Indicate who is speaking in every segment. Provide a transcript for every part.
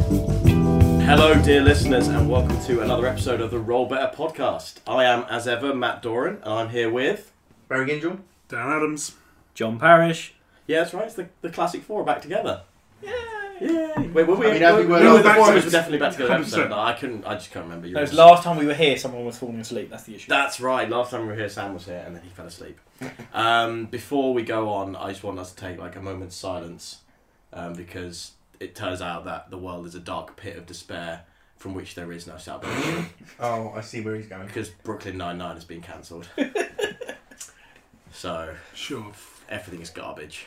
Speaker 1: Hello, dear listeners, and welcome to another episode of the Roll Better podcast. I am, as ever, Matt Doran, and I'm here with.
Speaker 2: Barry Gingell?
Speaker 3: Dan Adams.
Speaker 4: John Parrish.
Speaker 1: Yeah, that's right, it's the, the classic four are back together. Yeah. Yay! Wait, were we,
Speaker 2: I mean, as we
Speaker 1: were,
Speaker 2: were-
Speaker 1: we were the
Speaker 3: back
Speaker 1: four of
Speaker 3: to-
Speaker 1: us were definitely back together episode,
Speaker 3: 100%.
Speaker 1: but I couldn't, I just can't remember. You
Speaker 4: No,
Speaker 1: were-
Speaker 4: it's last time we were here, someone was falling asleep. That's the issue.
Speaker 1: That's right, last time we were here, Sam was here, and then he fell asleep. Um, before we go on, I just want us to take like a moment's silence, um, because it turns out that the world is a dark pit of despair from which there is no salvation.
Speaker 2: Oh, I see where he's going.
Speaker 1: because Brooklyn Nine Nine has been cancelled. so
Speaker 3: Sure.
Speaker 1: everything is garbage.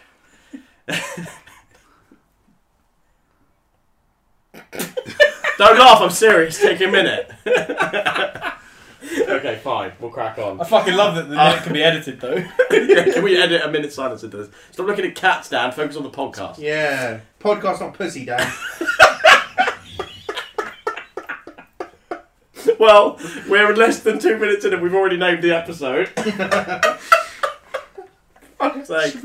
Speaker 1: Don't laugh. I'm serious. Take a minute. okay, fine. We'll crack
Speaker 4: I
Speaker 1: on.
Speaker 4: fucking love that the
Speaker 1: Uh,
Speaker 4: note can be edited though.
Speaker 1: Can we edit a minute silence into this? Stop looking at cats, Dan. Focus on the podcast.
Speaker 2: Yeah. Podcast not pussy, Dan.
Speaker 1: Well, we're less than two minutes in and we've already named the episode. Fuck's sake.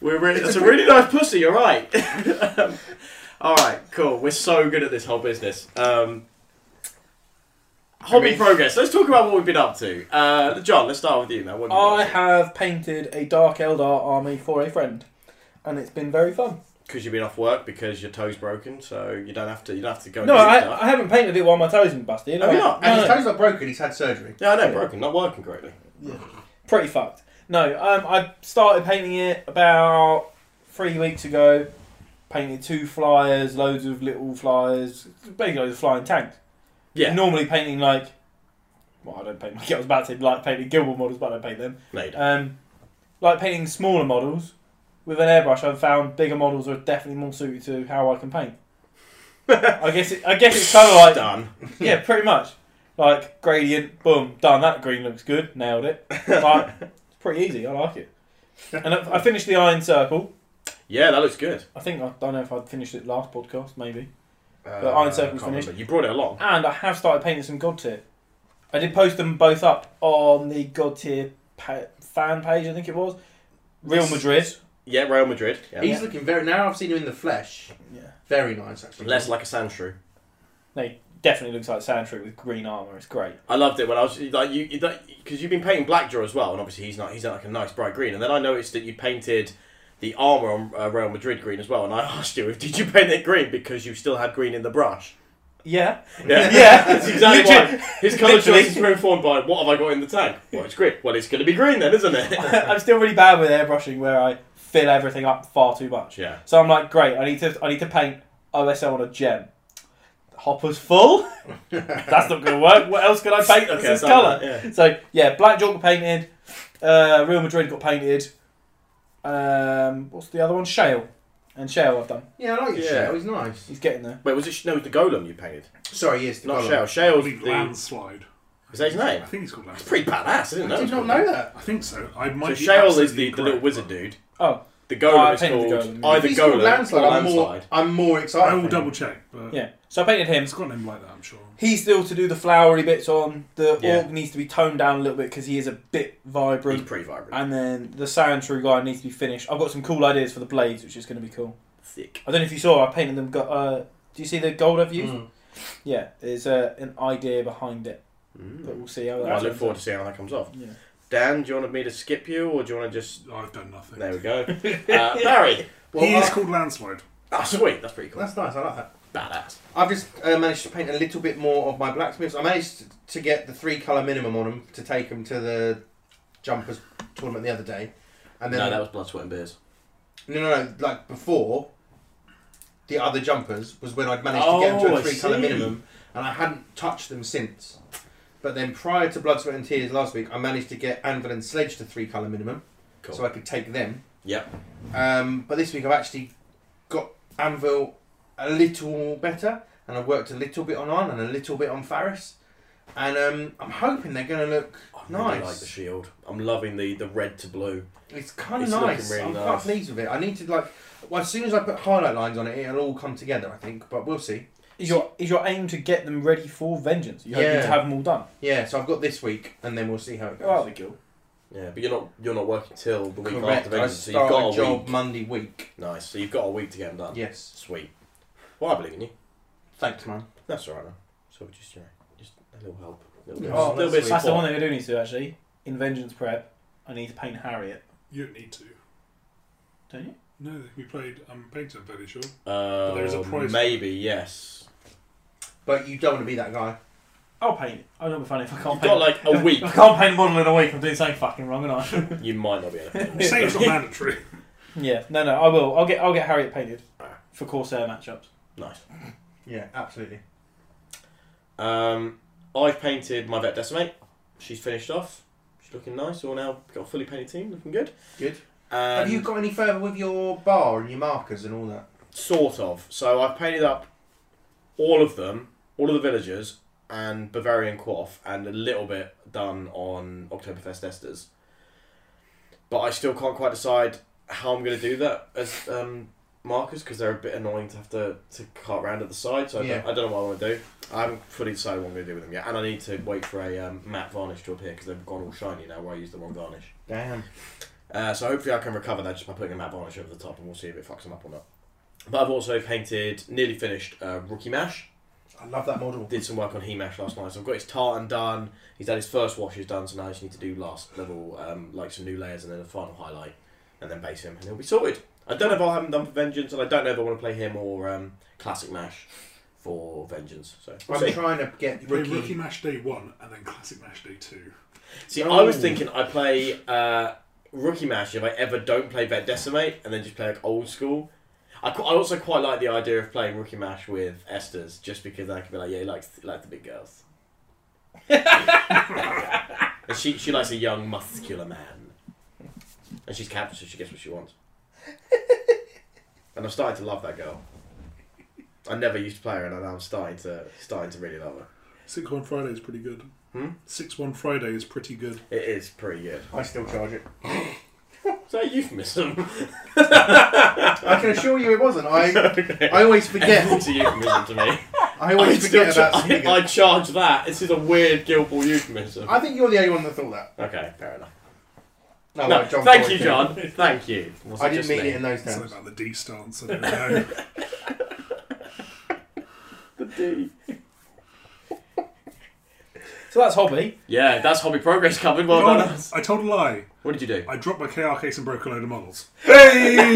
Speaker 1: We're re- it's a really nice pussy, you're right. um, alright, cool. We're so good at this whole business. Um, hobby
Speaker 2: I mean-
Speaker 1: progress. Let's talk about what we've been up to. Uh, John, let's start with you, man. What have you
Speaker 4: I have painted a Dark Eldar army for a friend, and it's been very fun.
Speaker 1: Because you've been off work because your toe's broken, so you don't have to. You don't have to go. And
Speaker 4: No,
Speaker 1: do
Speaker 4: I,
Speaker 1: stuff.
Speaker 4: I haven't painted it while my toes been busted.
Speaker 1: Have
Speaker 4: I-
Speaker 1: you not?
Speaker 2: and his
Speaker 4: No,
Speaker 2: toes are broken, he's had surgery.
Speaker 1: yeah, I know, broken, not working correctly.
Speaker 4: pretty fucked. No, um, I started painting it about three weeks ago. Painted two flyers, loads of little flyers, big loads of flying tanks.
Speaker 1: Yeah.
Speaker 4: Normally painting like, well, I don't paint. I was about to say like painting Gilmore models, but I don't paint them.
Speaker 1: No, you don't.
Speaker 4: Um, like painting smaller models with an airbrush, I've found bigger models are definitely more suited to how I can paint. I guess it, I guess it's kind of like
Speaker 1: done.
Speaker 4: yeah, pretty much like gradient, boom, done. That green looks good, nailed it. Like it's pretty easy. I like it. And I, I finished the Iron Circle.
Speaker 1: Yeah, that looks good.
Speaker 4: I think I don't know if I'd finished it last podcast, maybe.
Speaker 2: Uh,
Speaker 4: But Iron
Speaker 1: I
Speaker 4: Circle's
Speaker 1: can't
Speaker 4: finished,
Speaker 1: remember. You brought it along.
Speaker 4: and I have started painting some God Tier. I did post them both up on the God Tier pa- fan page. I think it was Real Madrid.
Speaker 1: Yeah, Real Madrid. Yeah.
Speaker 2: He's looking very. Now I've seen him in the flesh.
Speaker 4: Yeah.
Speaker 2: Very nice, actually.
Speaker 1: Less like a sand shrew.
Speaker 4: definitely looks like Sandshrew with green armor. It's great.
Speaker 1: I loved it when I was like you because you've been painting Blackjaw as well, and obviously he's not he's not like a nice bright green. And then I noticed that you painted the armor on uh, Real Madrid green as well, and I asked you if did you paint it green because you still had green in the brush.
Speaker 4: Yeah,
Speaker 1: Yeah,
Speaker 4: Yeah.
Speaker 1: that's exactly
Speaker 4: Legit-
Speaker 1: why. His color
Speaker 4: literally.
Speaker 1: choices were informed by what have I got in the tank? Well, it's green. Well, it's going to be green then, isn't it?
Speaker 4: I'm still really bad with airbrushing where I fill everything up far too much.
Speaker 1: yeah.
Speaker 4: So I'm like, great. I need to I need to paint OSL on a gem. The hopper's full. That's not going to work. What else can I paint that's this
Speaker 1: I've
Speaker 4: color?
Speaker 1: done that, yeah.
Speaker 4: So yeah, Black Jaw got painted. Uh, Real Madrid got painted. Um, what's the other one? Shale. And Shale, I've done.
Speaker 2: Yeah, I like his
Speaker 1: Yeah.
Speaker 2: shell. He's nice.
Speaker 4: He's getting there.
Speaker 1: Wait, was it Sh- no? It was the golem you painted?
Speaker 2: Sorry, yes, the
Speaker 1: Not
Speaker 2: colour.
Speaker 1: Shale. Shale's
Speaker 3: Big
Speaker 1: the,
Speaker 3: landslide.
Speaker 1: is that his name?
Speaker 3: I think he's called landslide.
Speaker 1: Pretty badass, isn't it?
Speaker 2: I did not know that.
Speaker 3: I think so. I might
Speaker 1: So
Speaker 3: be
Speaker 1: Shale is
Speaker 3: absolutely
Speaker 1: the, the little
Speaker 3: correct,
Speaker 1: wizard
Speaker 3: but
Speaker 1: dude.
Speaker 4: Oh,
Speaker 1: The
Speaker 4: Oh, I
Speaker 1: golem is
Speaker 4: painted the
Speaker 1: called
Speaker 4: golem.
Speaker 1: either
Speaker 2: If he's called
Speaker 1: golem
Speaker 2: landslide,
Speaker 1: or
Speaker 2: I'm more,
Speaker 1: landslide.
Speaker 2: I'm more excited.
Speaker 3: I
Speaker 2: for
Speaker 3: will
Speaker 2: him.
Speaker 3: double check, but
Speaker 4: yeah. So I painted him.
Speaker 3: it's got a name like that, I'm sure.
Speaker 4: He's still to do the flowery bits on. The
Speaker 1: Yeah.
Speaker 4: org needs to be toned down a little bit because he is a bit
Speaker 1: He's
Speaker 4: vibrant.
Speaker 1: pretty vibrant.
Speaker 4: And then the sand true guy needs to be finished. I've got some cool ideas for the blades, which is going to be cool.
Speaker 1: thick.
Speaker 4: I don't know if you saw, I painted them. Go- uh, do you see the gold I've used?
Speaker 2: Mm.
Speaker 4: Yeah, there's uh, an idea behind it, but
Speaker 1: Mm.
Speaker 4: we'll see how
Speaker 1: Well,
Speaker 4: that
Speaker 1: I look
Speaker 4: turns
Speaker 1: forward to seeing how that comes off.
Speaker 4: out. Yeah.
Speaker 1: Dan, do you want me to skip you, or do you want to just?
Speaker 3: I've done nothing.
Speaker 1: There we go. Uh, Barry.
Speaker 2: Well,
Speaker 3: he is
Speaker 2: I-
Speaker 3: called landslide.
Speaker 1: Oh, sweet. That's pretty cool.
Speaker 2: That's nice. I like that.
Speaker 1: Badass.
Speaker 2: I've just uh, managed to paint a little bit more of my blacksmiths. I managed to get the three colour minimum on them to take them to the jumpers tournament the other day, and then
Speaker 1: No, that was blood, sweat, and beers.
Speaker 2: No, no, no. Like before, the other jumpers was when I'd managed to get them
Speaker 1: Oh,
Speaker 2: to
Speaker 1: I
Speaker 2: a three colour
Speaker 1: see.
Speaker 2: minimum, and I hadn't touched them since. But then prior to Blood, Sweat, and Tears last week, I managed to get Anvil and Sledge to three colour minimum,
Speaker 1: Cool.
Speaker 2: so I could take them.
Speaker 1: Yep.
Speaker 2: Um, but this week I've actually got Anvil a little better, and I've worked a little bit on Iron and a little bit on Faris, and um, I'm hoping they're going to look.
Speaker 1: I really
Speaker 2: Nice.
Speaker 1: like the shield. I'm loving the the red to blue.
Speaker 2: It's kind of
Speaker 1: It's looking
Speaker 2: nice.
Speaker 1: really
Speaker 2: I'm
Speaker 1: nice.
Speaker 2: quite pleased with it. I need to like. Well, as soon as I put highlight lines on it, it'll all come together. I think, but we'll see.
Speaker 4: Is your is your aim to get them ready for vengeance? You're hoping
Speaker 2: Yeah.
Speaker 4: to have them all done.
Speaker 2: Yeah, so I've got this week, and then we'll see how it goes.
Speaker 4: cool.
Speaker 1: Yeah, but you're not you're not working till the week
Speaker 2: Correct.
Speaker 1: after
Speaker 2: I
Speaker 1: Vengeance, so you've
Speaker 2: start
Speaker 1: got
Speaker 2: a
Speaker 1: a
Speaker 2: job
Speaker 1: week.
Speaker 2: Monday week.
Speaker 1: Nice. So you've got a week to get them done.
Speaker 2: Yes.
Speaker 1: Sweet. Well, I believe in you.
Speaker 2: Thanks, man.
Speaker 1: That's all right. Man. So just you know, just a little help, a little bit,
Speaker 2: Oh,
Speaker 1: a little bit of
Speaker 2: that's
Speaker 4: That's the one
Speaker 1: support.
Speaker 4: thing I do need to do, actually. In Vengeance Prep, I need to paint Harriet.
Speaker 3: You don't need to.
Speaker 4: Don't you?
Speaker 3: No, they can be played unpainted, I'm fairly sure.
Speaker 1: Uh,
Speaker 3: But there is a price.
Speaker 1: Maybe yes.
Speaker 2: But you don't want to be that guy.
Speaker 4: I'll paint it. I don't be funny if I can't
Speaker 1: You've
Speaker 4: paint
Speaker 1: got like a week.
Speaker 4: I can't paint a model in a week. I'm doing something fucking wrong, and I.
Speaker 1: you might not be able to.
Speaker 3: I'm saying it's not mandatory.
Speaker 4: yeah, no, no, I will. I'll get, I'll get Harriet painted for Corsair matchups.
Speaker 1: Nice.
Speaker 2: Yeah, absolutely.
Speaker 1: Um, I've painted my vet decimate. She's finished off. She's looking nice. All now got a fully painted team, looking good.
Speaker 2: Good.
Speaker 1: And
Speaker 2: Have you got any further with your bar and your markers and all that?
Speaker 1: Sort of. So I've painted up all of them, all of the villagers, and Bavarian Quaff, and a little bit done on Oktoberfest Esters. But I still can't quite decide how I'm going to do that as um, markers because they're a bit annoying to have to, to cart round at the side. So I,
Speaker 2: Yeah.
Speaker 1: don't, I don't know what I want to do. I haven't fully decided what I'm going to do with them yet, and I need to wait for a um, matte varnish to appear because they've gone all shiny now where I used the wrong varnish.
Speaker 2: Damn.
Speaker 1: Uh, so hopefully I can recover that just by putting a matte varnish over the top, and we'll see if it fucks them up or not. But I've also painted, nearly finished, uh, Rookie Mash.
Speaker 2: I love that model.
Speaker 1: Did some work on He Mash last night, so I've got his tartan done. He's had his first washes done, so now I just need to do last level, um, like some new layers, and then a final highlight, and then base him, and he'll be sorted. I don't know if I'll have him done for Vengeance, and I don't know if I want to play him or um, Classic Mash for Vengeance. So we'll
Speaker 2: I'm
Speaker 1: see.
Speaker 2: trying to get
Speaker 3: You play
Speaker 2: rookie.
Speaker 3: Rookie Mash Day 1 and then Classic Mash Day 2.
Speaker 1: See, I was thinking I play uh, Rookie Mash if I ever don't play Vet Decimate and then just play like old school. I, qu- I also quite like the idea of playing Rookie Mash with Esther's just because I can be like, yeah, he likes, he likes the big girls. and she, she likes a young, muscular man. And she's captured, so she gets what she wants. and I'm starting to love that girl. I never used to play her, and now I'm starting to starting to really love her.
Speaker 3: 6 1 Friday is pretty good.
Speaker 1: Hmm?
Speaker 3: 6 1 Friday is pretty good.
Speaker 1: It is pretty good.
Speaker 2: I still charge it.
Speaker 1: Is that a euphemism?
Speaker 2: I can assure you it wasn't. I I always forget.
Speaker 1: Everything's a euphemism to me.
Speaker 2: I
Speaker 1: I,
Speaker 2: always
Speaker 1: still
Speaker 2: forget
Speaker 1: cha-
Speaker 2: about
Speaker 1: I,
Speaker 2: Spigot.
Speaker 1: I charge that. This is a weird Gilball euphemism.
Speaker 2: I think you're the only one that thought that.
Speaker 1: Okay, fair enough.
Speaker 2: No,
Speaker 1: No,
Speaker 2: right, John
Speaker 1: thank
Speaker 2: thought
Speaker 1: you,
Speaker 2: it too.
Speaker 1: John. Thank you. Was
Speaker 2: I
Speaker 1: it
Speaker 2: didn't
Speaker 1: just
Speaker 2: mean
Speaker 1: me?
Speaker 2: it in those
Speaker 3: Something
Speaker 2: terms.
Speaker 3: about the D stance, I don't know.
Speaker 4: So that's hobby.
Speaker 1: Yeah, that's hobby progress covered. Well
Speaker 3: No,
Speaker 1: done. us.
Speaker 3: I told a lie.
Speaker 1: What did you do?
Speaker 3: I dropped my KR case and broke a load of models.
Speaker 4: Explain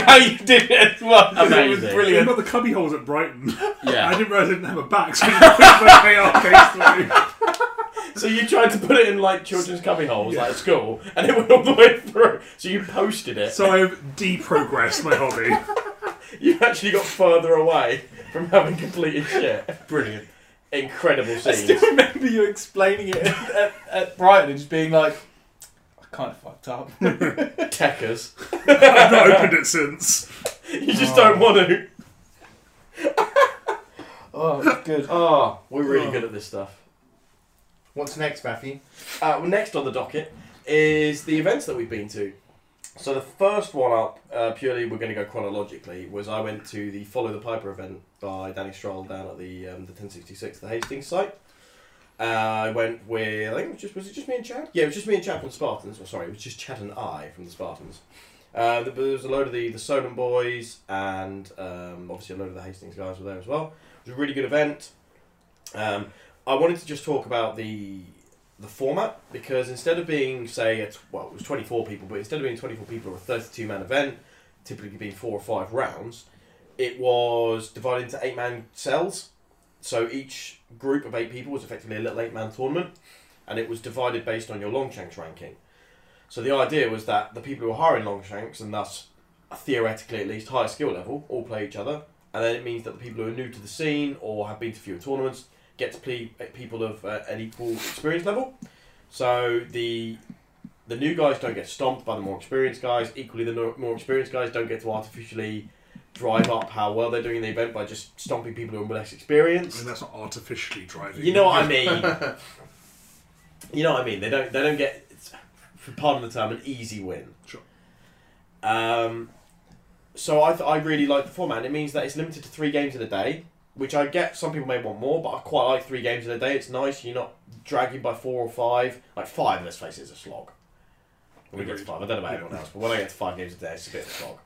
Speaker 4: how you did it as well. 'cause It was
Speaker 1: Amazing.
Speaker 3: I've
Speaker 4: brilliant.
Speaker 3: got the cubby holes at Brighton. I
Speaker 1: Yeah.
Speaker 3: didn't realise I didn't have a back, so I put my KR case through.
Speaker 1: so you tried to put it in like children's cubby holes, like at school, and it went all the way through. So you posted it.
Speaker 3: So I've deprogressed my hobby.
Speaker 1: You actually got further away from having completed shit.
Speaker 2: Brilliant.
Speaker 1: Incredible
Speaker 4: I
Speaker 1: scenes.
Speaker 4: still remember you explaining it at, at, at Brighton and just being like, I kind of fucked up.
Speaker 1: Techers.
Speaker 3: I've not opened it since.
Speaker 1: You just don't want to.
Speaker 4: Oh, it was good.
Speaker 1: Oh, we're really good at this stuff.
Speaker 2: What's next, Matthew?
Speaker 1: Uh, well, next on the docket is the events that we've been to. So the first one up, uh, purely we're going to go chronologically, was I went to the Follow the Piper event by Danny Stroll down at the um, the 1066, the Hastings site. Uh, I went with I think it was just was it just me and Chad? Yeah, it was just me and Chad from Spartans. Well, sorry, it was just Chad and I from the Spartans. Uh, there was a load of the the Solon boys and um, obviously a load of the Hastings guys were there as well. It was a really good event. Um, I wanted to just talk about the the format because instead of being say it's well it was 24 people but instead of being 24 people or a 32 man event typically being four or five rounds it was divided into eight man cells so each group of eight people was effectively a little eight man tournament and it was divided based on your longshanks ranking so the idea was that the people who were higher in longshanks and thus theoretically at least higher skill level all play each other and then it means that the people who are new to the scene or have been to fewer tournaments get to play people of uh, an equal experience level. So the the new guys don't get stomped by the more experienced guys. Equally, the no- more experienced guys don't get to artificially drive up how well they're doing in the event by just stomping people who are less
Speaker 3: I
Speaker 1: experienced.
Speaker 3: mean, that's not artificially driving.
Speaker 1: You know what I mean? you know what I mean? They don't they don't get it's, for pardon the term an easy win.
Speaker 3: Sure.
Speaker 1: Um, so I th- I really like the format. It means that it's limited to three games in a day. which I get some people may want more, but I quite like three games in a day. It's nice. You're not dragging by four or five. Like five, let's face it, is a slog. When we get to five, I don't know about anyone else, but when I get to five games a day, it's a bit of a slog.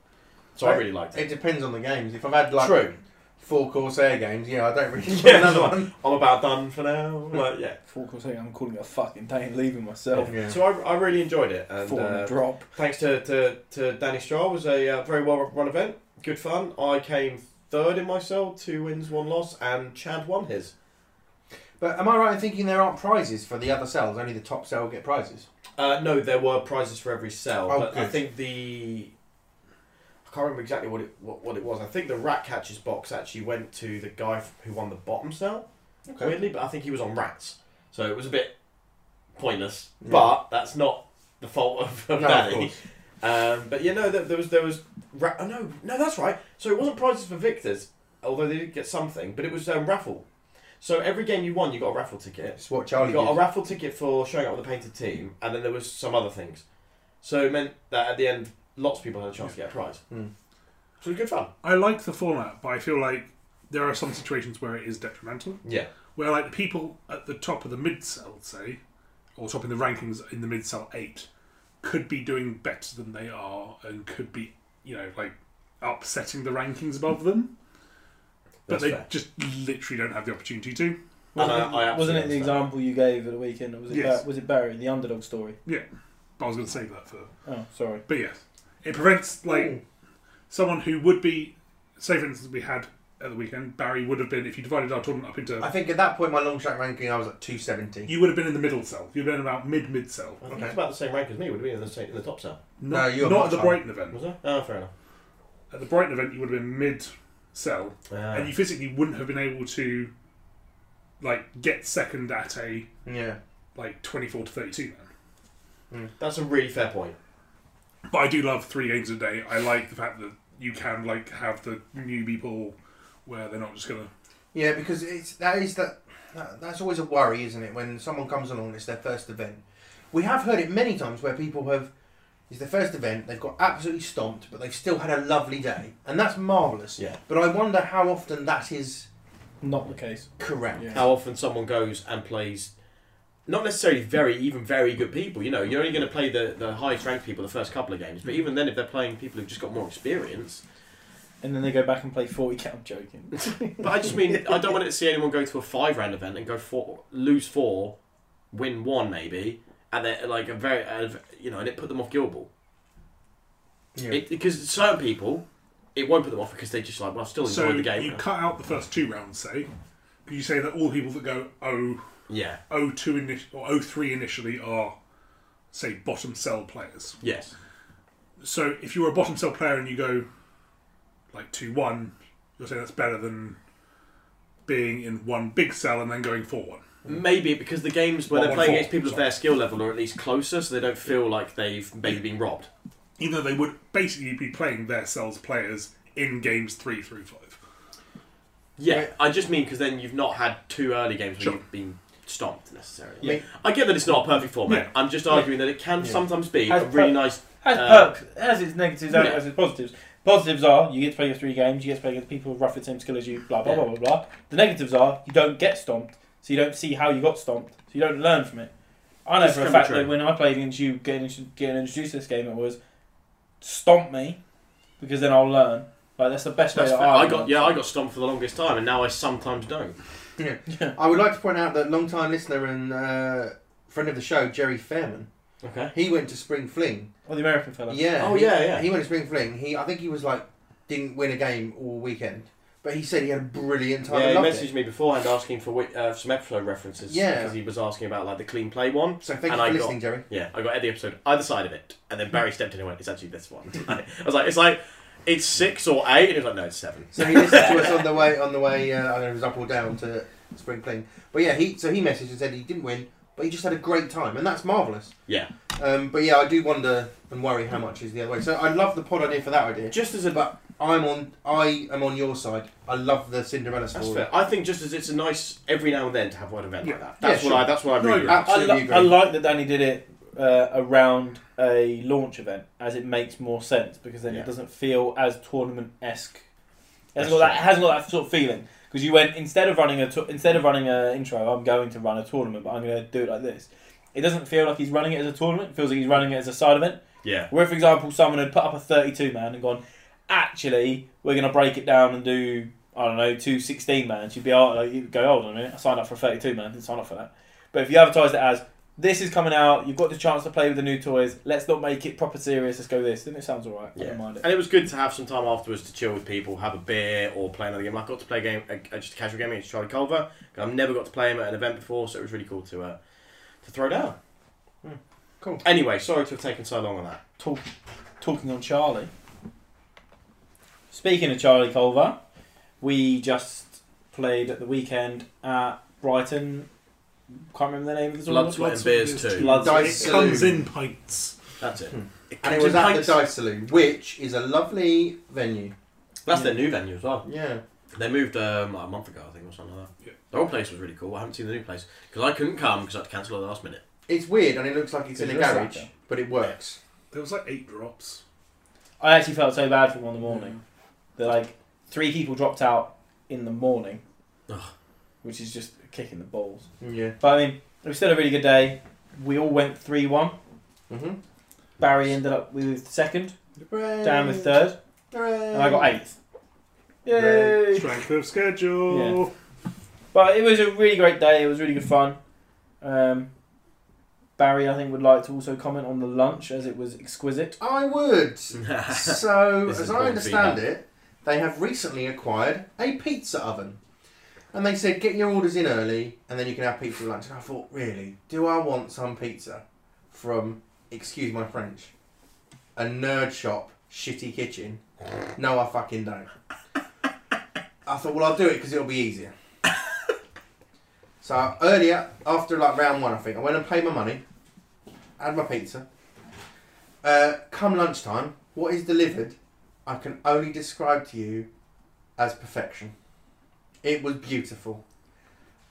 Speaker 1: So I really liked
Speaker 2: It
Speaker 1: it.
Speaker 2: depends on the games. If I've had like
Speaker 1: True.
Speaker 2: four Corsair games, yeah, I don't really want
Speaker 1: Yeah,
Speaker 2: another
Speaker 1: sure.
Speaker 2: one.
Speaker 1: I'm about done for now. Like, yeah.
Speaker 4: Four course eight, I'm calling it a fucking day and leaving myself.
Speaker 2: Yeah.
Speaker 1: So I, I really enjoyed it. And,
Speaker 4: Four on
Speaker 1: uh,
Speaker 4: the drop.
Speaker 1: thanks to, to, to Danny Straw. It was a uh, very well run event. Good fun. I came third in my cell, two wins, one loss, and Chad won his.
Speaker 2: But am I right in thinking there aren't prizes for the other cells? Only the top cell get prizes.
Speaker 1: Uh, no, there were prizes for every cell,
Speaker 2: Oh,
Speaker 1: but I
Speaker 2: good.
Speaker 1: think the I can't remember exactly what it what, what it was. I think the rat catchers box actually went to the guy f- who won the bottom cell.
Speaker 2: Okay.
Speaker 1: Weirdly, but I think he was on rats, so it was a bit pointless.
Speaker 2: Yeah.
Speaker 1: But that's not the fault of, of
Speaker 2: No, of
Speaker 1: Danny.
Speaker 2: course.
Speaker 1: um, but you know that there was there was ra- oh, no no that's right. So it wasn't prizes for victors, although they did get something, but it was um, raffle. So every game you won, you got a raffle ticket.
Speaker 2: It's what
Speaker 1: We
Speaker 2: Charlie
Speaker 1: got a
Speaker 2: did.
Speaker 1: raffle ticket for showing up with a painted team, and then there was some other things. So it meant that at the end, lots of people had a chance to get a prize.
Speaker 2: Mm.
Speaker 1: So it was good fun.
Speaker 3: I like the format, but I feel like there are some situations where it is detrimental.
Speaker 1: Yeah.
Speaker 3: Where like the people at the top of the mid cell, say, or top in the rankings in the mid cell eight, could be doing better than they are, and could be, you know, like upsetting the rankings above them. But
Speaker 1: That's
Speaker 3: they
Speaker 1: fair.
Speaker 3: just literally don't have the opportunity to.
Speaker 1: And I-
Speaker 4: Wasn't,
Speaker 1: I
Speaker 4: it,
Speaker 1: absolutely
Speaker 4: wasn't it the
Speaker 1: understand.
Speaker 4: example you gave at the weekend? Or was it
Speaker 3: Yes.
Speaker 4: Bar- was it Barry, the underdog story?
Speaker 3: But I was going to save that for.
Speaker 4: Oh, sorry.
Speaker 3: But yes, it prevents like someone who would be, say for instance, we had at the weekend Barry would have been if you divided our tournament up into
Speaker 2: I think at that point my long shot ranking I was at 270.
Speaker 3: You would have been in the middle cell. You'd have been about mid mid cell.
Speaker 1: I think it's about the same rank as me. Would have been in the, same, in the top cell.
Speaker 3: Not,
Speaker 2: you were
Speaker 3: not
Speaker 2: much
Speaker 3: at the
Speaker 2: higher.
Speaker 3: Brighton event.
Speaker 1: Was I? Oh, fair enough.
Speaker 3: At the Brighton event, you would have been mid cell,
Speaker 1: Ah.
Speaker 3: and you physically wouldn't have been able to, like, get second at a
Speaker 2: Yeah.
Speaker 3: like twenty four to thirty two man.
Speaker 1: That's a really fair point.
Speaker 3: But I do love three games a day. I like the fact that you can like have the newbie pool where they're not just gonna.
Speaker 2: Yeah, because it's that is that, that that's always a worry, isn't it? When someone comes along, it's their first event. We have heard it many times where people have it's their first event, they've got absolutely stomped, but they've still had a lovely day, and that's marvelous.
Speaker 1: Yeah.
Speaker 2: But I wonder how often that is
Speaker 4: Not the case.
Speaker 2: correct.
Speaker 4: Yeah.
Speaker 1: How often someone goes and plays, not necessarily very, even very good people. You know, you're only going to play the, the highest ranked people the first couple of games. But even then, if they're playing people who've just got more experience,
Speaker 4: And then they go back and play 40 count. I'm joking.
Speaker 1: But I just mean I don't want to see anyone go to a five round event and go four, lose four, win one maybe, and they're like a very uh, you know, and it put them off Gilball.
Speaker 2: Yeah.
Speaker 1: It Because certain people, it won't put them off because they just like well, I still enjoy
Speaker 3: So
Speaker 1: the game.
Speaker 3: you cut out the first two rounds, say. You say that all people that go oh
Speaker 1: yeah.
Speaker 3: oh two initially or oh three initially are, say, bottom cell players.
Speaker 1: Yes.
Speaker 3: so if you were a bottom cell player and you go like 2 1, you'll say that's better than being in one big cell and then going 4 1.
Speaker 1: Maybe because the games where
Speaker 3: One,
Speaker 1: they're
Speaker 3: one,
Speaker 1: playing
Speaker 3: four.
Speaker 1: against people of their skill level are at least closer, so they don't feel like they've maybe been robbed.
Speaker 3: Even though they would basically be playing their cells players in games 3 through 5.
Speaker 1: Yeah,
Speaker 2: Right.
Speaker 1: I just mean because then you've not had two early games where
Speaker 3: Sure.
Speaker 1: you've been stomped necessarily.
Speaker 2: Yeah.
Speaker 1: I get that it's not a perfect format.
Speaker 3: Yeah.
Speaker 1: I'm just arguing that it can
Speaker 2: Yeah.
Speaker 1: sometimes be
Speaker 4: Has
Speaker 1: a really
Speaker 4: per-
Speaker 1: nice
Speaker 4: Has
Speaker 1: Uh,
Speaker 4: perks, has its negatives, and
Speaker 1: yeah.
Speaker 4: has its positives. Positives are you get to play your three games, you get to play against people with roughly the same skill as you, blah blah blah blah blah. The negatives are you don't get stomped, so you don't see how you got stomped, so you don't learn from it. I know
Speaker 1: This
Speaker 4: for a
Speaker 1: can be
Speaker 4: fact
Speaker 1: true.
Speaker 4: that when I played against you, getting intro- getting introduced to this game, it was stomp me because then I'll learn. Like that's the best
Speaker 1: That's
Speaker 4: way.
Speaker 1: fair.
Speaker 4: That I,
Speaker 1: I got yeah, I got stomped for the longest time, and now I sometimes don't.
Speaker 2: I would like to point out that long-time listener and uh, friend of the show Jerry Fairman,
Speaker 1: Okay.
Speaker 2: he went to Spring Fling.
Speaker 4: Or the American fella.
Speaker 2: Yeah.
Speaker 1: Oh,
Speaker 2: he-
Speaker 1: yeah, yeah.
Speaker 2: He went to Spring Fling. He I think he was like didn't win a game all weekend, but he said he had a brilliant time.
Speaker 1: Yeah,
Speaker 2: and
Speaker 1: he
Speaker 2: loved
Speaker 1: messaged
Speaker 2: it.
Speaker 1: me beforehand asking for wi- uh, some episode references.
Speaker 2: Yeah.
Speaker 1: Because he was asking about like the clean play one.
Speaker 2: So thank
Speaker 1: and
Speaker 2: you
Speaker 1: I
Speaker 2: for
Speaker 1: got-
Speaker 2: listening, Jerry.
Speaker 1: Yeah, I got the episode either side of it, and then Barry stepped in and went, "It's actually this one." I was like, "It's like it's six or eight. and he was like, "No, it's seven.
Speaker 2: So he listened to us on the way on the way. Uh, I don't know if it was up or down to spring clean, but yeah, he so he messaged and said he didn't win, but he just had a great time, and that's marvelous.
Speaker 1: Yeah.
Speaker 2: Um, but yeah, I do wonder and worry how much is the other way. So I love the pod idea for that idea.
Speaker 1: Just as a
Speaker 2: But I'm on. I am on your side. I love the Cinderella
Speaker 1: that's
Speaker 2: story.
Speaker 1: fair. I think just as it's a nice every now and then to have one event like
Speaker 3: Yeah.
Speaker 1: that. That's
Speaker 2: Yeah,
Speaker 1: what
Speaker 2: sure.
Speaker 1: I. That's what I
Speaker 3: No,
Speaker 1: really. like.
Speaker 4: I,
Speaker 2: Absolutely
Speaker 4: li-
Speaker 2: agree.
Speaker 4: I like that Danny did it uh, around a launch event, as it makes more sense because then
Speaker 1: Yeah.
Speaker 4: it doesn't feel as tournament esque. It
Speaker 1: That's
Speaker 4: hasn't got that. It hasn't got that sort of feeling because because you went instead of running a tou- instead of running a intro, I'm going to run a tournament, but I'm going to do it like this. It doesn't feel like he's running it as a tournament. It feels like he's running it as a side event.
Speaker 1: Yeah.
Speaker 4: Where, for example, someone had put up a 32 man and gone, actually, we're going to break it down and do, I don't know, two 16 man. You'd be oh, like, you'd go, hold on a minute, I signed up for a 32 man, didn't sign up for that. But if you advertised it as, this is coming out, you've got the chance to play with the new toys, let's not make it proper serious, let's go this, then it sounds alright. I
Speaker 1: Yeah.
Speaker 4: don't mind it.
Speaker 1: And it was good to have some time afterwards to chill with people, have a beer, or play another game. Like, I got to play a game, a, a- just a casual game against Charlie Culver. and I've never got to play him at an event before, so it was really cool to uh, to throw down.
Speaker 2: Hmm. Cool.
Speaker 1: Anyway, sorry to have taken so long on that.
Speaker 4: Talk, talking on Charlie. Speaking of Charlie Culver, we just played at the weekend at Brighton. Can't remember the name of the
Speaker 1: Blood,
Speaker 4: tournament.
Speaker 1: sweat, and beers too.
Speaker 4: Blood,
Speaker 2: Dice
Speaker 3: it comes
Speaker 2: saloon.
Speaker 3: in pints.
Speaker 1: That's it.
Speaker 2: Hmm.
Speaker 1: It
Speaker 2: And
Speaker 1: comes
Speaker 2: it was
Speaker 1: in
Speaker 2: at the
Speaker 1: pints.
Speaker 2: Dice Saloon, which is a lovely venue.
Speaker 1: That's their new venue as well.
Speaker 2: Yeah.
Speaker 1: They moved um, like a month ago, I think, or something like that.
Speaker 3: Yeah.
Speaker 1: The old place was really cool. I haven't seen the new place because I couldn't come because I had to cancel at the last minute.
Speaker 2: It's weird and it looks like it's in a
Speaker 4: It's a
Speaker 2: garage,
Speaker 4: recycle.
Speaker 2: but it works.
Speaker 3: There was like eight drops.
Speaker 4: I actually felt so bad for him on the morning. That like three people dropped out in the morning,
Speaker 1: Ugh.
Speaker 4: which is just kicking the balls.
Speaker 2: Yeah.
Speaker 4: But I mean, it was still a really good day. We all went three one.
Speaker 2: Mm-hmm.
Speaker 4: Barry ended up with second, Dan with third, and I got eighth. Yay!
Speaker 3: Strength of schedule.
Speaker 4: But it was a really great day. It was really good fun. Um, Barry, I think, would like to also comment on the lunch as it was exquisite.
Speaker 2: I would. so,
Speaker 1: This is
Speaker 2: as I
Speaker 1: important
Speaker 2: understand
Speaker 1: feedback.
Speaker 2: it, they have recently acquired a pizza oven. And they said, get your orders in early and then you can have pizza for lunch. And I thought, really? Do I want some pizza from, excuse my French, a nerd shop, shitty kitchen? No, I fucking don't. I thought, well, I'll do it because it'll be easier. so, earlier, after like round one, I think, I went and paid my money, had my pizza. Uh, come lunchtime, what is delivered, I can only describe to you as perfection. It was beautiful.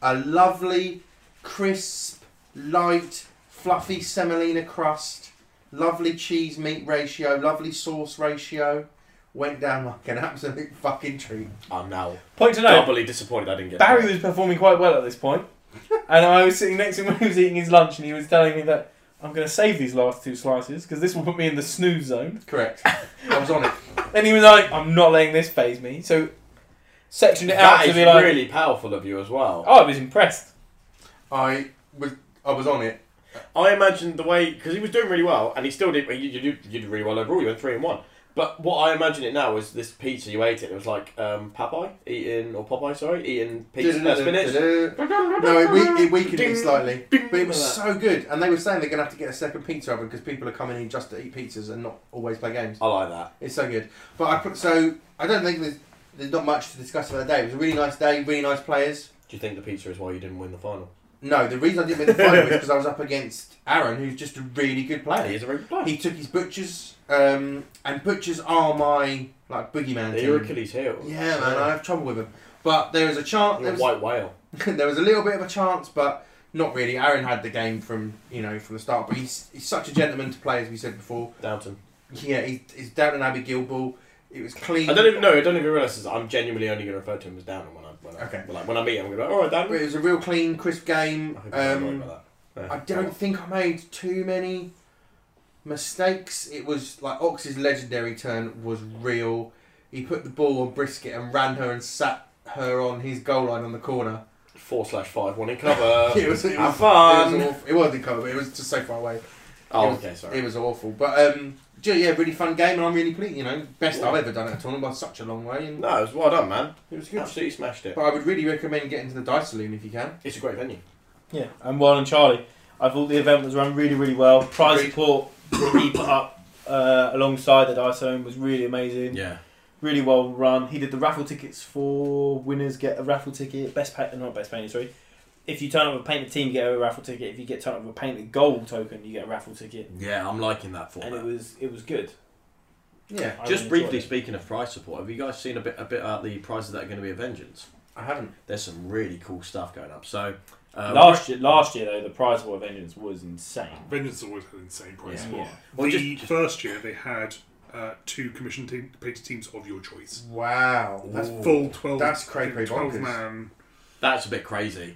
Speaker 2: A lovely, crisp, light, fluffy semolina crust, lovely cheese meat ratio, lovely sauce ratio. Went down like an absolute fucking treat.
Speaker 1: I'm now
Speaker 4: Point to note,
Speaker 1: doubly disappointed I didn't get
Speaker 4: Barry was performing quite well at this point, and I was sitting next to him when he was eating his lunch, and he was telling me that I'm going to save these last two slices because this will put me in the snooze zone.
Speaker 2: Correct. I was on it.
Speaker 4: And he was like, "I'm not letting this phase me." So sectioned it out
Speaker 1: That
Speaker 4: to
Speaker 1: is
Speaker 4: be like,
Speaker 1: really powerful of you as well.
Speaker 4: "Oh, I was impressed."
Speaker 2: I was I was on it.
Speaker 1: I imagine the way because he was doing really well, and he still did. You, you, did- you did really well overall. You went three and one. But what I imagine it now is this pizza you ate it. It was like um, Popeye eating or Popeye, sorry, eating pizza uh, spinach.
Speaker 2: No, it, we- it weakened
Speaker 1: Ding.
Speaker 2: it slightly, but it was
Speaker 1: Like that.
Speaker 2: so good. And they were saying they're going to have to get a second pizza oven because people are coming in just to eat pizzas and not always play games.
Speaker 1: I like that.
Speaker 2: It's so good. But I put so I don't think there's, there's not much to discuss about the day. It was a really nice day, really nice players.
Speaker 1: Do you think the pizza is why you didn't win the final?
Speaker 2: No, the reason I didn't win the final was because I was up against Aaron, who's just a really good
Speaker 1: That
Speaker 2: player.
Speaker 1: is a very good plan.
Speaker 2: He took his butchers, um, and butchers are my like boogeyman.
Speaker 1: You're
Speaker 2: team.
Speaker 1: Achilles heel.
Speaker 2: Yeah, man, I have trouble with him. But there was a chance.
Speaker 1: You're a
Speaker 2: There was,
Speaker 1: white whale.
Speaker 2: there was a little bit of a chance, but not really. Aaron had the game from you know from the start, but he's, he's such a gentleman to play, as we said before.
Speaker 1: Downton.
Speaker 2: Yeah, he, he's down in Abbey Gilball. It was clean.
Speaker 1: I don't even know. I don't even realise this. I'm genuinely only going to refer to him as Downton when I when I,
Speaker 2: Okay.
Speaker 1: like, when I meet him. I'm going to be like, all right,
Speaker 2: But
Speaker 1: Downton.
Speaker 2: It was a real clean, crisp game.
Speaker 1: I hope he's not annoyed
Speaker 2: Um,
Speaker 1: by that.
Speaker 2: I don't think I made too many mistakes. It was like Ox's legendary turn was real. He put the ball on Brisket and ran her and sat her on his goal line on the corner.
Speaker 1: four slash five one in cover.
Speaker 2: it was, it
Speaker 1: Have
Speaker 2: was,
Speaker 1: fun.
Speaker 2: It, was awful. it wasn't in cover, but it was just so far away.
Speaker 1: oh,
Speaker 2: it was-
Speaker 1: okay, sorry.
Speaker 2: It was awful. But um, ju- yeah, really fun game, and I'm really pleased. You know, best I've ever done at a tournament by such a long way. And,
Speaker 1: no, it was well done, man.
Speaker 2: it was good.
Speaker 1: Absolutely smashed it.
Speaker 2: But I would really recommend getting to the Dice Saloon if you can.
Speaker 1: It's a great venue.
Speaker 4: Yeah, and well done, Charlie. I thought the event was run really, really well. Prize
Speaker 2: Agreed.
Speaker 4: support that he put up uh, alongside the Dice Own was really amazing.
Speaker 1: Yeah.
Speaker 4: Really well run. He did the raffle tickets for winners get a raffle ticket. Best paint, not best painted, sorry. If you turn up with a painted team, you get a raffle ticket. If you get turned up with a painted goal token, you get a raffle ticket.
Speaker 1: Yeah, I'm liking that format.
Speaker 4: And it was it was good.
Speaker 2: Yeah,
Speaker 4: I
Speaker 1: Just
Speaker 4: really
Speaker 1: briefly
Speaker 4: enjoyed
Speaker 1: speaking of prize support, have you guys seen a bit a bit about the prizes that are going to be at Vengeance?
Speaker 2: I haven't.
Speaker 1: There's some really cool stuff going up. So,
Speaker 4: it.
Speaker 1: uh,
Speaker 4: last year, last year though, the prize war of vengeance was insane.
Speaker 3: Vengeance always had insane price
Speaker 1: Yeah.
Speaker 3: for.
Speaker 4: Yeah.
Speaker 1: well,
Speaker 3: the
Speaker 1: just- just-
Speaker 3: first year they had uh, two commission team, paid teams of your choice.
Speaker 2: Wow.
Speaker 3: That's
Speaker 2: Ooh.
Speaker 3: full twelve.
Speaker 2: That's cray cray
Speaker 3: twelve
Speaker 2: bonkers.
Speaker 3: man
Speaker 1: That's a bit crazy.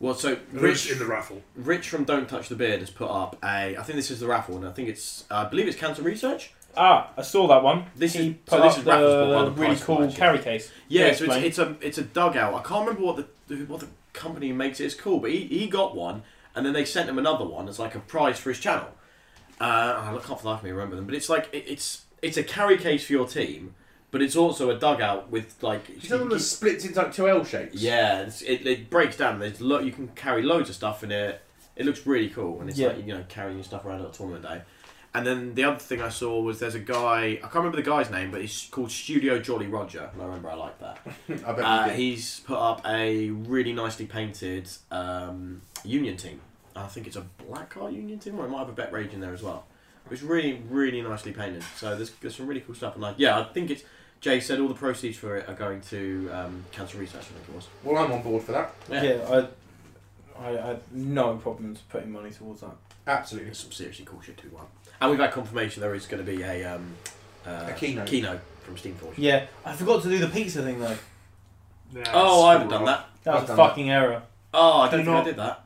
Speaker 1: Well, so
Speaker 3: Rich
Speaker 1: Rich,
Speaker 3: in the raffle.
Speaker 1: Rich from Don't Touch the Beard has put up a. I think this is the raffle, and I think it's. I believe it's Cancer Research.
Speaker 4: Ah, I saw that one.
Speaker 1: This
Speaker 4: he
Speaker 1: is-
Speaker 4: put
Speaker 1: so this
Speaker 4: up
Speaker 1: is Rafflesborough, not
Speaker 4: the,
Speaker 1: the
Speaker 4: really
Speaker 1: price one,
Speaker 4: cool
Speaker 1: actually.
Speaker 4: carry case.
Speaker 1: Yeah, so
Speaker 4: Yeah,
Speaker 1: it's,
Speaker 4: explain.
Speaker 1: it's a it's a dugout. I can't remember what the what the company makes it is called, but he, he got one, and then they sent him another one as like a prize for his channel. Uh, I can't for the life of me remember them, but it's like it, it's it's a carry case for your team, but it's also a dugout with like
Speaker 2: Is that
Speaker 1: you-
Speaker 2: one that splits into like two L shapes?
Speaker 1: yeah, it's, it, it breaks down. There's lo- you can carry loads of stuff in it. It looks really cool, and it's
Speaker 4: Yeah.
Speaker 1: like you know carrying your stuff around at a tournament day. And then the other thing I saw was there's a guy I can't remember the guy's name, but he's called Studio Jolly Roger, and I remember I like that.
Speaker 2: I bet
Speaker 1: Uh,
Speaker 2: you did.
Speaker 1: he's put up a really nicely painted um, Union team. I think it's a black car Union team, or it might have a Bet Rage in there as well. It's really, really nicely painted. So there's, there's some really cool stuff. And like, yeah, I think it's. Jay said all the proceeds for it are going to um, cancer research. I think it was.
Speaker 2: Well, I'm on board for that.
Speaker 1: Yeah.
Speaker 4: Yeah, I, I, I had no problems putting money towards that.
Speaker 2: Absolutely.
Speaker 1: There's some seriously cool shit to be won. And we've had confirmation there is going to be a um, uh,
Speaker 2: A keynote.
Speaker 1: from Steamforge.
Speaker 4: Yeah, I forgot to do the pizza thing though.
Speaker 3: Yeah,
Speaker 1: Oh, I haven't
Speaker 3: screw
Speaker 1: done
Speaker 3: it.
Speaker 1: that.
Speaker 4: That
Speaker 2: I've
Speaker 4: was
Speaker 2: done
Speaker 4: a fucking error.
Speaker 1: Oh, I
Speaker 3: Do
Speaker 1: don't think I
Speaker 3: not-
Speaker 1: did that.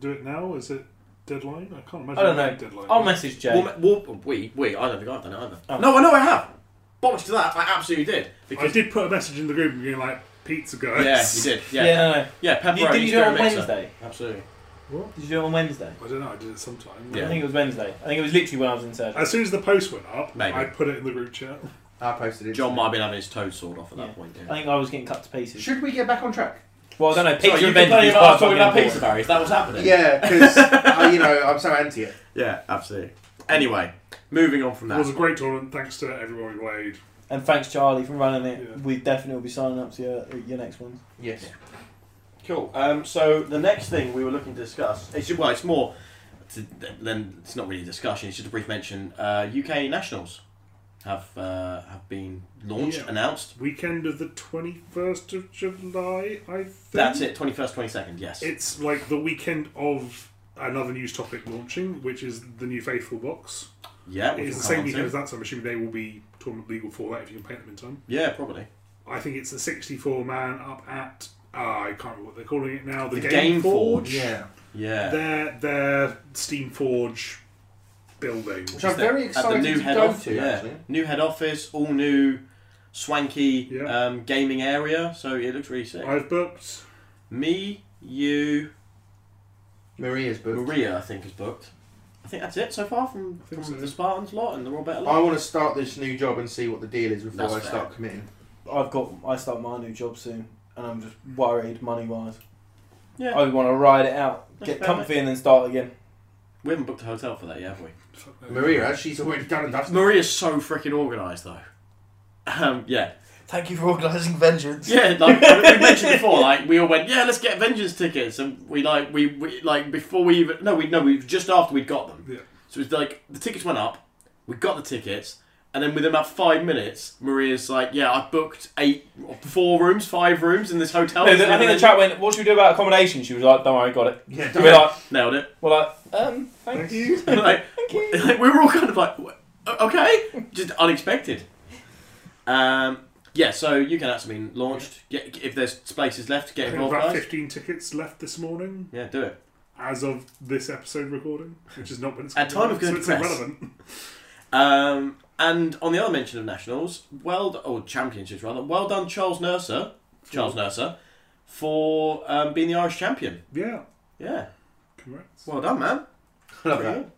Speaker 3: Do it now? Is it deadline? I can't imagine.
Speaker 4: I don't
Speaker 3: it
Speaker 4: know.
Speaker 3: being Deadline.
Speaker 4: I'll message Jay.
Speaker 1: Well, well, we, we, I don't think I've done it either.
Speaker 4: Oh.
Speaker 1: No, I know I have. Bollocks to that, I absolutely did.
Speaker 3: I
Speaker 1: Because
Speaker 3: did put a message in the group being like, pizza guys.
Speaker 1: Yeah, you did.
Speaker 4: yeah.
Speaker 1: Yeah, yeah,
Speaker 4: no, no.
Speaker 1: pepperoni.
Speaker 4: You, did you do it
Speaker 1: spearmint
Speaker 4: on
Speaker 1: mixer.
Speaker 4: Wednesday?
Speaker 1: Absolutely.
Speaker 4: Did you do it on Wednesday?
Speaker 3: I don't know, I did it sometime.
Speaker 1: Yeah.
Speaker 4: I think it was Wednesday. I think it was literally when I was in surgery.
Speaker 3: As soon as the post went up,
Speaker 1: Maybe.
Speaker 3: I put it in the group chat.
Speaker 2: I posted it.
Speaker 1: John might have been having his toes sawed off at that
Speaker 4: Yeah.
Speaker 1: point.
Speaker 4: I
Speaker 1: Yeah.
Speaker 4: think I was getting cut to pieces.
Speaker 2: Should we get back on track?
Speaker 4: Well, I don't know. Pizza
Speaker 1: Sorry, you
Speaker 4: revenge
Speaker 1: complaining
Speaker 4: is
Speaker 1: about us
Speaker 4: quite
Speaker 1: talking about
Speaker 4: fucking
Speaker 1: pizza, Barry. Is that what's happening?
Speaker 2: Yeah, because uh, you know I'm so anti it.
Speaker 1: Yeah, absolutely. Anyway, moving on from
Speaker 3: It was a
Speaker 1: that.
Speaker 3: great tournament, thanks to everyone who played.
Speaker 4: And thanks, Charlie, for running it.
Speaker 3: Yeah.
Speaker 4: We definitely will be signing up to your, your next ones.
Speaker 2: Yes.
Speaker 1: Cool. Um, so the next thing we were looking to discuss, it's, well, it's more, to, then it's not really a discussion. It's just a brief mention. Uh, UK nationals have uh, have been launched,
Speaker 3: Yeah.
Speaker 1: announced.
Speaker 3: Weekend of the 21st of July, I think.
Speaker 1: That's it. Twenty first, twenty second. Yes.
Speaker 3: It's like the weekend of another news topic launching, which is the new Faithful box.
Speaker 1: yeah. which
Speaker 3: It's
Speaker 1: we'll
Speaker 3: the
Speaker 1: come
Speaker 3: same
Speaker 1: on to.
Speaker 3: weekend as that, so I'm assuming they will be tournament legal for that if you can paint them in time.
Speaker 1: Yeah, probably.
Speaker 3: I think it's the 64 man up at, ah, I can't remember what they're calling it now, the,
Speaker 1: The
Speaker 3: Game,
Speaker 1: Game
Speaker 3: Forge.
Speaker 1: Forge.
Speaker 2: Yeah.
Speaker 1: Yeah.
Speaker 3: Their, their Steam Forge building.
Speaker 2: Which I'm
Speaker 1: Just
Speaker 2: very
Speaker 1: at
Speaker 2: excited to go
Speaker 1: off-
Speaker 2: to,
Speaker 1: yeah.
Speaker 2: actually.
Speaker 1: New head office, all new, swanky
Speaker 3: Yeah.
Speaker 1: um, gaming area. So it looks really sick.
Speaker 3: I've booked.
Speaker 1: Me, you,
Speaker 2: Maria's book.
Speaker 1: Maria, I think is booked. I think that's it so far from,
Speaker 3: I
Speaker 1: from
Speaker 3: think so.
Speaker 1: the Spartans lot and the Roberta
Speaker 2: I
Speaker 1: lot.
Speaker 2: want to start this new job and see what the deal is before
Speaker 1: That's
Speaker 2: I
Speaker 1: fair.
Speaker 2: start committing.
Speaker 4: I've got. I start my new job soon, and I'm just worried money wise.
Speaker 1: Yeah.
Speaker 4: I want to ride it out,
Speaker 1: That's
Speaker 4: get
Speaker 1: fair,
Speaker 4: comfy, and then start again.
Speaker 1: We haven't booked a hotel for that yet, have we?
Speaker 3: Fuck no.
Speaker 2: Maria, as she's already done and dusted.
Speaker 1: Maria's so freaking organised though. Um, yeah,
Speaker 4: Thank you for organising vengeance.
Speaker 1: yeah. Like we mentioned before, like we all went, yeah, let's get vengeance tickets, and we like we, we like before we even no, we no, we just after we'd got them.
Speaker 3: Yeah.
Speaker 1: So it's like the tickets went up, we got the tickets, and then within about five minutes, Maria's like, "Yeah, I booked eight, four rooms, five rooms in this hotel."
Speaker 4: No, the, I think the chat went, "What should we do about accommodation?" She was like, "Don't worry, got it."
Speaker 2: Yeah,
Speaker 4: We were
Speaker 2: done.
Speaker 4: like,
Speaker 1: nailed it.
Speaker 4: "We're like, um, thank
Speaker 3: Thanks.
Speaker 4: you."
Speaker 1: like, like, we were all kind of like, "Wha- "Okay," just unexpected. Um, yeah, so you can actually been launched. Get, if there's spaces left,
Speaker 3: I
Speaker 1: get
Speaker 3: think
Speaker 1: involved,
Speaker 3: about
Speaker 1: guys.
Speaker 3: 15 tickets left this morning
Speaker 1: Yeah, do it.
Speaker 3: as of this episode recording, which is not when it's
Speaker 1: At
Speaker 3: coming
Speaker 1: time of
Speaker 3: out,
Speaker 1: going
Speaker 3: so it's
Speaker 1: press.
Speaker 3: irrelevant.
Speaker 1: Um, and on the other mention of nationals, well, d- or championships rather, well done, Charles Nurser, Charles Nurser, for um, being the Irish champion.
Speaker 3: Yeah,
Speaker 1: Yeah.
Speaker 3: congrats.
Speaker 1: Well done, man.
Speaker 2: Love that.
Speaker 1: Pretty good.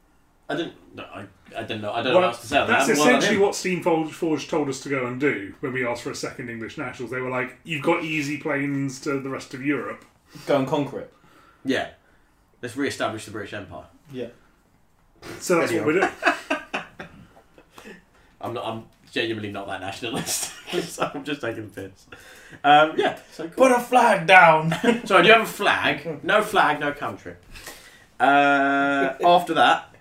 Speaker 1: I didn't. No, I, I didn't know. I don't know
Speaker 3: Well,
Speaker 1: what else to say. on
Speaker 3: That's
Speaker 1: that. Well done
Speaker 3: essentially
Speaker 1: him.
Speaker 3: what Steam Forge, Forge told us to go and do when we asked for a second English Nationals. They were like, "You've got easy planes to the rest of Europe."
Speaker 4: Go and conquer it.
Speaker 1: Yeah. Let's re-establish the British Empire.
Speaker 4: Yeah.
Speaker 3: So that's what we're doing.
Speaker 1: I'm not. I'm genuinely not that nationalist. so I'm just taking the piss. Um, yeah. So cool.
Speaker 4: Put a flag down.
Speaker 1: So do you have a flag? No flag, no country. Uh, after that,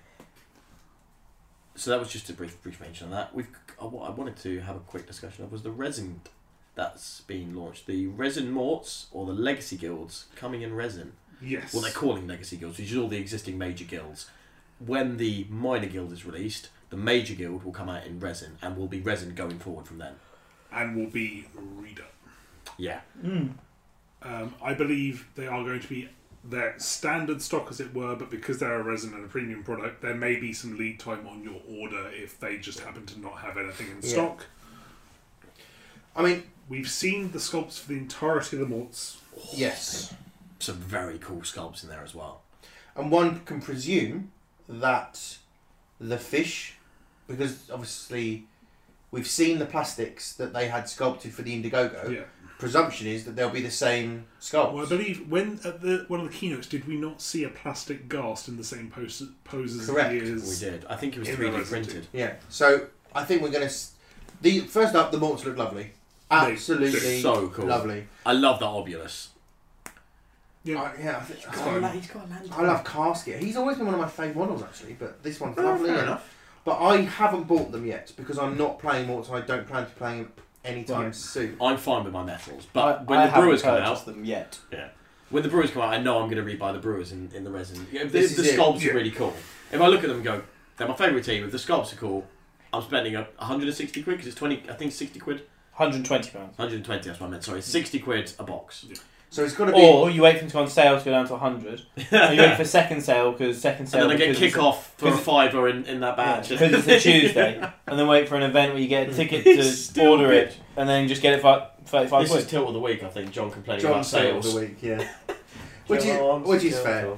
Speaker 1: so that was just a brief brief mention on that. We've uh, what I wanted to have a quick discussion of was the resin that's been launched. The resin morts or the legacy guilds coming in resin.
Speaker 3: Yes.
Speaker 1: Well, they're calling legacy guilds, which is all the existing major guilds. When the minor guild is released, The Major Guild will come out in resin and will be resin going forward from then.
Speaker 3: and will be redone.
Speaker 1: Yeah.
Speaker 4: Mm.
Speaker 3: Um, I believe they are going to be their standard stock, as it were, but because they're a resin and a premium product, there may be some lead time on your order if they just happen to not have anything in
Speaker 2: Yeah.
Speaker 3: stock.
Speaker 2: I mean,
Speaker 3: We've seen the sculpts for the entirety of the malts.
Speaker 2: yes.
Speaker 1: Some very cool sculpts in there as well.
Speaker 2: And one can presume that the fish, because obviously we've seen the plastics that they had sculpted for the Indiegogo,
Speaker 3: Yeah.
Speaker 2: presumption is that they'll be the same sculpt.
Speaker 3: Well, I believe when at the one of the keynotes, did we not see a plastic ghast in the same pose, pose as
Speaker 2: Correct.
Speaker 3: he
Speaker 1: We
Speaker 3: is?
Speaker 1: did. I think it was
Speaker 3: In
Speaker 1: 3D
Speaker 3: resin
Speaker 1: printed.
Speaker 2: yeah, so I think we're going to. The First up, the malts look lovely.
Speaker 3: They-
Speaker 2: Absolutely
Speaker 1: so cool.
Speaker 2: lovely.
Speaker 1: I love that Obulus.
Speaker 3: Yeah.
Speaker 2: I, yeah, I, think,
Speaker 3: got
Speaker 2: I,
Speaker 3: a-
Speaker 2: love,
Speaker 1: he's got a land.
Speaker 2: I love Casket. He's always been one of my favourite models, actually, but this one's
Speaker 3: Well,
Speaker 2: lovely.
Speaker 3: Oh, fair
Speaker 2: and-
Speaker 3: enough.
Speaker 2: But I haven't bought them yet because I'm not playing malts and I don't plan to play them anytime
Speaker 3: Right.
Speaker 2: soon.
Speaker 1: I'm fine with my metals, but
Speaker 4: I-
Speaker 1: when
Speaker 4: I
Speaker 1: the Brewers come
Speaker 4: haven't
Speaker 1: out,
Speaker 4: purchased them yet.
Speaker 1: when the Brewers come out, I know I'm going to rebuy the Brewers in, in the resin. Yeah, if the,
Speaker 2: This
Speaker 1: the
Speaker 2: is it.
Speaker 1: sculpts
Speaker 3: Yeah.
Speaker 1: are really cool. If I look at them and go, they're my favourite team. If the sculpts are cool, I'm spending a 160 quid because it's 20. I think 60 quid,
Speaker 4: 120 pounds.
Speaker 1: 120. That's what I meant. Sorry, 60 quid a box.
Speaker 2: So it's got to be.
Speaker 4: Or you wait for them to go on sale to go down to 100. and you wait
Speaker 1: and
Speaker 4: for second sale because second sale.
Speaker 1: then I get
Speaker 4: because it's
Speaker 1: kick off for a
Speaker 4: because it's-
Speaker 1: fiver in, in that
Speaker 4: a- yeah,
Speaker 1: batch.
Speaker 4: because it's a Tuesday, and then wait for an event where you get a ticket to
Speaker 1: Stupid.
Speaker 4: order it, and then just get it for thirty-five
Speaker 1: This
Speaker 4: quid.
Speaker 1: is tilt of the week. I think John complaining
Speaker 2: John
Speaker 1: about sales.
Speaker 2: the week, yeah. which is which is fair.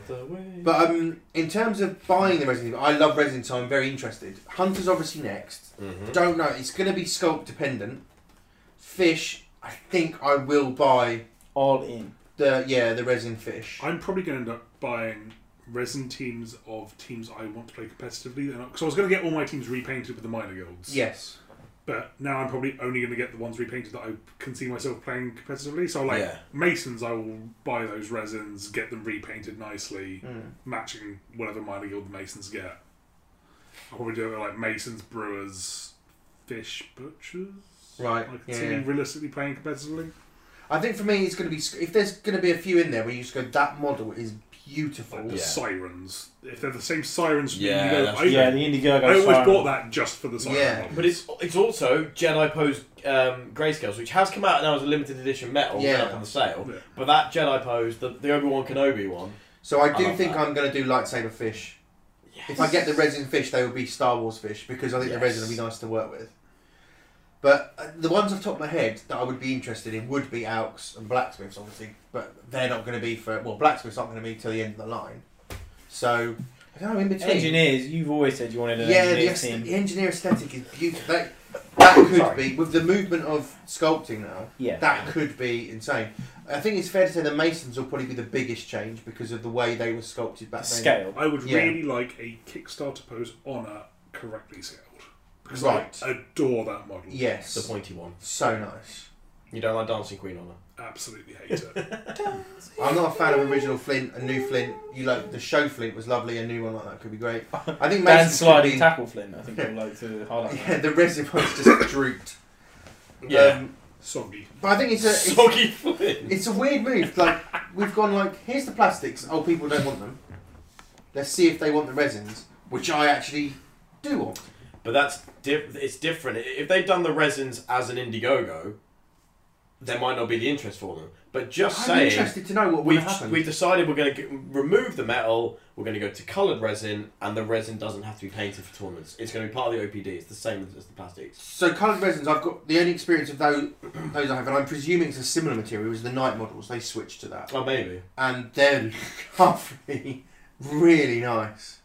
Speaker 2: But um, in terms of buying the Resident Evil, I love Resident Evil. I'm very interested. Hunter's obviously next.
Speaker 3: Hmm.
Speaker 1: Mhm.
Speaker 2: Don't know. It's going to be sculpt dependent. Fish, I think I will buy
Speaker 4: All in.
Speaker 2: the yeah the resin fish.
Speaker 3: I'm probably going to end up buying resin teams of teams I want to play competitively. Because I was going to get all my teams repainted with the minor guilds.
Speaker 2: Yes.
Speaker 3: But now I'm probably only going to get the ones repainted that I can see myself playing competitively. So, like
Speaker 1: Yeah.
Speaker 3: Masons, I will buy those resins, get them repainted nicely,
Speaker 2: Mm.
Speaker 3: matching whatever minor guild the Masons get. I'll probably do it with, like Masons, Brewers, Fish, Butchers. I
Speaker 2: Right.
Speaker 3: can
Speaker 2: Yeah.
Speaker 3: see me realistically playing competitively.
Speaker 2: I think for me it's going to be sc- if there's going to be a few in there where you just go that model is beautiful.
Speaker 3: Like the
Speaker 1: Yeah.
Speaker 3: Sirens. If they're the same Sirens, from
Speaker 1: Yeah,
Speaker 3: Indigo,
Speaker 1: that's-
Speaker 3: I,
Speaker 4: Yeah, the Indiegogo.
Speaker 3: I always
Speaker 4: siren.
Speaker 3: bought that just for the Siren.
Speaker 2: Yeah.
Speaker 3: model.
Speaker 1: But it's it's also Jedi Pose um, grayscales, which has come out now as a limited edition metal
Speaker 2: Yeah.
Speaker 1: yeah. up on the sale.
Speaker 3: Yeah.
Speaker 1: But that Jedi Pose, the, the Obi Wan Kenobi one,
Speaker 2: So I do
Speaker 1: I love
Speaker 2: think
Speaker 1: that.
Speaker 2: I'm going to do lightsaber fish. If I get the resin fish, they will be Star Wars fish because I think the resin
Speaker 1: Yes.
Speaker 2: will be nice to work with. But uh, the ones off the top of my head that I would be interested in would be Alks and Blacksmiths, obviously. But they're not going to be for well, Blacksmiths aren't going to be till the end of the line. So I don't know in between.
Speaker 4: Engineers, you've always said you
Speaker 1: uh,
Speaker 4: wanted an
Speaker 2: yeah, the,
Speaker 4: engineer
Speaker 2: aesthe-
Speaker 4: team.
Speaker 2: the engineer aesthetic is beautiful. That, that could
Speaker 4: Sorry.
Speaker 2: be with the movement of sculpting now.
Speaker 4: Yeah.
Speaker 2: That could be insane. I think it's fair to say the Masons will probably be the biggest change because of the way they were sculpted back then.
Speaker 4: scale.
Speaker 3: I would
Speaker 2: Yeah.
Speaker 3: really like a Kickstarter pose on a correctly scaled. Because
Speaker 2: Right.
Speaker 3: I adore that model.
Speaker 2: Yes.
Speaker 1: the pointy one.
Speaker 2: So nice.
Speaker 1: You don't like Dancing Queen on her.
Speaker 3: Absolutely hate it.
Speaker 2: I'm not a fan of original Flint and new Flint. You like the show Flint was lovely. A new one like that could be great. I think
Speaker 4: And
Speaker 2: Mason's could
Speaker 4: sliding
Speaker 2: be,
Speaker 4: tackle flint. I think you'd like to highlight that.
Speaker 2: Yeah, the resin ones just drooped.
Speaker 1: Yeah.
Speaker 2: Um,
Speaker 3: Soggy.
Speaker 2: but I think it's a it's,
Speaker 1: Soggy Flynn.
Speaker 2: it's a weird move. Like we've gone like here's the plastics. Oh, people don't want them. Let's see if they want the resins, which I actually do want.
Speaker 1: But that's diff- it's different. I- If they've done the resins as an Indiegogo, there might not be the interest for them. But just
Speaker 2: I'm
Speaker 1: saying,
Speaker 2: interested to know what would
Speaker 1: we've
Speaker 2: happen.
Speaker 1: we've decided we're going to remove the metal. We're going to go to coloured resin, and the resin doesn't have to be painted for tournaments. It's going to be part of the OPD. It's the same as the plastics.
Speaker 2: So coloured resins, I've got the only experience of those those I have, and I'm presuming it's a similar material as the night models. They switched to that.
Speaker 1: Oh, maybe.
Speaker 2: and they're lovely, really nice.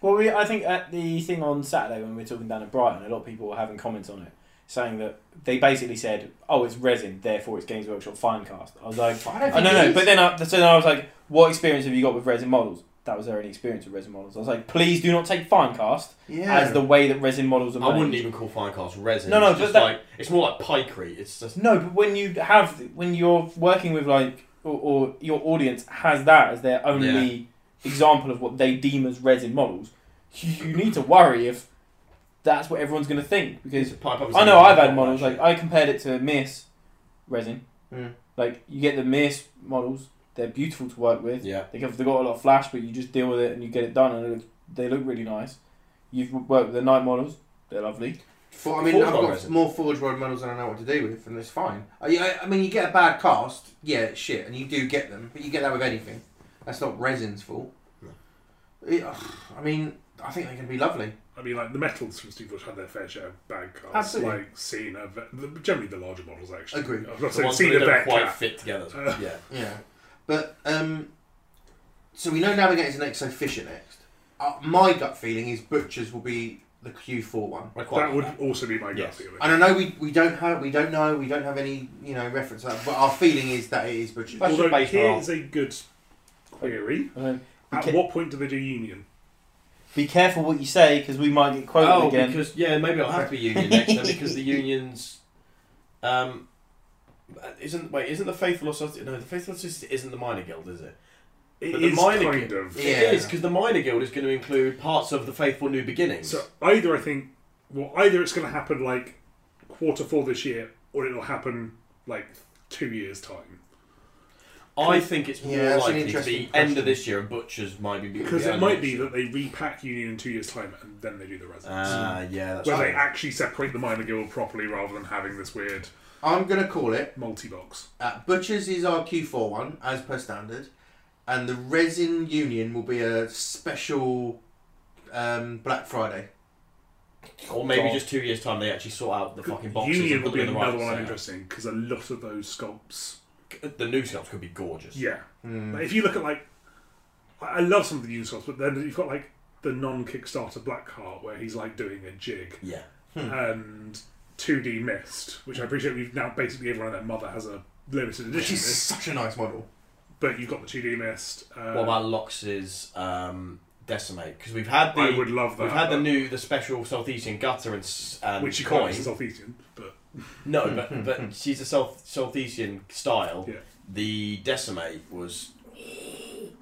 Speaker 4: Well, we, I think at the thing on Saturday when we were talking down at Brighton, a lot of people were having comments on it, saying that they basically said, "Oh, it's resin, therefore it's Games Workshop fine cast." I was like,
Speaker 2: I don't
Speaker 4: "I
Speaker 2: think
Speaker 4: no,
Speaker 2: it
Speaker 4: no,"
Speaker 2: is.
Speaker 4: but then I, so then I was like, "What experience have you got with resin models?" That was their only experience with resin models. I was like, "Please do not take fine cast
Speaker 2: Yeah.
Speaker 4: as the way that resin models are made."
Speaker 1: I wouldn't even call fine cast resin.
Speaker 4: No, no,
Speaker 1: it's
Speaker 4: but
Speaker 1: just
Speaker 4: that-
Speaker 1: like it's more like pikery. It's just
Speaker 4: No, but when you have when you're working with like or, or your audience has that as their only example of what they deem as resin models, you, you need to worry if that's what everyone's going to think because
Speaker 1: pipe up.
Speaker 4: I know I've had models like I compared it to Miss resin.
Speaker 2: Mm.
Speaker 4: Like you get the Miss models, they're beautiful to work with.
Speaker 1: yeah.
Speaker 4: They have, they've got a lot of flash, but you just deal with it and you get it done, and it looks, they look really nice. You've worked with the night models. They're lovely.
Speaker 2: For, I mean,
Speaker 1: Forge
Speaker 2: I've
Speaker 1: World
Speaker 2: got
Speaker 1: resin.
Speaker 2: more Forge World medals than I know what to do with, and it's fine. I, I, I mean, you get a bad cast, yeah, it's shit, and you do get them, but you get that with anything. That's not resin's fault.
Speaker 1: No.
Speaker 2: It- ugh, I mean, I think they're going to be lovely.
Speaker 3: I mean, like the metals from Steve Bush had their fair share of bad cards.
Speaker 2: Absolutely.
Speaker 3: Like Cena, v- the, generally the larger models actually.
Speaker 2: Agreed.
Speaker 3: I'm
Speaker 1: The
Speaker 3: not saying
Speaker 1: ones that they
Speaker 3: Cena,
Speaker 1: don't quite
Speaker 3: Becca.
Speaker 1: fit together.
Speaker 3: Uh.
Speaker 1: yeah.
Speaker 2: Yeah. But, um, so we know Navigator's next, so Fisher next. Uh, my gut feeling is Butchers will be the Q4 one.
Speaker 1: I quite
Speaker 3: That
Speaker 1: like
Speaker 3: would
Speaker 1: that.
Speaker 3: also be my
Speaker 1: Yes.
Speaker 3: guess. feeling.
Speaker 2: And I know we, we don't have we don't know we don't have any you know reference to that, but our feeling is that it is Butchers.
Speaker 1: But-
Speaker 3: Although
Speaker 1: Based
Speaker 3: here
Speaker 1: on-
Speaker 3: is a good query.
Speaker 4: I mean, be,
Speaker 3: At
Speaker 4: ca-
Speaker 3: what point do they do union?
Speaker 4: be careful what you say because we might get quoted
Speaker 1: Oh,
Speaker 4: again.
Speaker 1: because yeah, maybe I'll have to be union next then because the unions, um, isn't wait, isn't the faithful association? No, the faithful association isn't the minor guild, is it?
Speaker 3: It
Speaker 1: But the
Speaker 3: is
Speaker 1: minor
Speaker 3: kind of.
Speaker 2: Yeah.
Speaker 1: It is because the minor guild is going to include parts of the faithful new beginnings.
Speaker 3: So either I think, well, either it's going to happen like quarter four this year, or it'll happen like two years time.
Speaker 1: I think it's more
Speaker 2: Yeah, that's an
Speaker 1: likely to
Speaker 2: interesting
Speaker 1: be end of
Speaker 2: question.
Speaker 1: this year, and butchers might be
Speaker 3: Because
Speaker 1: the
Speaker 3: it might be
Speaker 1: only-
Speaker 3: that they repack union in two years time, and then they do the residents.
Speaker 1: Ah, yeah, that's
Speaker 3: where they
Speaker 1: right.
Speaker 3: actually separate the minor guild properly rather than having this weird
Speaker 2: I'm gonna call it
Speaker 3: multi box.
Speaker 2: Uh, Butchers is our Q4 one, as per standard, and the Resin Union will be a special um, Black Friday.
Speaker 1: Or maybe
Speaker 4: God.
Speaker 1: just two years time they actually sort out the fucking boxes.
Speaker 3: Union
Speaker 1: and put
Speaker 3: will be
Speaker 1: them in the
Speaker 3: another
Speaker 1: right
Speaker 3: one I'm
Speaker 1: set.
Speaker 3: interested in because a lot of those sculpts,
Speaker 1: The new sculpts could be gorgeous.
Speaker 3: yeah.
Speaker 2: Hmm.
Speaker 3: Like, if you look at like, I I love some of the union sculpts, but then you've got like the non Kickstarter Blackheart where he's like doing a jig
Speaker 1: Yeah.
Speaker 3: and 2D Mist, which I appreciate we've now basically everyone and their mother has a limited
Speaker 2: Which
Speaker 3: edition.
Speaker 2: is
Speaker 3: Mist,
Speaker 2: such a nice model.
Speaker 3: but you've got the 2D Mist. Uh,
Speaker 1: What about Lox's um, decimate? Because we've had the
Speaker 3: I would love that.
Speaker 1: we've had the
Speaker 3: but-
Speaker 1: new the special southeastern gutter and, s- and
Speaker 3: which you can't
Speaker 1: coin.
Speaker 3: use South Asian, but
Speaker 1: No, but but she's a South Southeastern style.
Speaker 3: Yeah.
Speaker 1: The decimate was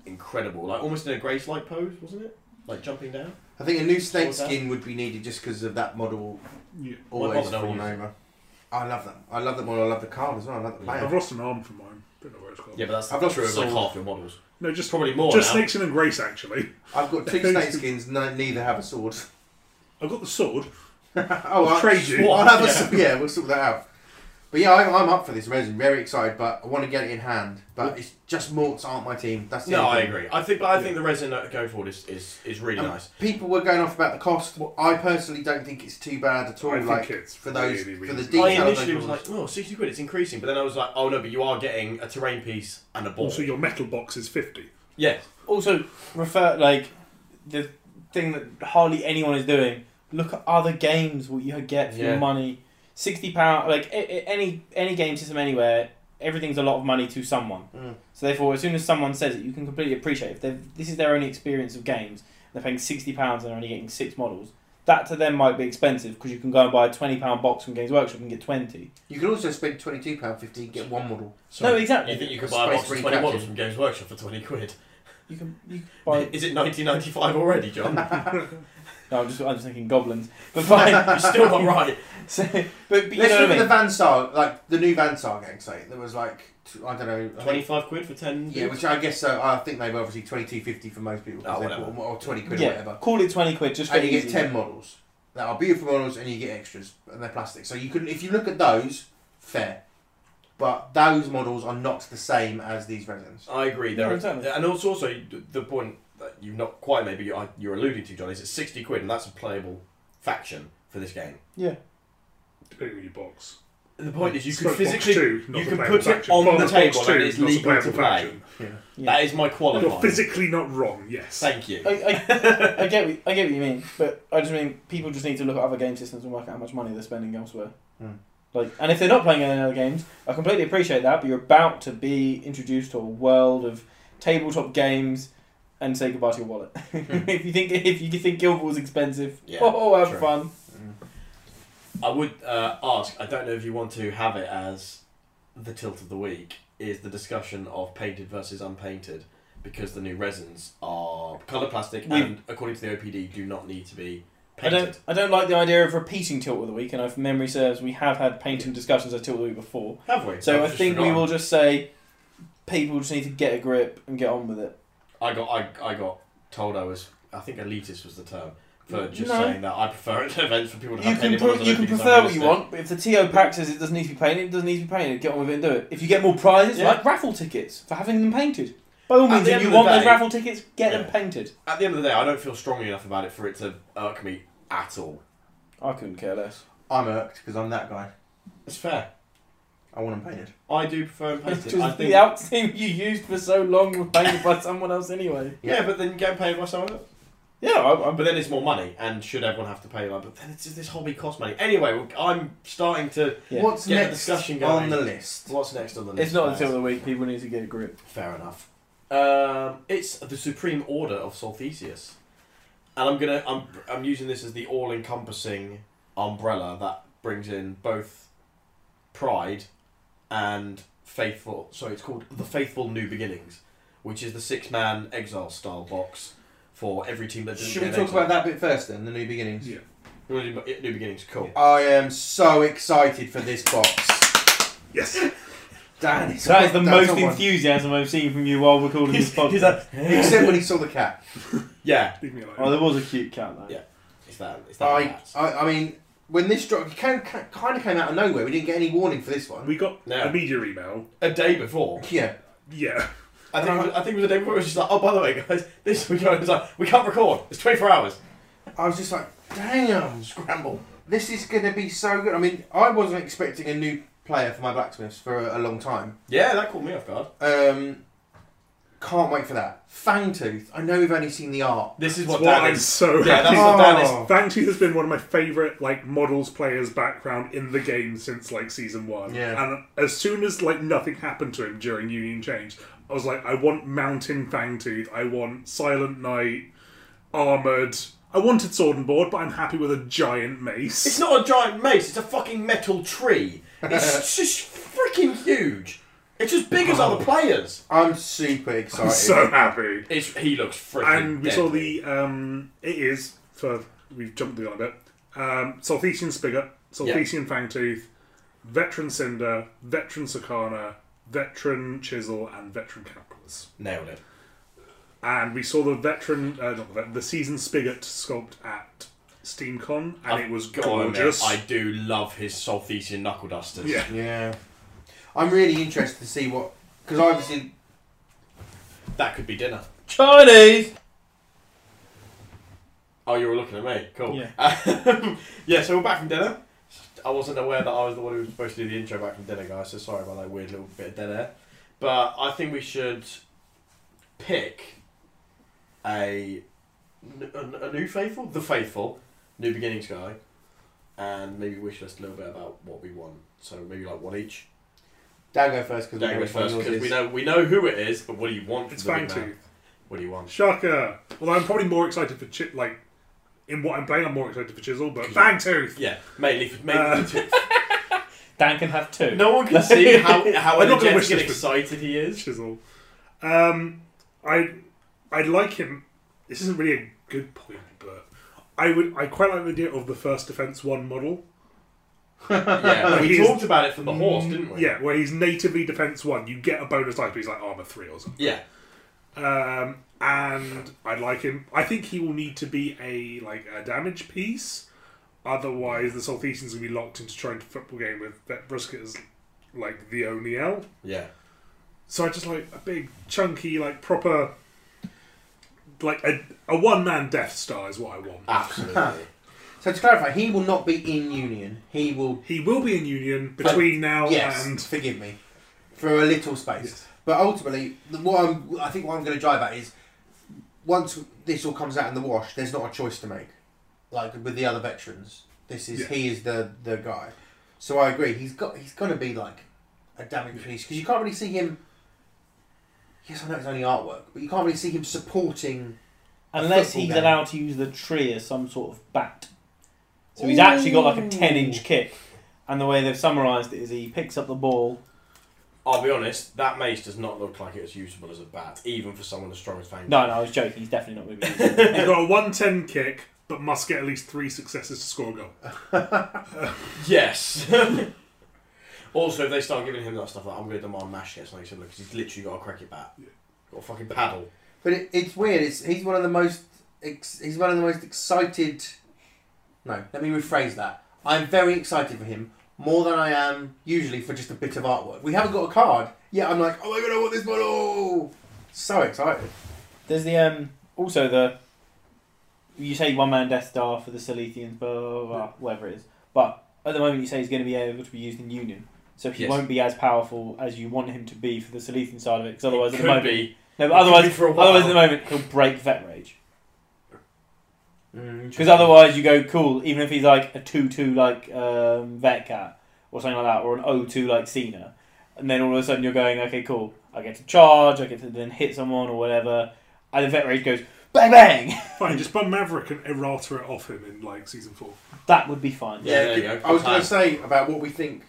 Speaker 1: incredible, like almost in a grace like pose, wasn't it? Like jumping down.
Speaker 2: I think a new snake
Speaker 1: What's that?
Speaker 2: skin would be needed just because of that model
Speaker 3: yeah.
Speaker 2: always
Speaker 1: God, no
Speaker 2: falling
Speaker 1: one
Speaker 2: over. I love that. I love that model. I love the card as well. I love the player.
Speaker 3: I've lost an arm from mine. Don't know where it's gone.
Speaker 1: Yeah, but that's
Speaker 2: I've lost
Speaker 1: true of like
Speaker 2: soul.
Speaker 1: half your models.
Speaker 3: No, just
Speaker 1: Probably more
Speaker 3: Just
Speaker 1: now.
Speaker 3: snakes in and grace actually.
Speaker 2: I've got two snake skins. No, neither have a sword.
Speaker 3: I've got the sword.
Speaker 2: oh,
Speaker 3: I'll
Speaker 2: I-
Speaker 3: trade you.
Speaker 2: I'll have a
Speaker 1: Yeah.
Speaker 2: sword. Yeah, we'll sort that out. But yeah, I, I'm up for this resin. Very excited, but I want to get it in hand. But it's just Morts aren't my team. That's the
Speaker 1: No,
Speaker 2: only
Speaker 1: I
Speaker 2: thing.
Speaker 1: agree. I think, but I think the resin going forward is is, is really
Speaker 2: Um,
Speaker 1: nice.
Speaker 2: People were going off about the cost. Well, I personally don't think it's too bad at all.
Speaker 3: I think
Speaker 2: like
Speaker 3: it's
Speaker 2: for those
Speaker 3: really
Speaker 2: for the detail.
Speaker 3: reasonable.
Speaker 1: I
Speaker 2: of those
Speaker 1: initially was
Speaker 2: models.
Speaker 1: like, oh, 60 quid, it's increasing. But then I was like, oh no, but you are getting a terrain piece and a ball.
Speaker 3: Also, your metal box is fifty.
Speaker 1: yes.
Speaker 4: also refer like the thing that hardly anyone is doing. Look at other games what you get for
Speaker 1: Yeah.
Speaker 4: your money. Sixty pound like a- a- any any game system anywhere. Everything's a lot of money to someone.
Speaker 2: Mm.
Speaker 4: So therefore, as soon as someone says it, you can completely appreciate. If they've- this is their only experience of games, and they're paying sixty pounds and they're only getting six models. That to them might be expensive because you can go and buy a twenty pound box from Games Workshop and get twenty.
Speaker 2: you can also spend twenty two pound fifty and get one model.
Speaker 1: So
Speaker 4: no, exactly.
Speaker 1: You think you could buy a box of
Speaker 2: Space
Speaker 1: 20
Speaker 2: Marine
Speaker 1: models from Games Workshop for 20 quid?
Speaker 4: You can you can buy.
Speaker 1: Is it 1995 already, John?
Speaker 4: no, I'm just I'm just thinking goblins, but fine.
Speaker 1: You're still not right.
Speaker 4: So, but, but you
Speaker 2: Let's look
Speaker 4: know what I
Speaker 2: at the
Speaker 4: mean.
Speaker 2: Van Sar, like the new Van Sar gang site. There was like t- I don't know. I think-
Speaker 1: 25 quid for 10?
Speaker 2: yeah, which I guess so. I think they were obviously twenty two fifty for most people, 'cause
Speaker 1: Oh,
Speaker 2: they
Speaker 1: whatever.
Speaker 2: bought them, or twenty quid
Speaker 4: yeah,
Speaker 2: or whatever.
Speaker 4: call it twenty quid just for
Speaker 2: And you get
Speaker 4: easy.
Speaker 2: ten models that are beautiful models, and you get extras, and they're plastic. So you can, if you look at those, fair. But those models are not the same as these resins.
Speaker 1: I agree. There
Speaker 4: No,
Speaker 1: are,
Speaker 4: exactly.
Speaker 1: And also, also the point that you've not quite maybe you're, you're alluding to, John, is it's 60 quid and that's a playable faction for this game.
Speaker 3: Depending on your box.
Speaker 1: The point is you
Speaker 3: It's
Speaker 1: could
Speaker 3: box
Speaker 1: physically...
Speaker 3: two, not
Speaker 1: you
Speaker 3: the
Speaker 1: can
Speaker 3: playable
Speaker 1: put it
Speaker 3: faction.
Speaker 1: on
Speaker 3: Well,
Speaker 1: the
Speaker 3: box
Speaker 1: table
Speaker 3: two,
Speaker 1: and it's
Speaker 3: not the
Speaker 1: legal to
Speaker 3: playable
Speaker 1: play.
Speaker 3: faction.
Speaker 2: Yeah.
Speaker 4: Yeah.
Speaker 1: That is my
Speaker 3: You're
Speaker 1: qualifier.
Speaker 3: physically not wrong. Yes.
Speaker 1: Thank you.
Speaker 4: I, I, I get what, I get what you mean, but I just mean people just need to look at other game systems and work out how much money they're spending elsewhere.
Speaker 2: Hmm.
Speaker 4: Like, and if they're not playing any other games, I completely appreciate that. But you're about to be introduced to a world of tabletop games, and say goodbye to your wallet. if you think if you think Guild Wars expensive,
Speaker 1: Hmm. Yeah,
Speaker 4: oh, have
Speaker 1: true.
Speaker 4: fun.
Speaker 2: Mm.
Speaker 1: I would uh, ask. I don't know if you want to have it as the tilt of the week is the discussion of painted versus unpainted because the new resins are colour plastic
Speaker 4: We-
Speaker 1: and according to the OPD do not need to be
Speaker 4: I
Speaker 1: painted.
Speaker 4: don't I don't like the idea of repeating Tilt of the Week, and if memory serves, we have had painting discussions at Tilt of the Week before.
Speaker 1: Have we?
Speaker 4: So
Speaker 1: I've
Speaker 4: I
Speaker 1: just
Speaker 4: think we
Speaker 1: forgotten.
Speaker 4: will just say people just need to get a grip and get on with it.
Speaker 1: I got I, I got told I was I think elitist was the term for just
Speaker 4: Mm, No.
Speaker 1: saying that. I prefer events for people to
Speaker 4: You
Speaker 1: have
Speaker 4: can,
Speaker 1: paid in
Speaker 4: pre-
Speaker 1: models. I don't
Speaker 4: you can
Speaker 1: think it's
Speaker 4: prefer what you
Speaker 1: unrealistic.
Speaker 4: want, but if the TO pack says it doesn't need to be painted, it doesn't need to be painted. Get on with it and do it. If you get more prizes,
Speaker 1: Yeah.
Speaker 4: like raffle tickets for having them painted. By all
Speaker 1: At
Speaker 4: means,
Speaker 1: the
Speaker 4: if
Speaker 1: end
Speaker 4: you
Speaker 1: of the
Speaker 4: want those
Speaker 1: day-
Speaker 4: raffle tickets, get
Speaker 1: Yeah.
Speaker 4: them painted.
Speaker 1: At the end of the day, I don't feel strongly enough about it for it to irk me at all.
Speaker 4: I couldn't care less.
Speaker 2: I'm irked because I'm that guy.
Speaker 1: It's fair.
Speaker 2: I want them painted.
Speaker 1: I do prefer them
Speaker 4: Just
Speaker 1: painted. I think.
Speaker 4: The out team you used for so long was painted by someone else anyway.
Speaker 1: Yeah, but then you get paid by someone else.
Speaker 4: Yeah, I, I'm.
Speaker 1: But then it's more money, and should everyone have to pay? Like, but then it's just this hobby costs money. Anyway, we're- I'm starting to.
Speaker 4: Yeah.
Speaker 2: What's
Speaker 1: Get the
Speaker 2: next
Speaker 1: discussion
Speaker 2: on
Speaker 1: going.
Speaker 2: the list?
Speaker 1: What's next on the list?
Speaker 4: It's not until
Speaker 1: guys?
Speaker 4: the week people need to get a grip.
Speaker 1: Fair enough. Um, it's the Supreme Order of Solthesius, and I'm gonna I'm I'm using this as the all-encompassing umbrella that brings in both pride and faithful. So it's called the Faithful New Beginnings, which is the six-man exile style box for every team that didn't
Speaker 2: Should we
Speaker 1: get
Speaker 2: talk
Speaker 1: exiled.
Speaker 2: about that bit first then? The new beginnings.
Speaker 3: Yeah.
Speaker 1: You wanna do New Beginnings, cool.
Speaker 2: I am so excited for this box.
Speaker 3: Yes.
Speaker 2: Dan, it's
Speaker 4: That is the
Speaker 2: that's
Speaker 4: most
Speaker 2: one.
Speaker 4: enthusiasm I've seen from you while recording this
Speaker 1: He's
Speaker 4: podcast.
Speaker 1: like,
Speaker 2: Except when he saw the cat.
Speaker 1: yeah,
Speaker 3: Leave me alone.
Speaker 4: Oh, there was a cute cat though.
Speaker 1: Yeah. it's that. It's that.
Speaker 2: I,
Speaker 1: cat.
Speaker 2: I, I mean, when this dropped, it kind of, kind of came out of nowhere. We didn't get any warning for this one.
Speaker 3: we got
Speaker 1: No.
Speaker 3: a media email.
Speaker 1: A day before.
Speaker 2: yeah.
Speaker 3: Yeah.
Speaker 1: I think, it was, I think it was the day before. It was just like, oh, by the way, guys, this week I was like, we can't record. It's 24 hours.
Speaker 2: I was just like, damn,
Speaker 1: Scramble.
Speaker 2: this is going to be so good. I mean, I wasn't expecting a new player for my blacksmiths for a, a long time.
Speaker 1: Yeah, that caught me off guard.
Speaker 2: Um, can't wait for that. Fangtooth. I know we've only seen the art.
Speaker 1: This is
Speaker 3: That's
Speaker 1: what
Speaker 3: why
Speaker 1: Dan
Speaker 3: I'm
Speaker 1: is.
Speaker 3: so
Speaker 1: Yeah,
Speaker 3: happy.
Speaker 1: that's what Dan is.
Speaker 2: Oh.
Speaker 3: Fangtooth has been one of my favourite like models players background in the game since like season one.
Speaker 2: Yeah.
Speaker 3: And as soon as like nothing happened to him during Union Change, I was like, I want Mountain Fangtooth, I want Silent Knight, Armoured. I wanted Sword and Board, but I'm happy with a giant mace.
Speaker 1: It's not a giant mace, it's a fucking metal tree. It's just freaking huge. It's as big as other players.
Speaker 2: I'm super excited.
Speaker 3: so happy.
Speaker 1: It's, he looks freaking.
Speaker 3: And we
Speaker 1: dead.
Speaker 3: saw the um it is for we've jumped the gun a bit. Um Saltesian Spigot, Saltesian Fangtooth, Veteran Cinder, Veteran Sakana, Veteran Chisel, and Veteran Calculus.
Speaker 1: Nailed it.
Speaker 3: And we saw the veteran uh, not the, vet- the season spigot sculpt at SteamCon and it was
Speaker 1: Gotta admit,
Speaker 3: gorgeous.
Speaker 1: I do love his Solthesian knuckle dusters.
Speaker 3: Yeah.
Speaker 2: Yeah. I'm really interested to see what. Because obviously,
Speaker 1: That could be dinner.
Speaker 4: Chinese.
Speaker 1: Oh, you were looking at me. Cool.
Speaker 4: Yeah.
Speaker 1: Um, yeah, so we're back from dinner. I wasn't aware that I was the one who was supposed to do the intro back from dinner, guys, so sorry about that weird little bit of dead air. But I think we should pick a, a, a new faithful, the faithful, new beginnings guy, and maybe wish list a little bit about what we want. So maybe like one each.
Speaker 2: Dan go first because we,
Speaker 1: Don't
Speaker 2: know
Speaker 1: go
Speaker 2: which one
Speaker 1: first
Speaker 2: yours
Speaker 1: because we
Speaker 2: is.
Speaker 1: know we know who it is, but what do you want? from
Speaker 3: it's
Speaker 1: the big man?
Speaker 3: Fangtooth.
Speaker 1: What do you want?
Speaker 3: Shocker. Although I'm probably more excited for chi- like in what I'm playing I'm more excited for Chisel, but
Speaker 1: Chisel.
Speaker 3: Fangtooth.
Speaker 1: Yeah, mainly for, mainly
Speaker 3: Uh,
Speaker 1: for two.
Speaker 4: Dan can have two.
Speaker 1: No one can see how how
Speaker 3: I'm not gonna
Speaker 1: energetic and
Speaker 3: wish this
Speaker 1: excited he is.
Speaker 3: chisel. Um, I I like him. This isn't really a good point, but I would I quite like the idea of the first defense one model.
Speaker 1: Yeah, we
Speaker 3: He's-
Speaker 1: talked about it for the Mm. horse, didn't we?
Speaker 3: Yeah, where he's natively defense one, you get a bonus item. He's like armor three or something.
Speaker 1: Yeah.
Speaker 3: Um, and I like him. I think he will need to be a like a damage piece. Otherwise, the Saltesian's gonna be locked into trying to football game with that brisket as like the only L.
Speaker 1: Yeah.
Speaker 3: So I just like a big, chunky, like proper, like a, a one man Death Star is what I want.
Speaker 1: Absolutely.
Speaker 2: So to clarify, he will not be in union. He will.
Speaker 3: He will be in Union between now
Speaker 2: Yes,
Speaker 3: and
Speaker 2: forgive me for a little space.
Speaker 3: Yes.
Speaker 2: But ultimately, the- what I'm, I think what I'm going to drive at is once this all comes out in the wash, there's not a choice to make. Like with the other veterans, this is
Speaker 3: Yeah.
Speaker 2: he is the the guy. So I agree. He's got he's going to be like a damage piece because you can't really see him. Yes, I know it's only artwork, but you can't really see him supporting.
Speaker 4: Unless
Speaker 2: Football
Speaker 4: he's
Speaker 2: game.
Speaker 4: allowed to use the tree as some sort of bat. So he's actually got like a 10 inch kick. And the way they've summarised it is he picks up the ball.
Speaker 1: I'll be honest, that mace does not look like it's usable as a bat, even for someone as strong as Fang.
Speaker 4: No, no, I was joking. He's definitely not moving. He's
Speaker 3: he's got a one ten kick, but must get at least three successes to score a goal.
Speaker 1: Yes. also, if they start giving him that stuff, like, I'm going to demand mash gets something similar because he's literally got a cricket bat. Got a fucking paddle.
Speaker 2: But it, it's weird. It's he's one of the most ex- he's one of the most excited. No, let me rephrase that. I'm very excited for him more than I am usually for just a bit of artwork. We haven't got a card yet. I'm like, oh my god, I want this model. So excited.
Speaker 4: There's the um also the you say one man Death Star for the Silithians, blah, blah, blah, blah, whatever it is. But at the moment, you say he's going to be able to be used in Union, so he
Speaker 1: Yes.
Speaker 4: won't be as powerful as you want him to be for the Silithian side of it. Because otherwise, at
Speaker 1: It could
Speaker 4: the moment,
Speaker 1: be.
Speaker 4: no, but
Speaker 1: It could
Speaker 4: otherwise,
Speaker 1: be for a while.
Speaker 4: otherwise at the moment he'll break Vet Rage. Because
Speaker 1: Mm,
Speaker 2: Because
Speaker 4: otherwise, you go cool. Even if he's like a two-two like um, Vet Cat or something like that, or an O2 like Cena, and then all of a sudden you're going, okay, cool. I get to charge. I get to then hit someone or whatever, and the Vet Rage goes bang bang.
Speaker 3: Fine, just bum Maverick and errata it off him in like season four.
Speaker 4: that would be fine.
Speaker 1: Yeah, there you go.
Speaker 2: I was
Speaker 1: Plan.
Speaker 2: going to say about what we think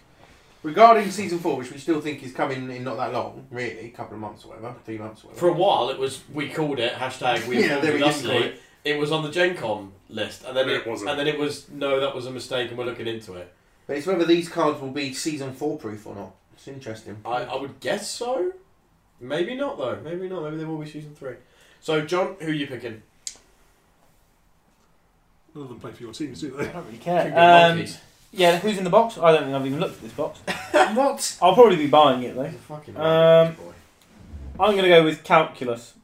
Speaker 2: regarding season four, which we still think is coming in not that long, really, a couple of months or whatever, three months or whatever.
Speaker 1: For a while, it was we called it hashtag we
Speaker 2: Yeah,
Speaker 1: yeah,
Speaker 2: there we didn't call
Speaker 1: it. it was on the Gen Con list, and then
Speaker 3: And
Speaker 1: it,
Speaker 3: it wasn't.
Speaker 1: And then it was no, that was a mistake, and we're looking into it.
Speaker 2: But it's whether these cards will be season four proof or not. It's interesting.
Speaker 1: I, I would guess so. Maybe not though. Maybe not. Maybe there will be season three. So John, who are you picking?
Speaker 3: None of them play for your teams, do
Speaker 4: I
Speaker 3: they?
Speaker 4: don't really
Speaker 1: Think
Speaker 4: care.
Speaker 1: of
Speaker 4: Um,
Speaker 1: monkeys.
Speaker 4: yeah, who's in the box? I don't think I've even looked at this box.
Speaker 2: what?
Speaker 4: I'll probably be buying it though.
Speaker 1: He's a fucking
Speaker 4: um,
Speaker 1: boy.
Speaker 4: I'm going to go with Calculus.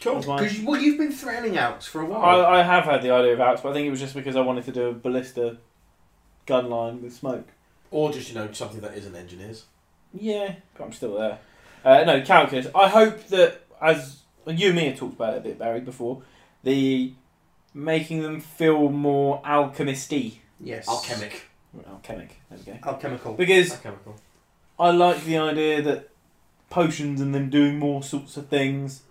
Speaker 1: Cool.
Speaker 4: as mine.
Speaker 2: Because you, well, you've been threatening out for a while.
Speaker 4: I, I have had the idea of Alex, but I think it was just because I wanted to do a ballista gun line with smoke.
Speaker 1: Or just you know something that isn't engineers.
Speaker 4: Yeah, but I'm still there. Uh, no, Calculus. I hope that, as you and me have talked about it a bit, Barry, before, the making them feel more alchemisty.
Speaker 2: yes.
Speaker 1: Alchemic.
Speaker 4: Alchemic, there we go.
Speaker 2: Alchemical.
Speaker 4: Because
Speaker 1: Alchemical.
Speaker 4: I like the idea that potions and them doing more sorts of things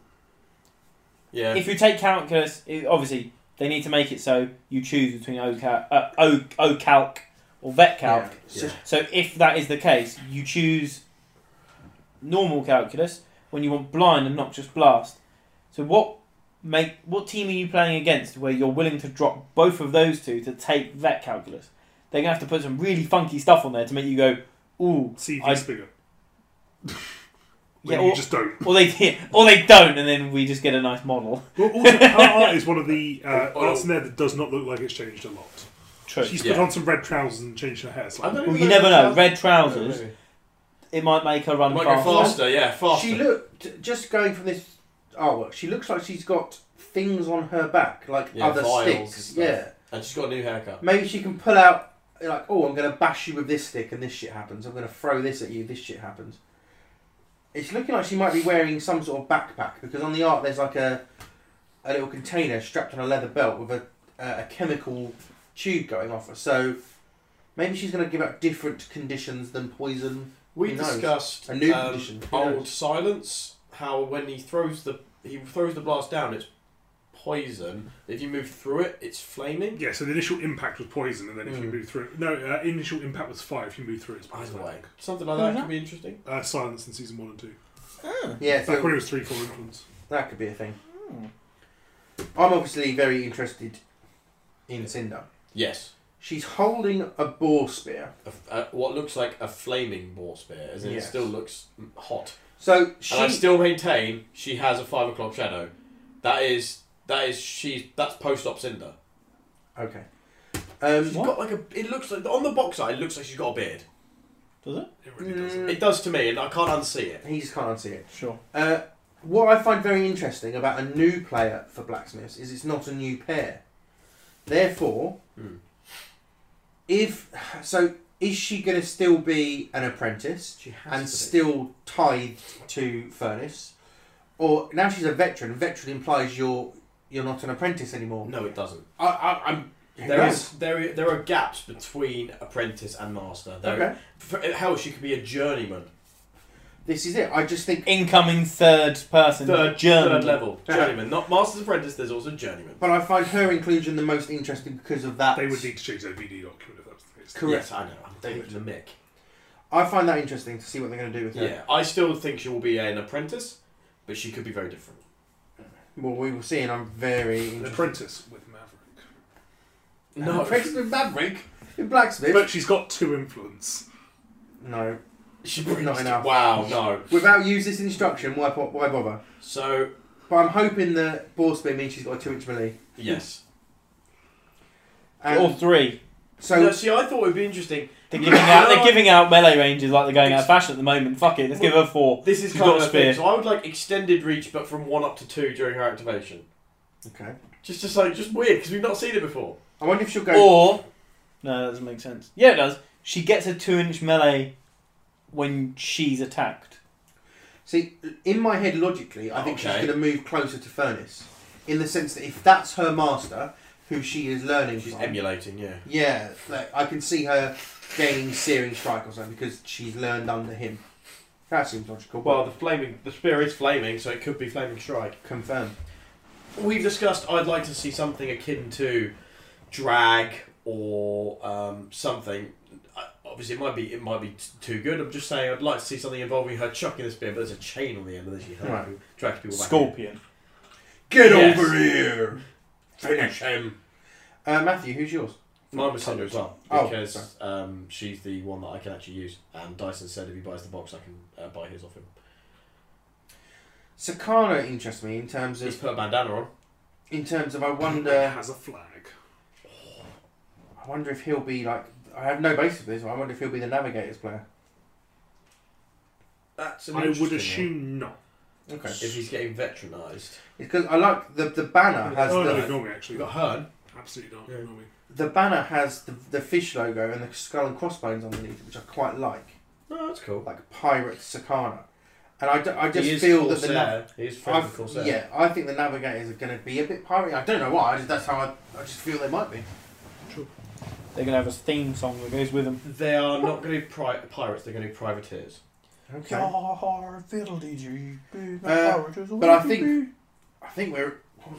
Speaker 1: Yeah.
Speaker 4: If you take calculus, it, obviously they need to make it so you choose between OCal, uh, o, OCalc or VetCalc.
Speaker 2: Yeah.
Speaker 4: calc.
Speaker 2: So-
Speaker 1: Yeah.
Speaker 4: So if that is the case, you choose normal calculus when you want blind and not just blast. So what make what team are you playing against where you're willing to drop both of those two to take vet calculus? They're gonna have to put some really funky stuff on there to make you go, ooh, I-
Speaker 3: CV's bigger.
Speaker 4: Yeah,
Speaker 3: yeah, you
Speaker 4: or-
Speaker 3: just don't.
Speaker 4: or they or they don't, and then we just get a nice model.
Speaker 3: Well, also, RR is one of the uh,
Speaker 1: Oh, oh.
Speaker 3: arts in there that does not look like it's changed a lot.
Speaker 4: True.
Speaker 3: She's
Speaker 1: Yeah.
Speaker 3: put on some red trousers and changed her hair slightly.
Speaker 4: Well, you never know. Red trousers,
Speaker 1: Maybe.
Speaker 4: it might make her run
Speaker 1: Might go
Speaker 4: faster.
Speaker 1: faster. Yeah, faster.
Speaker 2: She looked just going from this artwork. She looks like she's got things on her back, like
Speaker 1: Yeah,
Speaker 2: other
Speaker 1: vials and
Speaker 2: sticks.
Speaker 1: stuff.
Speaker 2: Yeah,
Speaker 1: and she's got a new haircut.
Speaker 2: maybe she can pull out like, oh, I'm going to bash you with this stick, and this shit happens. I'm going to throw this at you, this shit happens. It's looking like she might be wearing some sort of backpack because on the art there's like a a little container strapped on a leather belt with a a chemical tube going off. So maybe she's going to give out different conditions than poison.
Speaker 1: We
Speaker 2: Who knows?
Speaker 1: discussed
Speaker 2: A new
Speaker 1: um,
Speaker 2: condition. Who
Speaker 1: old
Speaker 2: knows?
Speaker 1: silence. How when he throws the he throws the blast down, it's poison. If you move through it, it's flaming.
Speaker 3: Yeah, so the initial impact was poison, and then if you
Speaker 2: Mm.
Speaker 1: Hmm.
Speaker 3: move through, no, uh, initial impact was fire. If you move through, it's poison.
Speaker 1: Either
Speaker 3: I
Speaker 1: way,
Speaker 3: think.
Speaker 1: something like
Speaker 4: Who
Speaker 1: that
Speaker 4: was
Speaker 1: could be interesting.
Speaker 3: Uh, silence in season one and two.
Speaker 2: Yeah,
Speaker 3: Back
Speaker 2: so
Speaker 3: when it was three, four influence.
Speaker 2: that could be a thing.
Speaker 4: Hmm.
Speaker 2: I'm obviously very interested in Cinder.
Speaker 1: Yes,
Speaker 2: She's holding a boar spear.
Speaker 1: a, f- a- what looks like a flaming war spear, as in
Speaker 2: Yes.
Speaker 1: it still looks hot.
Speaker 2: So she
Speaker 1: And I still maintain she has a five o'clock shadow. That is that is she's that's post op cinder.
Speaker 2: okay. Um,
Speaker 1: She's
Speaker 4: What?
Speaker 1: got like a. It looks like on the box art. It looks like she's got a beard. Mm.
Speaker 4: Does it?
Speaker 3: It really doesn't.
Speaker 1: It does to me, and I can't unsee it.
Speaker 2: He just can't unsee it.
Speaker 4: Sure.
Speaker 2: Uh, what I find very interesting about a new player for blacksmiths is it's not a new pair. Therefore,
Speaker 1: Hmm.
Speaker 2: if so, is she going to still be an apprentice
Speaker 1: She has
Speaker 2: and
Speaker 1: to be.
Speaker 2: still tithed to furnace, or now she's a veteran? Veteran implies you're you're not an apprentice anymore.
Speaker 1: No, it doesn't.
Speaker 2: I, I, I'm. who
Speaker 1: There
Speaker 2: knows?
Speaker 1: is there i- there are gaps between apprentice and master. There,
Speaker 2: Okay.
Speaker 1: for, hell, she could be a journeyman,
Speaker 2: This is it. I just think.
Speaker 4: Incoming third person.
Speaker 1: third
Speaker 4: German.
Speaker 1: third level journeyman, not master's apprentice. There's also journeyman.
Speaker 2: But I find her inclusion the most interesting because of that.
Speaker 3: They would need to change their VD document if that was the case.
Speaker 2: Correct.
Speaker 1: Yes, I know. I'm David the Mick.
Speaker 2: I find that interesting to see what they're going to do with her.
Speaker 1: Yeah, I still think she will be an apprentice, but she could be very different.
Speaker 2: Well, we will see, and I'm very
Speaker 3: An
Speaker 2: interested.
Speaker 3: apprentice with Maverick,
Speaker 2: No, apprentice with Maverick in blacksmith.
Speaker 3: but she's got two influence.
Speaker 2: no,
Speaker 1: she brings
Speaker 2: Not enough.
Speaker 1: Wow, no.
Speaker 2: without use this instruction, why po- why bother?
Speaker 1: So
Speaker 2: But I'm hoping that ball spin means she's got a two inch melee.
Speaker 1: Yes.
Speaker 2: And
Speaker 4: All three.
Speaker 2: so
Speaker 1: no, see, I thought it would be interesting.
Speaker 4: They're giving out.
Speaker 1: No,
Speaker 4: They're
Speaker 1: I-
Speaker 4: giving out melee ranges like they're going out of fashion at the moment. Fuck it. Let's give her four.
Speaker 1: This is
Speaker 4: She's
Speaker 1: kind
Speaker 4: got
Speaker 1: of
Speaker 4: a
Speaker 1: a thing.
Speaker 4: spear.
Speaker 1: So I would like extended reach, but from one up to two during her activation.
Speaker 2: okay.
Speaker 1: Just, just like, just weird because we've not seen it before.
Speaker 2: I wonder if she'll go.
Speaker 4: Or no, that doesn't make sense. Yeah, it does. She gets a two-inch melee when she's attacked.
Speaker 2: See, in my head, logically, I think
Speaker 1: Okay.
Speaker 2: she's going to move closer to Furnace, in the sense that if that's her master, who she is learning
Speaker 1: She's
Speaker 2: from,
Speaker 1: emulating, yeah.
Speaker 2: yeah, like, I can see her gaining searing strike or something because she's learned under him. That seems logical.
Speaker 1: Well, the flaming, the spear is flaming, so it could be flaming strike.
Speaker 2: confirmed.
Speaker 1: We've discussed. I'd like to see something akin to drag or um, something. I- Obviously, it might be it might be t- too good. I'm just saying, I'd like to see something involving her chucking the spear, but there's a chain on the end, and then she
Speaker 2: Right.
Speaker 1: drags people back. in.
Speaker 4: Scorpion.
Speaker 2: Get
Speaker 1: Yes.
Speaker 2: over here!
Speaker 3: Finish him.
Speaker 2: Uh, Matthew, who's yours?
Speaker 1: Mine was Cinder um, as well
Speaker 2: Oh, sorry.
Speaker 1: because um, she's the one that I can actually use. And Dyson said if he buys the box, I can uh, buy his off him.
Speaker 2: Sakana interests me in terms
Speaker 1: He's
Speaker 2: of
Speaker 1: put a bandana on.
Speaker 2: in terms of I
Speaker 3: It
Speaker 2: wonder
Speaker 3: has a flag.
Speaker 2: I wonder if he'll be like I have no basis for this. but I wonder if he'll be the navigators player.
Speaker 1: That's an
Speaker 3: I
Speaker 1: interesting
Speaker 3: would
Speaker 1: one.
Speaker 3: assume not.
Speaker 2: Okay,
Speaker 1: if he's getting veteranized.
Speaker 2: because I like the the banner has
Speaker 3: oh
Speaker 2: the,
Speaker 3: no, ignore me actually.
Speaker 1: We got Hearn.
Speaker 3: Absolutely not.
Speaker 1: Yeah.
Speaker 3: Ignore me.
Speaker 2: the banner has the, the fish logo and the skull and crossbones underneath, which I quite like,
Speaker 1: No, that's cool.
Speaker 2: like pirate Sakana. And I, d- I
Speaker 1: he
Speaker 2: just
Speaker 1: is
Speaker 2: feel that
Speaker 1: Corsair.
Speaker 2: the nav-
Speaker 1: he is from
Speaker 2: I've-
Speaker 1: Corsair.
Speaker 2: yeah, I think the navigators are going to be a bit piratey. I don't know why. I just, that's how I, I just feel they might be.
Speaker 4: They're gonna have a theme song that goes with them.
Speaker 1: They are not going to be pri- pirates. They're going to be privateers.
Speaker 2: Okay, Uh, but
Speaker 4: But
Speaker 2: I think I think we're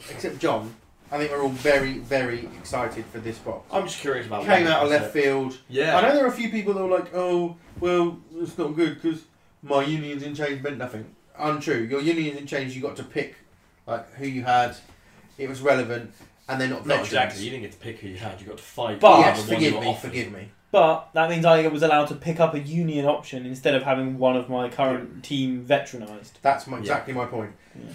Speaker 2: except John. I think we're all very very excited for this box.
Speaker 1: I'm just curious about.
Speaker 2: Came
Speaker 1: what
Speaker 2: out of
Speaker 1: Oh, that's
Speaker 2: left
Speaker 1: it.
Speaker 2: field.
Speaker 1: Yeah.
Speaker 2: I know there are a few people that were like, oh, well, it's not good because my unions in change meant nothing. Untrue. Your unions in change, you got to pick like who you had. It was relevant, and they're not,
Speaker 1: Not
Speaker 2: veterans.
Speaker 1: exactly. You didn't get to pick who you had. You got to fight.
Speaker 4: But-
Speaker 1: the
Speaker 2: yes,
Speaker 1: one
Speaker 2: forgive
Speaker 1: you
Speaker 2: me,
Speaker 1: were offered.
Speaker 2: forgive me.
Speaker 4: But that means I was allowed to pick up a union option instead of having one of my current team veteranized.
Speaker 2: That's my,
Speaker 1: Yeah.
Speaker 2: exactly my point.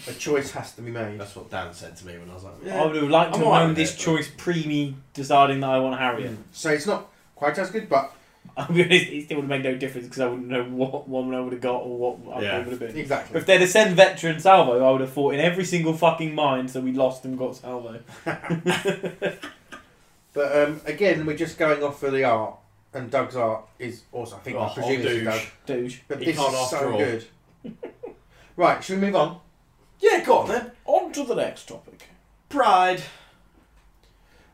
Speaker 2: A choice has to be made.
Speaker 1: That's what Dan said to me when I was like, "Oh,
Speaker 4: I
Speaker 1: yeah.
Speaker 4: would have liked
Speaker 1: I'm
Speaker 4: to have
Speaker 1: alright
Speaker 4: known
Speaker 1: with
Speaker 4: this
Speaker 1: it, Mm. but-
Speaker 4: choice pre me deciding that I want
Speaker 1: Oh,
Speaker 4: Harriet.
Speaker 2: So it's not quite as good, but
Speaker 4: I'll be honest, it still would make no difference because I wouldn't know what one I would have got or what
Speaker 1: Yeah.
Speaker 4: I would have been.
Speaker 2: exactly.
Speaker 4: If they'd have sent veteran Salvo, I would have fought in every single fucking mine, so we lost and got Salvo.
Speaker 2: But um, again, we're just going off for the art, and Doug's art is also. I think
Speaker 1: Oh,
Speaker 2: I presume this is
Speaker 1: douche.
Speaker 2: Doug,
Speaker 4: Douche.
Speaker 2: but
Speaker 1: He
Speaker 2: this
Speaker 1: can't
Speaker 2: is
Speaker 1: after
Speaker 2: so
Speaker 1: all.
Speaker 2: good. right, should we move on?
Speaker 1: Yeah, go on then.
Speaker 4: On to the next topic.
Speaker 1: Pride.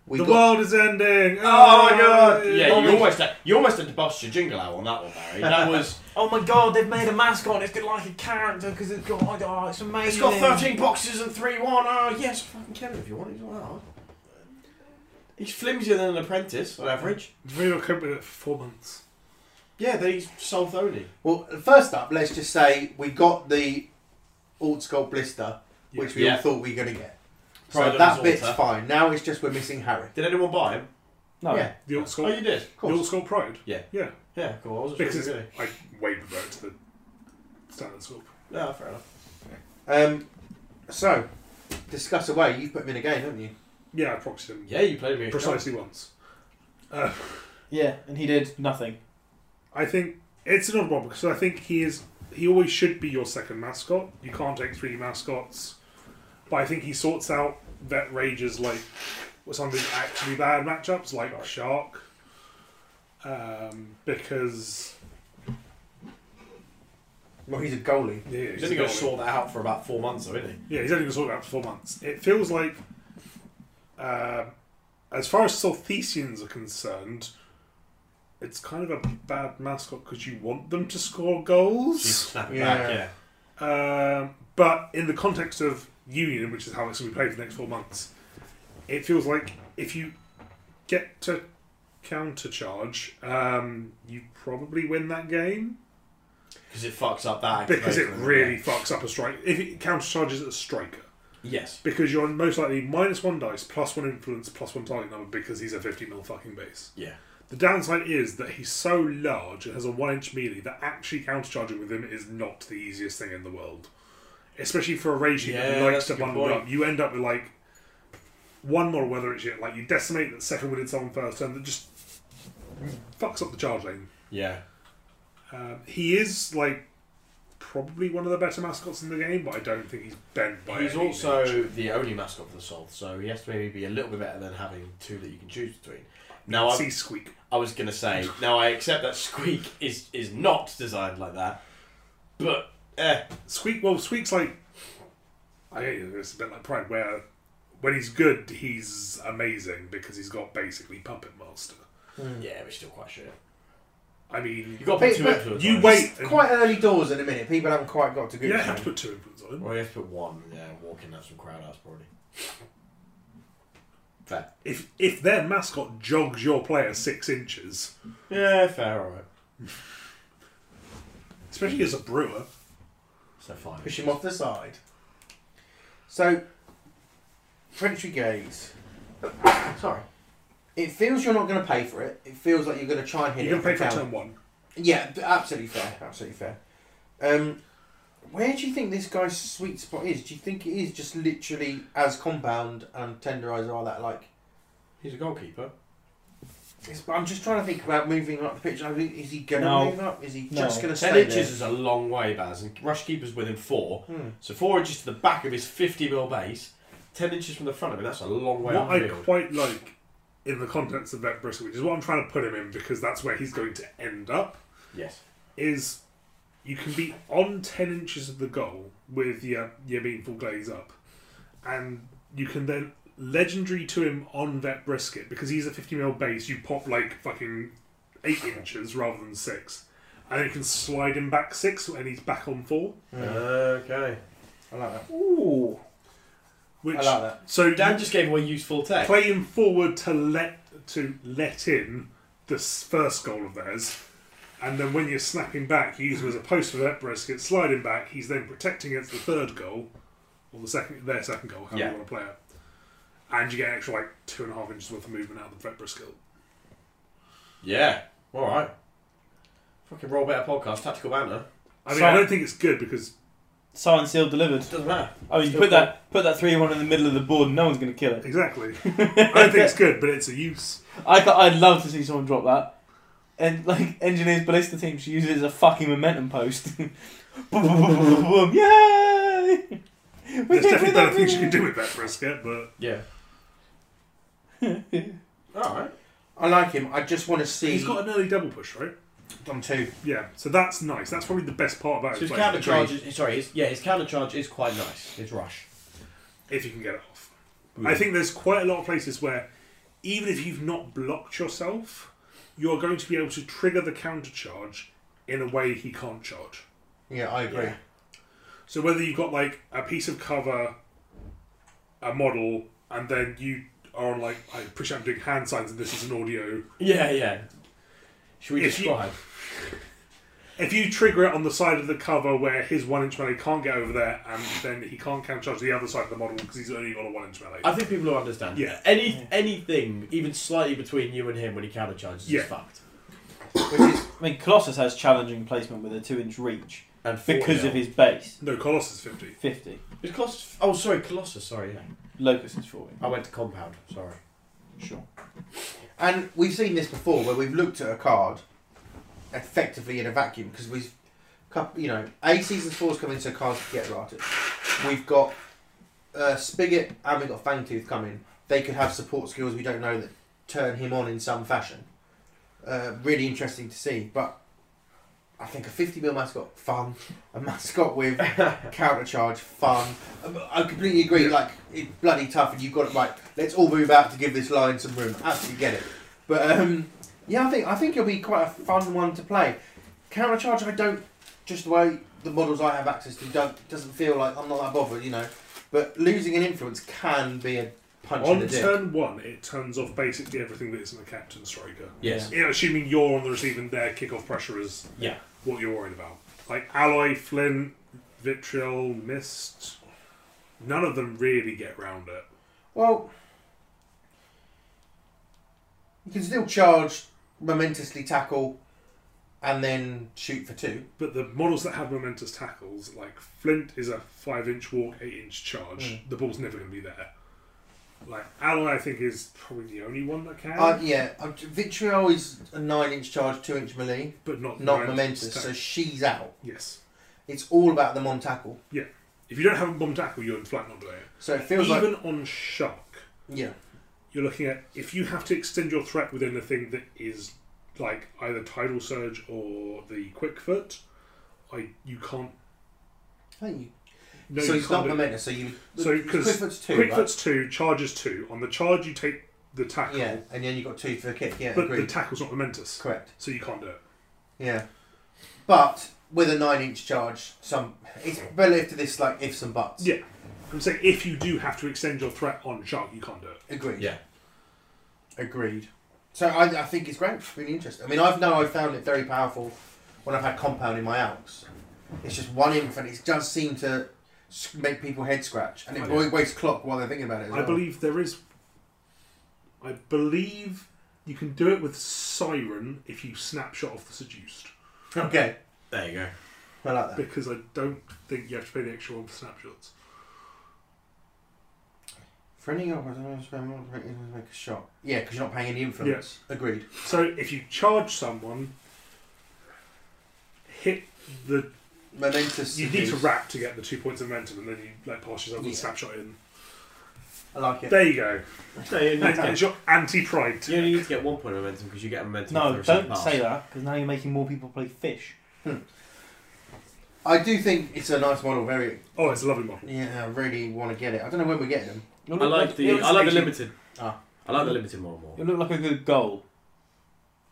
Speaker 2: We
Speaker 3: the
Speaker 2: got
Speaker 3: world is ending.
Speaker 1: Oh my god!
Speaker 3: Yay.
Speaker 1: Yeah, you
Speaker 4: Only-
Speaker 1: almost had, you almost had to bust your jingle out on that one, Barry. That was
Speaker 4: Oh my god, they've made a mascot. It's got like a character because it's got. Oh, it's amazing.
Speaker 1: it's got thirteen boxes and three one. Oh yes, fucking Kevin, if you want, he's all right. He's flimsier than an apprentice on average.
Speaker 3: We were coping with it uh, for four months.
Speaker 1: Yeah, but he's self only.
Speaker 2: Well, first up, let's just say we got the alt sculpt blister, which we
Speaker 1: Yeah.
Speaker 2: all thought we were going to get.
Speaker 1: Pride
Speaker 2: so
Speaker 1: on
Speaker 2: that
Speaker 1: his
Speaker 2: bit's
Speaker 1: altar.
Speaker 2: fine. Now it's just we're missing Harry.
Speaker 1: Did anyone buy him?
Speaker 4: No.
Speaker 2: Yeah.
Speaker 3: The old
Speaker 1: Oh,
Speaker 3: school.
Speaker 1: you did.
Speaker 2: Of
Speaker 3: The old
Speaker 2: course.
Speaker 3: school pride.
Speaker 1: Yeah.
Speaker 3: Yeah.
Speaker 1: Yeah, cool. I wasn't sure.
Speaker 3: Because
Speaker 1: if you
Speaker 3: it's
Speaker 1: were gonna-
Speaker 3: like way preferred to the standard school.
Speaker 1: No, fair enough.
Speaker 2: Um, so, discuss away. You've put him in a game, haven't you?
Speaker 3: Yeah, I proxied him
Speaker 1: Yeah, you played me.
Speaker 3: precisely once. Uh,
Speaker 4: Yeah, and he did nothing.
Speaker 3: I think it's another problem because I think he is he always should be your second mascot. You can't take three mascots, but I think he sorts out vet rages like with some of his actually bad matchups like Shark, um, because
Speaker 2: Well, he's a goalie.
Speaker 3: yeah,
Speaker 1: He's
Speaker 3: he's
Speaker 1: only going to
Speaker 3: going-
Speaker 1: sort that out for about four months, though, isn't he?
Speaker 3: Yeah, he's only been sorted out for four months. It feels like, um as far as Solthesians are concerned, it's kind of a bad mascot because you want them to score
Speaker 1: He's
Speaker 3: goals.
Speaker 1: snapping
Speaker 2: Yeah.
Speaker 1: back. Yeah.
Speaker 3: Um, but in the context of Union, which is how it's going to be played for the next four months, it feels like if you get to countercharge, um, you probably win that game
Speaker 1: Because it fucks up that.
Speaker 3: because it
Speaker 1: activation,
Speaker 3: really
Speaker 1: yeah.
Speaker 3: fucks up a strike. If it countercharges a striker.
Speaker 1: Yes.
Speaker 3: Because you're most likely minus one dice, plus one influence, plus one target number because he's a 50 mil fucking base.
Speaker 1: Yeah.
Speaker 3: The downside is that he's so large and has a one inch melee that actually countercharging with him is not the easiest thing in the world. especially for a regime
Speaker 1: Yeah,
Speaker 3: that
Speaker 1: that's
Speaker 3: likes to
Speaker 1: a good
Speaker 3: bundle
Speaker 1: point.
Speaker 3: up. You end up with like one more weather it's shit. Like you decimate that second witted on first turn that just fucks up the charge lane.
Speaker 1: Yeah.
Speaker 3: Um, he is like probably one of the better mascots in the game, but I don't think he's bent by.
Speaker 1: He's
Speaker 3: any means.
Speaker 1: also the only mascot for the South, so he has to maybe be a little bit better than having two that you can choose between. Now, I,
Speaker 3: sea squeak.
Speaker 1: I was going to say, now I accept that Squeak is, is not designed like that, but eh,
Speaker 3: Squeak. Well, Squeak's like I hate it, it's a bit like Pride, where when he's good, he's amazing because he's got basically puppet master.
Speaker 1: yeah, we're still quite shit.
Speaker 3: I mean,
Speaker 1: You've got to put
Speaker 2: Hey,
Speaker 1: two
Speaker 2: but
Speaker 1: influence
Speaker 3: you
Speaker 1: on it.
Speaker 3: wait.
Speaker 2: It's quite early doors at the minute. People haven't quite got to
Speaker 3: You
Speaker 2: good.
Speaker 3: don't have to put two influence on him.
Speaker 1: Well, you have to put one, yeah, walk in, have some crowd outs, probably. Fair.
Speaker 3: If if their mascot jogs your player six inches,
Speaker 1: Yeah, fair, alright.
Speaker 3: especially as a brewer,
Speaker 1: So fine.
Speaker 2: Push him off the side. So, Frenchie Gaze. Sorry. It feels you're not going to pay for it. It feels like you're going to try and hit
Speaker 3: you
Speaker 2: it.
Speaker 3: can
Speaker 2: every
Speaker 3: pay for
Speaker 2: time.
Speaker 3: turn one.
Speaker 2: Yeah, b- absolutely fair. Absolutely fair. Um, where do you think this guy's sweet spot is? Do you think it is just literally as compound and tenderizer are that like?
Speaker 1: He's a goalkeeper.
Speaker 2: It's, but I'm just trying to think about moving up the pitch. I mean, is he going to
Speaker 4: No.
Speaker 2: move up? Is he
Speaker 4: No.
Speaker 2: just going to
Speaker 1: Ten
Speaker 2: stay
Speaker 1: inches
Speaker 2: there?
Speaker 1: is a long way, Baz, and rush keeper's within four.
Speaker 2: Hmm.
Speaker 1: So four inches to the back of his 50 mil base, 10 inches from the front of it, that's a long way
Speaker 3: what
Speaker 1: up
Speaker 3: I
Speaker 1: field.
Speaker 3: quite like in the context of Vet Bristol, which is what I'm trying to put him in because that's where he's going to end up,
Speaker 1: Yes.
Speaker 3: is you can be on ten inches of the goal with your your meaningful glaze up, and you can then legendary to him on Vet Brisket because he's a 50 mil base. You pop like fucking eight inches rather than six, and then you can slide him back six and he's back on four.
Speaker 1: Okay.
Speaker 2: I like that.
Speaker 4: Ooh.
Speaker 3: Which
Speaker 2: I like that.
Speaker 3: so
Speaker 1: Dan just gave away useful tech.
Speaker 3: play him forward to let to let in this first goal of theirs, and then when you're snapping back, you use him as a post for that brisket, slide him back. He's then protecting against the third goal, or the second their second goal, however
Speaker 1: Yeah.
Speaker 3: you want to play it. And you get an extra like two and a half inches worth of movement out of the vet brisket.
Speaker 1: Yeah. All right. Fucking roll better podcast, tactical banter.
Speaker 3: I mean,
Speaker 4: So-
Speaker 3: I don't think it's good because
Speaker 4: Signed, sealed, delivered.
Speaker 1: Doesn't matter.
Speaker 4: I mean, you
Speaker 1: Still
Speaker 4: put that put that three one in the middle of the board, and no one's going to kill it.
Speaker 3: exactly, I don't think it's good, but it's a use.
Speaker 4: I ca- I'd love to see someone drop that. And like engineers ballista team, she uses it as a fucking momentum post. boom, boom, boom, boom, boom, boom. Yay! We
Speaker 3: There's
Speaker 4: did
Speaker 3: definitely
Speaker 4: it,
Speaker 3: better things
Speaker 4: we
Speaker 3: you can
Speaker 4: did
Speaker 3: do with that brisket, but
Speaker 1: Yeah. All right.
Speaker 2: I like him. I just want to see.
Speaker 3: he's got an early double push, right?
Speaker 2: on two.
Speaker 3: Yeah, so that's nice. That's probably the best part about
Speaker 1: So
Speaker 3: it.
Speaker 1: his
Speaker 3: like,
Speaker 1: counter charge is sorry. His, yeah, his counter charge is quite nice. His rush.
Speaker 3: if you can get it off. I think there's quite a lot of places where, even if you've not blocked yourself, you're going to be able to trigger the counter charge in a way he can't charge.
Speaker 2: Yeah, I agree.
Speaker 1: Yeah.
Speaker 3: So whether you've got like a piece of cover, a model, and then you are on like I appreciate I'm doing hand signs and this is an audio.
Speaker 1: Yeah, yeah. Should we
Speaker 3: If you-
Speaker 1: describe?
Speaker 3: If you trigger it on the side of the cover where his one inch melee can't get over there, and then he can't counter charge the other side of the model because he's only got a one inch melee.
Speaker 1: I think people will understand.
Speaker 3: Yeah.
Speaker 1: Any anything even slightly between you and him when he counter charges
Speaker 3: Yeah.
Speaker 1: is fucked.
Speaker 2: Which is
Speaker 4: it. I mean, Colossus has challenging placement with a two inch reach
Speaker 1: And 40
Speaker 4: because
Speaker 1: now.
Speaker 4: of his base
Speaker 3: No, Colossus fifty.
Speaker 4: fifty.
Speaker 1: Is Colossus. Oh, sorry, Colossus. Sorry, yeah.
Speaker 4: Locus is forty.
Speaker 1: I went to compound. Sorry.
Speaker 4: Sure.
Speaker 2: And we've seen this before, where we've looked at a card effectively in a vacuum because we've, coup- you know, a season four's coming, so cards get routed. We've got uh, Spigot and we've got Fangtooth coming. They could have support skills we don't know that turn him on in some fashion. Uh, really interesting to see, but I think a 50 mil mascot, fun. A mascot with counter charge, fun. I- I completely agree, like, it's bloody tough, and you've got it right. Let's all move out to give this line some room. Absolutely get it. But um, yeah, I think I think it'll be quite a fun one to play. Counter charge, I don't just the way the models I have access to don't doesn't feel like I'm not that bothered, you know. But losing an influence can be a punch in
Speaker 3: On
Speaker 2: the dick.
Speaker 3: turn one, it turns off basically everything that isn't a captain striker.
Speaker 1: Yes.
Speaker 3: You know, assuming you're on the receiving there, kickoff pressure is
Speaker 1: Yeah.
Speaker 3: what you're worried about. Like Alloy, Flynn, Vitriol, Mist, none of them really get round it.
Speaker 2: Well, you can still charge, momentously tackle, and then shoot for two.
Speaker 3: But the models that have momentous tackles, like Flint is a five inch walk, eight inch charge.
Speaker 2: Hmm.
Speaker 3: The ball's never going to be there. Like Alloy, I think is probably the only one that can,
Speaker 2: Uh, yeah, uh, Vitriol is a nine-inch charge, two-inch melee,
Speaker 3: but not
Speaker 2: not
Speaker 3: momentous
Speaker 2: momentous.
Speaker 3: tackle.
Speaker 2: So she's out.
Speaker 3: yes,
Speaker 2: It's all about them on tackle.
Speaker 3: if you don't have a bomb tackle, you're in flat non player.
Speaker 2: So it feels like
Speaker 3: Even on shock,
Speaker 2: yeah,
Speaker 3: you're looking at if you have to extend your threat within a thing that is like either tidal surge or the quick foot, I you can't.
Speaker 2: I think you-
Speaker 3: No,
Speaker 2: so
Speaker 3: you
Speaker 2: it's
Speaker 3: can't
Speaker 2: not
Speaker 3: do-
Speaker 2: momentous. So you
Speaker 3: So
Speaker 2: quick
Speaker 3: because
Speaker 2: foot's two,
Speaker 3: quick
Speaker 2: right?
Speaker 3: foot's two, charge is two. On the charge, you take the tackle,
Speaker 2: yeah, and then you got two for a kick. Yeah,
Speaker 3: but the
Speaker 2: agreed.
Speaker 3: tackle's not momentous,
Speaker 2: Correct.
Speaker 3: so you can't do it.
Speaker 2: Yeah, but with a nine-inch charge, some it's relative to this like ifs and buts.
Speaker 3: Yeah, I'm saying if you do have to extend your threat on shock, you can't do it.
Speaker 2: Agreed.
Speaker 1: Yeah.
Speaker 2: Agreed. So I, I think it's great. It's really interesting. I mean, I've now I've found it very powerful when I've had compound in my alps. It's just one inf, and it does seem to s- make people head scratch, and it
Speaker 3: Oh, yeah.
Speaker 2: wastes clock while they're thinking about it. As
Speaker 3: I
Speaker 2: well.
Speaker 3: believe there is. I believe you can do it with siren if you snapshot off the seduced,
Speaker 2: Okay,
Speaker 1: There you go.
Speaker 2: I like that.
Speaker 3: because I don't think you have to pay the extra one for snapshots.
Speaker 2: For any of us, I don't spend more to make a shot. Yeah, because you're not paying any influence. Agreed.
Speaker 3: So if you charge someone, hit the.
Speaker 2: Momentous.
Speaker 3: You need to
Speaker 2: seduce.
Speaker 3: wrap to get the two points of momentum, and then you like pass yourself and
Speaker 2: Yeah.
Speaker 3: snapshot in.
Speaker 2: I like it.
Speaker 3: There you go.
Speaker 1: No, you, only need
Speaker 3: And
Speaker 1: to get,
Speaker 3: it's your anti-pride.
Speaker 1: you only need to get one point of momentum because you get momentum.
Speaker 4: No,
Speaker 1: for the
Speaker 4: don't
Speaker 1: pass.
Speaker 4: say that because now you're making more people play fish.
Speaker 2: I do think it's a nice model. Very.
Speaker 3: Oh, it's a lovely model.
Speaker 2: Yeah, I really want to get it. I don't know when we're getting them.
Speaker 4: You'll
Speaker 1: I
Speaker 4: look
Speaker 1: like the
Speaker 4: you'll
Speaker 1: I like the
Speaker 4: actually-
Speaker 1: limited.
Speaker 2: Ah.
Speaker 1: I like the limited model more.
Speaker 4: You look like a good goal.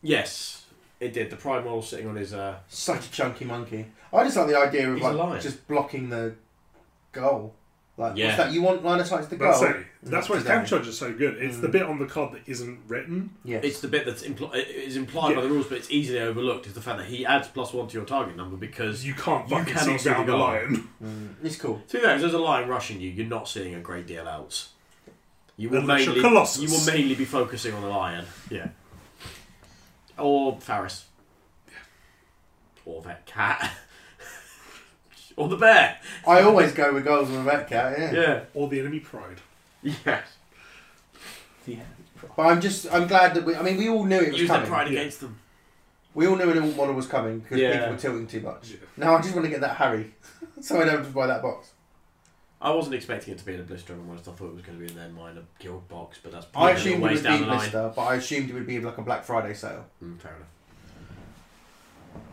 Speaker 1: Yes, it did. The prime model sitting on his. Uh,
Speaker 2: Such a chunky monkey. I just like the idea of
Speaker 1: He's
Speaker 2: like
Speaker 1: a lion.
Speaker 2: just blocking the goal. Like
Speaker 1: Yeah.
Speaker 2: what's that? You want line of sight to the
Speaker 3: But I'd
Speaker 2: goal?
Speaker 3: say, that's why
Speaker 2: Not
Speaker 3: Cam
Speaker 2: today.
Speaker 3: Charge is so good. It's the
Speaker 2: Mm.
Speaker 3: bit on the card that isn't written.
Speaker 2: Yes.
Speaker 1: it's the bit that's impl- is implied by the rules, but it's easily overlooked. Is the fact that he adds plus one to your target number because.
Speaker 3: You can't
Speaker 1: You
Speaker 3: fucking
Speaker 1: cannot
Speaker 3: see
Speaker 1: see
Speaker 3: down
Speaker 1: the
Speaker 3: the
Speaker 1: goal.
Speaker 3: lion.
Speaker 2: Mm, it's cool.
Speaker 1: To be fair, if there's a lion rushing you, you're not seeing a great deal else. You will
Speaker 3: Unless you're
Speaker 1: mainly
Speaker 3: Colossus.
Speaker 1: you will mainly be focusing on the lion. Yeah. Or Faris. Or that cat. or the bear.
Speaker 2: I always go with goals with a red cat. Yeah.
Speaker 1: Yeah.
Speaker 3: Or the enemy pride.
Speaker 1: Yes.
Speaker 4: Yeah.
Speaker 2: But I'm just I'm glad that we. I mean, we all knew it was
Speaker 1: Use that
Speaker 2: coming.
Speaker 1: pride
Speaker 3: yeah.
Speaker 1: against them.
Speaker 2: We all knew an alt model was coming because
Speaker 1: Yeah.
Speaker 2: people were tilting too much.
Speaker 3: Yeah.
Speaker 2: Now I just want to get that Harry, so I don't have to buy that box.
Speaker 1: I wasn't expecting it to be in a blister and honest. I thought it was going to be in their minor guild box, but that's
Speaker 2: I
Speaker 1: probably
Speaker 2: assumed it
Speaker 1: ways
Speaker 2: would be
Speaker 1: down the line.
Speaker 2: blister, but I assumed it would be like a Black Friday sale.
Speaker 1: Mm, fair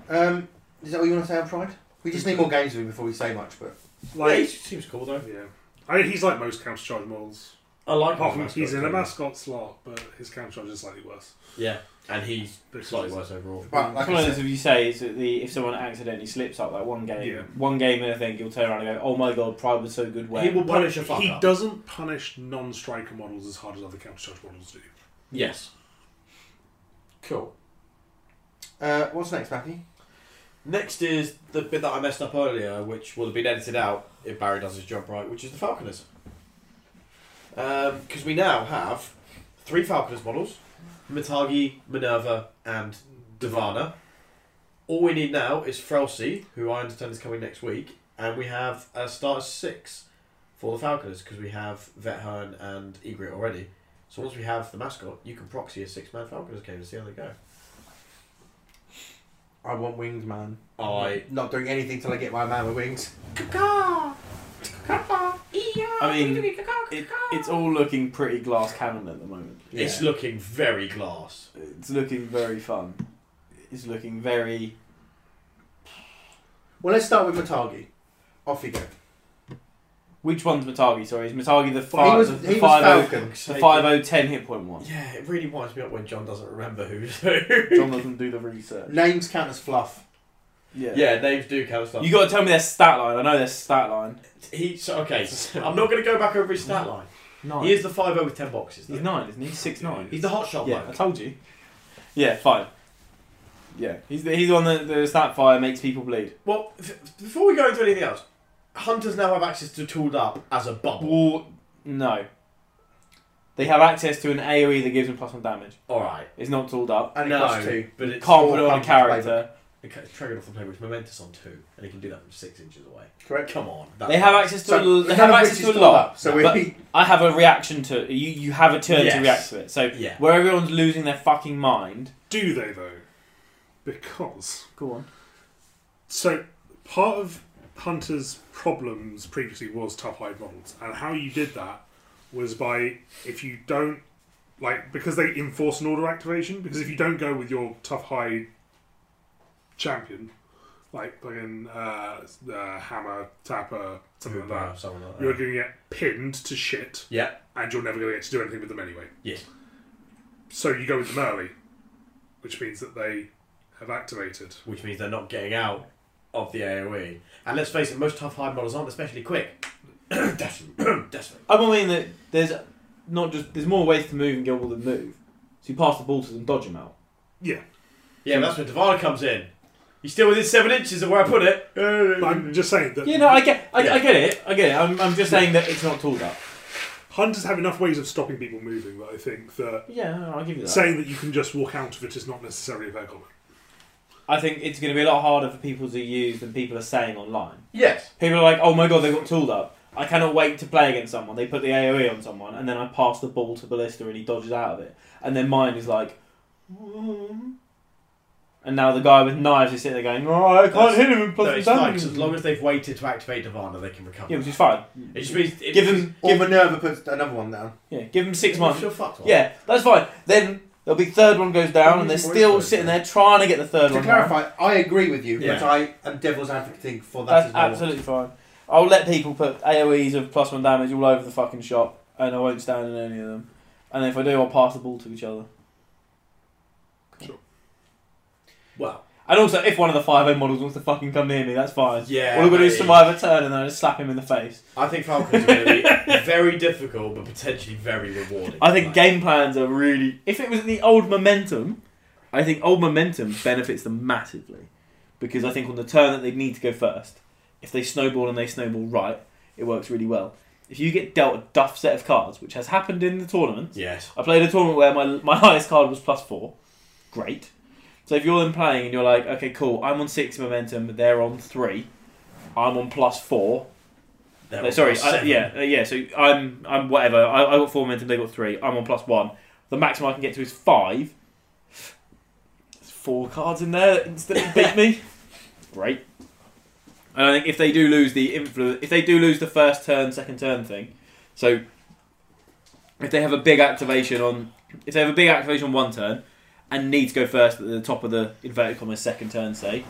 Speaker 1: enough.
Speaker 2: Um, is that all you want to say on Pride? We just need more games with before we say much, but
Speaker 1: Like,
Speaker 3: Like,
Speaker 1: seems cool though.
Speaker 3: yeah. I mean, he's like most Cam Charge models.
Speaker 1: I like his
Speaker 3: Apart from
Speaker 1: mascot,
Speaker 3: he's in a
Speaker 1: though.
Speaker 3: mascot slot, but his Cam Charge is slightly worse.
Speaker 1: Yeah, and he's
Speaker 3: But
Speaker 1: slightly worse overall.
Speaker 2: but like
Speaker 4: It's one
Speaker 2: I
Speaker 4: of those
Speaker 2: said,
Speaker 4: if you say is that the if someone accidentally slips up like one game,
Speaker 3: Yeah.
Speaker 4: one game and I think you'll turn around and go, "Oh my god, Pride was so good." When
Speaker 1: He will punish a
Speaker 3: He
Speaker 1: fuck up.
Speaker 3: doesn't punish non-striker models as hard as other Cam Charge models do.
Speaker 1: Yes. Cool.
Speaker 2: uh, what's next, Matthew?
Speaker 1: Next is the bit that I messed up earlier, which will have been edited out if Barry does his job right, which is the Falconers. Because we now have three Falconers models Mitagi, Minerva, and Divana. All we need now is Frelsey, who I understand is coming next week, and we have a starter six for the Falconers because we have Vethern and Egret already. So once we have the mascot, you can proxy a six man Falconers game to see how they go.
Speaker 2: I want wings, man.
Speaker 1: I
Speaker 2: not doing anything till I get my man with wings.
Speaker 4: I mean, it, it's all looking pretty glass cannon at the moment.
Speaker 1: It's looking very glass.
Speaker 4: It's looking very fun. It's looking very.
Speaker 2: Well, let's start with Matagi. Off you go.
Speaker 4: Which one's Matagi? Sorry, is Matagi the
Speaker 2: he
Speaker 4: five?
Speaker 2: was
Speaker 4: the
Speaker 2: he was
Speaker 4: five
Speaker 2: Falcon.
Speaker 4: the five oh ten hit point one.
Speaker 1: Yeah, it really winds me up when John doesn't remember who's who.
Speaker 4: John doesn't do the research.
Speaker 2: Names count as fluff.
Speaker 4: Yeah.
Speaker 1: yeah, names do count stuff.
Speaker 4: You got to tell me their stat line. I know their stat line.
Speaker 1: he, so, okay, I'm not going to go back over his stat line.
Speaker 4: Nine.
Speaker 1: He is the 5 over 10 boxes. Though.
Speaker 4: He's nine, isn't he? He's six nine.
Speaker 1: He's the hot shot
Speaker 4: yeah, I
Speaker 1: bloke.
Speaker 4: told you. Yeah, fine. Yeah, he's the, he's the one that the snap fire makes people bleed.
Speaker 1: Well, f- before we go into anything else, Hunters now have access to Tooled Up as a bubble.
Speaker 4: Well, no. They have access to an AOE that gives them plus one damage.
Speaker 1: Alright.
Speaker 4: It's not tooled up.
Speaker 2: And it
Speaker 1: no,
Speaker 2: costs two.
Speaker 1: but it's
Speaker 4: Can't
Speaker 2: all
Speaker 4: put it on a
Speaker 2: Hunters
Speaker 4: character.
Speaker 1: It ca- triggered off the play, which Momentus on two, and he can do that from six inches away.
Speaker 2: Correct.
Speaker 1: Come on. that-
Speaker 4: They have access to
Speaker 2: So,
Speaker 4: they have
Speaker 2: none of
Speaker 4: access
Speaker 2: which
Speaker 4: to a
Speaker 2: is
Speaker 4: lot.
Speaker 2: up, So we,
Speaker 4: But- I have a reaction to you. You have a turn
Speaker 1: Yes.
Speaker 4: to react to it. So
Speaker 1: Yeah.
Speaker 4: where everyone's losing their fucking mind.
Speaker 3: Do they though? Because
Speaker 4: Go on.
Speaker 3: so part of Hunter's problems previously was top line models, and how you did that was by if you don't like because they enforce an order activation because if you don't go with your tough high champion like fucking uh, uh, hammer tapper something like
Speaker 1: Hooper or
Speaker 3: that
Speaker 1: someone like that.
Speaker 3: you're going to get pinned to shit
Speaker 1: Yeah.
Speaker 3: and you're never going to get to do anything with them anyway
Speaker 1: Yeah.
Speaker 3: so you go with them early which means that they have activated
Speaker 1: Which means they're not getting out of the AOE. And let's face it, most tough hard models aren't especially quick. Desperate. Desperate.
Speaker 4: I mean that there's not just there's more ways to move in Guild Wars than move. So you pass the ball to them, dodge them out.
Speaker 3: yeah
Speaker 1: Yeah, but that's where Devara comes in. He's still within seven inches of where I put it.
Speaker 3: But I'm just saying that
Speaker 4: Yeah, no, I get, I,
Speaker 1: Yeah.
Speaker 4: I get it, I get it. I'm, I'm just saying that it's not tooled up.
Speaker 3: hunters have enough ways of stopping people moving that I think that
Speaker 4: Yeah, no, I'll give you that.
Speaker 3: saying that you can just walk out of it is not necessarily a fair comment.
Speaker 4: I think it's going to be a lot harder for people to use than people are saying online.
Speaker 1: Yes.
Speaker 4: People are like, oh my god, they got tooled up. I cannot wait to play against someone. They put the AoE on someone, and then I pass the ball to Ballista, and he dodges out of it. And then mine is like, "Mm." and now the guy with knives is sitting there going, oh, I can't
Speaker 1: That's-
Speaker 4: hit him and
Speaker 1: No,
Speaker 4: plus
Speaker 1: it's
Speaker 4: the
Speaker 1: fine,
Speaker 4: damage.
Speaker 1: 'cause as long as they've waited to activate Devana, they can recover.
Speaker 4: yeah, which is fine.
Speaker 1: it just means it
Speaker 4: Give him,
Speaker 2: or
Speaker 4: give,
Speaker 2: Minerva puts another one down.
Speaker 4: yeah, give him six
Speaker 1: You're
Speaker 4: months.
Speaker 1: fucked, right?
Speaker 4: Yeah, that's fine. Then there'll be third one goes down, and they're
Speaker 1: Always
Speaker 4: still
Speaker 1: goes
Speaker 4: sitting
Speaker 1: down.
Speaker 4: there trying to get the third
Speaker 2: To
Speaker 4: one.
Speaker 2: clarify, I agree with you,
Speaker 1: Yeah.
Speaker 2: but I am devil's advocating for
Speaker 4: down.
Speaker 2: that as
Speaker 4: that's
Speaker 2: well.
Speaker 4: absolutely fine. I'll let people put AOE's of plus one damage all over the fucking shop, and I won't stand in any of them. And if I do, I'll pass the ball to each other.
Speaker 1: Well,
Speaker 4: And also, if one of the five O models wants to fucking come near me, that's fine.
Speaker 1: yeah.
Speaker 4: All I'm gonna do is
Speaker 1: mate.
Speaker 4: survive a turn, and then I just slap him in the face.
Speaker 1: I think Falcons are going to be very difficult, but potentially very rewarding.
Speaker 4: I think
Speaker 1: Like,
Speaker 4: game plans are really. If it was the old momentum, I think old momentum benefits them massively. Because I think on the turn that they need to go first, if they snowball and they snowball right, it works really well. If you get dealt a duff set of cards, which has happened in the tournament,
Speaker 1: Yes.
Speaker 4: I played a tournament where my, my highest card was plus four. Great. So if you're then playing and you're like, okay, cool, I'm on six momentum, they're on three, I'm on plus four,
Speaker 1: They're
Speaker 4: no,
Speaker 1: on
Speaker 4: sorry,
Speaker 1: plus
Speaker 4: I,
Speaker 1: seven.
Speaker 4: yeah, uh, yeah. So I'm, I'm whatever. I, I got four momentum. They got three. I'm on plus one. The maximum I can get to is five. There's four cards in there that instantly beat me. Great. And I think if they do lose the influence, if they do lose the first turn, second turn thing, so if they have a big activation on, if they have a big activation on one turn, and need to go first at the top of the inverted commas second turn, say,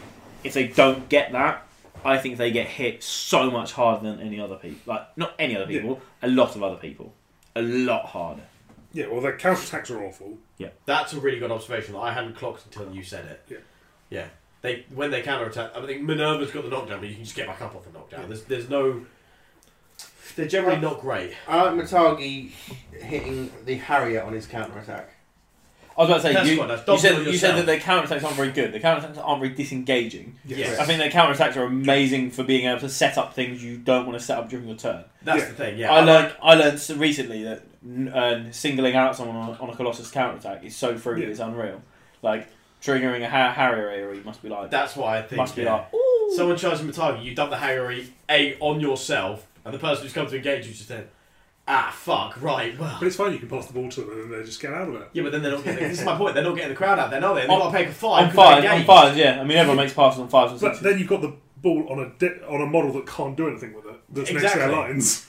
Speaker 4: if they don't get that, I think they get hit so much harder than any other people. Like not any other people, a lot of other people, a lot harder.
Speaker 3: Yeah, well, their counter attacks are awful.
Speaker 1: That's a really good observation. I hadn't clocked until you said it.
Speaker 3: Yeah.
Speaker 1: Yeah. They when they counter attack. I think Minerva's got the knockdown, but you can just get back up off the knockdown. There's there's no. They're generally not great.
Speaker 2: I like Matagi hitting the Harrier on his counter attack.
Speaker 4: I was about to say
Speaker 1: That's
Speaker 4: you,
Speaker 1: what, that's
Speaker 4: you
Speaker 1: dodge
Speaker 4: said
Speaker 1: ball
Speaker 4: you
Speaker 1: yourself.
Speaker 4: said that their counter attacks aren't very good. The counter attacks aren't very disengaging.
Speaker 1: Yes.
Speaker 4: I think their counter attacks are amazing for being able to set up things you don't want to set up during your turn.
Speaker 1: That's
Speaker 3: Yeah.
Speaker 1: the thing. Yeah.
Speaker 4: I learned I learned s- recently that uh, singling out someone on, on a Colossus counter attack is so fruity,
Speaker 3: Yeah.
Speaker 4: it's unreal. Like triggering a ha- Harrier area, you must be like
Speaker 1: That's why I think.
Speaker 4: must be
Speaker 1: yeah.
Speaker 4: like ooh.
Speaker 1: Someone charges Matagi, you dump the Harry A on yourself, and the person who's come to engage you just then, ah, fuck, right, well.
Speaker 3: But it's fine, you can pass the ball to them and then they just get out of it.
Speaker 1: Yeah, but then they're not getting. this is my point, they're not getting the crowd out then, are they? They've got to pay for five.
Speaker 4: on
Speaker 1: 'cause they're
Speaker 4: five, on
Speaker 1: engaged.
Speaker 4: fives, yeah. I mean, everyone makes passes on fives and
Speaker 3: But
Speaker 4: sixes.
Speaker 3: then you've got the ball on a di- on a model that can't do anything with it, that's next to their
Speaker 1: Exactly.
Speaker 3: lines.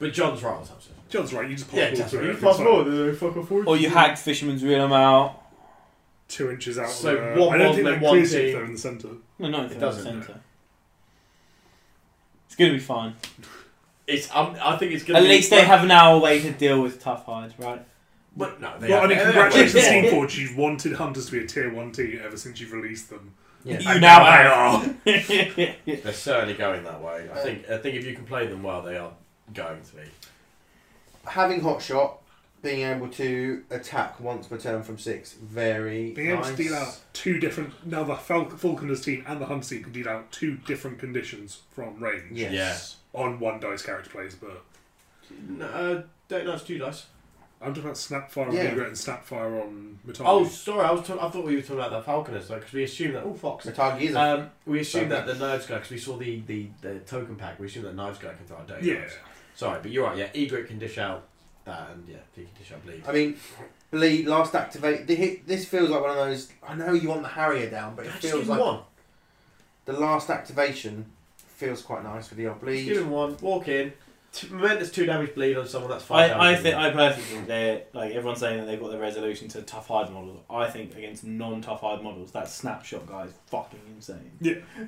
Speaker 1: But John's right on something.
Speaker 3: John's right, you just pass
Speaker 1: Yeah,
Speaker 3: the ball
Speaker 1: that's
Speaker 3: to it.
Speaker 1: right.
Speaker 3: it's fine.
Speaker 4: Or you hack fisherman's reel them out.
Speaker 3: Two inches out.
Speaker 1: So
Speaker 3: of the-
Speaker 1: one
Speaker 3: I don't
Speaker 1: model
Speaker 3: think
Speaker 1: and
Speaker 3: that
Speaker 1: one
Speaker 3: clears it
Speaker 1: team.
Speaker 3: if they're in the centre.
Speaker 4: No, not if
Speaker 1: It
Speaker 4: they're in the
Speaker 1: doesn't.
Speaker 4: centre. It's gonna be fine.
Speaker 1: It's. Um, I think it's gonna.
Speaker 4: At
Speaker 1: be,
Speaker 4: least they have now a way to deal with tough hides, right?
Speaker 1: But no, they
Speaker 3: Well, I
Speaker 1: have-
Speaker 3: mean,
Speaker 1: they have-
Speaker 3: congratulations,
Speaker 1: Yeah.
Speaker 3: Team Forge. You've wanted Hunters to be a tier one team ever since you've released them.
Speaker 2: Yeah.
Speaker 4: You
Speaker 3: And
Speaker 4: now
Speaker 3: they
Speaker 4: have.
Speaker 1: They're certainly going that way. I think. I think if you can play them well, they are going to be.
Speaker 2: Having hot shot, being able to attack once per turn from six, very
Speaker 3: Being able
Speaker 2: nice.
Speaker 3: to deal out two different. Now the Fal- Falconer's team and the Hunter team can deal out two different conditions from range
Speaker 2: Yes.
Speaker 1: Yeah.
Speaker 3: on one dice carriage plays, but
Speaker 1: No, uh, don't know. It's two dice.
Speaker 3: I'm talking about Snapfire on
Speaker 2: Yeah.
Speaker 3: Vigorette and Snapfire on Metali.
Speaker 1: Oh, sorry. I was. Talk- I thought we were talking about that Falconist because we assumed that. Oh, Fox.
Speaker 2: Matagi is a
Speaker 1: Um, we assume that the knives guy, because we saw the, the, the token pack, we assume that knives guy can throw out dirty
Speaker 3: yeah.
Speaker 1: knives. Sorry, but you're right. Yeah, Egret can dish out that, and yeah, he can dish out bleed.
Speaker 2: I mean, bleed last activate. the hit- This feels like one of those. I know you want the Harrier down, but it
Speaker 1: Just give
Speaker 2: feels
Speaker 1: him
Speaker 2: like
Speaker 1: one.
Speaker 2: the last activation feels quite nice with the old
Speaker 1: Just give
Speaker 2: bleed.
Speaker 1: him one. Walk in. T- momentous two damage bleed on someone. That's fine.
Speaker 4: I, I think I personally think they're like everyone's saying that they've got their resolution to tough hide models. I think against non tough hide models, that snapshot guy is fucking insane.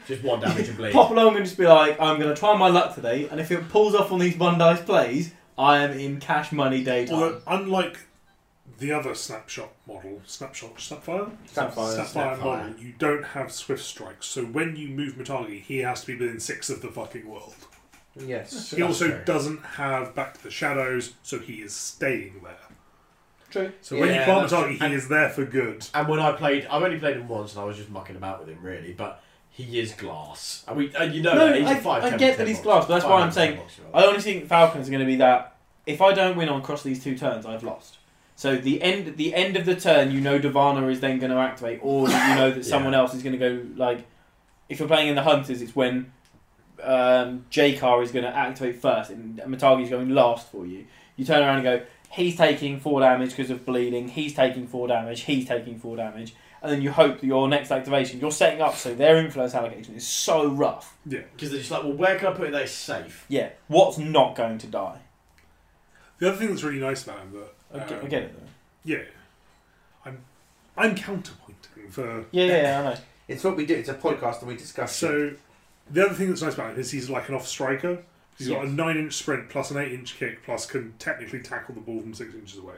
Speaker 1: just one damage of bleed.
Speaker 4: Pop along and just be like, I'm gonna try my luck today, and if it pulls off on these one dice plays, I am in cash money daytime.
Speaker 3: Although, unlike the other snapshot model, snapshot, snapfire,
Speaker 4: Snapfire,
Speaker 3: snapfire
Speaker 1: Snapfire.
Speaker 3: model, you don't have swift strike. So when you move Matagi, he has to be within six of the fucking world.
Speaker 2: Yes.
Speaker 3: He also
Speaker 1: fair.
Speaker 3: doesn't have back to the shadows, so he is staying there.
Speaker 4: True.
Speaker 3: So when you
Speaker 1: Yeah,
Speaker 3: plant
Speaker 1: that's true.
Speaker 3: Matagi, he
Speaker 1: And-
Speaker 3: is there for good.
Speaker 1: And when I played, I've only played him once, and I was just mucking about with him really. But he is glass, and we, and you know,
Speaker 4: No,
Speaker 1: that he's a
Speaker 4: I-
Speaker 1: five.
Speaker 4: I
Speaker 1: ten
Speaker 4: get
Speaker 1: ten
Speaker 4: that he's
Speaker 1: box.
Speaker 4: glass, but that's
Speaker 1: Five
Speaker 4: why I'm
Speaker 1: ten
Speaker 4: saying-
Speaker 1: box, you're right.
Speaker 4: I honestly think Falcons are going to be that. If I don't win on across these two turns, I've lost. So the end, at the end of the turn, you know Divana is then going to activate, or you know that someone else is going to go. Like, if you're playing in the Hunters, it's when um, J-Car is going to activate first, and Matagi's going last for you. You turn around and go, he's taking four damage because of bleeding. He's taking four damage. He's taking four damage, and then you hope that your next activation, you're setting up so their influence allocation is so rough.
Speaker 1: because they're just like, well, where can I put it that is safe?
Speaker 4: Yeah, what's not going to die?
Speaker 3: The other thing that's really nice about him
Speaker 4: I
Speaker 3: that,
Speaker 4: get,
Speaker 3: um,
Speaker 4: I get it though.
Speaker 3: yeah, I'm, I'm counterpointing for
Speaker 4: Yeah, yeah, yeah, I know.
Speaker 2: It's what we do. It's a podcast and we discuss. it.
Speaker 3: So the other thing that's nice about him is he's like an off striker. He's got a
Speaker 4: Yes.
Speaker 3: nine-inch sprint plus an eight-inch kick plus can technically tackle the ball from six inches away.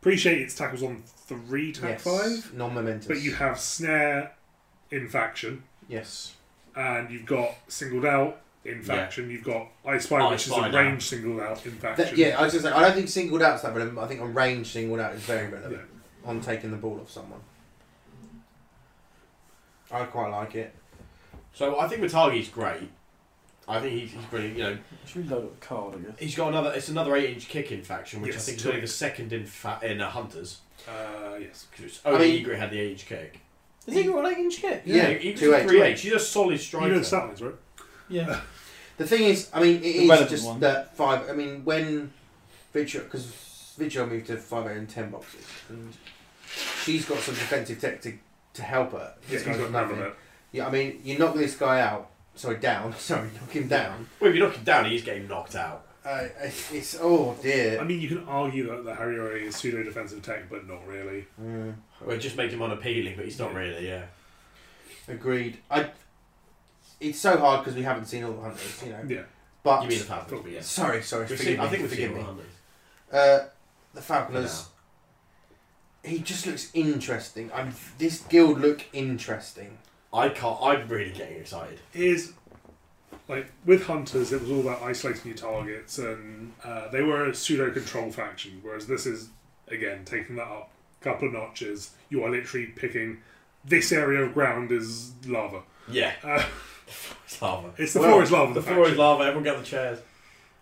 Speaker 3: Appreciate its tackles on three, tack
Speaker 2: yes.
Speaker 3: five,
Speaker 2: Non-momentous.
Speaker 3: but you have snare in faction,
Speaker 2: yes.
Speaker 3: and you've got singled out in
Speaker 1: Yeah.
Speaker 3: faction. You've got I Spy,
Speaker 1: I
Speaker 3: which
Speaker 1: Spy
Speaker 3: is
Speaker 1: now.
Speaker 3: a range singled out in faction.
Speaker 2: That- yeah, I was just saying. I don't think singled out's that relevant. but I think on range singled out is very relevant
Speaker 3: Yeah.
Speaker 2: on taking the ball off someone. I quite like it.
Speaker 1: So I think Matagi's great. I think he's, he's brilliant. You know,
Speaker 4: Should we load up the card, I guess?
Speaker 1: he's got another. It's another eight-inch kick in faction, which I
Speaker 3: Yes,
Speaker 1: think is
Speaker 3: two.
Speaker 1: only the second in fa- in uh, hunters.
Speaker 3: Uh, yes.
Speaker 1: Because
Speaker 2: I
Speaker 1: only
Speaker 2: mean-
Speaker 1: Egret had the eight-inch kick.
Speaker 4: Is he got an 8 inch kick?
Speaker 2: Yeah,
Speaker 1: Egret's
Speaker 2: two
Speaker 1: a
Speaker 2: eight.
Speaker 1: three eight. She's a solid striker.
Speaker 3: You know the stat lines, right?
Speaker 4: Yeah.
Speaker 2: The thing is, I mean, it
Speaker 4: The
Speaker 2: is
Speaker 4: relevant
Speaker 2: just
Speaker 4: one.
Speaker 2: that five. I mean, when Vigil, because Vigil moved to five and ten boxes, and she's got some defensive tech to, to help her.
Speaker 3: Yeah,
Speaker 2: This
Speaker 3: he's
Speaker 2: guy's
Speaker 3: got
Speaker 2: got
Speaker 3: none of that.
Speaker 2: Yeah, I mean, you knock this guy out. Sorry, down. Sorry, knock him down.
Speaker 1: Well, if you knock him down, he's getting knocked out.
Speaker 2: Uh, it's, it's oh
Speaker 3: I
Speaker 2: dear.
Speaker 3: mean, you can argue that the Harrier is pseudo defensive tech, but not really.
Speaker 2: Mm,
Speaker 1: Well, just make him unappealing, but he's not
Speaker 3: Yeah.
Speaker 1: really. Yeah.
Speaker 2: agreed. I. It's so hard because we haven't seen all the hunters, you know.
Speaker 3: Yeah.
Speaker 2: But
Speaker 1: You mean the Falcons? But yeah.
Speaker 2: sorry, sorry.
Speaker 1: We've
Speaker 2: Forgive
Speaker 1: seen,
Speaker 2: me,
Speaker 1: I think we've
Speaker 2: forgive
Speaker 1: seen
Speaker 2: me.
Speaker 1: all the hunters.
Speaker 2: Uh, the
Speaker 1: For
Speaker 2: Falconers.
Speaker 1: now.
Speaker 2: He just looks interesting. I'm this guild look interesting.
Speaker 1: I can't. I'm really getting excited.
Speaker 3: is like with hunters it was all about isolating your targets and uh, they were a pseudo control faction whereas this is again taking that up a couple of notches you are literally picking this area of ground is lava
Speaker 1: Yeah.
Speaker 3: uh,
Speaker 1: It's lava.
Speaker 3: it's the
Speaker 2: Well,
Speaker 3: floor is lava
Speaker 1: The
Speaker 3: the
Speaker 1: floor is lava. Everyone get the chairs.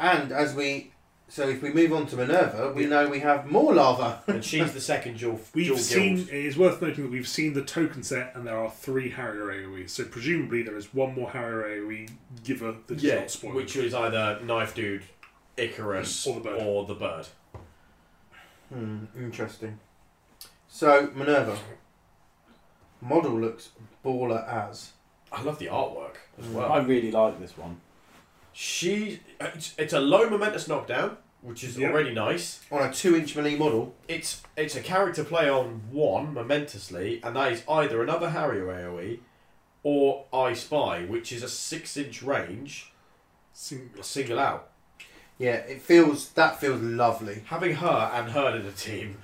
Speaker 2: And as we, so if we move on to Minerva, we know we have more lava.
Speaker 1: And she's the second dual.
Speaker 3: We've
Speaker 1: dual
Speaker 3: seen.
Speaker 1: guild.
Speaker 3: It is worth noting that we've seen the token set, and there are three Harrier AOE's. So presumably there is one more Harrier AOE giver that is
Speaker 1: Yeah,
Speaker 3: not spoiled.
Speaker 1: which is either knife dude, Icarus,
Speaker 3: Or the bird.
Speaker 1: Or the bird.
Speaker 2: Hmm, interesting. So Minerva model looks baller as.
Speaker 1: I love the artwork as well.
Speaker 4: I really like this one.
Speaker 1: Mm. She, it's, it's a low momentous knockdown, which is
Speaker 3: Yeah.
Speaker 1: already nice.
Speaker 2: On a two-inch melee model,
Speaker 1: It's it's a character play on one momentously, and that is either another Harrier AOE E, or I Spy, which is a six inch range
Speaker 3: Singular.
Speaker 1: single out.
Speaker 2: yeah, it feels that feels lovely.
Speaker 1: Having her and her in a team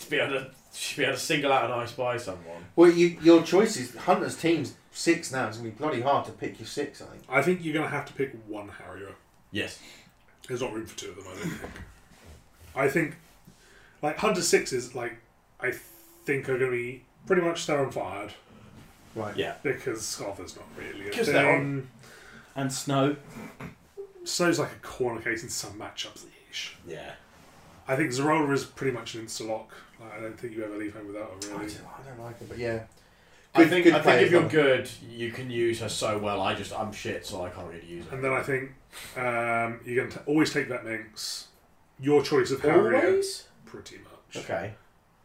Speaker 1: to be able to, to be able to single out an I Spy someone.
Speaker 2: Well, you, your choices, Hunter's team's six now. It's gonna be bloody hard to pick your six. I think.
Speaker 3: I think you're going to have to pick one Harrier.
Speaker 1: Yes.
Speaker 3: There's not room for two of them, I don't think. I think, like, Hunter Sixes, like, I think are going to be pretty much Star and Fired
Speaker 2: Right.
Speaker 1: Yeah.
Speaker 3: because Scarface not really. a
Speaker 1: 'Cause they're
Speaker 3: thing.
Speaker 4: And Snow.
Speaker 3: Snow's like a corner case in some matchups. Ish.
Speaker 1: Yeah.
Speaker 3: I think Zorolla is pretty much an insta lock. Like, I don't think you ever leave home without her,
Speaker 2: I
Speaker 3: really.
Speaker 2: don't, I don't like it, but yeah.
Speaker 1: I
Speaker 2: Good-
Speaker 1: think
Speaker 2: good
Speaker 1: I think
Speaker 2: players,
Speaker 1: if you're
Speaker 2: though.
Speaker 1: good, you can use her so well. I just I'm shit, so I can't really use her.
Speaker 3: And then I think um, you're going to always take that Minx. Your choice of Harrier,
Speaker 1: always.
Speaker 3: pretty much.
Speaker 1: Okay.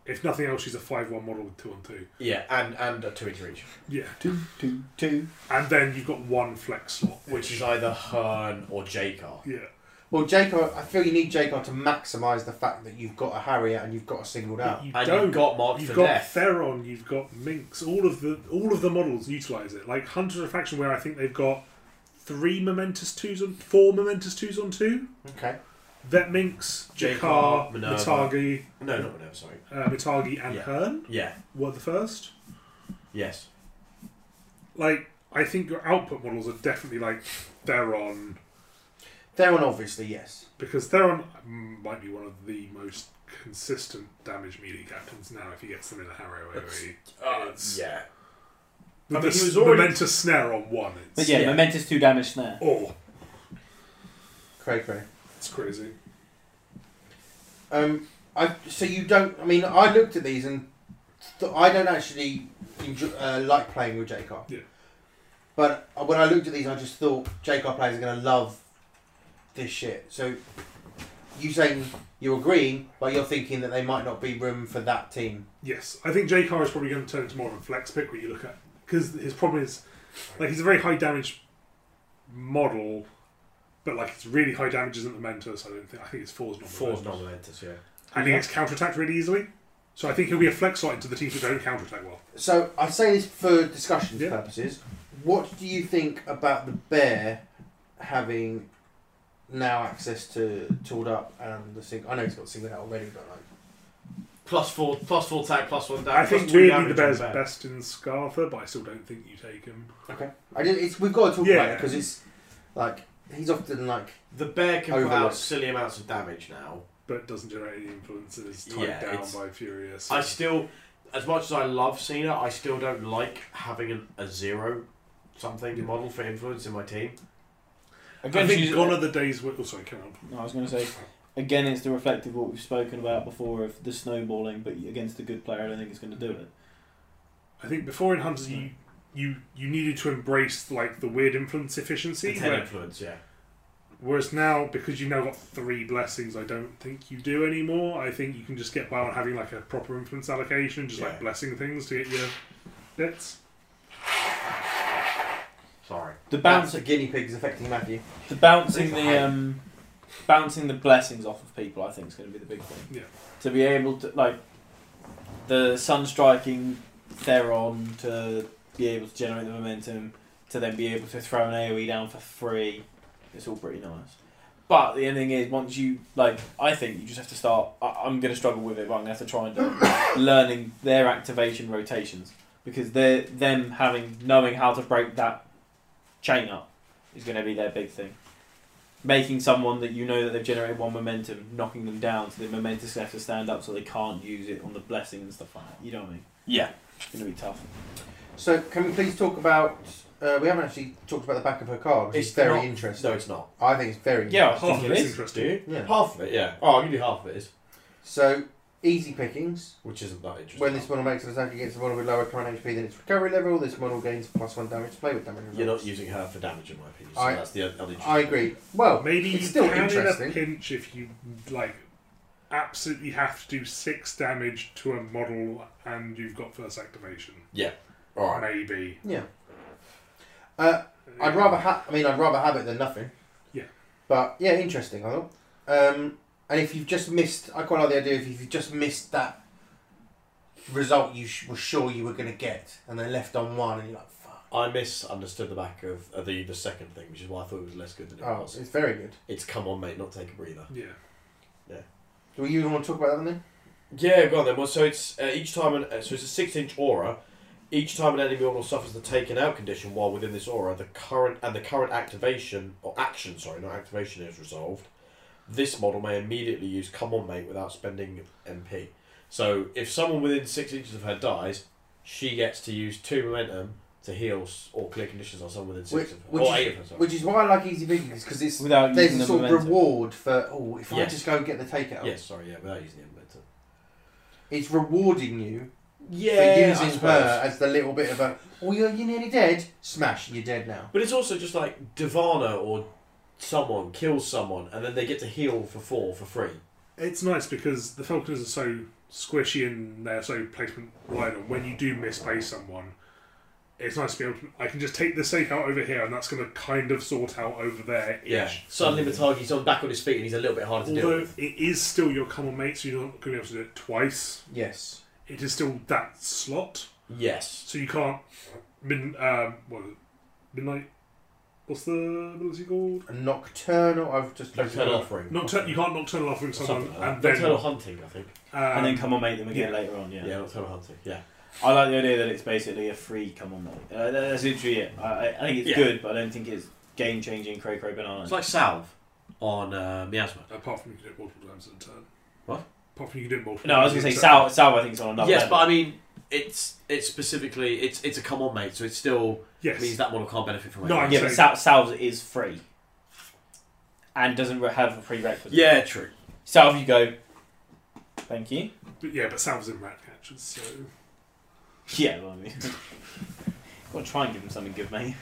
Speaker 3: If nothing else, she's a 5 1 model with 2 on 2.
Speaker 1: Yeah, and and a two inch reach,
Speaker 3: Yeah.
Speaker 4: Two, two, two.
Speaker 3: And then you've got one flex slot,
Speaker 1: which is either Hearn or Jakar.
Speaker 3: Yeah.
Speaker 2: Well, Jacob, I feel you need Jacob to maximise the fact that you've got a Harrier and you've got a singled out.
Speaker 3: You
Speaker 1: And
Speaker 3: don't.
Speaker 1: you've got marked
Speaker 3: You've
Speaker 1: for
Speaker 3: got
Speaker 1: death.
Speaker 3: Theron, you've got Minx. All of the all of the models utilize it. Like Hunter of Faction, where I think they've got three momentous twos on four momentous twos on two.
Speaker 2: Okay.
Speaker 3: Vet Minx,
Speaker 1: Jakar,
Speaker 3: Jakar,
Speaker 1: Minerva.
Speaker 3: Mitagi,
Speaker 1: no, not Minerva. Sorry.
Speaker 3: uh, Mitagi, and
Speaker 1: Yeah.
Speaker 3: Hearn
Speaker 1: Yeah.
Speaker 3: were the first.
Speaker 1: Yes.
Speaker 3: Like I think your output models are definitely like Theron
Speaker 2: Theron, obviously, yes.
Speaker 3: because Theron mm, might be one of the most consistent damage melee captains now if he gets them in a harrow
Speaker 1: That's-
Speaker 3: AoE.
Speaker 1: Uh,
Speaker 3: It's-
Speaker 1: yeah.
Speaker 3: With
Speaker 1: I mean,
Speaker 3: the
Speaker 1: he was
Speaker 3: s-
Speaker 1: already-
Speaker 3: momentous snare on one. It's,
Speaker 4: But yeah,
Speaker 1: Yeah.
Speaker 4: momentous two damage snare.
Speaker 3: Oh,
Speaker 2: Cray cray.
Speaker 3: it's crazy.
Speaker 2: Um, I so you don't. I mean, I looked at these and th- I don't actually enjoy, uh, like playing with Jacob.
Speaker 3: Yeah.
Speaker 2: But when I looked at these, I just thought Jacob players are going to love this shit. So you saying you're agreeing, but you're thinking that they might not be room for that team.
Speaker 3: Yes, I think J Carr is probably going to turn into more of a flex pick where you look at because his problem is like he's a very high damage model, but like it's really high damage isn't the Mentos. I don't think I think it's fours not
Speaker 1: Four's
Speaker 3: Mentos.
Speaker 1: non momentous, yeah.
Speaker 3: and he gets counterattacked really easily. So I think he'll be a flex slot into the teams who don't counterattack well.
Speaker 2: So I say this for discussion
Speaker 3: Yeah.
Speaker 2: purposes. What do you think about the bear having now access to tooled up and the sing? I know he's got singled out already, but like.
Speaker 1: Plus four, plus four tag, plus one down.
Speaker 3: I
Speaker 1: plus
Speaker 3: think
Speaker 1: two
Speaker 3: weirdly
Speaker 1: damage
Speaker 3: the
Speaker 1: on
Speaker 3: Bears
Speaker 1: Bear.
Speaker 3: best in Scartha, but I still don't think you take him.
Speaker 2: Okay. I did, it's, we've got to talk about it
Speaker 3: Yeah.
Speaker 2: because it's like he's often like
Speaker 1: The bear can put
Speaker 2: Overlook.
Speaker 1: out silly amounts of damage now.
Speaker 3: But doesn't generate any influence and is tied
Speaker 1: Yeah,
Speaker 3: down
Speaker 1: it's-
Speaker 3: by Furious.
Speaker 1: I still, as much as I love Cena, I still don't like having an, a zero something model for influence in my team.
Speaker 3: I
Speaker 4: Again,
Speaker 3: think
Speaker 4: she's,
Speaker 3: gone are the days where. Oh, sorry, carry on.
Speaker 4: no, I was going to say, again, it's the reflect of what we've spoken about before of the snowballing, but against a good player, I don't think it's going to do it.
Speaker 3: I think before in Hunters you you you needed to embrace like the weird influence
Speaker 1: The
Speaker 3: efficiency.
Speaker 1: ten
Speaker 3: where-
Speaker 1: influence, yeah.
Speaker 3: whereas now because you've now got three blessings, I don't think you do anymore. I think you can just get by on having like a proper influence allocation, just
Speaker 1: Yeah.
Speaker 3: like blessing things to get your bits.
Speaker 1: Sorry.
Speaker 4: The
Speaker 2: bounce
Speaker 4: bounce,
Speaker 2: of guinea pigs affecting Matthew.
Speaker 4: the bouncing
Speaker 1: It's a
Speaker 4: the um, bouncing the blessings off of people, I think, is going to be the big thing.
Speaker 3: Yeah.
Speaker 4: To be able to like the sun striking Theron to be able to generate the momentum to then be able to throw an AOE down for free. It's all pretty nice. But the ending is once you like, I think you just have to start. I, I'm going to struggle with it, but I'm going to have to try and do it. learning their activation rotations because they're them having knowing how to break that chain up is going to be their big thing. Making someone that you know that they've generated one momentum, knocking them down so the momentum have to stand up so they can't use it on the blessing and stuff like that. You know what I mean?
Speaker 1: Yeah.
Speaker 4: It's going to be tough.
Speaker 2: So can we please talk about? Uh, we haven't actually talked about the back of her card, which is
Speaker 1: It's
Speaker 2: very
Speaker 1: not-
Speaker 2: interesting.
Speaker 1: No, it's not.
Speaker 2: I think it's very.
Speaker 4: Yeah, I
Speaker 3: Half
Speaker 4: think
Speaker 3: of
Speaker 4: it
Speaker 3: it's
Speaker 4: is.
Speaker 1: Do
Speaker 3: interesting.
Speaker 1: you?
Speaker 2: Yeah.
Speaker 1: Half of it, yeah. Oh, I can do half of it, is-
Speaker 2: So easy pickings.
Speaker 1: which isn't that interesting.
Speaker 2: When this model makes an attack against a model with lower current HP than its recovery level, this model gains plus one damage to play with damage.
Speaker 1: You're
Speaker 2: results.
Speaker 1: not using her for damage, in my opinion. So
Speaker 2: I-
Speaker 1: that's the other.
Speaker 2: I agree. Well,
Speaker 3: Maybe
Speaker 2: it's
Speaker 3: you
Speaker 2: still
Speaker 3: can in a
Speaker 2: interesting.
Speaker 3: pinch if you like absolutely have to do six damage to a model and you've got first activation.
Speaker 1: All right.
Speaker 3: Maybe.
Speaker 2: Yeah. Uh, I'd rather ha- I mean, I'd rather have it than nothing.
Speaker 3: Yeah.
Speaker 2: But yeah, interesting. I thought. Um, and if you've just missed, I quite like the idea. If you've just missed that result, you sh- were sure you were going to get, and then left on one, and you're like, "Fuck!"
Speaker 1: I misunderstood the back of uh, the the second thing, which is why I thought it was less good than it
Speaker 2: Oh,
Speaker 1: was.
Speaker 2: it's very good.
Speaker 1: It's come on, mate, not take a breather.
Speaker 3: Yeah.
Speaker 2: Do you want to talk about that one then?
Speaker 1: Yeah, go on then. Well, so it's uh, each time, an, uh, so it's a six-inch aura. Each time an enemy model suffers the taken out condition while within this aura, the current and the current activation or action, sorry, not activation, is resolved. This model may immediately use come on, mate, without spending MP. So if someone within six inches of her dies, she gets to use two momentum to heal s- all clear conditions on someone within
Speaker 2: Which-
Speaker 1: six of
Speaker 2: which
Speaker 1: or
Speaker 2: is-
Speaker 1: eight of them. sorry.
Speaker 2: Which is why I like easy pickings because it's
Speaker 4: without
Speaker 2: there's
Speaker 4: using
Speaker 2: a
Speaker 4: the
Speaker 2: sort of
Speaker 4: momentum.
Speaker 2: reward for oh if I
Speaker 1: Yes.
Speaker 2: just go and get the takeout.
Speaker 1: yes, sorry, yeah, without using the inventor.
Speaker 2: It's rewarding you
Speaker 1: Yeah,
Speaker 2: for
Speaker 1: I
Speaker 2: using
Speaker 1: suppose.
Speaker 2: her as the little bit of a oh you're, you're nearly dead smash you're dead now.
Speaker 1: But it's also just like Divana or someone kills someone and then they get to heal for four for free.
Speaker 3: It's nice because the Falconers are so squishy and they're so placement wide. and When you do misplace someone, it's nice to be able to. I can just take this stake out over here, and that's going to kind of sort out over there.
Speaker 1: Yeah. Mm.
Speaker 3: ish.
Speaker 1: Suddenly Matagi's on back on his feet and he's a little bit harder to deal
Speaker 3: Although
Speaker 1: with.
Speaker 3: it is still your common mate, so you're not going to be able to do it twice.
Speaker 2: Yes.
Speaker 3: It is still that slot,
Speaker 1: Yes.
Speaker 3: so you can't. Min, um, what is it? Midnight. What's the ability called?
Speaker 2: A nocturnal. I've just looked it
Speaker 1: Nocturnal
Speaker 2: up.
Speaker 1: offering.
Speaker 3: Noctur- you can't nocturnal offering someone,
Speaker 1: Something like that.
Speaker 3: and then,
Speaker 1: Nocturnal hunting, I think.
Speaker 3: um,
Speaker 4: and then come on, mate them again
Speaker 3: yeah.
Speaker 4: later on. Yeah.
Speaker 1: Yeah, nocturnal hunting. Yeah.
Speaker 4: I like the idea that it's basically a free come on, mate. Uh, that- that's literally it. I, I- I think it's
Speaker 1: Yeah.
Speaker 4: good, but I don't think it's game changing. Cray cray banana.
Speaker 1: It's like salve on uh, miasma.
Speaker 3: Apart from you can do it multiple times in a turn.
Speaker 1: What?
Speaker 3: Apart from you can do it multiple.
Speaker 4: no, I was gonna
Speaker 3: times
Speaker 4: say
Speaker 3: in a turn.
Speaker 4: Sal. Sal, I think is on another.
Speaker 1: yes,
Speaker 4: level.
Speaker 1: but I mean, it's it's specifically it's it's a come on mate, so it still
Speaker 3: Yes.
Speaker 1: means that model can't benefit from it.
Speaker 3: No, I'm
Speaker 4: yeah,
Speaker 3: saying-
Speaker 4: but Sal, Sal's is free, and doesn't re- have a prerequisite.
Speaker 1: yeah, true.
Speaker 4: Salve, you go. Thank you.
Speaker 3: But yeah, but Sal's in rat catchers, so
Speaker 4: Yeah, well, I mean, gotta try and give him something good, mate.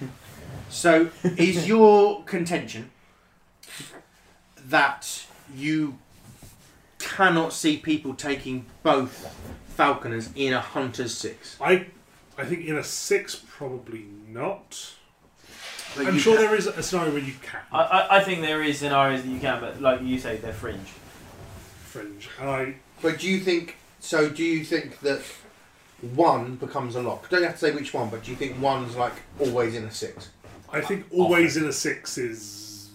Speaker 2: So, is your contention that you cannot see people taking both falconers in a hunter's six?
Speaker 3: I, I think in a six probably not.
Speaker 2: But
Speaker 3: I'm
Speaker 2: you
Speaker 3: sure
Speaker 2: ca-
Speaker 3: there is a scenario where you can
Speaker 4: I, I, I think there is scenarios that you can, but like you say, they're fringe.
Speaker 3: fringe, and I
Speaker 2: But do you think so? Do you think that one becomes a lock? Don't have to say which one, but do you think one's like always in a six?
Speaker 3: I think always in a six is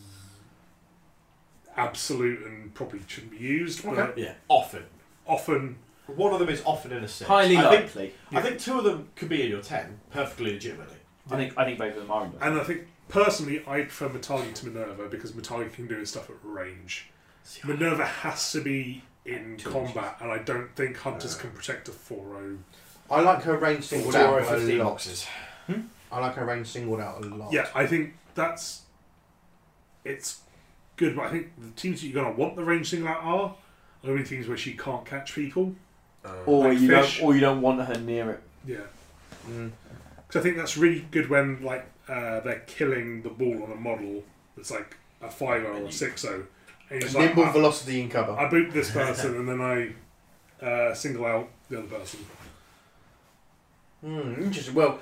Speaker 3: absolute and probably shouldn't be used, but
Speaker 2: Okay.
Speaker 1: Yeah, often.
Speaker 3: often
Speaker 1: One of them is often in a six.
Speaker 4: Highly
Speaker 1: I think,
Speaker 4: likely.
Speaker 1: I think two of them could be in your ten perfectly legitimately.
Speaker 4: I think I think both of them are. in there.
Speaker 3: and I think personally I prefer Metallic to Minerva because Metallic can do his stuff at range. Minerva has to be in
Speaker 1: Two
Speaker 3: combat, and I don't think hunters can protect a oh. 4
Speaker 2: I like her range singled out a lot.
Speaker 1: boxes.
Speaker 2: I like her range singled out a lot.
Speaker 3: Yeah, I think that's it's good, but I think the teams that you're gonna want the range thing like are are only teams where she can't catch people.
Speaker 4: Or
Speaker 3: Like
Speaker 4: you
Speaker 3: fish.
Speaker 4: don't, or you don't want her near it.
Speaker 3: Yeah,
Speaker 2: Mm.
Speaker 3: because I think that's really good when like uh, they're killing the ball on a model that's like a five or a six o, and he's like,
Speaker 2: Nimble
Speaker 3: I,
Speaker 2: velocity in cover.
Speaker 3: I boot this person and then I uh, single out the other person.
Speaker 2: Hmm, interesting. Well,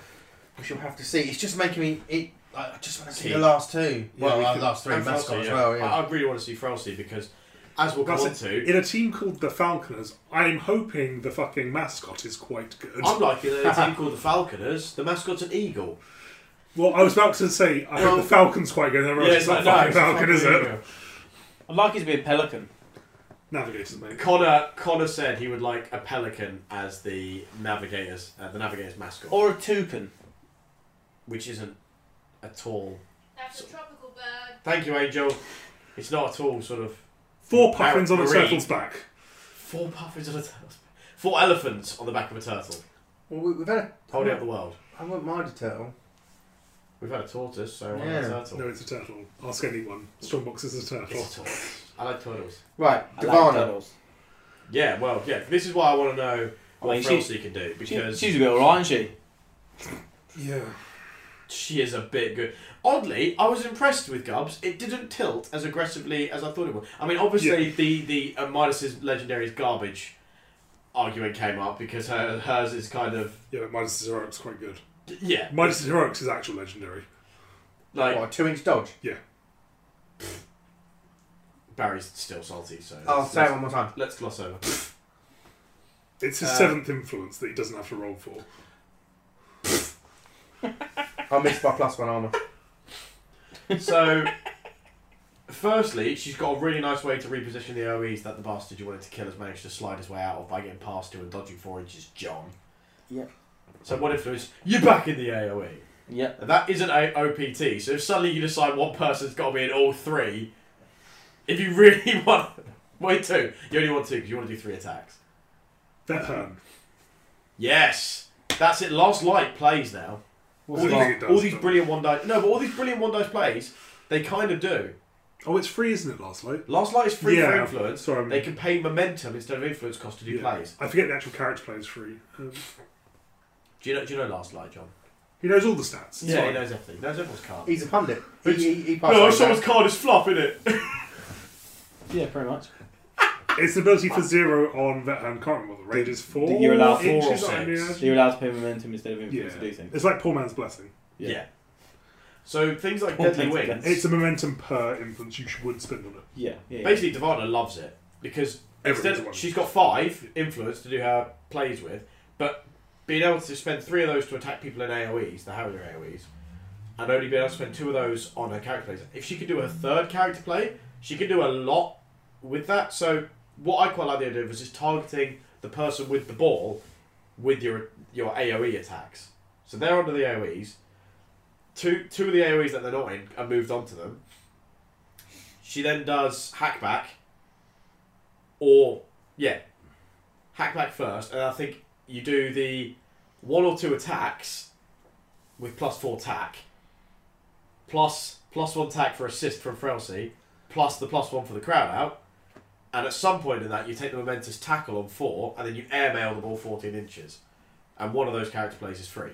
Speaker 2: we shall have to see. It's just making me. It. I I just want to see
Speaker 1: Key.
Speaker 2: the last two.
Speaker 3: Yeah,
Speaker 2: well,
Speaker 3: we
Speaker 2: uh,
Speaker 3: could-
Speaker 2: last three
Speaker 1: And
Speaker 2: mascot
Speaker 1: Frelsey,
Speaker 2: as
Speaker 1: yeah.
Speaker 2: well. Yeah.
Speaker 1: I, I really want to see Frelsey because, as we'll come
Speaker 3: That's
Speaker 1: on
Speaker 3: it.
Speaker 1: to,
Speaker 3: In a team called the Falconers, I am hoping the fucking mascot is quite good.
Speaker 1: unlike in a team called the Falconers, the mascot's an eagle.
Speaker 3: Well, I was about to say I
Speaker 1: Well-
Speaker 3: hope the Falcon's quite good. and everyone else is not fucking Falcon, is it?
Speaker 4: I'd like it to be a pelican.
Speaker 3: Navigators, mate.
Speaker 1: Connor Connor said he would like a pelican as the navigators uh, the navigators mascot,
Speaker 4: Or a toucan.
Speaker 1: which isn't at all.
Speaker 5: That's a tropical bird.
Speaker 1: Thank you, Angel. It's not at all sort of
Speaker 3: Four puffins on a
Speaker 1: Marine.
Speaker 3: turtle's back.
Speaker 1: four puffins on a turtle, four elephants on the back of a turtle
Speaker 2: Well, we, we've had. A,
Speaker 1: holding up the world.
Speaker 2: I wouldn't mind a turtle.
Speaker 1: We've had a tortoise, so why not
Speaker 2: Yeah.
Speaker 1: a turtle.
Speaker 3: No, it's a turtle. Ask anyone. Strongbox is a turtle.
Speaker 1: It's a tortoise. I like turtles.
Speaker 2: Right,
Speaker 4: I like
Speaker 2: Divana.
Speaker 4: turtles.
Speaker 1: Yeah, well, yeah. This is why I want to know what
Speaker 4: I mean,
Speaker 1: Frelsey can do
Speaker 4: She-
Speaker 1: because
Speaker 4: she's a bit alright, isn't she?
Speaker 3: Yeah.
Speaker 1: she is a bit good. Oddly, I was impressed with Gubbs. It didn't tilt as aggressively as I thought it would. I mean, obviously, the the uh, Midas's legendary is garbage argument came up because her, hers is kind of
Speaker 3: Yeah, but Midas' Heroic's quite good.
Speaker 1: yeah,
Speaker 3: Midas' Heroic's is actual legendary.
Speaker 1: like
Speaker 2: What, a two inch dodge?
Speaker 1: Barry's still salty. So
Speaker 4: Oh,
Speaker 2: I'll
Speaker 1: let's,
Speaker 2: say it
Speaker 1: let's,
Speaker 2: one more time.
Speaker 1: let's gloss over.
Speaker 3: It's his
Speaker 1: Uh,
Speaker 3: seventh influence that he doesn't have to roll for.
Speaker 2: I missed my plus one armor.
Speaker 1: so, firstly, she's got a really nice way to reposition the OEs that the bastard you wanted to kill has managed to slide his way out of by getting past two and dodging four inches, John.
Speaker 4: Yep.
Speaker 1: So what influence? You're back in the AOE.
Speaker 4: Yep.
Speaker 1: And that isn't a OPT. So if suddenly you decide one person's got to be in all three, if you really want, wait two. You only want two because you want to do three attacks.
Speaker 3: Their turn.
Speaker 1: uh, Yes, that's it. Last light plays now. All
Speaker 3: I
Speaker 1: these,
Speaker 3: think it does,
Speaker 1: all these
Speaker 3: but-
Speaker 1: brilliant one dice. No, but all these brilliant one dice plays, they kind of do.
Speaker 3: Oh, it's free, isn't it, Last Light?
Speaker 1: Last Light is free for
Speaker 3: Yeah,
Speaker 1: influence.
Speaker 3: sorry, I'm-
Speaker 1: They can pay momentum instead of influence cost to do
Speaker 3: Yeah.
Speaker 1: plays.
Speaker 3: I forget the actual character plays free. Um,
Speaker 1: Do you know? Do you know Last Light, John?
Speaker 3: he knows all the stats.
Speaker 1: yeah, he
Speaker 3: It's fine.
Speaker 1: knows everything. He knows everyone's card.
Speaker 2: He's a pundit. He, he, he passed
Speaker 1: no,
Speaker 2: on
Speaker 1: someone's
Speaker 2: that.
Speaker 1: card is fluff, isn't it?
Speaker 4: Yeah, pretty much.
Speaker 3: It's the ability for zero on that hand. Can't remember what the range is. Four.
Speaker 4: that you're allowed four
Speaker 1: or
Speaker 3: inches, I
Speaker 1: six.
Speaker 3: imagine?
Speaker 4: So you're allowed to pay momentum instead of
Speaker 3: Yeah.
Speaker 4: influence to do things.
Speaker 3: It's like poor man's blessing.
Speaker 1: Yeah.
Speaker 4: Yeah.
Speaker 1: So things like
Speaker 4: All
Speaker 1: Deadly
Speaker 4: things
Speaker 1: Wings.
Speaker 4: against-
Speaker 3: It's a momentum per influence you should- would spend on it.
Speaker 4: Yeah, yeah. yeah.
Speaker 1: Basically, Divana loves it because
Speaker 3: Everyone's
Speaker 1: instead
Speaker 3: one.
Speaker 1: she's got five influence to do her plays with, but being able to spend three of those to attack people in E AOE's, the Harrier AOE's, and only being able to spend two of those on her character plays. If she could do a third character play, she could do a lot with that. So what I quite like the idea of is just targeting the person with the ball with your your AOE attacks. So they're under the AOE's. Two two of the AOE's that they're not in are moved onto them. She then does hackback, or yeah, hackback first, and I think you do the one or two attacks with plus four tack, plus plus one tack for assist from Frelsey, plus the plus one for the crowd out, and at some point in that you take the momentous tackle on four, and then you airmail the ball fourteen inches, and one of those character plays is free.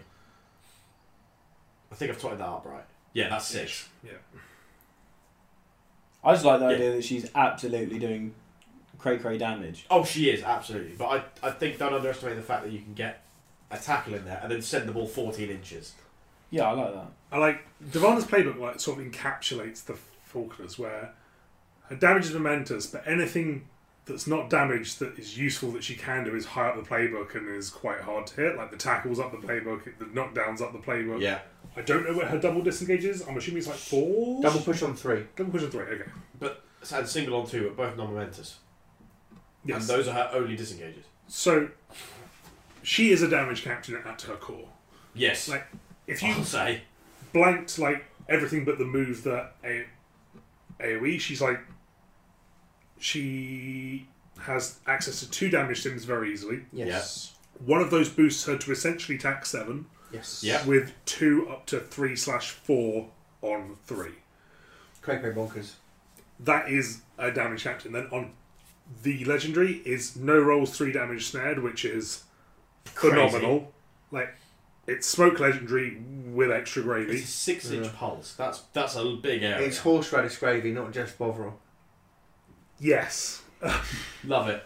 Speaker 1: I think I've totted that up right. Yeah, that's six.
Speaker 3: Yeah.
Speaker 4: I just like the
Speaker 1: Yeah.
Speaker 4: idea that she's absolutely doing cray cray damage.
Speaker 1: Oh, she is absolutely, but I, I think don't underestimate the fact that you can get a tackle in there and then send the ball fourteen inches.
Speaker 4: Yeah, I like that.
Speaker 3: I like Devana's playbook like sort of encapsulates the Faulkners where her damage is momentous, but anything that's not damage that is useful that she can do is high up the playbook and is quite hard to hit. Like the tackles up the playbook, the knockdowns up the playbook. I don't know what her double disengage is. I'm assuming it's like four.
Speaker 2: Double push on three.
Speaker 3: double push of three. Okay.
Speaker 1: but and single on two, but both non-momentous,
Speaker 3: Yes.
Speaker 1: and those are her only disengages.
Speaker 3: so she is a damage captain at her core.
Speaker 1: Yes,
Speaker 3: Like if you
Speaker 1: I'll say
Speaker 3: blanked like everything but the move that A- AoE. She's like she has access to two damage sims very easily.
Speaker 2: Yes.
Speaker 3: One of those boosts her to essentially tack seven
Speaker 2: Yes.
Speaker 1: Yeah.
Speaker 3: with two up to three slash four on three.
Speaker 2: Cray cray bonkers.
Speaker 3: That is a damage captain. Then on the legendary is no rolls three damage snared, which is phenomenal. Like it's smoke legendary with extra gravy.
Speaker 1: it's a six-inch pulse. That's that's a big area.
Speaker 2: It's horseradish gravy, not just bovril.
Speaker 3: Yes.
Speaker 1: Love it.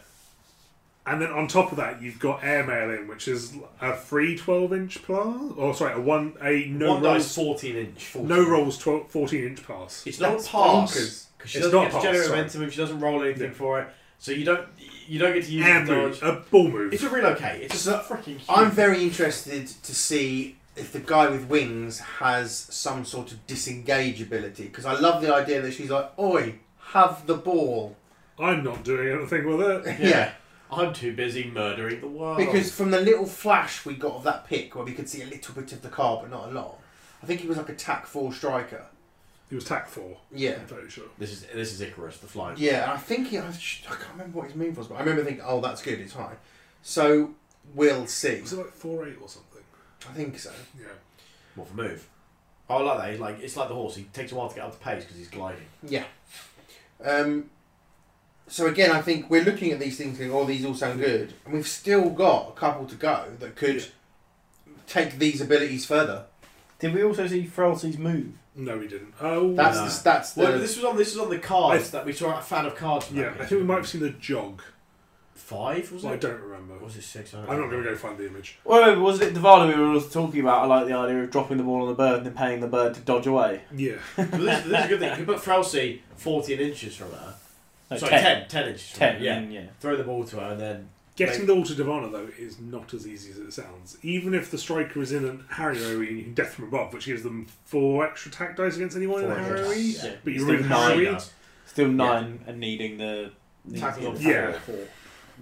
Speaker 3: And then on top of that, you've got airmail in, which is a free 12 inch pass. Or sorry, a one a no
Speaker 1: One dice
Speaker 3: rolls
Speaker 1: fourteen inch.
Speaker 3: no rolls 12, 14 inch pass.
Speaker 1: It's not a
Speaker 2: That's
Speaker 1: pass
Speaker 2: bonkers.
Speaker 1: because she
Speaker 3: It's
Speaker 1: doesn't
Speaker 3: not
Speaker 1: get
Speaker 3: a
Speaker 1: to
Speaker 3: pass,
Speaker 1: generate
Speaker 3: sorry.
Speaker 1: momentum if she doesn't roll anything
Speaker 3: Yeah.
Speaker 1: for it. So you don't you don't get to use
Speaker 3: Air
Speaker 1: the dodge.
Speaker 3: move, a ball move.
Speaker 1: It's a relocate. It's
Speaker 2: So,
Speaker 1: a freaking. Huge.
Speaker 2: I'm very interested to see if the guy with wings has some sort of disengage ability because I love the idea that she's like, "Oi, have the ball."
Speaker 3: I'm not doing anything with it.
Speaker 1: Yeah. Oh. I'm too busy murdering the world.
Speaker 2: Because from the little flash we got of that pick where we could see a little bit of the car but not a lot, I think he was like a tack four striker.
Speaker 3: It was tack four.
Speaker 2: Yeah.
Speaker 3: I'm fairly sure.
Speaker 1: this is this is Icarus, the flying.
Speaker 2: Yeah, and I think he, I, sh- I can't remember what his move was, but I remember thinking, "Oh, that's good, it's high." So we'll see.
Speaker 3: Was it like four eight or something?
Speaker 2: I think so.
Speaker 3: Yeah.
Speaker 1: What for move? Oh, I like that. He's like it's like the horse. He takes a while to get up the pace because he's gliding.
Speaker 2: Yeah. Um, so again, I think we're looking at these things going, "Oh, these all sound good," and we've still got a couple to go that could take these abilities further.
Speaker 4: Did we also see Frelsey's move?
Speaker 3: No, we didn't. Oh,
Speaker 2: That's
Speaker 1: No.
Speaker 2: the, that's the
Speaker 1: Well, this was on this was on the cards that we saw a fan of cards. From
Speaker 3: yeah.
Speaker 1: that
Speaker 3: I
Speaker 1: picture.
Speaker 3: think we might have seen the jog.
Speaker 1: five. Was
Speaker 3: I
Speaker 1: it?
Speaker 3: don't remember.
Speaker 1: Or was it six? I don't
Speaker 3: I'm not
Speaker 1: know.
Speaker 3: going to go find the image.
Speaker 4: Well, no, wasn't it Divala we were also talking about? I like the idea of dropping the ball on the bird and then paying the bird to dodge away.
Speaker 3: Yeah.
Speaker 1: But this, this is a good thing. You put Frelsey fourteen inches from her.
Speaker 4: No,
Speaker 1: Sorry, 10.
Speaker 4: 10.
Speaker 1: 10, inches. From her,
Speaker 4: Ten,
Speaker 1: Yeah.
Speaker 4: Mm, yeah.
Speaker 1: Throw the ball to her and then
Speaker 3: Getting the all to Divana though is not as easy as it sounds. Even if the striker is in an Harrowy and you can death from above, which gives them four extra attack dice against anyone in
Speaker 1: Four
Speaker 3: a
Speaker 1: extra
Speaker 3: Harrowy,
Speaker 1: dice, yeah.
Speaker 3: but you
Speaker 4: Still
Speaker 3: remove
Speaker 4: nine
Speaker 3: Harrowy.
Speaker 1: does.
Speaker 4: Still nine and needing the
Speaker 1: Tackle on
Speaker 3: Yeah.
Speaker 4: four.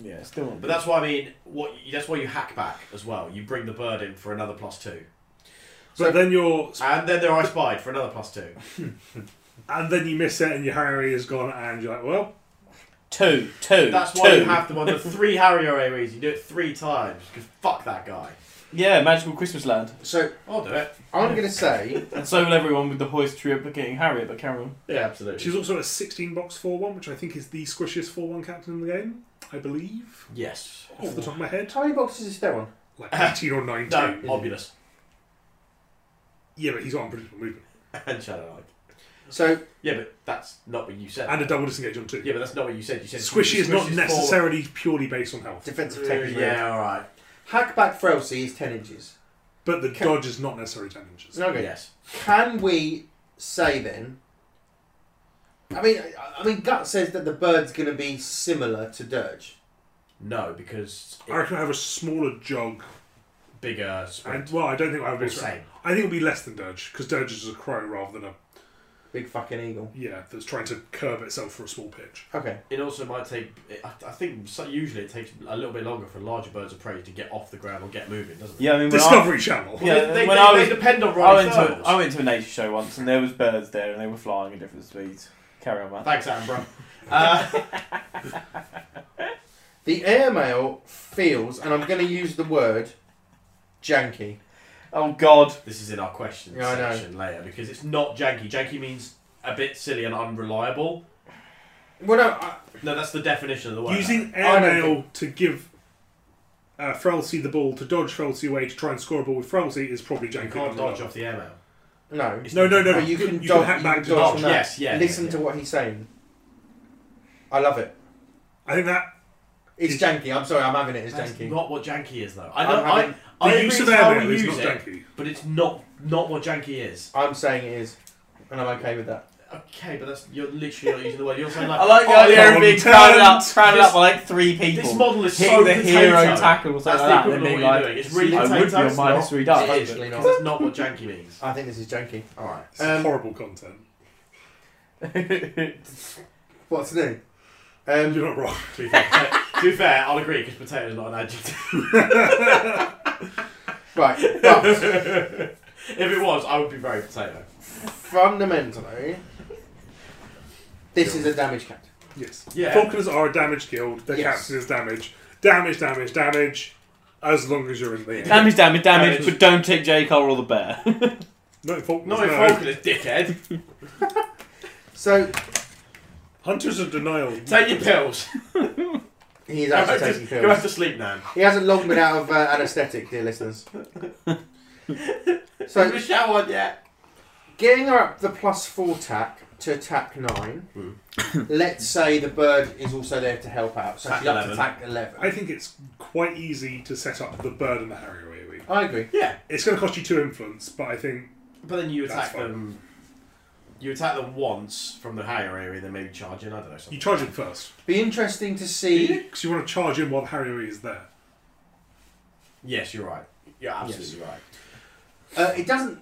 Speaker 4: Yeah, still not.
Speaker 1: But that's why I mean, what that's why you hack back as well. You bring the bird in for another plus two,
Speaker 3: But then you're,
Speaker 1: and then they're I spied for another plus two.
Speaker 3: and then you miss it, and your Harrowy is gone, and you're like, well,
Speaker 4: two, two.
Speaker 1: That's why you have them on the three Harrier AOEs. You do it three times because fuck that guy.
Speaker 4: Yeah, Magical Christmas Land.
Speaker 2: So
Speaker 1: I'll do it.
Speaker 2: I'm going to say,
Speaker 4: And so will everyone with the hoist replicating Harriet, but carry on.
Speaker 1: Yeah, absolutely.
Speaker 3: She's also a 16 box 4 1, which I think is the squishiest 4 1 captain in the game, I believe,
Speaker 1: yes.
Speaker 3: off the top of my head.
Speaker 2: how many boxes is there on?
Speaker 3: Like 18 or 19.
Speaker 1: No, obvious.
Speaker 3: Yeah, but he's got unpredictable movement.
Speaker 1: And Shadow Knight.
Speaker 2: So
Speaker 1: Yeah, but that's not what you said.
Speaker 3: And a double disengage on 2.
Speaker 1: yeah, but that's not what you said. You said
Speaker 3: Squishy is not
Speaker 1: forward.
Speaker 3: necessarily purely based on health,
Speaker 2: defensive
Speaker 1: Uh,
Speaker 2: tech is yeah.
Speaker 1: yeah, all right.
Speaker 2: Hackback frailty is ten inches.
Speaker 3: but the
Speaker 2: Ca-
Speaker 3: dodge is not necessarily 10 inches.
Speaker 2: Okay.
Speaker 1: Yes.
Speaker 2: Can we say then? I mean, I- I mean, gut says that the bird's going to be similar to dirge.
Speaker 1: No, because
Speaker 3: I reckon I have a smaller jog,
Speaker 1: bigger sprint.
Speaker 3: and well, I don't think I have a
Speaker 1: Or
Speaker 3: big
Speaker 1: same.
Speaker 3: I think it'll be less than Dirge, because Dirge is a crow rather than a
Speaker 2: Big fucking eagle.
Speaker 3: yeah that's trying to curb itself for a small pitch.
Speaker 2: Okay.
Speaker 1: It also might take. I, I think so, usually it takes a little bit longer for larger birds of prey to get off the ground or get moving, doesn't it?
Speaker 4: Yeah, I mean, when I,
Speaker 3: Discovery Channel.
Speaker 4: Yeah,
Speaker 1: they, they,
Speaker 4: when
Speaker 1: they-
Speaker 4: I
Speaker 1: they
Speaker 4: was-
Speaker 1: depend on
Speaker 4: I,
Speaker 1: right
Speaker 4: went to, I went to a nature show once and there was birds there and they were flying at different speeds. Carry on, man.
Speaker 1: Thanks, Aaron, bro. Uh,
Speaker 2: The airmail feels, and I'm going to use the word janky.
Speaker 4: Oh, God.
Speaker 1: this is in our questions
Speaker 2: Yeah, I know.
Speaker 1: section later because it's not janky. Janky means a bit silly and unreliable.
Speaker 2: Well, no, I,
Speaker 1: No, that's the definition of the word.
Speaker 3: Using
Speaker 2: I don't
Speaker 3: airmail to give uh, Frelsey the ball to dodge Frelsey away to try and score a ball with Frelsey is probably
Speaker 1: you
Speaker 3: janky.
Speaker 1: can't dodge off the airmail.
Speaker 2: no.
Speaker 1: It's
Speaker 3: No, no, no.
Speaker 2: But
Speaker 3: no.
Speaker 2: you can,
Speaker 3: you
Speaker 2: dodge,
Speaker 3: hack
Speaker 2: you
Speaker 3: back
Speaker 2: can
Speaker 3: to
Speaker 2: dodge
Speaker 1: dodge.
Speaker 2: from that.
Speaker 1: Yes, yeah,
Speaker 2: Listen
Speaker 1: yeah,
Speaker 2: to what he's saying. I love it.
Speaker 3: I think that
Speaker 2: It's janky. I'm sorry, I'm having it as
Speaker 1: That's
Speaker 2: janky.
Speaker 1: not what janky is though. I
Speaker 2: I'm
Speaker 1: know. I,
Speaker 2: having-
Speaker 3: the
Speaker 1: I
Speaker 3: use
Speaker 1: agree with
Speaker 3: of
Speaker 1: how
Speaker 3: airmail
Speaker 1: we
Speaker 3: is
Speaker 1: use
Speaker 3: not
Speaker 1: it,
Speaker 3: janky.
Speaker 1: but it's not not what janky is.
Speaker 2: I'm saying it is, and I'm okay with that.
Speaker 1: Okay, but that's you're literally not using the word. You're saying like
Speaker 4: I like the
Speaker 1: oh,
Speaker 4: idea of being
Speaker 3: content.
Speaker 4: crowded up, crowded up by like three people.
Speaker 1: This model is
Speaker 4: hitting
Speaker 1: so
Speaker 4: the
Speaker 1: potato.
Speaker 4: hero tackle or
Speaker 1: That's the
Speaker 4: something like that.
Speaker 1: equivalent
Speaker 4: And then being
Speaker 1: of what you're
Speaker 4: like,
Speaker 1: doing. It's really
Speaker 4: I would be
Speaker 1: potato,
Speaker 4: on
Speaker 1: it's
Speaker 4: minus
Speaker 1: not.
Speaker 4: three
Speaker 2: It
Speaker 4: darts.
Speaker 2: is.
Speaker 1: Actually,
Speaker 2: Actually
Speaker 1: no,
Speaker 2: not.
Speaker 1: that's not what janky means.
Speaker 2: I think this is janky. All right.
Speaker 3: this is
Speaker 2: Um,
Speaker 3: horrible content.
Speaker 2: what's new? Um,
Speaker 3: You're not wrong.
Speaker 1: To be fair, to be fair I'll agree because potato is not an adjective.
Speaker 2: Right, but
Speaker 1: if it was, I would be very potato.
Speaker 2: fundamentally, this is a damage cat.
Speaker 3: Yes.
Speaker 1: Yeah.
Speaker 3: Falconers are a damage guild. Their
Speaker 2: Yes.
Speaker 3: captain is damage. Damage, damage, damage. As long as you're in the
Speaker 4: Damage, damage, damage,
Speaker 1: Damage.
Speaker 4: but don't take J. Cole or the bear.
Speaker 3: No, Falconers.
Speaker 1: Not
Speaker 3: No,
Speaker 1: in Falconer's dickhead.
Speaker 2: So
Speaker 3: Hunters of denial.
Speaker 1: Take your pills.
Speaker 2: he is
Speaker 1: Go back,
Speaker 2: actually
Speaker 1: to,
Speaker 2: taking
Speaker 1: go back to
Speaker 2: pills.
Speaker 1: sleep, Nan.
Speaker 2: He hasn't long been out of uh, anaesthetic, dear listeners. So
Speaker 1: Haven't showered yet.
Speaker 2: getting her up the plus four tack to attack nine.
Speaker 1: Hmm.
Speaker 2: let's say the bird is also there to help out, so
Speaker 1: Tack
Speaker 2: she's up to
Speaker 1: 11.
Speaker 2: attack eleven.
Speaker 3: I think it's quite easy to set up the bird and the harrier. really.
Speaker 2: I agree.
Speaker 1: Yeah,
Speaker 3: It's going to cost you two influence, but I think
Speaker 1: but then you
Speaker 3: That's
Speaker 1: attack
Speaker 3: fine.
Speaker 1: them. You attack them once from the higher area, then maybe charge in. I don't know. Something.
Speaker 3: You charge him first.
Speaker 2: Be interesting to
Speaker 3: Because
Speaker 2: see.
Speaker 3: you want to charge him while the Harrier is there.
Speaker 1: Yes, you're right. You're absolutely right.
Speaker 2: Uh, it doesn't.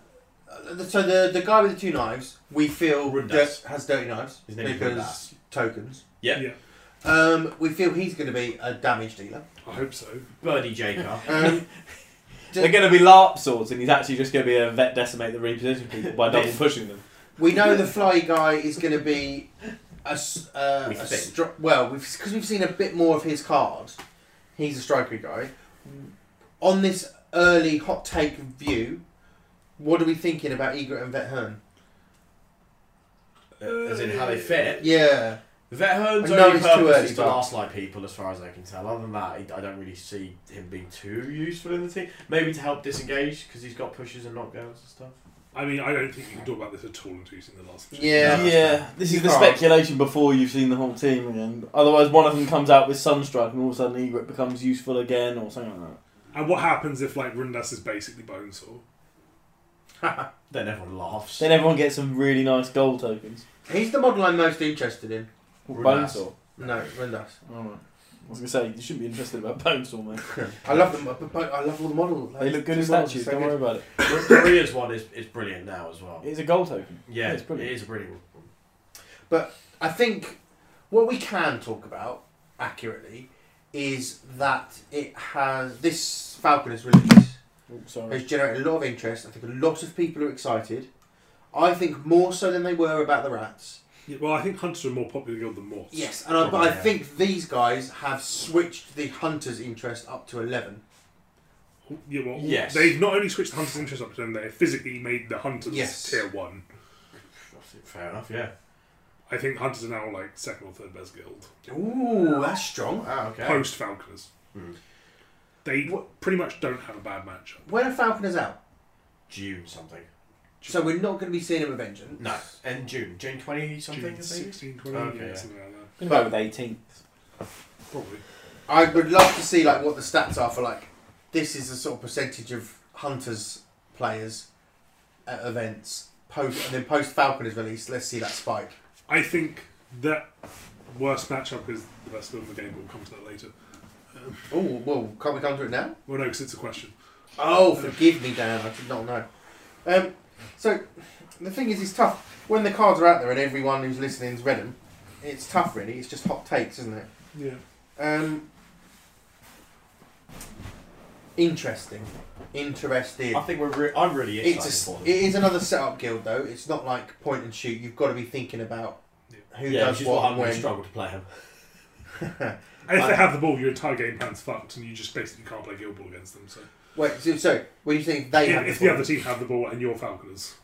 Speaker 2: Uh, so the the guy with the two knives, we feel
Speaker 1: Rundas.
Speaker 2: dirt, has dirty knives
Speaker 1: His name is
Speaker 2: because tokens.
Speaker 1: Yep.
Speaker 3: Yeah.
Speaker 2: Um, we feel he's going to be a damage dealer.
Speaker 3: I hope so.
Speaker 1: Birdie Jacob.
Speaker 2: Um,
Speaker 4: They're going to be LARP swords, and he's actually just going to be a vet decimate the reposition people by double pushing them.
Speaker 2: we know the fly guy is going to be a, s- uh,
Speaker 1: We
Speaker 2: a
Speaker 1: think.
Speaker 2: stri- well because we've, seen a bit more of his card. He's a striker guy. On this early hot take view, what are we thinking about Egret and Vet Hearn?
Speaker 1: as in how they fit.
Speaker 2: Yeah,
Speaker 1: Vet Hearn's
Speaker 2: I know
Speaker 1: only
Speaker 2: it's too
Speaker 1: purpose
Speaker 2: early,
Speaker 1: is to
Speaker 2: but-
Speaker 1: last like people, as far as I can tell. Other than that, he- I don't really see him being too useful in the team. Maybe to help disengage because he's got pushes and knockdowns and stuff.
Speaker 3: I mean, I don't think you can talk about this at all until you've seen the last.
Speaker 2: Yeah.
Speaker 4: this
Speaker 2: You
Speaker 4: is the
Speaker 2: can't.
Speaker 4: speculation before you've seen the whole team again. Otherwise, one of them comes out with Sunstrike, and all of a sudden Egret becomes useful again, or something like
Speaker 3: And what happens if like Rundas is basically Bonesaw?
Speaker 1: Then everyone laughs.
Speaker 4: that. Then everyone gets some really nice gold tokens.
Speaker 2: he's the model I'm most interested in.
Speaker 1: Rundas.
Speaker 4: Bonesaw.
Speaker 2: No, Rundas.
Speaker 4: Alright. I was going to say, you shouldn't be interested about Bonesaw, man.
Speaker 2: I love them. but- but I love all the models.
Speaker 4: They look good
Speaker 2: Two
Speaker 4: as
Speaker 2: models
Speaker 4: statues,
Speaker 2: are so
Speaker 4: don't
Speaker 2: good.
Speaker 4: worry about it.
Speaker 1: Korea's one is, is brilliant now as well.
Speaker 4: It's a gold token.
Speaker 1: Yeah,
Speaker 4: it's brilliant.
Speaker 1: It is a brilliant. one.
Speaker 2: I think what we can talk about accurately is that it has this Falconer's release
Speaker 4: Oh, sorry.
Speaker 2: has generated a lot of interest. I think a lot of people are excited. I think more so than they were about the rats.
Speaker 3: Yeah, well, I think Hunters are a more popular guild than Morts.
Speaker 2: Yes, and I, but I
Speaker 1: Probably, yeah.
Speaker 2: think these guys have switched the hunters' interest up to eleven.
Speaker 3: Yeah, well,
Speaker 1: Yes.
Speaker 3: They've not only switched the hunters' interest up to them, they physically made the hunters
Speaker 2: Yes.
Speaker 3: tier one.
Speaker 1: Fair enough, yeah.
Speaker 3: I think hunters are now like second or third best guild
Speaker 2: Ooh, that's strong.
Speaker 1: Wow, okay.
Speaker 3: post falconers.
Speaker 1: Hmm.
Speaker 3: They pretty much don't have a bad matchup.
Speaker 2: When are Falconers out?
Speaker 1: June something.
Speaker 2: So we're not going to be seeing him with Vengeance.
Speaker 1: No, end June. June 20 something, I
Speaker 3: June
Speaker 1: think?
Speaker 3: 16, 20,
Speaker 1: Okay,
Speaker 3: yeah,
Speaker 1: yeah.
Speaker 3: something like that.
Speaker 4: I'm gonna go with 18.
Speaker 3: Probably.
Speaker 2: I would love to see like what the stats are for like this is the sort of percentage of hunters players at events post and then post Falcon is released. Let's see that spike.
Speaker 3: I think that worst matchup is the best build in the game, but we'll come to that later.
Speaker 2: Oh well, can't we come to it now?
Speaker 3: Well, no, because it's a question.
Speaker 2: Oh, forgive me, Dan. I did not know. Um, so the thing is, it's tough when the cards are out there and everyone who's listening's read them. It's tough, really. It's just hot takes, isn't it?
Speaker 3: Yeah.
Speaker 2: Um, interesting, interested.
Speaker 1: I think we're. Re- I'm really excited
Speaker 2: It's a,
Speaker 1: for them.
Speaker 2: it is another setup guild though. It's not like point and shoot. You've got to be thinking about who
Speaker 1: yeah,
Speaker 2: does
Speaker 1: which is
Speaker 2: what
Speaker 1: what I'm
Speaker 2: and
Speaker 1: going to
Speaker 2: when.
Speaker 1: struggle to play him.
Speaker 3: And if
Speaker 2: I-
Speaker 3: they have the ball, your entire game plan's fucked, and you just basically can't play guild ball against them. So
Speaker 2: Wait, so, so what do you think they
Speaker 3: yeah,
Speaker 2: have?
Speaker 3: if
Speaker 2: the
Speaker 3: the
Speaker 2: ball?
Speaker 3: other team have the ball and you're falconers,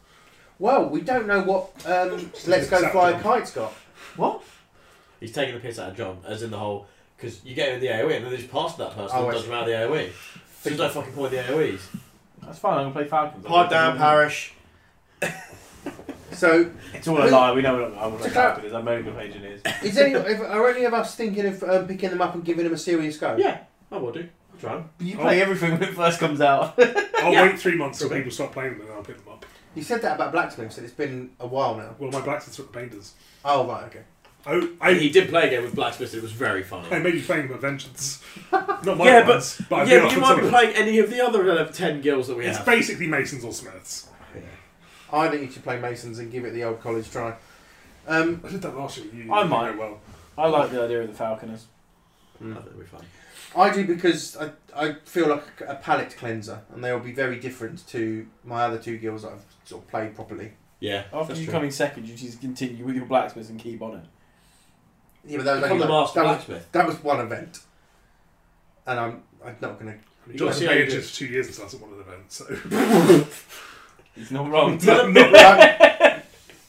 Speaker 2: well, we don't know what um, Let's Go
Speaker 3: Exactly.
Speaker 2: Fly a Kite's got.
Speaker 1: What? He's taking the piss out of John, as in the whole. Because you get him in the AoE and then they just pass to that person
Speaker 2: Oh,
Speaker 1: and
Speaker 2: I
Speaker 1: does
Speaker 2: see.
Speaker 1: around the AoE. So there's no fucking point in the AoEs.
Speaker 4: That's fine. I'm gonna play Falcons.
Speaker 1: Pipe down, Parish.
Speaker 2: So
Speaker 4: It's all a lie. We know we're not. I'm gonna play
Speaker 2: Just go-
Speaker 4: Falcons. I'm only gonna play engineers.
Speaker 2: is any if, are any of us thinking of um, picking them up and giving them a serious go?
Speaker 1: Yeah, Oh. I will Oh, do. I'll try him.
Speaker 4: You
Speaker 3: play
Speaker 4: everything when it first comes out.
Speaker 3: I'll
Speaker 1: Yeah.
Speaker 3: wait three months till
Speaker 1: Okay.
Speaker 3: people stop playing them, and I'll pick them up.
Speaker 2: You said that about Blacksmiths, and it's been a while now.
Speaker 3: Well, my blacksmiths are at the painters.
Speaker 2: Oh right, okay.
Speaker 3: Oh,
Speaker 1: And he
Speaker 3: I,
Speaker 1: did play a game with Blacksmith, it was very funny.
Speaker 3: I may be playing with vengeance. Not my
Speaker 1: Yeah, but-
Speaker 3: ones, but, I've
Speaker 1: yeah,
Speaker 3: been
Speaker 1: but you
Speaker 3: offered
Speaker 1: might be
Speaker 3: some.
Speaker 1: playing any of the other uh, 10 guilds that we
Speaker 3: It's
Speaker 1: have.
Speaker 3: basically masons or smiths.
Speaker 2: I think you should play Masons and give it the old college try. Um,
Speaker 3: I did that last year. You,
Speaker 4: I
Speaker 3: you
Speaker 4: might.
Speaker 3: know Well,
Speaker 4: I like the idea of the Falconers.
Speaker 1: I think it'll be fun.
Speaker 2: I do because I, I feel like a palate cleanser, and they will be very different to my other two guilds that I've sort of played properly.
Speaker 1: Yeah.
Speaker 4: After
Speaker 1: that's
Speaker 4: you
Speaker 1: true.
Speaker 4: come in second, you just continue with your blacksmiths and keep on it.
Speaker 2: Yeah, but that was,
Speaker 1: Become
Speaker 2: only
Speaker 1: the
Speaker 2: one,
Speaker 1: master
Speaker 2: that, was,
Speaker 1: blacksmith.
Speaker 2: that was one event, and I'm I'm not gonna.
Speaker 1: You
Speaker 3: John
Speaker 1: gotta see
Speaker 3: hasn't
Speaker 1: how you
Speaker 3: played
Speaker 1: do.
Speaker 3: it for two years since I was at one of the events. So
Speaker 4: He's not wrong.
Speaker 1: Tell him-
Speaker 2: No, I,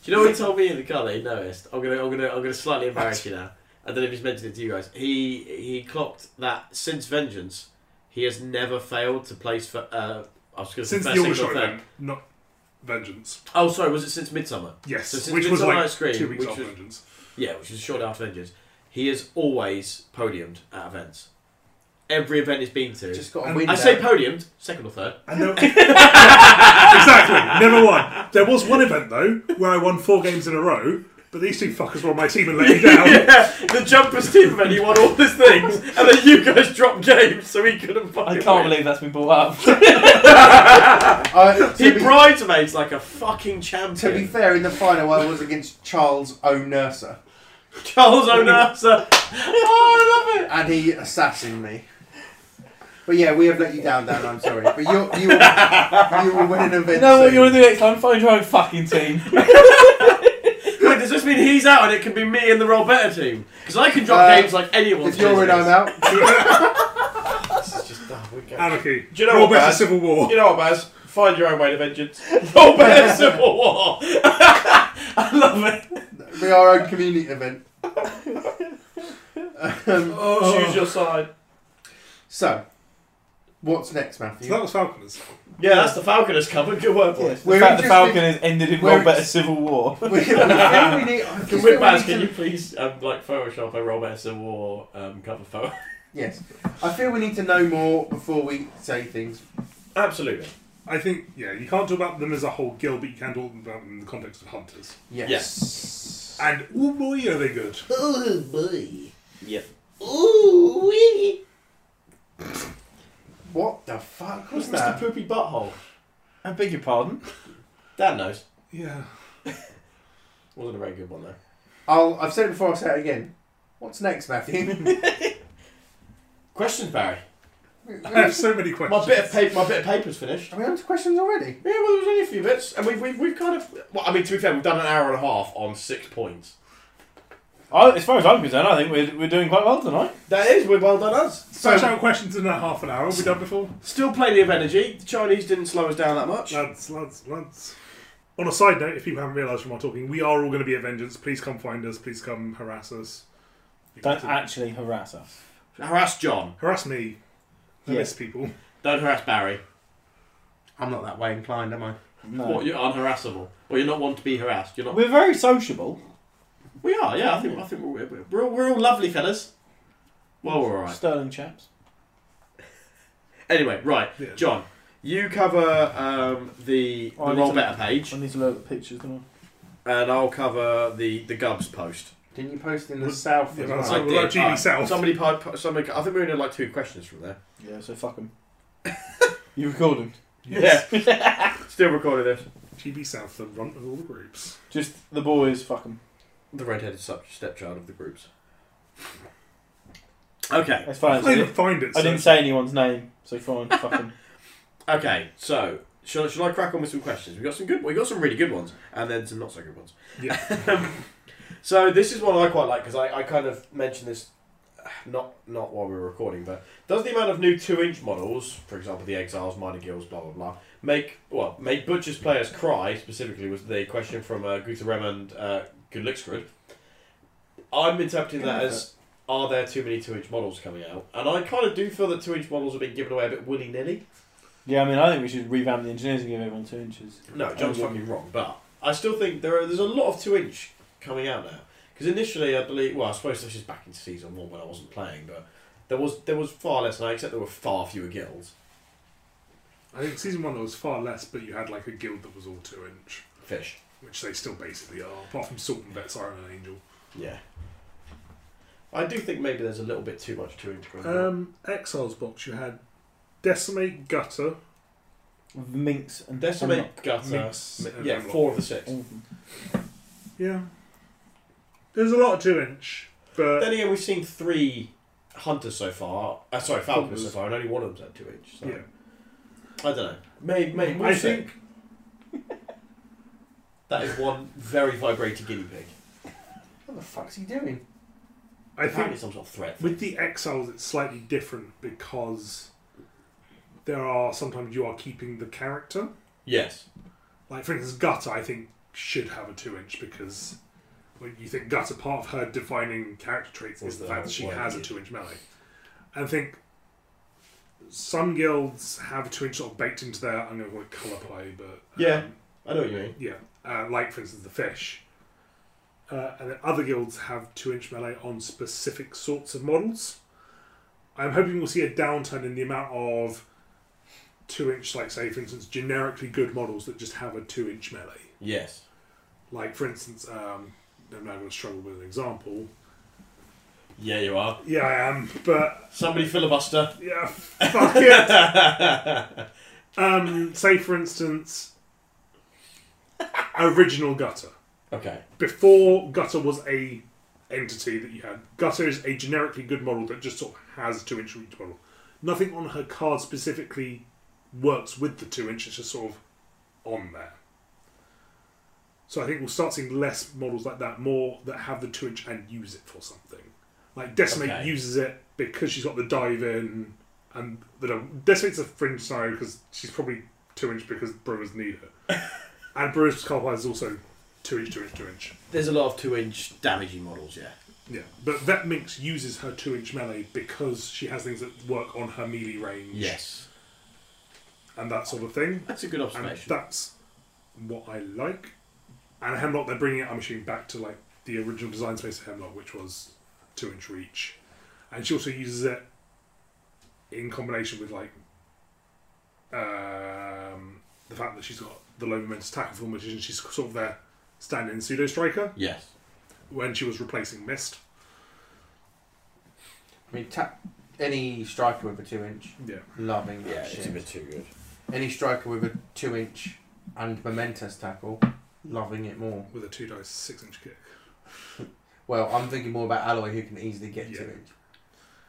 Speaker 1: Do you know what he told me in the car that he noticed? I'm gonna, I'm gonna, I'm gonna slightly embarrass you now. I don't know if he's mentioned it to you guys. He he clocked that since Vengeance, he has never failed to place for. Uh, I was gonna say
Speaker 3: since the
Speaker 1: first single
Speaker 3: Aldershot
Speaker 1: third.
Speaker 3: event, not vengeance.
Speaker 1: Oh, sorry, was it since Midsummer?
Speaker 3: Yes,
Speaker 1: So since
Speaker 3: which
Speaker 1: it's
Speaker 3: was
Speaker 1: on
Speaker 3: like
Speaker 1: our screen,
Speaker 3: two weeks
Speaker 1: which
Speaker 3: after
Speaker 1: was-
Speaker 3: vengeance.
Speaker 1: Yeah, which is shortly after Vengeance. He has always podiumed at events. Every event he's been to.
Speaker 2: just got a
Speaker 3: And
Speaker 2: win.
Speaker 1: I
Speaker 2: there.
Speaker 1: say podiumed, second or third.
Speaker 3: And there, exactly, never won. There was one event though where I won four games in a row, but these two fuckers were on my team and let me down.
Speaker 1: yeah, the jumpers team event. He won all these things, and then you guys dropped games, so he couldn't
Speaker 4: I
Speaker 1: fucking.
Speaker 4: can't
Speaker 1: win.
Speaker 4: believe that's been brought up.
Speaker 2: I- to
Speaker 1: He
Speaker 2: be-
Speaker 1: bridesmaids like a fucking
Speaker 2: to
Speaker 1: champion.
Speaker 2: be fair, in the final, I was against Charles O'Nurser,
Speaker 1: Charles Onasa. oh, I love it.
Speaker 2: and he assassinated me. But yeah, we have let you down, Dan. I'm sorry, but you you will, you will win an event.
Speaker 4: know what
Speaker 2: soon.
Speaker 4: you want to do next time? Find your own fucking team.
Speaker 1: Wait, does this mean he's out and it can be me and the roll better team? Because I can drop
Speaker 2: Uh,
Speaker 1: games like anyone's
Speaker 2: If you're in, I'm
Speaker 1: business.
Speaker 2: out.
Speaker 1: This is just, oh, we go.
Speaker 3: Anarchy.
Speaker 1: Do you know
Speaker 3: Your
Speaker 1: what,
Speaker 3: better
Speaker 1: Baz?
Speaker 3: civil war?
Speaker 1: You know what, Baz? Find your own way to vengeance. Roll better civil war. I love it.
Speaker 2: We are our own community event. um,
Speaker 3: Oh.
Speaker 1: Choose your side.
Speaker 2: so, what's next,
Speaker 3: So
Speaker 2: Matthew?
Speaker 3: that was Falconers.
Speaker 1: Yeah, that's the Falconers cover. Good work, boys.
Speaker 4: the
Speaker 2: We're
Speaker 4: fact the
Speaker 2: interested-
Speaker 4: Falcon has ended in
Speaker 2: we're
Speaker 4: one better
Speaker 2: ex-
Speaker 4: civil war.
Speaker 2: we, we need, I
Speaker 1: Can
Speaker 2: think
Speaker 1: we,
Speaker 2: we
Speaker 1: Baz,
Speaker 2: need
Speaker 1: can you
Speaker 2: to,
Speaker 1: please um, like Photoshop a roll better civil war um, cover photo?
Speaker 2: yes, I feel we need to know more before we say things.
Speaker 1: Absolutely.
Speaker 3: I think yeah, you can't talk about them as a whole guild, but you can talk about them in the context of hunters.
Speaker 2: Yes. yes.
Speaker 3: And oh boy, are they good!
Speaker 2: Oh boy.
Speaker 4: Yep.
Speaker 2: Ooh wee. What the fuck was that?
Speaker 1: the poopy butthole?
Speaker 4: I beg your pardon.
Speaker 1: Dad knows.
Speaker 3: Yeah,
Speaker 1: Wasn't a very good one though.
Speaker 2: I'll, I've said it before. I'll say it again. What's next, Matthew?
Speaker 1: Questions, Barry.
Speaker 3: I have so many
Speaker 1: My
Speaker 3: questions.
Speaker 1: bit of paper, my bit of paper's finished.
Speaker 2: Are we on to questions already?
Speaker 1: Yeah, well, there was only a few bits, and we've we've, we've kind of. Well, I mean, to be fair, we've done an hour and a half on six points.
Speaker 4: I, as far as I'm concerned, I think we're, we're doing quite well tonight.
Speaker 1: That is, we're well done us.
Speaker 3: Such our questions in a half an hour. Have we done before?
Speaker 1: Still plenty of energy. The Chinese didn't slow us down that much.
Speaker 3: Lads, lads, lads. On a side note, if people haven't realised from our talking, we are all going to be at Vengeance. Please come find us. Please come harass us. You
Speaker 4: Don't
Speaker 3: can
Speaker 4: actually harass us.
Speaker 1: Harass John.
Speaker 3: harass me. I
Speaker 4: Yeah.
Speaker 3: miss people.
Speaker 1: Don't harass Barry.
Speaker 2: I'm not that way inclined, am I?
Speaker 4: No.
Speaker 1: What, you're unharassable. Or you're not one to be harassed. You're not.
Speaker 4: We're very sociable.
Speaker 1: We are, yeah. I think, I think we're, we're, we're, all, we're all lovely fellas. Well, we're alright.
Speaker 4: Sterling chaps.
Speaker 1: Anyway, right,
Speaker 3: Yeah.
Speaker 1: John, you cover um, the, the
Speaker 4: Oh, I need
Speaker 1: Roll
Speaker 4: to-
Speaker 1: Better page,
Speaker 4: I need to look at pictures, don't
Speaker 1: and I'll cover the, the Gubs post.
Speaker 2: Didn't you post in the
Speaker 3: Would-
Speaker 2: south
Speaker 3: yeah,
Speaker 2: as
Speaker 3: that's
Speaker 2: well?
Speaker 3: Well, like- well, GB
Speaker 1: Uh,
Speaker 3: South.
Speaker 1: Somebody, pi- pi- somebody, I think we only had like two questions from there.
Speaker 4: I? Yeah, so fuck them. you recording?
Speaker 1: Yeah. Still recording this.
Speaker 3: GB South, the runt of all the groups.
Speaker 4: Just the boys, fuck them.
Speaker 1: The redheaded sup- stepchild of the groups. Okay,
Speaker 4: That's fine.
Speaker 3: I didn't
Speaker 4: I
Speaker 3: even find it. so-
Speaker 4: didn't say anyone's name, so fine, fuck them.
Speaker 1: okay. So, shall, shall I crack on with some questions? We got some good. We got some really good ones, and then some not so good ones. Um, so this is one I quite like because I, I kind of mentioned this, uh, not not while we were recording, but does the amount of new two-inch models, for example, the Exiles, Minor Guilds, blah blah blah, make well make Butcher's players cry? Specifically, was the question from uh, Guterem and uh, Goodlickscrid. I'm interpreting that as are there too many two-inch models coming out? And I kind of do feel that two-inch models have been given away a bit willy-nilly.
Speaker 4: Yeah, I mean, I think we should revamp the engineers and give everyone two inches.
Speaker 1: No, John's
Speaker 4: Um,
Speaker 1: fucking wrong, but I still think there are, there's a lot of two-inch coming out now. Because initially, I believe, well, I suppose this is back into season one when I wasn't playing, but there was there was far less now, except there were far fewer guilds.
Speaker 3: I think season one there was far less, but you had like a guild that was all two inch,
Speaker 1: Fish.
Speaker 3: which they still basically are, apart from Salt and Vets, Iron and Angel.
Speaker 1: Yeah. I do think maybe there's a little bit too much two-inch going on.
Speaker 3: Um, Exiles box, you had Decimate, Gutter,
Speaker 4: Minx and
Speaker 1: Decimate,
Speaker 4: Hemlock.
Speaker 1: Gutter,
Speaker 3: Mix,
Speaker 1: Mi-
Speaker 3: and
Speaker 1: yeah,
Speaker 3: Hemlock.
Speaker 1: four of the six.
Speaker 4: All of them.
Speaker 3: Yeah. There's a lot of two inch, but
Speaker 1: Then again, we've seen three hunters so far. Uh, sorry, falconers so far, and only one of them's at two inch. So.
Speaker 3: yeah.
Speaker 1: I don't know. Maybe, maybe
Speaker 3: I think
Speaker 1: that is one very vibrating guinea pig.
Speaker 2: What the fuck's he doing?
Speaker 3: I think
Speaker 1: Apparently some sort of threat.
Speaker 3: with the exiles it's slightly different because there are sometimes you are keeping the character.
Speaker 1: Yes.
Speaker 3: Like for instance, Gutter I think should have a two inch because well, you think Gutter part of her defining character traits
Speaker 1: Was
Speaker 3: is the
Speaker 1: the
Speaker 3: fact that she
Speaker 1: wide
Speaker 3: has a
Speaker 1: lead.
Speaker 3: two inch melee. And I think some guilds have two inch sort of baked into their I'm gonna call it colour pie, but
Speaker 1: Yeah. I know what you mean.
Speaker 3: Yeah, uh, like for instance the fish. Uh, and then other guilds have two inch melee on specific sorts of models. I'm hoping we'll see a downturn in the amount of two inch, like say for instance, generically good models that just have a two inch melee.
Speaker 1: Yes.
Speaker 3: Like for instance, um, I'm now going to struggle with an example.
Speaker 1: Yeah, you are.
Speaker 3: Yeah, I am, but
Speaker 1: Somebody filibuster.
Speaker 3: yeah, fuck it. Um, say for instance, original gutter.
Speaker 1: Okay.
Speaker 3: before Gutter was a entity that you had. Gutter is a generically good model that just sort of has two inch from each model. Nothing on her card specifically works with the two inch. It's just sort of on there. So I think we'll start seeing less models like that, more that have the two inch and use it for something. Like Decimate
Speaker 1: Okay.
Speaker 3: uses it because she's got the dive in, and the Decimate's a fringe scenario because she's probably two inch because Brewers need her, and Brewers Carpine is also two inch, two inch, two inch.
Speaker 1: There's a lot of two inch damaging models, yeah.
Speaker 3: Yeah, but Vet Minx uses her two inch melee because she has things that work on her melee range
Speaker 1: Yes.
Speaker 3: and that sort of thing.
Speaker 1: That's a good
Speaker 3: And
Speaker 1: observation.
Speaker 3: that's what I like. And Hemlock, they're bringing it, I'm assuming, back to like the original design space of Hemlock, which was two inch reach. And she also uses it in combination with like um, the fact that she's got the low momentous tackle formation, she's sort of there standing pseudo striker
Speaker 1: yes.
Speaker 3: when she was replacing Mist.
Speaker 2: I mean, tap any striker with a two inch.
Speaker 3: Yeah.
Speaker 2: Loving that shit.
Speaker 1: too good.
Speaker 2: Any striker with a two inch and momentous tackle. Loving it more.
Speaker 3: With a two dice six inch kick.
Speaker 2: Well, I'm thinking more about Alloy who can easily get
Speaker 3: Yeah.
Speaker 2: two inch.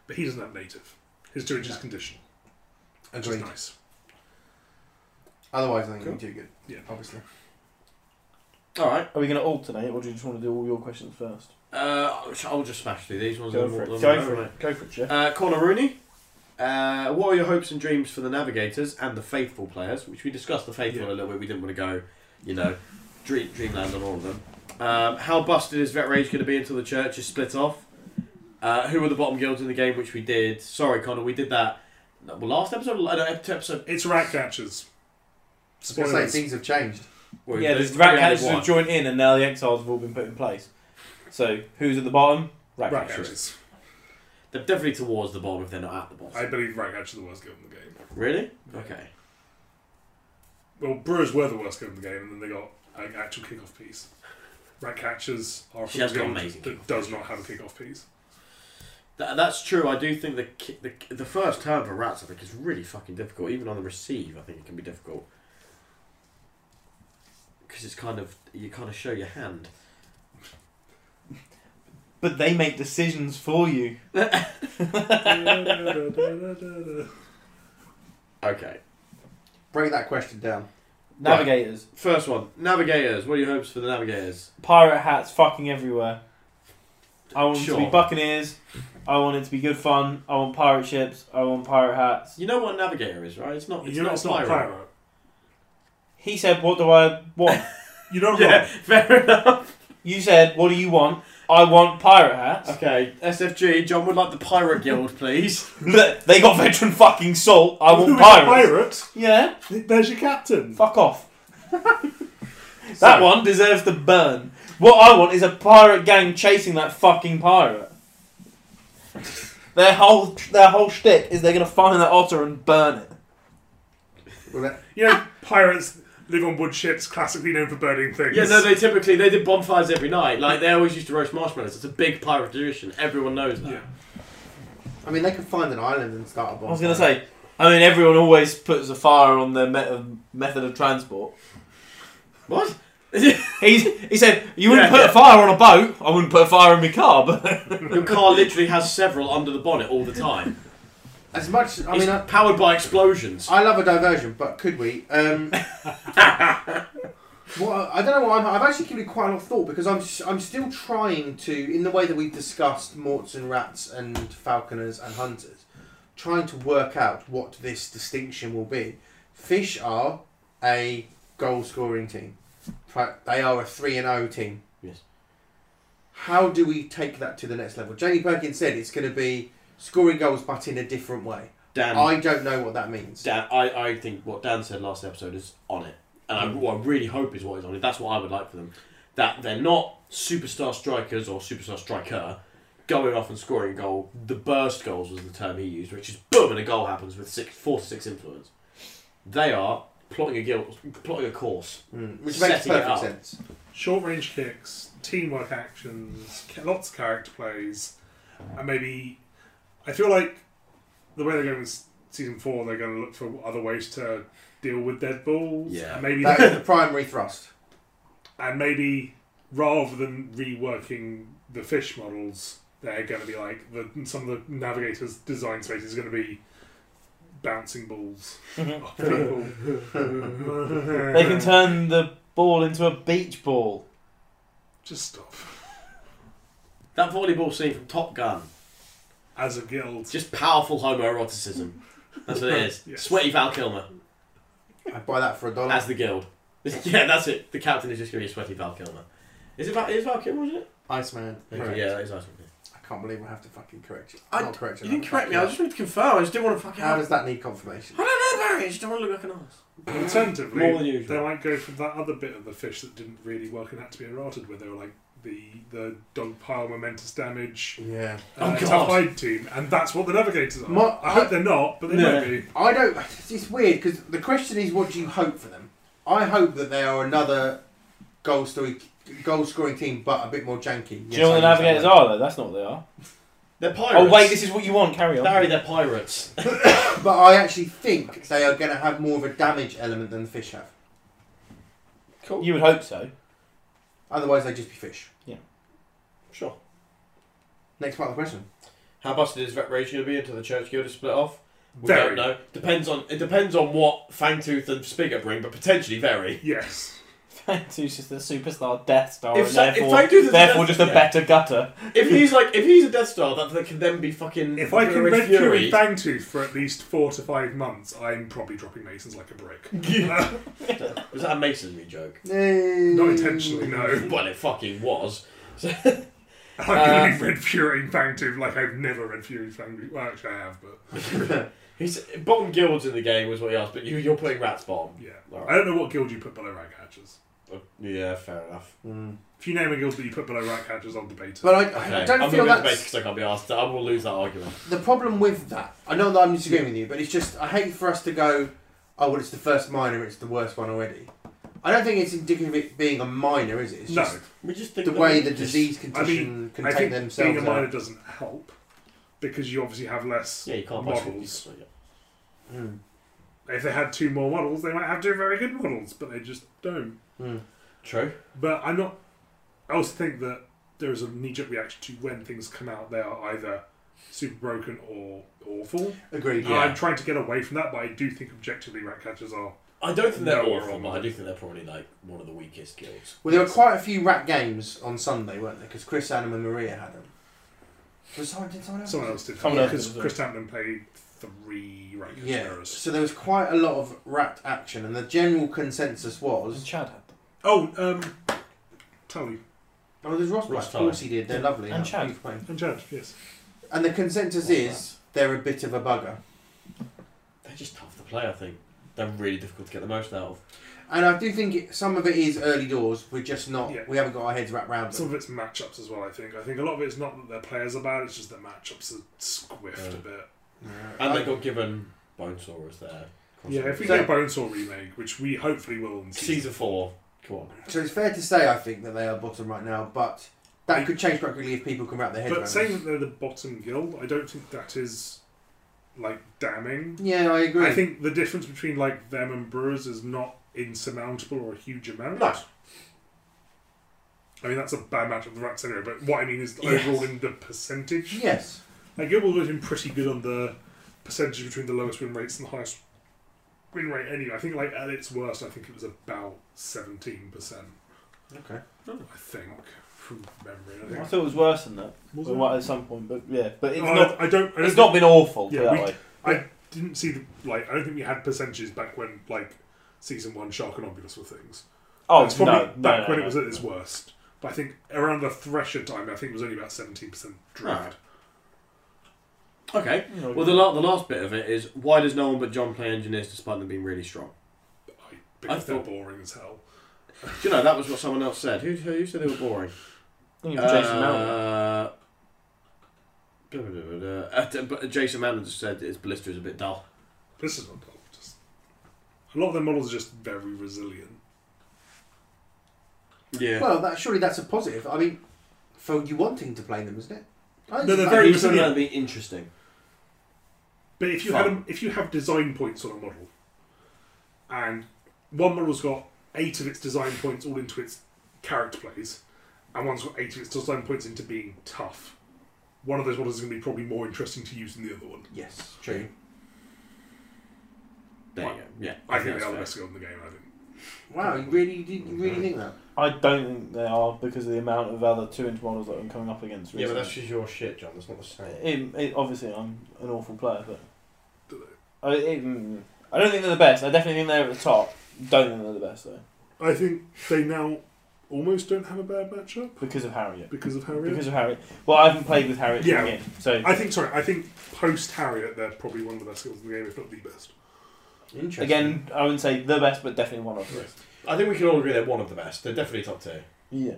Speaker 3: But he doesn't have native. His two inch is conditional, which is
Speaker 2: Agreed.
Speaker 3: nice.
Speaker 2: Otherwise, I think
Speaker 1: Cool.
Speaker 2: it'd be too good.
Speaker 3: Yeah.
Speaker 2: obviously.
Speaker 1: Alright.
Speaker 4: Are we going to alternate, or do you just want to do all your questions first?
Speaker 1: Uh, I'll just smash through these ones.
Speaker 4: Go
Speaker 1: and
Speaker 4: for
Speaker 1: walk
Speaker 4: it.
Speaker 1: them
Speaker 4: Go
Speaker 1: over,
Speaker 4: for
Speaker 1: mate.
Speaker 4: it. Go for it, Jeff.
Speaker 1: Uh, Corner Rooney. Uh, what are your hopes and dreams for the Navigators and the Faithful players? Which we discussed the Faithful a
Speaker 3: Yeah.
Speaker 1: little bit. We didn't want to go, you know, dream, dreamland on all of them. Um, how busted is Vet Rage going to be until the church is split off? Uh, who are the bottom guilds in the game? Which we did. Sorry, Connor, we did that. Well, last episode, uh, no, episode.
Speaker 3: It's rat
Speaker 2: I
Speaker 3: catchers.
Speaker 2: was gonna say
Speaker 3: Spoilers.
Speaker 2: things have changed.
Speaker 1: well,
Speaker 4: yeah,
Speaker 1: there's
Speaker 4: there's rat
Speaker 1: only
Speaker 4: catchers
Speaker 1: one.
Speaker 4: have joined in, and now the exiles have all been put in place. So who's at the bottom? Rat
Speaker 3: Rat
Speaker 4: catchers.
Speaker 3: catchers.
Speaker 1: They're definitely towards the bottom if they're not at the bottom.
Speaker 3: I believe rat catchers are the worst guild in the game.
Speaker 1: Really?
Speaker 3: Yeah.
Speaker 1: Okay.
Speaker 3: Well, Brewers were the worst guild in the game, and then they got an actual kickoff piece. Rat catchers are
Speaker 1: She
Speaker 3: from
Speaker 1: has
Speaker 3: the
Speaker 1: got
Speaker 3: guild
Speaker 1: amazing
Speaker 3: that does not have a kickoff piece.
Speaker 1: That, that's true. I do think the, ki- the the first turn for rats I think is really fucking difficult. Even on the receive, I think it can be difficult because it's kind of you kind of show your hand.
Speaker 4: But they make decisions for you.
Speaker 1: Okay,
Speaker 2: Break that question down.
Speaker 4: Navigators,
Speaker 1: first one, navigators. What are your hopes for the navigators?
Speaker 4: pirate hats, fucking everywhere. I want it to
Speaker 1: Sure.
Speaker 4: be buccaneers. I want it to be good fun. I want pirate ships. I want pirate hats.
Speaker 1: You know what a navigator is, right? It's not. It's
Speaker 3: You're
Speaker 1: not,
Speaker 3: not, it's not a
Speaker 1: pirate.
Speaker 3: pirate.
Speaker 4: He said, "What do I want?"
Speaker 3: You're not
Speaker 1: Yeah,
Speaker 3: wrong.
Speaker 1: fair enough.
Speaker 4: you said, "What do you want?" I want pirate hats.
Speaker 1: Okay, SFG. John would like the pirate guild, please.
Speaker 4: Look, they got veteran fucking salt. I
Speaker 3: Who
Speaker 4: want
Speaker 3: is a
Speaker 4: pirates. Yeah,
Speaker 3: pirate? There's your captain.
Speaker 4: fuck off. that one deserves to burn. What I want is a pirate gang chasing that fucking pirate. Their whole their whole shtick is they're gonna find that otter and burn it.
Speaker 2: Well, that,
Speaker 3: You know, pirates live on wood ships, classically known for burning things.
Speaker 1: yeah, no, they typically they did bonfires every night. Like they always used to roast marshmallows. It's a big pirate tradition. Everyone knows that.
Speaker 3: Yeah.
Speaker 2: I mean, they could find an island and start a bonfire.
Speaker 4: I was gonna say. I mean, everyone always puts a fire on their me- method of transport.
Speaker 1: What?
Speaker 4: He's, he said, "You wouldn't
Speaker 1: Yeah,
Speaker 4: put
Speaker 1: yeah.
Speaker 4: a fire on a boat. I wouldn't put a fire in my car." But
Speaker 1: Your car literally has several under the bonnet all the time.
Speaker 2: As much, I
Speaker 1: it's
Speaker 2: mean, I,
Speaker 1: powered by explosions.
Speaker 2: I love a diversion, but could we? Um, what I don't know. What I'm, I've actually given it quite a lot of thought because I'm s- I'm still trying to, in the way that we've discussed morts and rats and falconers and hunters, trying to work out what this distinction will be. Fish are a goal scoring team. Pri- They are a three and O team.
Speaker 1: Yes.
Speaker 2: How do we take that to the next level? Jamie Perkins said it's going to be scoring goals, but in a different way.
Speaker 1: Dan, I,
Speaker 2: I don't know what that means.
Speaker 1: Dan I, I think what Dan said last episode is on it. And I, what I really hope is what is on it. That's what I would like for them. That they're not superstar strikers or superstar striker going off and scoring a goal. The burst goals was the term he used, which is boom, and a goal happens with six, four to six influence. They are plotting a guild, plotting a course.
Speaker 2: Mm, which makes
Speaker 1: Setting it
Speaker 2: perfect
Speaker 1: up.
Speaker 2: sense.
Speaker 3: Short range kicks, teamwork actions, ca- lots of character plays, and maybe I feel like the way they're going with season four, they're going to look for other ways to deal with dead balls.
Speaker 1: Yeah.
Speaker 3: and maybe
Speaker 2: That is the primary thrust.
Speaker 3: and maybe rather than reworking the fish models, they're going to be like the, some of the navigators' design space is going to be bouncing balls off people.
Speaker 4: they can turn the ball into a beach ball.
Speaker 3: Just stop.
Speaker 1: That volleyball scene from Top Gun.
Speaker 3: As a guild,
Speaker 1: It's just powerful homoeroticism. That's what it is.
Speaker 3: Yes.
Speaker 1: Sweaty Val Kilmer.
Speaker 2: I'd buy that for a dollar.
Speaker 1: That's the guild. yeah, that's it. The captain is just going to be a sweaty Val Kilmer. Is it Val, is Val Kilmer, isn't it?
Speaker 2: Iceman. Correct.
Speaker 1: Yeah, that is Iceman.
Speaker 2: I can't believe I have to fucking correct you.
Speaker 1: I-
Speaker 2: Not correct
Speaker 1: You
Speaker 2: I'm
Speaker 1: didn't correct me,
Speaker 2: fucking-
Speaker 1: I just wanted to confirm. I just didn't want to fuck it
Speaker 2: How
Speaker 1: up.
Speaker 2: does that need confirmation?
Speaker 1: I don't know, Barry. I just don't want to look like an ass.
Speaker 3: alternatively,
Speaker 1: More than usual.
Speaker 3: they might go for that other bit of the fish that didn't really work and had to be errated, where they were like the the dog pile momentous damage.
Speaker 2: Yeah.
Speaker 1: Oh,
Speaker 3: Uh,
Speaker 1: God.
Speaker 3: tough hide team, and that's what the navigators are.
Speaker 2: Mo-
Speaker 3: I hope they're not, but they
Speaker 1: No.
Speaker 3: might be.
Speaker 2: I don't. It's weird because the question is, what do you hope for them? I hope that they are another goal story, goal scoring team, but a bit more janky.
Speaker 4: Do you know what the Navigators are though? That's not what they are.
Speaker 1: They're pirates.
Speaker 4: Oh wait, this is what you want. Carry on.
Speaker 1: Barry, they're pirates.
Speaker 2: But I actually think they are going to have more of a damage element than the fish have.
Speaker 1: Cool.
Speaker 4: You would hope so.
Speaker 2: Otherwise, they'd just be fish.
Speaker 1: Sure.
Speaker 2: Next part of the question.
Speaker 1: How busted is Vet Rage going to be until the Church Guild is split off? We don't
Speaker 3: Very.
Speaker 1: know. Depends on it depends on what Fangtooth and Spigot bring, but potentially very.
Speaker 3: Yes.
Speaker 4: Fantu's just a superstar Death Star,
Speaker 1: If
Speaker 4: and
Speaker 1: so- if
Speaker 4: therefore,
Speaker 1: I do the
Speaker 4: therefore
Speaker 1: Death-
Speaker 4: just a
Speaker 1: yeah.
Speaker 4: better gutter.
Speaker 1: If he's like, if he's a Death Star, that, that can then be fucking.
Speaker 3: If I can
Speaker 1: Fury
Speaker 3: red
Speaker 1: Fury.
Speaker 3: Fury Fangtooth for at least four to five months, I'm probably dropping Masons like a brick.
Speaker 1: was that a masonry joke?
Speaker 3: Not
Speaker 2: Not
Speaker 3: intentionally, no.
Speaker 1: Well, it fucking was.
Speaker 3: I'm
Speaker 1: Uh,
Speaker 3: going to be red Fury Fangtooth like I've never red Fury Fangtooth. Well, actually, I have, but
Speaker 1: He's bottom guilds in the game was what he asked, but you, you're putting rats bottom.
Speaker 3: yeah.
Speaker 1: Alright.
Speaker 3: I don't know what guild you put below rank hatches.
Speaker 1: Uh, Yeah, fair enough.
Speaker 3: If you name a guild that you put below rank hatches, I'll debate it.
Speaker 2: Mm. But I, I- I
Speaker 1: Okay.
Speaker 2: don't
Speaker 1: I'm
Speaker 2: feel
Speaker 1: going to
Speaker 2: that's
Speaker 1: debate because I can't be asked. I will lose that argument.
Speaker 2: the problem with that. I know that I'm disagreeing with you, but it's just I hate for us to go. Oh well, it's the first minor. It's the worst one already. I don't think it's indicative of it being a minor, is it? It's
Speaker 3: no,
Speaker 2: just
Speaker 1: We just think
Speaker 2: the
Speaker 1: that
Speaker 2: way
Speaker 1: we
Speaker 2: the
Speaker 1: just-
Speaker 2: disease
Speaker 3: I
Speaker 2: condition
Speaker 3: mean,
Speaker 2: can
Speaker 3: I
Speaker 2: take
Speaker 3: think
Speaker 2: themselves
Speaker 3: being a
Speaker 2: out.
Speaker 3: minor doesn't help because you obviously have less
Speaker 1: Yeah, you can't buy
Speaker 3: models.
Speaker 1: models.
Speaker 2: Mm.
Speaker 3: If they had two more models, they might have two very good models, but they just don't.
Speaker 2: Mm.
Speaker 1: True.
Speaker 3: But I'm not. I also think that there is a knee-jerk reaction to when things come out, they are either super broken or awful.
Speaker 2: Agreed.
Speaker 3: And
Speaker 1: Yeah.
Speaker 3: I'm trying to get away from that, but I do think objectively rat catchers are.
Speaker 1: I don't think they're
Speaker 3: No, we're
Speaker 1: awful,
Speaker 3: wrong.
Speaker 1: but I do think they're probably like one of the weakest guilds.
Speaker 2: Well, there were quite a few rat games on Sunday, weren't there? Because Chris, Adam, and Maria had them. Was someone, did someone else?
Speaker 3: Someone else did
Speaker 4: Someone else
Speaker 3: because
Speaker 4: did.
Speaker 3: Chris Tampman played three rat catcher
Speaker 2: Yeah.
Speaker 3: errors.
Speaker 2: So there was quite a lot of rat action, and the general consensus was.
Speaker 4: Chad had them.
Speaker 3: Oh, um, Tully
Speaker 2: Oh, there's Ross Black.
Speaker 1: Ross
Speaker 2: Of
Speaker 1: Tyler.
Speaker 2: course he did. They're lovely.
Speaker 4: And Chad.
Speaker 2: You've played.
Speaker 3: and Judge, yes.
Speaker 2: And the consensus
Speaker 1: What's
Speaker 2: is they're a bit of a bugger.
Speaker 1: They're just tough to play. I think they're really difficult to get the most out of.
Speaker 2: And I do think it, some of it is early doors. We're just not.
Speaker 3: Yeah.
Speaker 2: We haven't got our heads wrapped around
Speaker 3: Some
Speaker 2: them.
Speaker 3: of it's matchups as well. I think. I think a lot of it's not that their players are bad; it's just their matchups are squiffed
Speaker 1: Yeah.
Speaker 3: a bit.
Speaker 1: And
Speaker 2: I-
Speaker 1: they got given Bonesaw as their
Speaker 3: Yeah, if we
Speaker 1: crossover.
Speaker 2: So-
Speaker 3: get a Bonesaw remake, which we hopefully will in season,
Speaker 1: season four, come on.
Speaker 2: So it's fair to say I think that they are bottom right now, but that could change quite quickly if people can wrap their heads
Speaker 3: but
Speaker 2: around.
Speaker 3: saying
Speaker 2: it.
Speaker 3: that they're the bottom guild, I don't think that is like damning.
Speaker 2: Yeah, I agree.
Speaker 3: I think the difference between like them and Brewers is not insurmountable or a huge amount.
Speaker 2: No.
Speaker 3: I mean that's a bad match of the Rats anyway. But what I mean is
Speaker 2: Yes.
Speaker 3: overall in the percentage,
Speaker 2: yes.
Speaker 3: like it will have been pretty good on the percentage between the lowest win rates and the highest win rate. Anyway, I think like at its worst, I think it was about seventeen percent.
Speaker 2: Okay.
Speaker 3: I think from memory. I think.
Speaker 4: I thought it was worse than that.
Speaker 3: Was
Speaker 4: We
Speaker 3: it?
Speaker 4: might at some point, but yeah, but it's
Speaker 3: Oh, I-
Speaker 4: not.
Speaker 3: I don't. I don't
Speaker 4: It's not been awful. put
Speaker 3: Yeah,
Speaker 4: it that
Speaker 3: we-
Speaker 4: way.
Speaker 3: didn't see the like. I don't think we had percentages back when like season one Shark and Omnibus were things.
Speaker 4: Oh
Speaker 3: it's
Speaker 4: no,
Speaker 3: probably
Speaker 4: no,
Speaker 3: back
Speaker 4: no,
Speaker 3: when
Speaker 4: no.
Speaker 3: it was at its worst. But I think around the Thresher time, I think it was only about seventeen percent draft.
Speaker 1: Okay. Well, the, la- the last bit of it is why does no one but John play engineers despite them being really strong?
Speaker 3: I, because
Speaker 1: I
Speaker 3: they're
Speaker 1: thought-
Speaker 3: boring as hell.
Speaker 1: Do you know that was what someone else said? Who, who said they were boring?
Speaker 4: I think it was Jason Mount.
Speaker 1: Uh, blah, blah, blah, blah. Uh, t- but Jason Mallon just said his blister is a bit dull.
Speaker 3: This is not dull. Just a lot of their models are just very resilient.
Speaker 1: Yeah.
Speaker 2: Well, that surely that's a positive. I mean, for you wanting to play them, isn't it? I
Speaker 3: No, they're
Speaker 2: I-
Speaker 3: very
Speaker 1: He's talking
Speaker 3: resilient.
Speaker 1: about being interesting.
Speaker 3: But if you
Speaker 1: Fun.
Speaker 3: had a, if you have design points on a model, and one model's got eight of its design points all into its character plays, and one's got eight of its design points into being tough, one of those models is going to be probably more interesting to use than the other one.
Speaker 2: Yes, true.
Speaker 1: There you go. Yeah.
Speaker 3: I
Speaker 1: that's
Speaker 3: think they are the
Speaker 1: fair.
Speaker 3: best guild in the game. I think.
Speaker 2: Wow, you really you really think that?
Speaker 4: I don't think they are because of the amount of other two-inch models that I'm coming up against.
Speaker 1: Yeah, but
Speaker 4: recently.
Speaker 1: that's just your shit, John. That's not the same.
Speaker 4: It, it, obviously, I'm an awful player, but I, it, mm, I don't think they're the best. I definitely think they're at the top. Don't think they're the best though,
Speaker 3: I think they now almost don't have a bad matchup
Speaker 4: because of Harriet.
Speaker 3: because
Speaker 1: Oh,
Speaker 3: of Harriet.
Speaker 4: Because of Harriet. Well, I haven't played with Harriet
Speaker 3: Yeah.
Speaker 4: coming in, so
Speaker 3: I think sorry. I think post Harriet, they're probably one of the best guilds in the game, if not the best.
Speaker 2: Interesting.
Speaker 4: again, I wouldn't say the best, but definitely one of the best.
Speaker 1: I think we can all agree they're one of the best. They're definitely top tier.
Speaker 4: Yeah,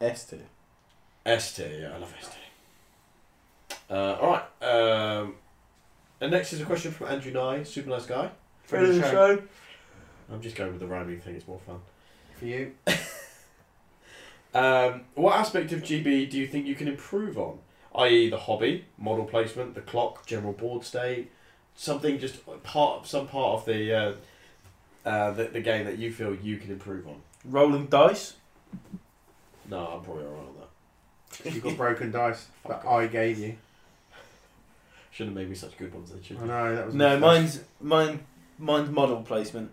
Speaker 4: S tier.
Speaker 1: S tier, yeah, I love S tier. Uh, alright. Um, and next is a question from Andrew Nye, super nice guy. Friend of the show. I'm just going with the rhyming thing, it's more fun.
Speaker 2: for you.
Speaker 1: Um, what aspect of GB do you think you can improve on? I.e., the hobby, model placement, the clock, general board state, something just part, some part of the uh, uh, the, the game that you feel you can improve on.
Speaker 4: Rolling dice.
Speaker 1: No, I'm probably alright on that.
Speaker 2: You've got broken dice
Speaker 1: Fuck
Speaker 2: that
Speaker 1: off.
Speaker 2: I gave you.
Speaker 1: Shouldn't have made me such good ones. They should.
Speaker 2: I know that was.
Speaker 4: Oh, No, mine's mine. Mine's model placement.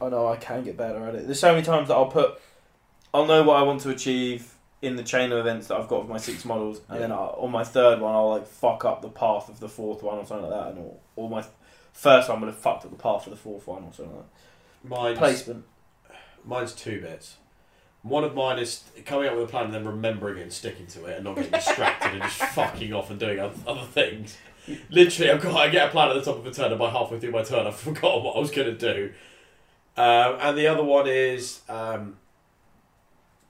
Speaker 4: I know I can get better at it. There's so many times that I'll put, I'll know what I want to achieve in the chain of events that I've got with my six models, and then I, on my third one I'll like fuck up the path of the fourth one or something like that, and all, or my first one would have fucked up the path of the fourth one or something like that.
Speaker 1: Mine's,
Speaker 4: Placement.
Speaker 1: mine's two bits. One of mine is coming up with a plan and then remembering it and sticking to it and not getting distracted and just fucking off and doing oth- other things. Literally, I've got, I get a plan at the top of a turn and by halfway through my turn I've forgotten what I was going to do. Um, and the other one is um,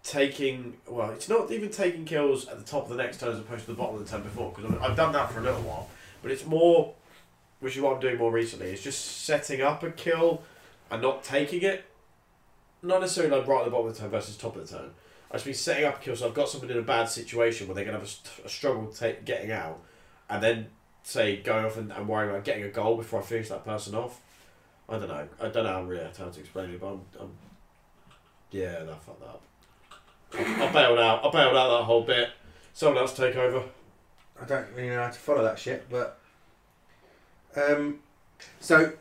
Speaker 1: taking, well, it's not even taking kills at the top of the next turn as opposed to the bottom of the turn before because I've done that for a little while. But it's more, which is what I'm doing more recently, is just setting up a kill and not taking it not necessarily like right at the bottom of the turn versus top of the turn. I've just been setting up a kill, so I've got somebody in a bad situation where they're going to have a st- a, struggle ta- getting out, and then say going off and, and worrying about getting a goal before I finish that person off. I don't know. I don't know how really how to explain it, but I'm, I'm yeah, no, fuck that up. I bailed out. I bailed out that whole bit. Someone else take over.
Speaker 2: I don't really know how to follow that shit, but um, so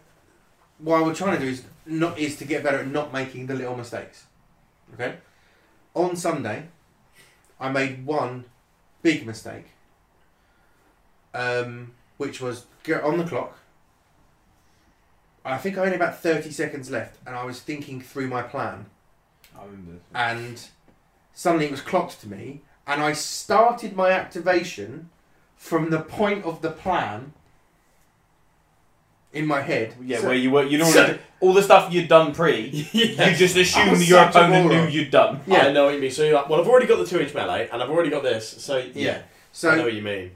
Speaker 2: what we're trying to do is not is to get better at not making the little mistakes. Okay, on Sunday, I made one big mistake, um, which was go- on the clock. I think I only about thirty seconds left, and I was thinking through my plan,
Speaker 6: I remember. this.
Speaker 2: and suddenly it was clocked to me, and I started my activation from the point of the plan in my head.
Speaker 4: Yeah,
Speaker 2: So-
Speaker 4: where you were, you know,
Speaker 2: so-
Speaker 4: all the stuff you'd done pre, you just
Speaker 2: I
Speaker 4: assumed
Speaker 2: was
Speaker 4: that your
Speaker 2: such a
Speaker 4: opponent knew
Speaker 2: moron.
Speaker 4: you'd done.
Speaker 2: Yeah.
Speaker 1: I know what you mean. So you're like, well, I've already got the two inch melee, and I've already got this. So yeah,
Speaker 2: Yeah.
Speaker 1: I know
Speaker 2: So,
Speaker 1: what you mean.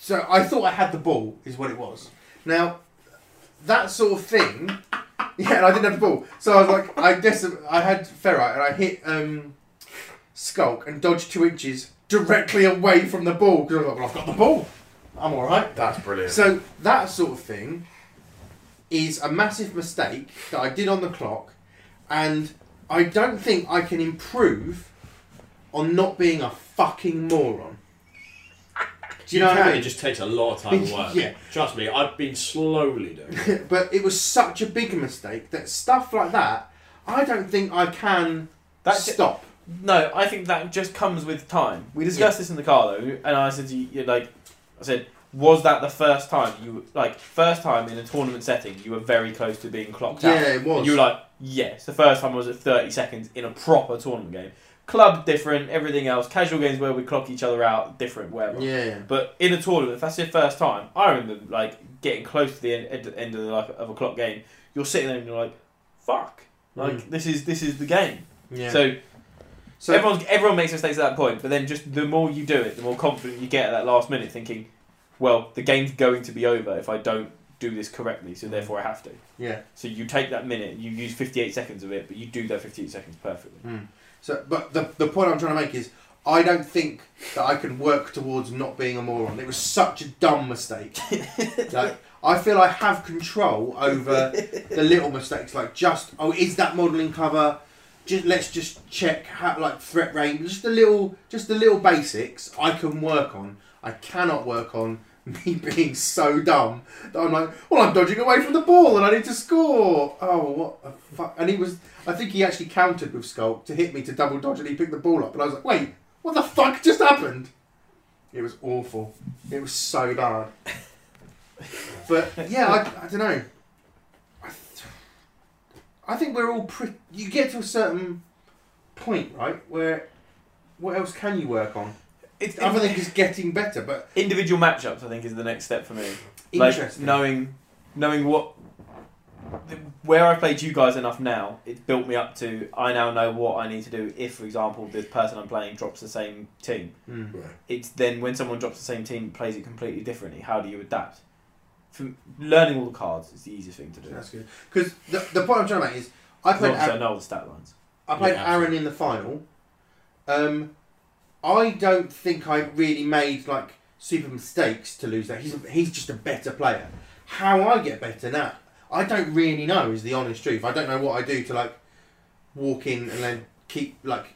Speaker 2: so I thought I had the ball, is what it was. Now, that sort of thing. Yeah, and I didn't have the ball, so I was like, I guess I had ferrite, and I hit um, Skulk and dodged two inches directly away from the ball because I was like, well, I've got the ball, I'm all right.
Speaker 1: That's brilliant.
Speaker 2: So that sort of thing is a massive mistake that I did on the clock, and I don't think I can improve on not being a fucking moron. Do you know what I
Speaker 1: Can,
Speaker 2: mean?
Speaker 1: It just takes a lot of time to work.
Speaker 2: Yeah.
Speaker 1: Trust me, I've been slowly doing. it.
Speaker 2: but it was such a big mistake that stuff like that, I don't think I can
Speaker 4: That's it.
Speaker 2: stop.
Speaker 4: No, I think that just comes with time. We discussed this in the car though, and I said to you, you're like, I said, was that the first time you like first time in a tournament setting you were very close to being clocked out?
Speaker 2: Yeah, it was.
Speaker 4: And you were like, yes, the first time I was at 30 seconds in a proper tournament game. Club different, everything else. Casual games where we clock each other out, different, wherever.
Speaker 2: yeah,
Speaker 4: But in a tournament, if that's your first time, I remember like getting close to the end, end, end of, the, like, of a clock game. You're sitting there and you're like, fuck, like
Speaker 2: Mm.
Speaker 4: this is this is the game.
Speaker 2: yeah.
Speaker 4: So
Speaker 2: So-
Speaker 4: everyone, everyone makes mistakes at that point, but then just the more you do it, the more confident you get at that last minute, thinking, well, the game's going to be over if I don't do this correctly,
Speaker 2: Mm.
Speaker 4: so therefore I have to.
Speaker 2: yeah.
Speaker 4: So you take that minute, you use 58 seconds of it, but you do that 58 seconds perfectly.
Speaker 2: So, but the, the point I'm trying to make is, I don't think that I can work towards not being a moron. It was such a dumb mistake. like, I feel I have control over the little mistakes, like just oh, is that modelling cover? Just let's just check how like threat range, just the little, just the little basics I can work on. I cannot work on me being so dumb that I'm like, well, I'm dodging away from the ball and I need to score. Oh, what the fuck? And he was, I think he actually countered with Skulk to hit me to double dodge and he picked the ball up. And I was like, wait, what the fuck just happened? It was awful. It was so bad. But yeah, I, I don't know. I, th- I think we're all pretty. You get to a certain point, right? Where what else can you work on?
Speaker 4: It's,
Speaker 2: Other than just getting better, but
Speaker 4: individual matchups, I think, is the next step for me. Like
Speaker 2: interesting.
Speaker 4: knowing, knowing what, where I've played you guys enough now, it's built me up to. I now know what I need to do if, for example, this person I'm playing drops the same team.
Speaker 2: Mm.
Speaker 4: it's then when someone drops the same team plays it completely differently how do you adapt From learning all the cards is the easiest thing to do
Speaker 2: That's good. Because the, the point I'm trying to make is, I
Speaker 4: Because
Speaker 2: played
Speaker 4: obviously I know all the stat lines
Speaker 2: I played
Speaker 1: Yeah,
Speaker 2: Aaron in the final. Um, I don't think I really made like super mistakes to lose that. He's he's just a better player. How I get better now, I don't really know. Is the honest truth. I don't know what I do to like walk in and then keep like.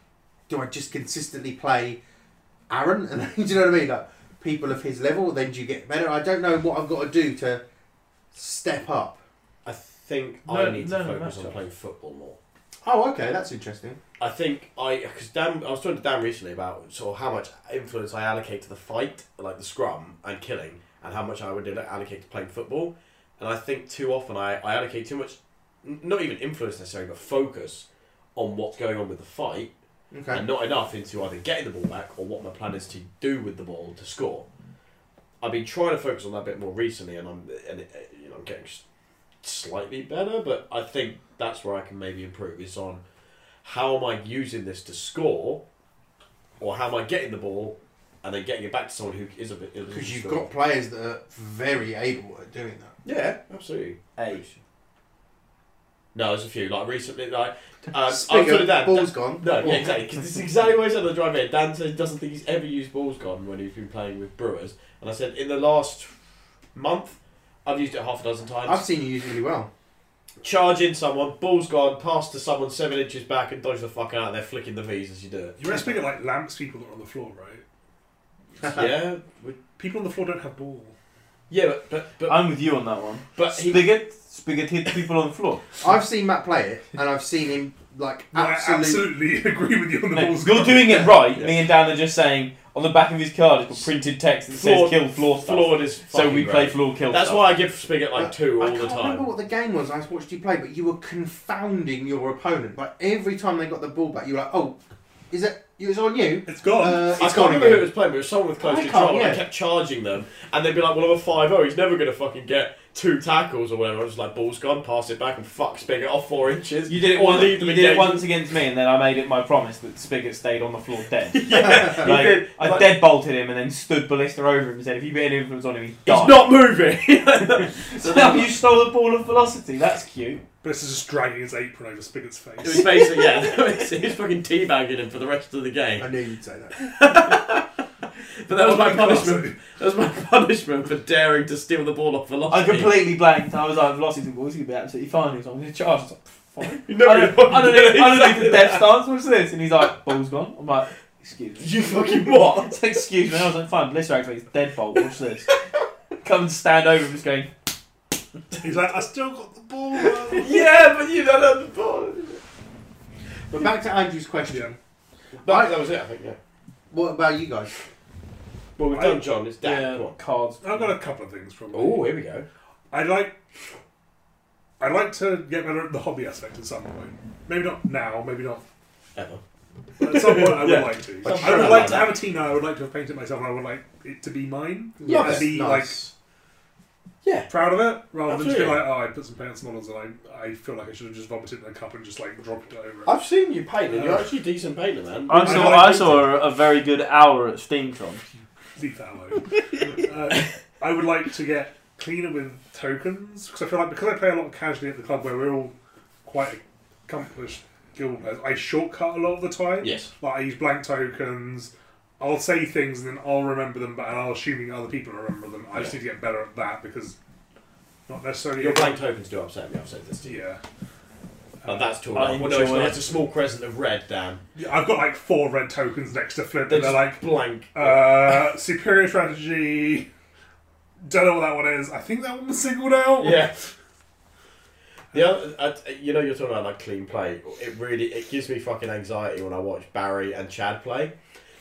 Speaker 2: Do I just consistently play Aaron? And do you know what I mean? Like people of his level, then do you get better? I don't know what I've got to do to step up.
Speaker 1: I th- think I
Speaker 4: Learn-
Speaker 1: need to
Speaker 4: learn the
Speaker 1: focus on
Speaker 4: matchups.
Speaker 1: playing football more.
Speaker 2: Oh, okay, that's interesting.
Speaker 1: I think I because Dan, I was talking to Dan recently about sort of how much influence I allocate to the fight, like the scrum and killing, and how much I would allocate to playing football. And I think too often I, I allocate too much, n- not even influence necessarily, but focus on what's going on with the fight,
Speaker 2: Okay.
Speaker 1: and not enough into either getting the ball back or what my plan is to do with the ball to score. I've been trying to focus on that a bit more recently, and I'm and uh, you know I'm getting s- slightly better, but I think that's where I can maybe improve is on how am I using this to score, or how am I getting the ball and then getting it back to someone who is a bit is a
Speaker 2: Because you've
Speaker 1: scorer.
Speaker 2: got players that are very able at doing that.
Speaker 1: yeah absolutely.
Speaker 4: Hey.
Speaker 1: No, there's a few like recently like um, I
Speaker 2: Speaking
Speaker 1: was
Speaker 2: of,
Speaker 1: of Dan.
Speaker 2: ball's gone.
Speaker 1: No, yeah, exactly. Because this is exactly what I said on the drive in. Dan says he doesn't think he's ever used balls gone when he's been playing with Brewers, and I said in the last month, I've used it half a dozen times.
Speaker 2: I've seen you use it really well.
Speaker 1: Charge in someone, ball's gone, pass to someone seven inches back, and dodge the fuck out. They're flicking the V's as you do it.
Speaker 3: You were speaking like lamps people that are on the floor, right?
Speaker 1: yeah, we-
Speaker 3: People on the floor don't have ball.
Speaker 1: yeah, but but but,
Speaker 4: I'm with you on that one.
Speaker 1: but he,
Speaker 4: Spigot, Spigot hit people on the floor.
Speaker 2: I've seen Matt play it, and I've seen him like
Speaker 3: I
Speaker 2: absolutely.
Speaker 3: absolutely agree with you on the
Speaker 4: No,
Speaker 3: balls.
Speaker 4: you're
Speaker 3: gone.
Speaker 4: doing it right.
Speaker 1: Yeah.
Speaker 4: Me and Dan are just saying on the back of his card, it's got printed text that says
Speaker 1: flawed-
Speaker 4: "kill floor stuff."
Speaker 1: flawed is
Speaker 4: so we
Speaker 1: fucking
Speaker 4: play
Speaker 1: great.
Speaker 4: floor kill.
Speaker 1: That's
Speaker 4: stuff.
Speaker 1: why I give Spigot like two all
Speaker 2: I
Speaker 1: the
Speaker 2: can't
Speaker 1: time.
Speaker 2: remember what the game was I watched you play, but you were confounding your opponent. Like every time they got the ball back, you were like, "Oh, is it? It's on you."
Speaker 3: It's
Speaker 2: Uh,
Speaker 3: gone.
Speaker 1: I
Speaker 2: it's
Speaker 1: can't
Speaker 2: gone
Speaker 1: remember who it
Speaker 2: again.
Speaker 1: was playing, but it was someone with close
Speaker 2: I
Speaker 1: control,
Speaker 2: can't,
Speaker 1: and I
Speaker 2: yeah.
Speaker 1: kept charging them, and they'd be like, "Well, I'm a 5 He's never gonna fucking get two tackles or whatever." I was just like, "Ball's gone, pass it back, and fuck Spigot off four inches."
Speaker 4: You did it
Speaker 1: or
Speaker 4: once.
Speaker 1: leave them
Speaker 4: you did it
Speaker 1: engaged.
Speaker 4: once against me, and then I made it my promise that Spigot stayed on the floor dead.
Speaker 1: yeah,
Speaker 4: Like,
Speaker 1: he did.
Speaker 4: I
Speaker 1: Like,
Speaker 4: dead bolted him and then stood ballista over him and said, "If you get any influence on him, he's
Speaker 1: He's
Speaker 4: done."
Speaker 1: not moving.
Speaker 4: So now you stole the ball of velocity. That's cute.
Speaker 3: But it's just dragging his apron over Spigot's
Speaker 1: It was
Speaker 3: face.
Speaker 1: basically yeah. He was fucking teabagging him for the rest of the game.
Speaker 2: I knew you'd say that.
Speaker 1: But that was my
Speaker 3: Well, I can't
Speaker 1: punishment. That was my punishment for daring to steal the ball off
Speaker 4: I
Speaker 1: velocity.
Speaker 4: completely blanked. I was like, "Velocity's going to be absolutely fine." He was like, "I'm going to charge." I was like, "Fine."
Speaker 1: You know,
Speaker 4: I don't, I don't know. I don't know
Speaker 1: exactly
Speaker 4: the death
Speaker 1: that.
Speaker 4: stance. What's this? And he's like, "Ball's gone." I'm like, "Excuse me."
Speaker 1: You fucking what?
Speaker 4: It's like, excuse me, I was like, fine, Blister activates deadbolt, watch this. Come and stand over, just going,
Speaker 3: say. He's like, I still got the ball. man."
Speaker 1: yeah, but you don't have the ball.
Speaker 2: But back to Andrew's question.
Speaker 3: yeah.
Speaker 1: That, that was it, I think. Yeah.
Speaker 2: What about you guys?
Speaker 1: Well, we've
Speaker 3: I-
Speaker 1: done John. It's Dan. Come on.
Speaker 4: cards.
Speaker 3: I've got a couple of things from.
Speaker 1: Oh, here we go.
Speaker 3: I like. I like to get better at the hobby aspect at some point. Maybe not now. Maybe not.
Speaker 1: Ever.
Speaker 3: But at some point, I would
Speaker 1: Yeah.
Speaker 3: like to.
Speaker 1: But
Speaker 3: I
Speaker 1: sure.
Speaker 3: would like to have a team now. I would like to have painted myself. And I would like it to be mine.
Speaker 2: Yeah,
Speaker 3: and be
Speaker 2: nice.
Speaker 3: like proud of it, rather than just be
Speaker 1: Absolutely.
Speaker 3: like, oh, I put some pants on and I, I feel like I should have just vomited in a cup and just like dropped it over.
Speaker 1: I've seen you paint, and you're actually a decent painter, man.
Speaker 4: I
Speaker 3: saw-
Speaker 4: saw,
Speaker 3: I
Speaker 4: I
Speaker 3: saw
Speaker 4: saw a, very good hour at Steamtron.
Speaker 3: Leave that alone. uh, I would like to get cleaner with tokens because I feel like because I play a lot casually at the club where we're all quite accomplished guild players, I shortcut a lot of the time.
Speaker 1: Yes.
Speaker 3: Like I use blank tokens. I'll say things and then I'll remember them, but I'll assuming other people remember them. I just
Speaker 1: Yeah.
Speaker 3: need to get better at that because not necessarily.
Speaker 1: Your blank tokens do upset me. I've said this to you.
Speaker 3: Yeah.
Speaker 1: But that's too well,
Speaker 4: I
Speaker 1: no, it's
Speaker 4: enjoy
Speaker 1: not.
Speaker 4: it.
Speaker 1: It's a small crescent of red, Dan.
Speaker 3: Yeah, I've got like four red tokens next to Flip,
Speaker 1: They're
Speaker 3: and they're like
Speaker 1: just blank.
Speaker 3: uh, superior strategy. Don't know what that one is. I think that one was singled out.
Speaker 1: yeah. The other, I, you know, you're talking about like clean play. It really it gives me fucking anxiety when I watch Barry and Chad play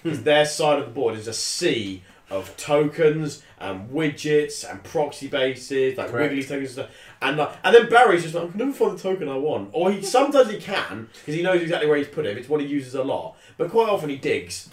Speaker 1: because their side of the board is a sea of tokens and widgets and proxy bases, like
Speaker 2: Correct.
Speaker 1: wiggly tokens and stuff. And like, and then Barry's just like, I can never find the token I want. Or he sometimes he can because he knows exactly where he's put it. If it's what he uses a lot, but quite often he digs.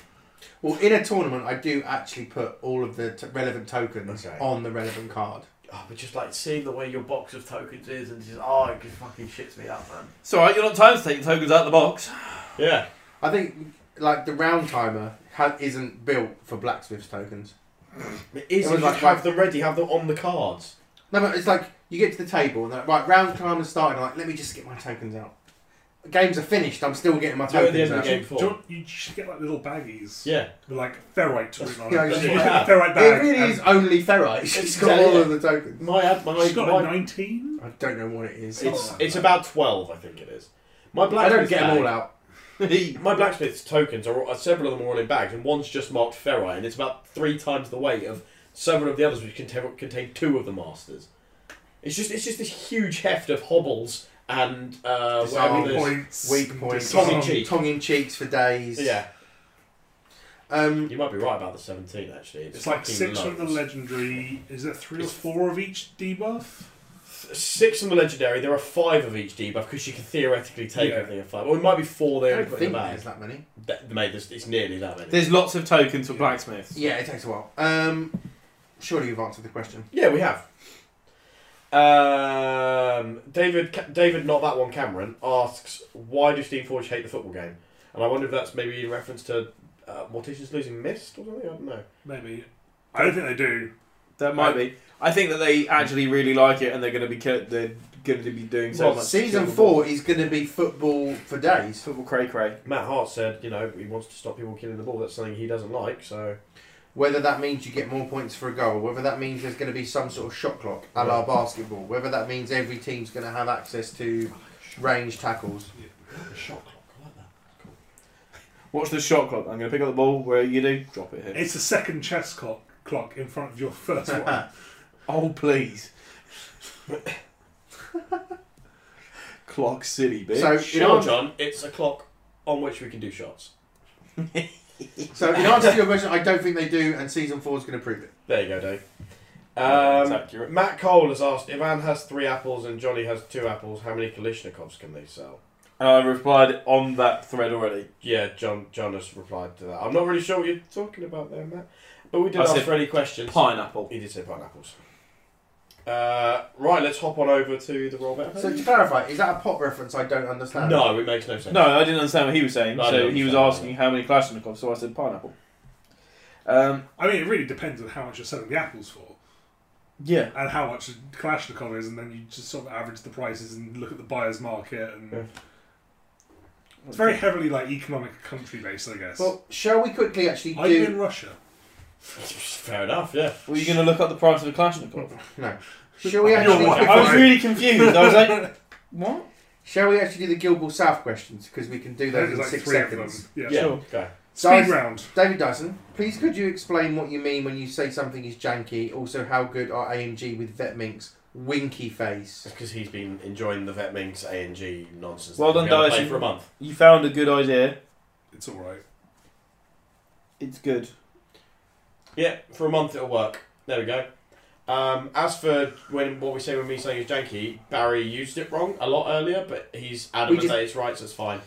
Speaker 2: Well, in a tournament, I do actually put all of the t- relevant tokens
Speaker 1: Okay.
Speaker 2: on the relevant card.
Speaker 1: Oh, but just like seeing the way your box of tokens is, and just oh, it just fucking shits me up, man.
Speaker 4: It's alright, you're not time to take the tokens out of the box.
Speaker 1: Yeah.
Speaker 2: I think like the round timer ha- isn't built for blacksmith's tokens.
Speaker 1: It is.
Speaker 2: It
Speaker 1: you
Speaker 2: was
Speaker 1: just
Speaker 2: like-
Speaker 1: have them ready, have them on the cards.
Speaker 2: No, but it's like you get to the table and they're like, right, round timer started. Like, let me just get my tokens out. Games are finished. I'm still getting my
Speaker 1: Do it at the
Speaker 2: tokens
Speaker 1: end of
Speaker 2: out.
Speaker 1: the game
Speaker 3: Do you,
Speaker 1: four.
Speaker 3: want- you should get like little baggies
Speaker 1: Yeah.
Speaker 3: with like ferrite written on
Speaker 2: Yeah,
Speaker 3: it.
Speaker 2: yeah.
Speaker 3: Just get a ferrite bag.
Speaker 2: It really
Speaker 3: and
Speaker 2: is only ferrite. She's got
Speaker 1: Exactly.
Speaker 2: all of the tokens.
Speaker 1: My ad, my,
Speaker 3: She's got a
Speaker 1: my
Speaker 3: nineteen.
Speaker 2: I don't know what it is.
Speaker 1: it's it's about twelve, I think it is. My
Speaker 2: I
Speaker 1: blacksmith.
Speaker 2: don't get them all out.
Speaker 1: My blacksmith's tokens are all- several of them are all in bags, and one's just marked ferrite, and it's about three times the weight of several of the others, which contain contain two of the masters. It's just it's just this huge heft of hobbles and uh,
Speaker 2: Disarm
Speaker 1: whatever
Speaker 2: Well,
Speaker 1: there's-
Speaker 3: points,
Speaker 2: Weak point.
Speaker 1: Tongue in
Speaker 2: Tongue,
Speaker 1: cheek.
Speaker 2: tongue in cheeks for days.
Speaker 1: Yeah,
Speaker 2: Um,
Speaker 1: you might be right about the seventeen. Actually,
Speaker 3: It's like
Speaker 1: fucking
Speaker 3: six of the
Speaker 1: loads.
Speaker 3: legendary. Is there three or
Speaker 1: It's-
Speaker 3: four of each debuff?
Speaker 1: Six from the legendary. There are five of each debuff because you can theoretically take
Speaker 3: Yeah.
Speaker 1: everything in five. Well, it might be four there
Speaker 2: I
Speaker 1: and
Speaker 2: don't
Speaker 1: put in
Speaker 2: think
Speaker 1: the bag.
Speaker 2: there's that many.
Speaker 1: That, mate, there's- it's nearly that many.
Speaker 4: There's lots of tokens for blacksmiths.
Speaker 2: Yeah, it takes a while. Um, surely you've answered the question.
Speaker 1: yeah, we have. Um, David, Ca- David, not that one. Cameron asks, "Why do Steam Forge hate the football game?" And I wonder if that's maybe in reference to uh, Morticians losing Mist or something. I don't know.
Speaker 3: Maybe. I don't think they do.
Speaker 4: That might be. I think that they actually really like it, and they're going to be kill- they're going to be doing so
Speaker 1: Well,
Speaker 4: much.
Speaker 2: Season
Speaker 4: killable.
Speaker 2: four is going to be football for days.
Speaker 4: football cray cray.
Speaker 1: Matt Hart said, "You know, he wants to stop people killing the ball. That's something he doesn't like." So
Speaker 2: Whether that means you get more points for a goal, whether that means there's going to be some sort of shot clock, a la
Speaker 1: Yeah.
Speaker 2: basketball, whether that means every team's going to have access to range tackles.
Speaker 1: shot clock. I like that.
Speaker 4: Watch the shot clock. I'm going to pick up the ball. Where you do, drop it here.
Speaker 3: It's a second chess clock clock in front of your first one.
Speaker 4: Oh please. Clock City, bitch.
Speaker 2: So in,
Speaker 1: Sure,
Speaker 2: answer,
Speaker 1: John. It's a clock on which we can do shots.
Speaker 2: so in answer to your question, I don't think they do, and season four is going to prove it.
Speaker 1: There you go, Dave.
Speaker 4: That's
Speaker 1: Um,
Speaker 4: accurate.
Speaker 1: Matt Cole has asked if Anne has three apples and Johnny has two apples. How many Kalishnikovs can they sell?
Speaker 4: And I replied on that thread already.
Speaker 1: Yeah, John. John has replied to that. I'm not really sure what you're talking about there, Matt. But we did
Speaker 4: I
Speaker 1: ask
Speaker 4: said
Speaker 1: for any questions.
Speaker 4: Pineapple.
Speaker 1: He did say pineapples. Uh, right, let's hop on over to the roll better.
Speaker 2: So to clarify, is that a pop reference I don't understand?
Speaker 1: no, it makes no sense.
Speaker 4: No, I didn't understand what he was saying.
Speaker 1: I
Speaker 4: so
Speaker 1: didn't
Speaker 4: he was
Speaker 1: understand
Speaker 4: asking how many Kalashnikovs, so I said pineapple. Um,
Speaker 3: I mean, it really depends on how much you're selling the apples for
Speaker 4: yeah.
Speaker 3: and how much the Kalashnikov is, and then you just sort of average the prices and look at the buyer's market. And
Speaker 1: Yeah.
Speaker 3: it's very heavily like economic country based, I guess.
Speaker 2: Well, shall we quickly actually
Speaker 3: Are you
Speaker 2: do?
Speaker 3: in Russia?
Speaker 1: Fair enough. Yeah.
Speaker 4: Were you going to look up the price of a Kalashnikov?
Speaker 2: Shall we
Speaker 3: You're
Speaker 2: actually?
Speaker 3: white.
Speaker 4: I was really confused. I was like, what?
Speaker 2: Shall we actually do the Guild Ball South questions because we can do those
Speaker 3: There's
Speaker 2: in
Speaker 3: like
Speaker 2: six
Speaker 3: three
Speaker 2: seconds?
Speaker 3: of them. Yeah.
Speaker 1: Yeah.
Speaker 4: Sure.
Speaker 1: Go.
Speaker 3: Speed
Speaker 2: Guys-
Speaker 3: round.
Speaker 2: David Dyson, please could you explain what you mean when you say something is janky? Also, how good are AMG with Vet Minks? Winky face.
Speaker 1: It's because he's been enjoying the Vet Minx A and G nonsense.
Speaker 4: Well
Speaker 1: that
Speaker 4: done,
Speaker 1: we haven't
Speaker 4: Dyson.
Speaker 1: played For a month.
Speaker 4: You found a good idea.
Speaker 3: It's all right.
Speaker 4: It's good.
Speaker 1: Yeah, for a month it'll work. There we go. Um, as for when what we say when we say is janky, Barry used it wrong a lot earlier, but he's
Speaker 2: We
Speaker 1: adamant
Speaker 2: just-
Speaker 1: that it's right, so it's fine.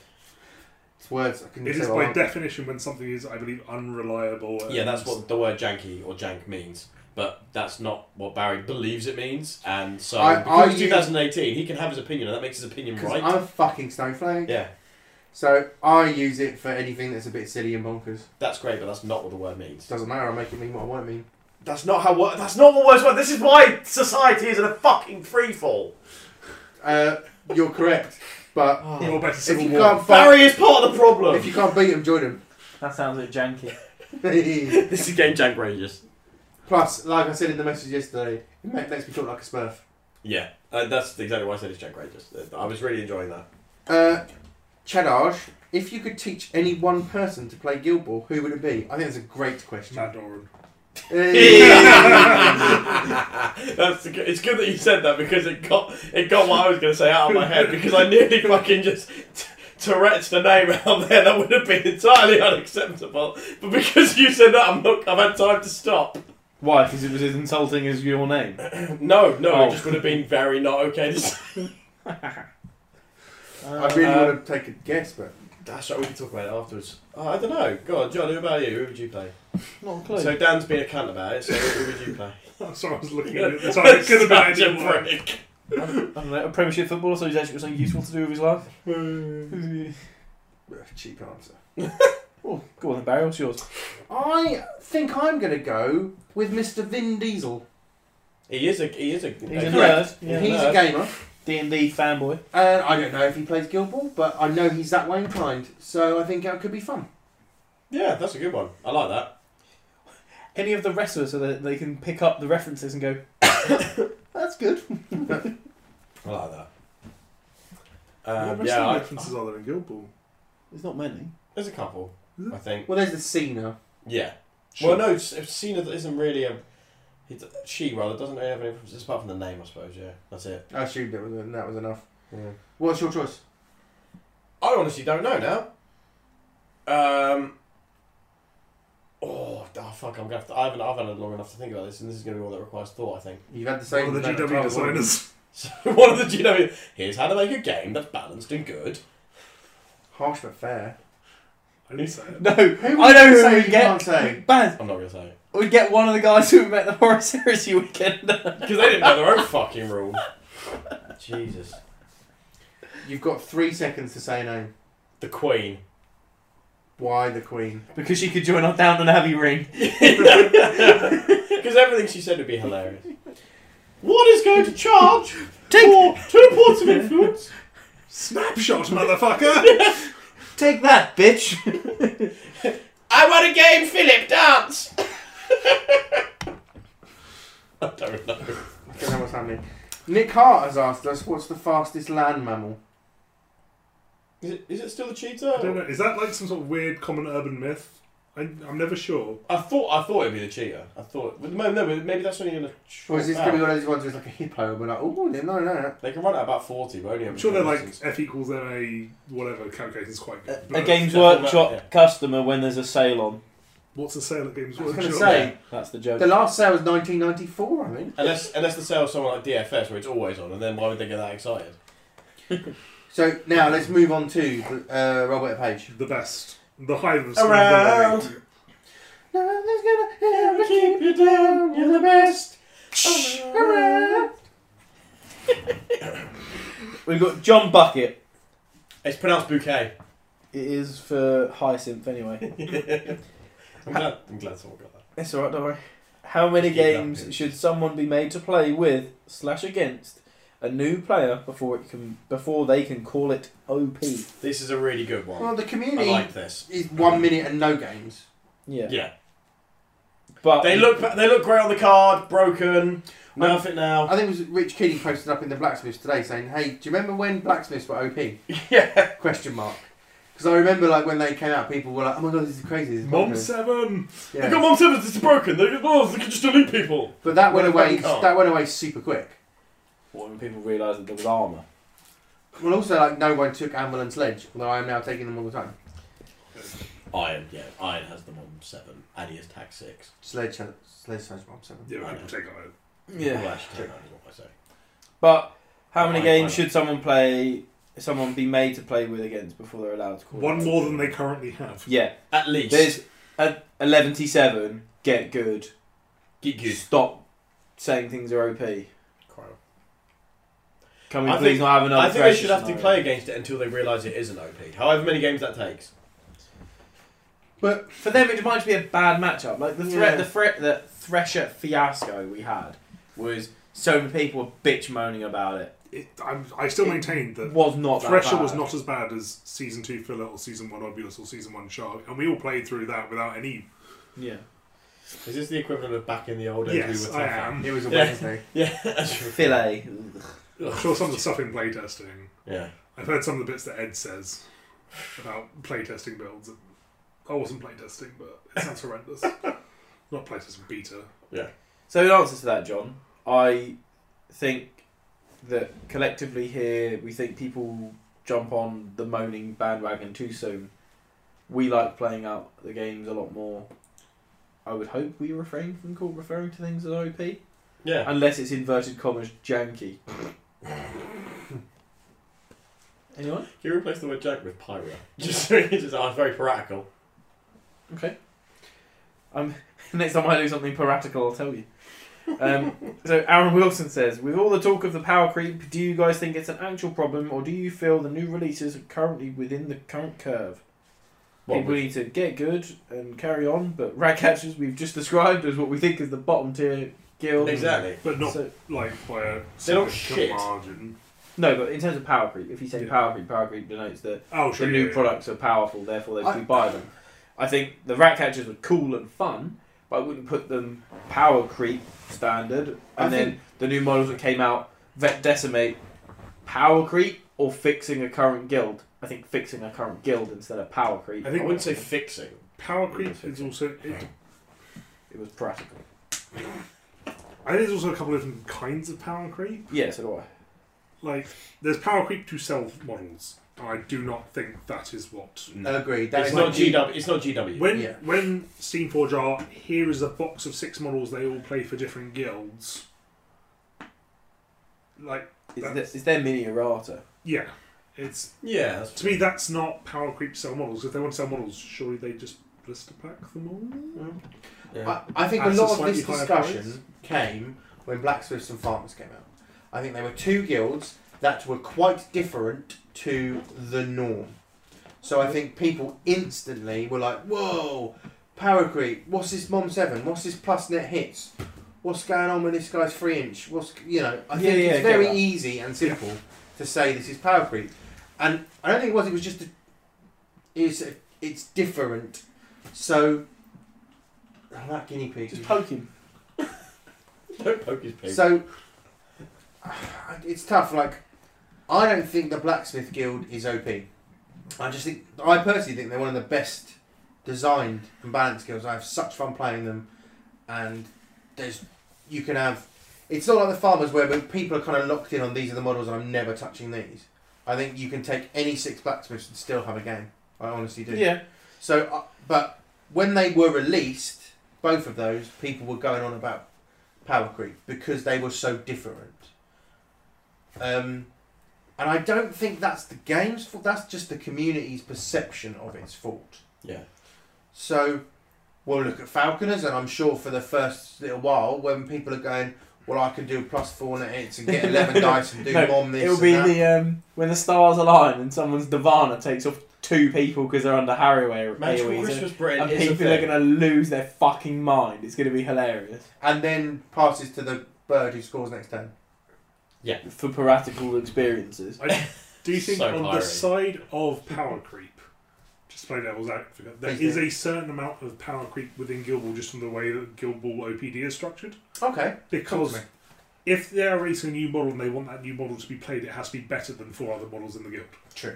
Speaker 2: It's words I can
Speaker 3: It is
Speaker 2: say.
Speaker 3: by
Speaker 2: well.
Speaker 3: definition when something is, I believe, unreliable. and-
Speaker 1: Yeah, that's what the word janky or jank means, but that's not what Barry believes it means. And so,
Speaker 2: I-
Speaker 1: because
Speaker 2: I
Speaker 1: it's
Speaker 2: use-
Speaker 1: 2018, he can have his opinion, and that makes his opinion
Speaker 2: 'Cause
Speaker 1: right.
Speaker 2: I'm a fucking snowflake.
Speaker 1: Yeah,
Speaker 2: So I use it for anything that's a bit silly and bonkers.
Speaker 1: that's great, but that's not what the word means.
Speaker 2: Doesn't matter. I make it mean what I want it to mean.
Speaker 1: That's not how word. That's not what words mean. This is why society is in a fucking free fall.
Speaker 2: Uh, you're correct, but
Speaker 3: Or better,
Speaker 2: if
Speaker 3: Civil
Speaker 2: you
Speaker 3: War.
Speaker 2: can't fight,
Speaker 1: Barry is part of the problem.
Speaker 2: if you can't beat them, join
Speaker 4: That sounds like janky.
Speaker 2: them.
Speaker 1: this is getting jank rageous.
Speaker 2: Plus, like I said in the message yesterday, it ma- makes me talk like a smurf.
Speaker 1: Yeah, uh, that's exactly why I said it's Jack Rangers. I was really enjoying that.
Speaker 2: Uh, Chadaj, if you could teach any one person to play Guild Ball, who would it be? I think that's a great question. Uh,
Speaker 3: Mad Doran.
Speaker 2: Hey.
Speaker 1: that's the good, it's good that you said that because it got it got what I was going to say out of my head because I nearly fucking just t- Tourette's the name out there that would have been entirely unacceptable. But because you said that, I'm not. I've had time to stop.
Speaker 4: Why? Because it was as insulting as your name.
Speaker 1: No, no,
Speaker 4: Oh.
Speaker 1: it just would have been very not okay. To say.
Speaker 2: I really
Speaker 4: Uh,
Speaker 2: want to take a guess, but
Speaker 1: That's right. We can talk about it afterwards. Oh, I don't know. God, John, who about you? Who would you play?
Speaker 4: Not a clue.
Speaker 1: So Dan's been a cunt about it. So who would you play?
Speaker 3: That's what I was looking at. That's what it could have been.
Speaker 1: Such a
Speaker 3: anyone.
Speaker 1: prick.
Speaker 4: I don't know, a premiership footballer, so he's actually got something useful to do with his life.
Speaker 1: Hmm.
Speaker 2: uh, cheap answer.
Speaker 4: oh, go on then, Barry, what's yours?
Speaker 2: I think I'm going to go with Mr. Vin Diesel.
Speaker 1: He is a he is a
Speaker 4: He's a
Speaker 1: a-
Speaker 4: nerd. Yeah.
Speaker 2: He's a
Speaker 1: nerd.
Speaker 2: gamer,
Speaker 4: D&D fanboy.
Speaker 2: and I don't know if he plays Guild Ball, but I know he's that way inclined, so I think it could be fun.
Speaker 1: Yeah, that's a good one. I like that.
Speaker 4: Any of the wrestlers so that they can pick up the references and go, that's good.
Speaker 1: I like that.
Speaker 3: What
Speaker 1: Um,
Speaker 3: wrestling
Speaker 1: yeah, I,
Speaker 3: references are there in Guild Ball?
Speaker 4: There's not many.
Speaker 1: there's a couple. I think.
Speaker 2: Well, there's the Cena.
Speaker 1: Yeah.
Speaker 3: Sure.
Speaker 1: Well, no, s- if Cena isn't really a He d- she rather doesn't really have any references apart from the name, I suppose. Yeah, that's it.
Speaker 2: I assumed it was, that was enough.
Speaker 1: Yeah.
Speaker 2: What's your choice?
Speaker 1: I honestly don't know now. Um. Oh, oh fuck! I'm gonna have to. I haven't. I've had long enough to think about this, and this is gonna be one that requires thought. I think.
Speaker 2: You've had the same.
Speaker 3: One of the
Speaker 2: amount of
Speaker 3: GW
Speaker 2: time, haven't you?
Speaker 3: designers.
Speaker 1: So one of the GW. Here's how to make a game that's balanced and good.
Speaker 2: Harsh but fair.
Speaker 3: I knew so.
Speaker 4: No,
Speaker 2: Who
Speaker 4: I know
Speaker 2: would you
Speaker 4: who
Speaker 2: say
Speaker 4: we
Speaker 2: you
Speaker 4: get.
Speaker 2: can't say?
Speaker 4: Baz,
Speaker 1: I'm not gonna say
Speaker 4: we get one of the guys who met the horror series you weekend.
Speaker 1: because they didn't know their own fucking rule. Jesus.
Speaker 2: You've got three seconds to say a name.
Speaker 1: The Queen.
Speaker 2: Why the Queen?
Speaker 4: because she could join our down and Abbey ring.
Speaker 1: Because everything she said would be hilarious. One is going to charge
Speaker 4: Take-
Speaker 1: for two points of influence.
Speaker 3: Snapshot, motherfucker!
Speaker 4: Take that, bitch.
Speaker 1: I want a game, Philip. Dance. I don't know.
Speaker 2: I don't know what's happening. Nick Hart has asked us, what's the fastest land mammal?
Speaker 1: Is it, is it still a cheetah?
Speaker 3: I don't know. Is that like some sort of weird common urban myth? I, I'm never sure.
Speaker 1: I thought I thought it'd be the cheetah. I thought, but no, no, maybe that's only in a.
Speaker 2: Or
Speaker 1: short
Speaker 2: is this
Speaker 1: bout.
Speaker 2: going to be one of those ones where it's like a hippo? And we're like, oh, no, no, no.
Speaker 1: They can run at about forty, but only.
Speaker 3: I'm sure they're like
Speaker 1: distance.
Speaker 3: F equals MA, whatever, calculator's quite good.
Speaker 4: A
Speaker 3: But
Speaker 4: Games
Speaker 1: Yeah.
Speaker 4: Workshop
Speaker 1: Yeah.
Speaker 4: customer when there's a sale on.
Speaker 3: What's the sale at Games
Speaker 2: I was
Speaker 3: Workshop?
Speaker 2: going to say,
Speaker 4: That's the joke.
Speaker 2: the last sale was 1994, I think.
Speaker 1: unless unless the sale's someone like DFS where it's always on, and then why would they get that excited?
Speaker 2: So now let's move on to uh, Robert Page.
Speaker 3: The best. The hive of
Speaker 1: Around.
Speaker 3: scum.
Speaker 2: Nothing's gonna ever keep you down. You're the best. around.
Speaker 4: We've got John Bucket.
Speaker 1: It's pronounced bouquet.
Speaker 4: It is for Hyacinth anyway.
Speaker 1: I'm glad. I'm glad someone got that.
Speaker 4: It's alright, don't worry. How many
Speaker 1: Keep that
Speaker 4: games
Speaker 1: bit.
Speaker 4: should someone be made to play with slash against a new player before it can before they can call it OP?
Speaker 1: This is a really good one.
Speaker 2: Well, the
Speaker 1: I
Speaker 2: community
Speaker 1: like this.
Speaker 2: is one minute and no games.
Speaker 4: Yeah.
Speaker 1: Yeah,
Speaker 4: But
Speaker 1: they look they look great on the card. Broken. Nerf it now.
Speaker 2: I think it was Rich Keeley posted up in the blacksmiths today saying, "Hey, do you remember when blacksmiths were OP?"
Speaker 1: Yeah.
Speaker 2: Question mark. Because I remember like when they came out, people were like, "Oh my god, this is crazy." This is
Speaker 3: Mom
Speaker 2: bonkers."
Speaker 3: 7!
Speaker 1: Look
Speaker 2: yeah.
Speaker 1: at Mom Sevens. It's broken. They, oh, they can just delete people.
Speaker 2: But that went
Speaker 1: What a
Speaker 2: away.
Speaker 1: fucking car.
Speaker 2: That went away super quick.
Speaker 4: What, when people realise that there was armour.
Speaker 2: Well, also like no one took anvil and sledge, although I am now taking them all the time.
Speaker 1: Iron. Yeah. Iron has the Mom Seven. and he has Tag Six.
Speaker 2: Sledge, sledge, sledge, mom seven.
Speaker 3: Yeah, we can take on
Speaker 1: Well, actually, I don't know what I say.
Speaker 4: But how
Speaker 1: Why-
Speaker 4: many
Speaker 1: why
Speaker 4: games
Speaker 1: not?
Speaker 4: should someone play someone be made to play with against before they're allowed to
Speaker 3: it.
Speaker 4: call it
Speaker 3: One
Speaker 4: OP?
Speaker 3: more than they currently have.
Speaker 4: Yeah.
Speaker 1: At least.
Speaker 4: There's a eleven T seven, get good.
Speaker 1: Get good.
Speaker 4: Stop saying things are OP. Can we
Speaker 1: I
Speaker 4: please
Speaker 1: think-
Speaker 4: not have another
Speaker 1: I think they
Speaker 4: pressure
Speaker 1: should have to
Speaker 4: scenario?
Speaker 1: play against it until they realise it isn't OP. However many games that takes.
Speaker 2: But
Speaker 4: For them, it might be a bad matchup. Like the threat,
Speaker 2: Yeah.
Speaker 4: the threat, the Thresher fiasco we had was so many people were bitch moaning about it.
Speaker 3: It, I'm, I still maintain
Speaker 4: It
Speaker 3: that
Speaker 4: was not that
Speaker 3: Thresher
Speaker 4: bad.
Speaker 3: was not as bad as Season 2 filler or Season 1 Obulus or Season 1 Shark, and we all played through that without any.
Speaker 4: Yeah,
Speaker 1: Is this the equivalent of back in the old days?
Speaker 3: yes, I
Speaker 1: tougher?
Speaker 3: am.
Speaker 2: it was a
Speaker 1: Yeah.
Speaker 2: Wednesday.
Speaker 1: Yeah. that's true.
Speaker 4: fillet.
Speaker 3: I'm sure some of the stuff in playtesting.
Speaker 1: Yeah.
Speaker 3: I've heard some of the bits that Ed says about playtesting builds. I wasn't playtesting, but it sounds horrendous. Not playtesting beta.
Speaker 4: So in answer to that, John, I think that collectively here we think people jump on the moaning bandwagon too soon. We like playing out the games a lot more. I would hope we refrain from call referring to things as OP,
Speaker 1: Yeah.
Speaker 4: unless it's inverted commas janky. Anyone?
Speaker 1: Can you replace the word jack with pyro? Just so you just oh, it's very piratical.
Speaker 4: Okay. Um, next time I do something piratical, I'll tell you. Um, so Aaron Wilson says, with all the talk of the power creep, do you guys think it's an actual problem, or do you feel the new releases are currently within the current curve?
Speaker 1: What
Speaker 4: People
Speaker 1: with-
Speaker 4: need to get good and carry on, but rat catchers we've just described as what we think is the bottom tier guild.
Speaker 1: Exactly.
Speaker 3: But not
Speaker 4: So-
Speaker 3: like by a
Speaker 1: not
Speaker 3: significant
Speaker 1: shit.
Speaker 3: margin.
Speaker 4: no, but in terms of power creep, if you say
Speaker 3: Yeah.
Speaker 4: power creep, power creep denotes that
Speaker 3: Oh, sure.
Speaker 4: the
Speaker 3: yeah,
Speaker 4: new
Speaker 3: yeah.
Speaker 4: products are powerful, therefore they
Speaker 2: I-
Speaker 4: we buy them. I think the rat catchers were cool and fun, but I wouldn't put them power creep standard. And
Speaker 2: I
Speaker 4: then the new models that came out, vet decimate, power creep or fixing a current guild. I think fixing a current guild instead of power creep.
Speaker 3: I
Speaker 1: I
Speaker 3: think
Speaker 1: wouldn't say fixing.
Speaker 3: power creep is also. It,
Speaker 4: It was practical.
Speaker 3: I think there's also a couple of different kinds of power creep.
Speaker 4: Yeah, so do I.
Speaker 3: Like, there's power creep to sell models. And I do not think that is what.
Speaker 2: Agreed. That
Speaker 1: It's
Speaker 2: is
Speaker 1: not
Speaker 2: like-
Speaker 1: GW. It's not GW.
Speaker 3: When
Speaker 2: Yeah.
Speaker 3: when Steamforge are here is a box of six models they all play for different guilds. Like
Speaker 4: It's,
Speaker 3: That's-
Speaker 4: the- it's their mini errata.
Speaker 3: yeah, it's
Speaker 1: Yeah, that's
Speaker 3: to me that's not power creep sell models. If they want to sell models, surely they just blister pack them all.
Speaker 2: I, I think a
Speaker 3: That's a
Speaker 2: lot of
Speaker 3: slightly
Speaker 2: this
Speaker 3: higher
Speaker 2: discussion came when Blacksmiths and Farmers came out. I think there were two guilds that were quite different to the norm. So I think people instantly were like, whoa, power creep, what's this mom seven? What's this plus net hits? What's going on with this guy's three inch? What's you know, I
Speaker 4: Yeah,
Speaker 2: think
Speaker 4: yeah, I
Speaker 2: it's
Speaker 4: get
Speaker 2: very
Speaker 4: that.
Speaker 2: easy and simple to say this is power creep. And I don't think it was, it was just a, it's, a, it's different. So I like guinea pigs.
Speaker 4: Just poke him.
Speaker 1: don't poke his pig.
Speaker 2: So it's tough. Like, I don't think the Blacksmith Guild is OP. I just think I personally think they're one of the best designed and balanced guilds. I have such fun playing them, and there's you can have. It's not like the farmers where but people are kind of locked in on these are the models and I'm never touching these. I think you can take any six blacksmiths and still have a game. I honestly do.
Speaker 4: Yeah.
Speaker 2: So, uh, but when they were released, both of those people were going on about power creep because they were so different. Um, and I don't think that's the game's fault. That's just the community's perception of its fault.
Speaker 1: Yeah.
Speaker 2: So, we'll look at Falconers, and I'm sure for the first little while, when people are going, well, I can do plus four net hits and get eleven dice and do
Speaker 4: No,
Speaker 2: mom this.
Speaker 4: It'll
Speaker 2: and
Speaker 4: be
Speaker 2: that.
Speaker 4: the um, when the stars align and someone's Divana takes off two people because they're under Harry
Speaker 1: Magical
Speaker 4: AoEs and,
Speaker 1: Christmas Britain
Speaker 4: and
Speaker 1: is a
Speaker 4: people are
Speaker 1: thing.
Speaker 4: going to lose their fucking mind. It's going to be hilarious
Speaker 2: and then passes to the bird who scores next turn.
Speaker 4: for piratical experiences.
Speaker 3: I do think
Speaker 1: So
Speaker 3: on
Speaker 1: fiery.
Speaker 3: the side of power creep, just to play devil's advocate, there
Speaker 2: Please
Speaker 3: is
Speaker 2: do.
Speaker 3: a certain amount of power creep within Guild Ball just from the way that Guild Ball OPD is structured.
Speaker 2: Okay.
Speaker 3: Because
Speaker 2: Talk to
Speaker 3: if they're releasing a new model and they want that new model to be played, it has to be better than four other models in the guild.
Speaker 2: True.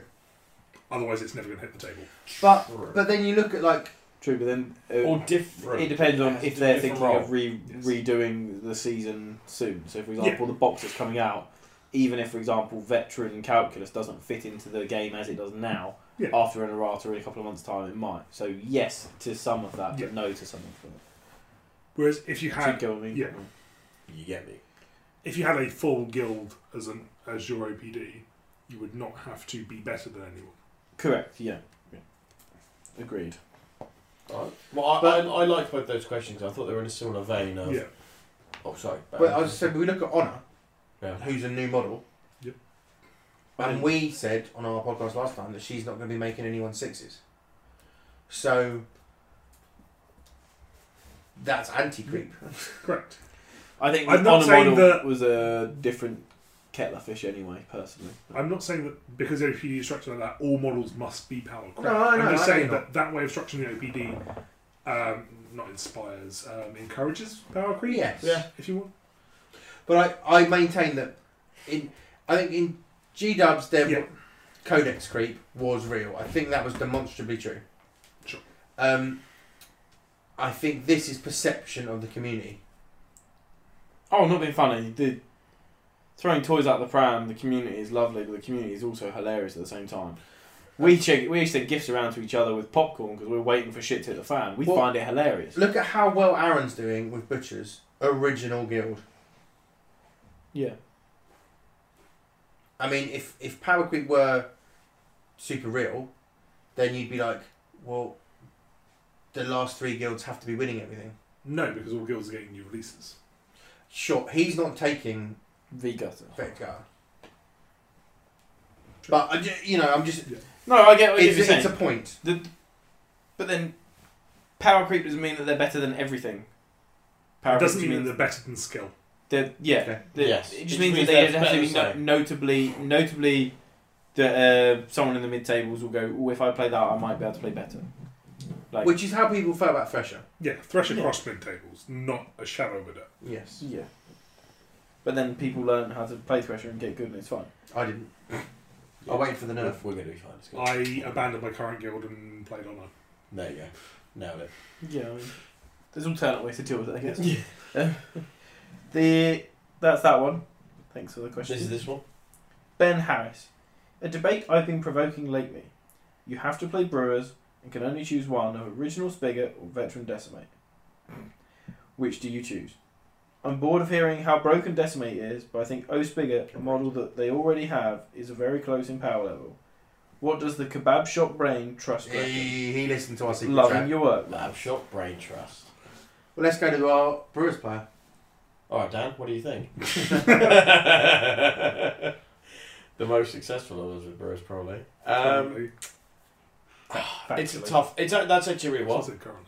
Speaker 3: Otherwise, it's never going to hit the table.
Speaker 2: But
Speaker 1: True.
Speaker 2: but then you look at like
Speaker 4: True, but then
Speaker 1: Or
Speaker 4: uh,
Speaker 1: different.
Speaker 4: it depends on
Speaker 1: Has
Speaker 4: if
Speaker 1: a
Speaker 4: they're
Speaker 1: different
Speaker 4: thinking
Speaker 1: role.
Speaker 4: of re-
Speaker 3: Yes.
Speaker 4: redoing the season soon. So, for example,
Speaker 3: Yeah.
Speaker 4: the box that's coming out, even if, for example, veteran calculus doesn't fit into the game as it does now,
Speaker 3: Yeah.
Speaker 4: after an errata in a couple of months' time, it might. So, yes to some of that,
Speaker 3: Yeah.
Speaker 4: but no to some of that.
Speaker 3: Whereas if you
Speaker 4: Do you
Speaker 3: had
Speaker 4: get what I mean?
Speaker 3: yeah.
Speaker 1: You get me.
Speaker 3: if you had a full guild as an as your OPD, you would not have to be better than anyone.
Speaker 4: Correct. Yeah. Agreed.
Speaker 1: Alright. Well, I,
Speaker 2: But-
Speaker 1: I, I liked both those questions. I thought they were in a similar vein of.
Speaker 3: Yeah,
Speaker 1: Oh, sorry.
Speaker 2: Well, I was saying, we look at Honor,
Speaker 1: Yeah.
Speaker 2: who's a new model.
Speaker 3: Yep.
Speaker 2: And we said on our podcast last time that she's not going to be making anyone sixes. So that's anti creep.
Speaker 3: correct.
Speaker 4: I think
Speaker 3: I'm
Speaker 4: the
Speaker 3: not
Speaker 4: honor
Speaker 3: saying
Speaker 4: model
Speaker 3: that-
Speaker 4: was a different kettle of fish anyway. Personally,
Speaker 3: I'm not saying that because the OPD is structured like that, all models must be power creep.
Speaker 2: No, I know,
Speaker 3: I'm just
Speaker 2: I
Speaker 3: saying
Speaker 2: know.
Speaker 3: that that way of structuring the OPD um, not inspires, um, encourages power creep.
Speaker 2: Yes.
Speaker 1: Yeah.
Speaker 3: If you want,
Speaker 2: But I, I maintain that in I think in G Dubs there
Speaker 3: Yeah.
Speaker 2: Codex creep was real. I think that was demonstrably true.
Speaker 3: Sure.
Speaker 2: Um, I think this is perception of the community.
Speaker 4: oh, not being funny. The throwing toys out the pram. The community is lovely, but the community is also hilarious at the same time. We check, we used to give gifts around to each other with popcorn because we were waiting for shit to hit the fan. We
Speaker 2: Well-
Speaker 4: find it hilarious.
Speaker 2: Look at how well Aaron's doing with Butchers original guild.
Speaker 4: Yeah.
Speaker 2: I mean, if if Power Creep were super real, then you'd be like, well, the last three guilds have to be winning everything.
Speaker 3: no, because all guilds are getting new releases.
Speaker 2: Sure, he's not taking
Speaker 4: V gutter.
Speaker 2: Vector. But I ju- you know, I'm just
Speaker 4: No, I get what you're
Speaker 2: it's,
Speaker 4: saying.
Speaker 2: it's a point.
Speaker 4: The, but then, power creep doesn't mean that they're better than everything. Power
Speaker 3: it doesn't
Speaker 4: creep
Speaker 3: mean that
Speaker 4: means
Speaker 3: they're better than skill.
Speaker 4: They're, yeah,
Speaker 2: Okay.
Speaker 4: they're-
Speaker 1: Yes.
Speaker 4: It just means that they have to be no, notably, notably that uh, someone in the mid tables will go. Oh, if I play that, I might be able to play better. Like,
Speaker 2: Which is how people felt about Thresher.
Speaker 3: Yeah, thresh
Speaker 4: Yeah.
Speaker 3: across mid tables, not a shadow with it.
Speaker 2: Yes,
Speaker 4: yeah. But then people learn how to play Thresher and get good, and it's fine.
Speaker 2: I didn't. I waited for the nerf.
Speaker 1: We're going to be fine. It's good.
Speaker 3: I abandoned my current guild and played online.
Speaker 1: There you go. Nailed it.
Speaker 4: Yeah, I mean, there's alternate ways to deal with it, I guess. The that's that one. Thanks for the question.
Speaker 1: This is this one.
Speaker 4: Ben Harris. A debate I've been provoking lately. You have to play Brewers and can only choose one of original Spigot or veteran Decimate. Which do you choose? I'm bored of hearing how broken Decimate is, but I think O Spigot, a model that they already have, is very close in power level. What does the kebab shop brain trust reckon?
Speaker 2: He, he listened to our secret
Speaker 4: Loving
Speaker 2: track.
Speaker 4: your work.
Speaker 1: Lab shot brain trust.
Speaker 2: Well, let's go to our Brewers player.
Speaker 1: All right, Dan, what do you think? the most successful of us with Bruce, probably. Um,
Speaker 3: Currently.
Speaker 1: it's a
Speaker 4: Factually.
Speaker 1: tough. It's a, that's actually really
Speaker 3: What's
Speaker 1: well.
Speaker 3: it currently?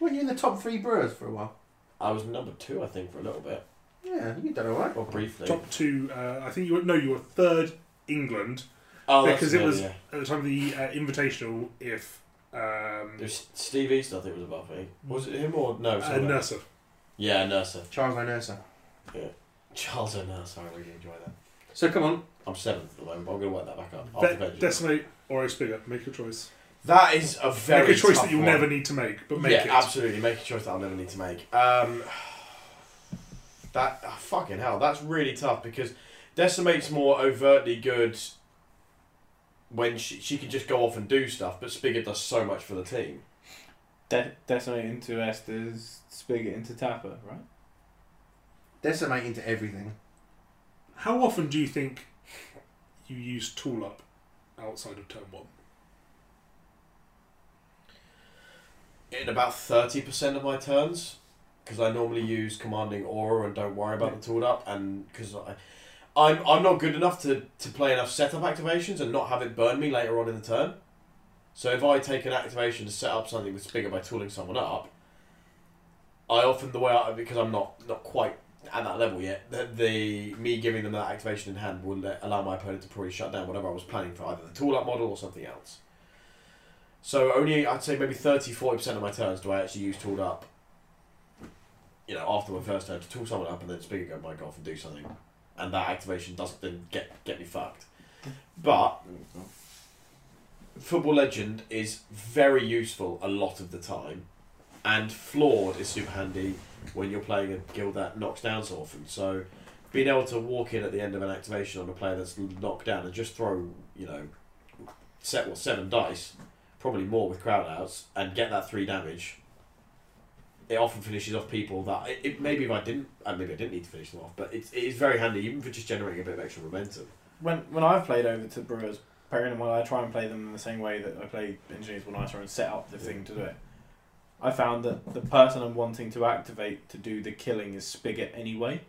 Speaker 2: Weren't you in the top three Brewers for a while?
Speaker 1: I was number two, I think, for a little bit,
Speaker 2: Yeah, you done all right.
Speaker 1: or briefly.
Speaker 3: Top two. Uh, I think you were no, you were third England
Speaker 1: oh, that's
Speaker 3: because it
Speaker 1: good,
Speaker 3: was
Speaker 1: yeah.
Speaker 3: at the time of the uh, Invitational. If um,
Speaker 1: It was Steve East, I think, was above me. Was it him or no?
Speaker 3: uh,
Speaker 1: someone else.
Speaker 3: Nurser.
Speaker 1: Yeah, Nurser.
Speaker 2: Charles O'Nursa.
Speaker 1: Charles and Nurser. I really enjoy that.
Speaker 2: So come on.
Speaker 1: I'm seventh at the moment, but I'm going to work that back up.
Speaker 3: Ve-
Speaker 1: After Benji.
Speaker 3: decimate or a bigger. Make your choice.
Speaker 1: that is a very
Speaker 3: make a choice
Speaker 1: tough
Speaker 3: that you'll
Speaker 1: one.
Speaker 3: never need to make, but make
Speaker 1: yeah,
Speaker 3: it.
Speaker 1: absolutely. Make a choice that I'll never need to make. Um, that ah, fucking hell, that's really tough because Decimate's more overtly good when she she can just go off and do stuff, but Spigot does so much for the team.
Speaker 4: De- decimate into Esther's Spigot into Tapper, right?
Speaker 2: Decimate into everything.
Speaker 3: How often do you think you use tool up outside of turn one?
Speaker 1: In about thirty percent of my turns, because I normally use commanding aura and don't worry about the tooled up, and because I. I'm, I'm not good enough to, to play enough setup activations and not have it burn me later on in the turn. So if I take an activation to set up something with Spigot by tooling someone up, I often the way I because I'm not not quite at that level yet. The, the me giving them that activation in hand will let, allow my opponent to probably shut down whatever I was planning for either the tool up model or something else. So only I'd say maybe 30 40 percent of my turns do I actually use tooled up. You know, after my first turn to tool someone up and then speaker go my golf and do something, and that activation doesn't then get get me fucked. But Football Legend is very useful a lot of the time, and Flawed is super handy when you're playing a guild that knocks down so often. So, being able to walk in at the end of an activation on a player that's knocked down and just throw, you know, set what seven dice, probably more with crowd outs, and get that three damage. It often finishes off people that it, it maybe if I didn't, and maybe I didn't need to finish them off, but it's it is very handy even for just generating a bit of extra momentum.
Speaker 4: When when I've played over to Brewers, pairing well, I try and play them in the same way that I play Engineers when I try and set up the thing to do it. I found that the person I'm wanting to activate to do the killing is Spigot anyway.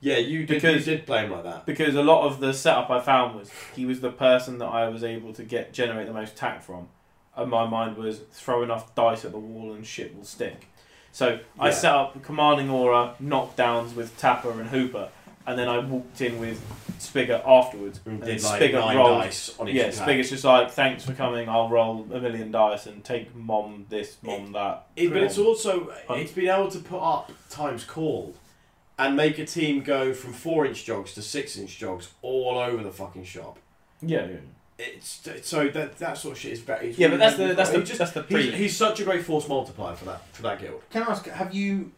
Speaker 1: Yeah, you did.
Speaker 4: Because-
Speaker 1: you did play him like that.
Speaker 4: Because a lot of the setup I found was he was the person that I was able to get generate the most tack from. And my mind was throw enough dice at the wall and shit will stick. So I
Speaker 1: Yeah.
Speaker 4: set up commanding aura, knockdowns with Tapper and Hooper, and then I walked in with Spigot afterwards.
Speaker 1: We
Speaker 4: And
Speaker 1: did like
Speaker 4: Spigot
Speaker 1: nine
Speaker 4: rolled.
Speaker 1: dice on each
Speaker 4: Yeah,
Speaker 1: attack.
Speaker 4: Spigot's just like, thanks for coming, I'll roll a million dice and take mom this, mom that.
Speaker 1: It, but it's
Speaker 4: Cool.
Speaker 1: also it's been able to put up times call and make a team go from four inch jogs to six inch jogs all over the fucking shop.
Speaker 4: Yeah, yeah.
Speaker 1: It's so that that sort of shit is very.
Speaker 4: Yeah, but that's the that's the
Speaker 1: he just,
Speaker 4: that's the
Speaker 1: he's,
Speaker 4: pre.
Speaker 1: he's such a great force multiplier for that for that guild.
Speaker 2: Can I ask, have you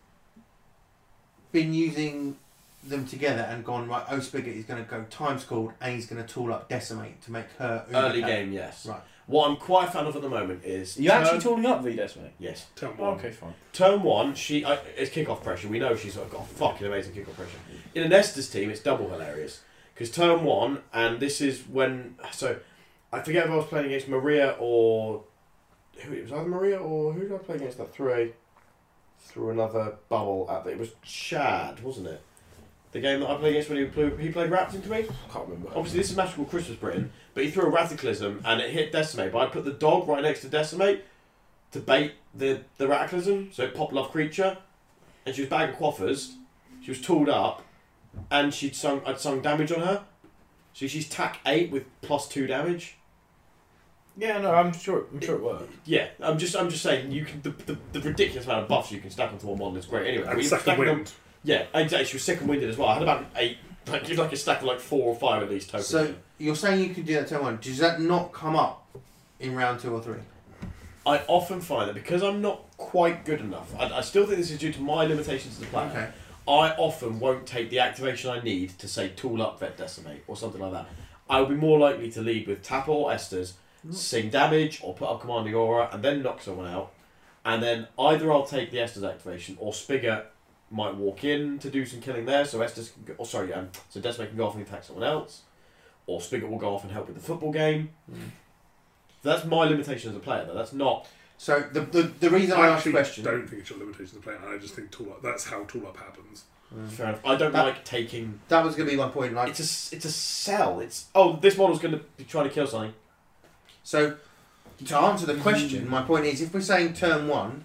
Speaker 2: been using them together and gone, right, O Spigot is going to go times called and he's going to tool up Decimate to make her. Uber
Speaker 1: Early
Speaker 2: power?
Speaker 1: game, yes.
Speaker 2: Right.
Speaker 1: What I'm quite a fan of at the moment is
Speaker 4: You
Speaker 1: turn-
Speaker 4: actually tooling up VDES, mate?
Speaker 1: yes
Speaker 3: Turn
Speaker 4: Oh,
Speaker 3: one.
Speaker 4: okay, fine.
Speaker 1: Turn one, she I, it's kickoff pressure. We know she's got got fucking amazing kickoff pressure. In an Esther's team, it's double hilarious because turn one, and this is when so I forget if I was playing against Maria or who it was either Maria or who did I play against that threw a through another bubble at the, it was Chad, wasn't it? The game that I played against when he played, he played Raps into me.
Speaker 7: I can't remember.
Speaker 1: Obviously, this is Magical Christmas Britain, but he threw a Radicalism and it hit Decimate. But I put the dog right next to Decimate to bait the, the Radicalism, so it popped Love Creature. And she was bag of quaffers, she was tooled up, and she'd sung, I'd sung damage on her. So she's tack 8 with plus 2 damage.
Speaker 4: Yeah, no, I'm sure. I'm sure it worked.
Speaker 1: Yeah, I'm just I'm just saying you can the, the, the ridiculous amount of buffs you can stack onto one model is great. Anyway,
Speaker 3: And
Speaker 1: we
Speaker 3: second
Speaker 1: stacked them-
Speaker 3: wind.
Speaker 1: Yeah, exactly. She was second winded as well. I had about eight, like you like a stack of like four or five of these tokens.
Speaker 2: So you're saying you can do that turn one. Does that not come up in round two or three?
Speaker 1: I often find that because I'm not quite good enough, I, I still think this is due to my limitations as a player.
Speaker 2: Okay.
Speaker 1: I often won't take the activation I need to say tool up vet decimate or something like that. I will be more likely to lead with tap or esters, sing damage or put up commanding aura and then knock someone out. And then either I'll take the esters activation or Spigot might walk in to do some killing there, so Estes can go, oh, sorry, um, so Decimate can go off and attack someone else, or Spigot will go off and help with the football game. That's my limitation as a player, though. That's not
Speaker 2: So the the, the reason I,
Speaker 3: I
Speaker 2: asked the
Speaker 3: actually
Speaker 2: question.
Speaker 3: don't think it's your limitation to play on. I just think tool up. That's how tool up happens.
Speaker 1: fair enough. I don't
Speaker 2: That-
Speaker 1: like taking.
Speaker 2: That was going to be my point. Like,
Speaker 1: It's a s- it's a cell. It's oh, this model's going to be trying to kill something.
Speaker 2: so to answer the question, my point is, if we're saying turn one,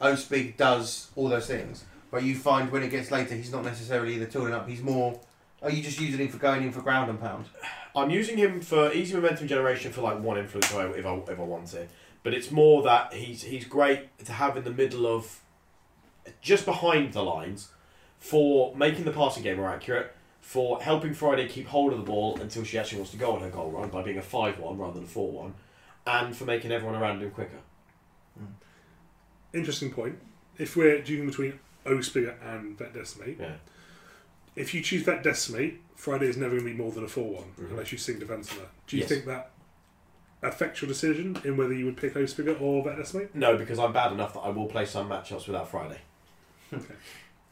Speaker 2: Ospig does all those things, but you find when it gets later, he's not necessarily the tooling up. He's more. Are you just using him for going in for ground and pound?
Speaker 1: I'm using him for easy momentum generation for like one influence if I if I want to, but it's more that he's he's great to have in the middle of, just behind the lines, for making the passing game more accurate, for helping Friday keep hold of the ball until she actually wants to go on her goal run by being a five-one rather than a four-one, and for making everyone around him quicker.
Speaker 3: Interesting point. If we're duking between Ospiga and Vet Decimate,
Speaker 1: Yeah.
Speaker 3: if you choose Vet Decimate, Friday is never going to be more than a 4 one unless you sing Defence on her. Do you
Speaker 1: Mm-hmm. Yes.
Speaker 3: think that affects your decision in whether you would pick Ospiga or Vet Decimate?
Speaker 1: No, because I'm bad enough that I will play some matchups without Friday.
Speaker 3: Okay.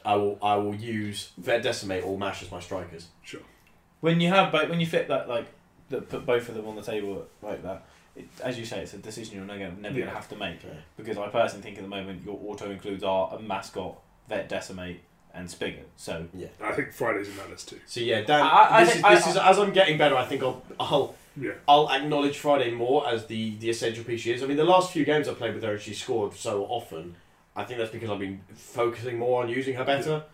Speaker 1: I will I will use Vet Decimate or Mash as my strikers.
Speaker 3: Sure.
Speaker 4: When you have both, when you fit that like, that put both of them on the table like that. It, as you say, it's a decision you're never, never
Speaker 3: Yeah.
Speaker 4: gonna have to make
Speaker 1: Yeah.
Speaker 4: because I personally think at the moment your auto includes are a mascot, vet decimate, and spigot. So
Speaker 3: I think Friday's in that list too.
Speaker 1: So yeah, Dan.
Speaker 4: I- I
Speaker 1: this
Speaker 4: think-
Speaker 1: is, this is as I'm getting better. I think I'll I'll
Speaker 3: Yeah.
Speaker 1: I'll acknowledge Friday more as the the essential piece she is. I mean, the last few games I played with her, she scored so often. I think that's because I've been focusing more on using her better.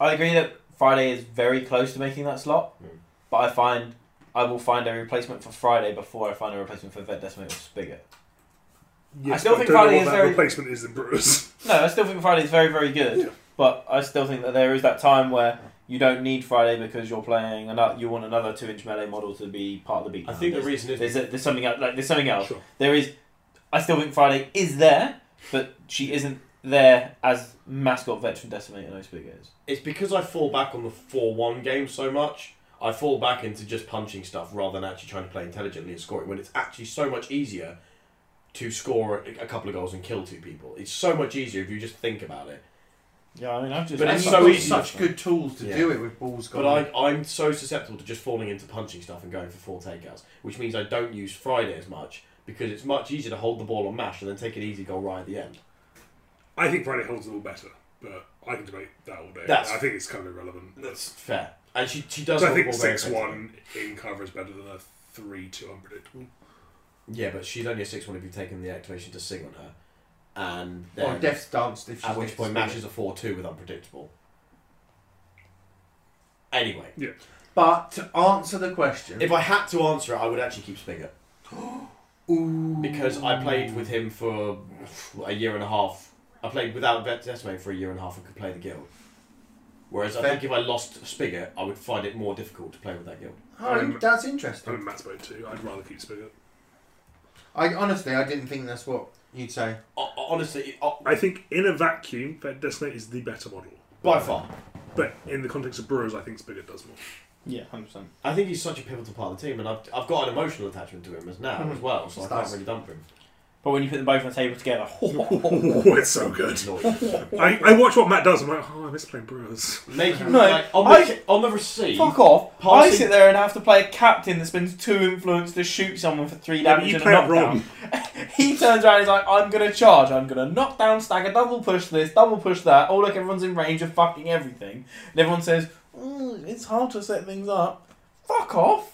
Speaker 4: I agree that Friday is very close to making that slot,
Speaker 1: Mm.
Speaker 4: but I find I will find a replacement for Friday before I find a replacement for vet decimate or spigot.
Speaker 3: Yes,
Speaker 4: still
Speaker 3: but
Speaker 4: think
Speaker 3: don't know
Speaker 4: Friday
Speaker 3: what
Speaker 4: is
Speaker 3: that
Speaker 4: very-
Speaker 3: replacement is the Brewers.
Speaker 4: No, I still think Friday is very very good,
Speaker 3: Yeah.
Speaker 4: but I still think that there is that time where. You don't need Friday because you're playing. Another, you want another two-inch melee model to be part of the beat.
Speaker 1: I think the
Speaker 4: counters.
Speaker 1: reason is
Speaker 4: There's, a, there's something else. Like there's something else.
Speaker 3: Sure.
Speaker 4: There is. I still think Friday is there, but she isn't there as mascot veteran decimator. No speaker is.
Speaker 1: it's because I fall back on the four one game so much. I fall back into just punching stuff rather than actually trying to play intelligently and scoring when it's actually so much easier to score a a couple of goals and kill two people. It's so much easier if you just think about it.
Speaker 4: Yeah, I mean I've just.
Speaker 1: But
Speaker 2: and
Speaker 1: it's
Speaker 2: you've
Speaker 1: so
Speaker 2: got
Speaker 1: easy.
Speaker 2: Such good tools to
Speaker 1: Yeah.
Speaker 2: do it with balls gone.
Speaker 1: But I, I'm so susceptible to just falling into punching stuff and going for four takeouts, which means I don't use Friday as much because it's much easier to hold the ball on mash and then take an easy goal right at the end.
Speaker 3: I think Friday holds it all better, but I can debate that all day.
Speaker 1: That's-
Speaker 3: I think it's kind of irrelevant.
Speaker 1: That's fair. And she, she does.
Speaker 3: So I
Speaker 1: hold the
Speaker 3: think
Speaker 1: ball very
Speaker 3: six
Speaker 1: effectively.
Speaker 3: one in cover is better than a three two unpredictable.
Speaker 1: Yeah, but she's only a six one if you've taken the activation to sing on her, and
Speaker 2: or
Speaker 1: then
Speaker 2: death danced if she's
Speaker 1: at which
Speaker 2: next
Speaker 1: point
Speaker 2: to me.
Speaker 1: mash is a four two with unpredictable. Anyway,
Speaker 2: But to answer the question,
Speaker 1: if I had to answer it, I would actually keep Spigot. because I played with him for a year and a half. I played without Vet Decimate for a year and a half and could play the guild. Whereas I
Speaker 2: Fair.
Speaker 1: think if I lost Spigot, I would find it more difficult to play with that guild.
Speaker 2: Oh,
Speaker 3: Um,
Speaker 2: that's
Speaker 3: I
Speaker 2: interesting.
Speaker 3: mean, Matt's boat too. I'd rather keep Spigot.
Speaker 2: I honestly, I didn't think that's what you'd say.
Speaker 1: O- o- honestly, o-
Speaker 3: I think in a vacuum, Vet Decimate is the better model.
Speaker 1: by far.
Speaker 3: But in the context of Brewers, I think Spigot does more.
Speaker 4: yeah, hundred percent.
Speaker 1: I think he's such a pivotal part of the team, and I've, I've got an emotional attachment to him as now as well, so I can't
Speaker 2: Nice.
Speaker 1: really dump him.
Speaker 4: But when you put them both on the table together,
Speaker 3: Oh, it's so good.
Speaker 1: Lord.
Speaker 3: I, I watch what Matt does. I'm like, oh, I miss playing Brewers.
Speaker 1: Making
Speaker 4: No,
Speaker 1: like, on, the,
Speaker 4: I-
Speaker 1: ki- on the receive,
Speaker 4: fuck off! I
Speaker 1: Passing-
Speaker 4: sit there and have to play a captain that spends two influence to shoot someone for three
Speaker 3: Yeah, but
Speaker 4: damage
Speaker 3: you
Speaker 4: and
Speaker 3: play
Speaker 4: a
Speaker 3: it
Speaker 4: knockdown. he turns around, and he's like, "I'm gonna charge. I'm gonna knock down, stagger, double push this, double push that. Oh look, everyone's in range of fucking everything." And everyone says, mm, "It's hard to set things up." Fuck off!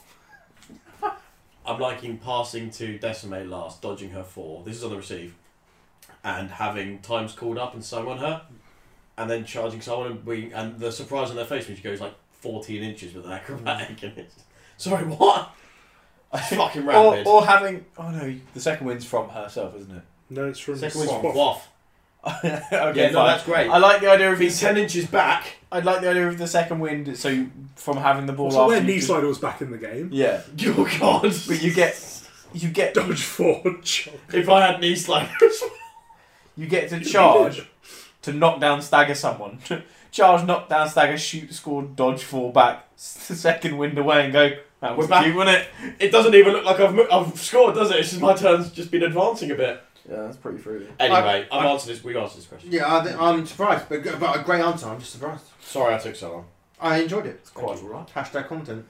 Speaker 1: I'm liking passing to Decimate last, dodging her four. This is on the receive. And having times called up and so on her. And then charging someone and we and the surprise on their face when she goes like 14 inches with an acrobatic. And it's, Sorry, what? It's fucking
Speaker 4: Or,
Speaker 1: rapid.
Speaker 4: or having oh no, the second win's from herself, isn't it?
Speaker 3: No, it's from
Speaker 1: Second one's
Speaker 3: Swaff.
Speaker 1: Woff.
Speaker 4: okay,
Speaker 1: Yeah, no,
Speaker 4: fine.
Speaker 1: that's great.
Speaker 4: I like the idea of
Speaker 1: He's
Speaker 4: his.
Speaker 1: 10 inches back.
Speaker 4: I'd like the idea of the second wind. So you, from having the ball
Speaker 3: Also,
Speaker 4: after
Speaker 3: where
Speaker 4: you
Speaker 3: knee
Speaker 4: just-
Speaker 3: slider was back in the game.
Speaker 4: Yeah,
Speaker 1: Oh, God.
Speaker 4: but you get you get
Speaker 3: Dodge forward, charge.
Speaker 1: If I had knee sliders.
Speaker 4: you get to charge to knock down, stagger someone, charge, knock down, stagger, shoot, score, dodge, fall back, second wind away, and go. That was
Speaker 1: We're back.
Speaker 4: cute, wasn't it?
Speaker 1: It doesn't even look like I've mo- I've scored, does it? It's just my turn's just been advancing a bit.
Speaker 4: Yeah, that's pretty fruity.
Speaker 1: Anyway, I,
Speaker 2: I-
Speaker 1: have
Speaker 2: I-
Speaker 1: answered this. We've answered this question.
Speaker 2: Yeah, I, think- I'm surprised, but, but a great answer. I'm just surprised.
Speaker 1: Sorry, I took so long.
Speaker 2: I enjoyed it.
Speaker 1: It's quite all right.
Speaker 2: Hashtag content.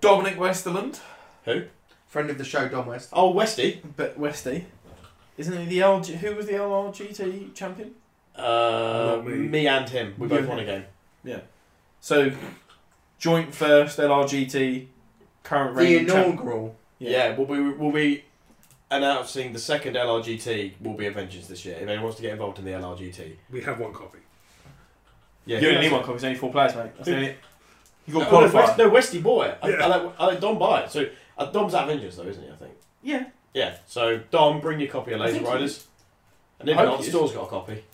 Speaker 4: Dominic Westerland,
Speaker 2: Friend of the show, Don West.
Speaker 1: Oh, Westy.
Speaker 4: but Westy, isn't he the LG? Who was the LRGT champion?
Speaker 1: Uh,
Speaker 3: Not
Speaker 1: me.
Speaker 3: me.
Speaker 1: and him. We both won a game.
Speaker 4: So, joint first LRGT, current
Speaker 2: The
Speaker 4: reigning champ-
Speaker 2: inaugural.
Speaker 1: Yeah. we'll be we'll be announcing the second LRGT will be a vengeance this year. If anyone wants to get involved in the LRGT,
Speaker 3: We have one copy.
Speaker 1: yeah,
Speaker 4: you only need one because only four players, mate. That's the
Speaker 1: Who-
Speaker 4: only- You
Speaker 1: No,
Speaker 4: got
Speaker 1: no,
Speaker 4: qualified.
Speaker 1: West, no, Westy bought it. I,
Speaker 3: Yeah.
Speaker 1: I, let, I let Dom buy it. So uh, Dom's at vengeance though, isn't he? I think.
Speaker 4: Yeah.
Speaker 1: Yeah. So Dom, bring your copy of
Speaker 4: I
Speaker 1: Laser
Speaker 4: think he
Speaker 1: Riders. And if
Speaker 4: I hope
Speaker 1: not,
Speaker 4: he is.
Speaker 1: Store's got a copy.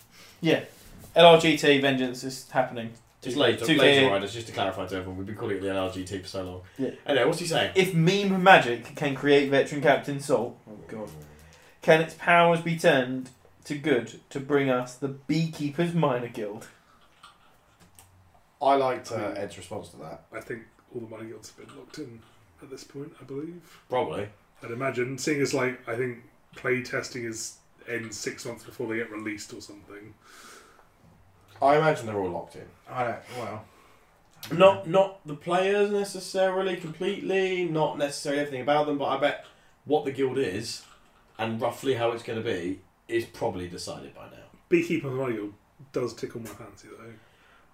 Speaker 4: LRGT Vengeance is happening.
Speaker 1: Just laser,
Speaker 4: Two
Speaker 1: laser
Speaker 4: tier.
Speaker 1: riders, just to clarify to everyone, we've been calling it the LRGT for so long.
Speaker 4: Yeah.
Speaker 1: Anyway, what's he saying?
Speaker 4: If meme magic can create veteran Captain Salt, oh god, can its powers be turned to good to bring us the Beekeepers Minor Guild?
Speaker 1: I liked uh, Ed's response to that.
Speaker 3: I think all the money guilds have been locked in at this point. I believe.
Speaker 1: Probably.
Speaker 3: I'd imagine, seeing as like I think play testing is ends six months before they get released or something.
Speaker 1: I imagine they're all locked in.
Speaker 2: I don't. Well,
Speaker 1: Not not the players necessarily completely, not necessarily everything about them, but I bet what the guild is and roughly how it's going to be is probably decided by now.
Speaker 3: Beekeeper Mario does tickle my fancy though.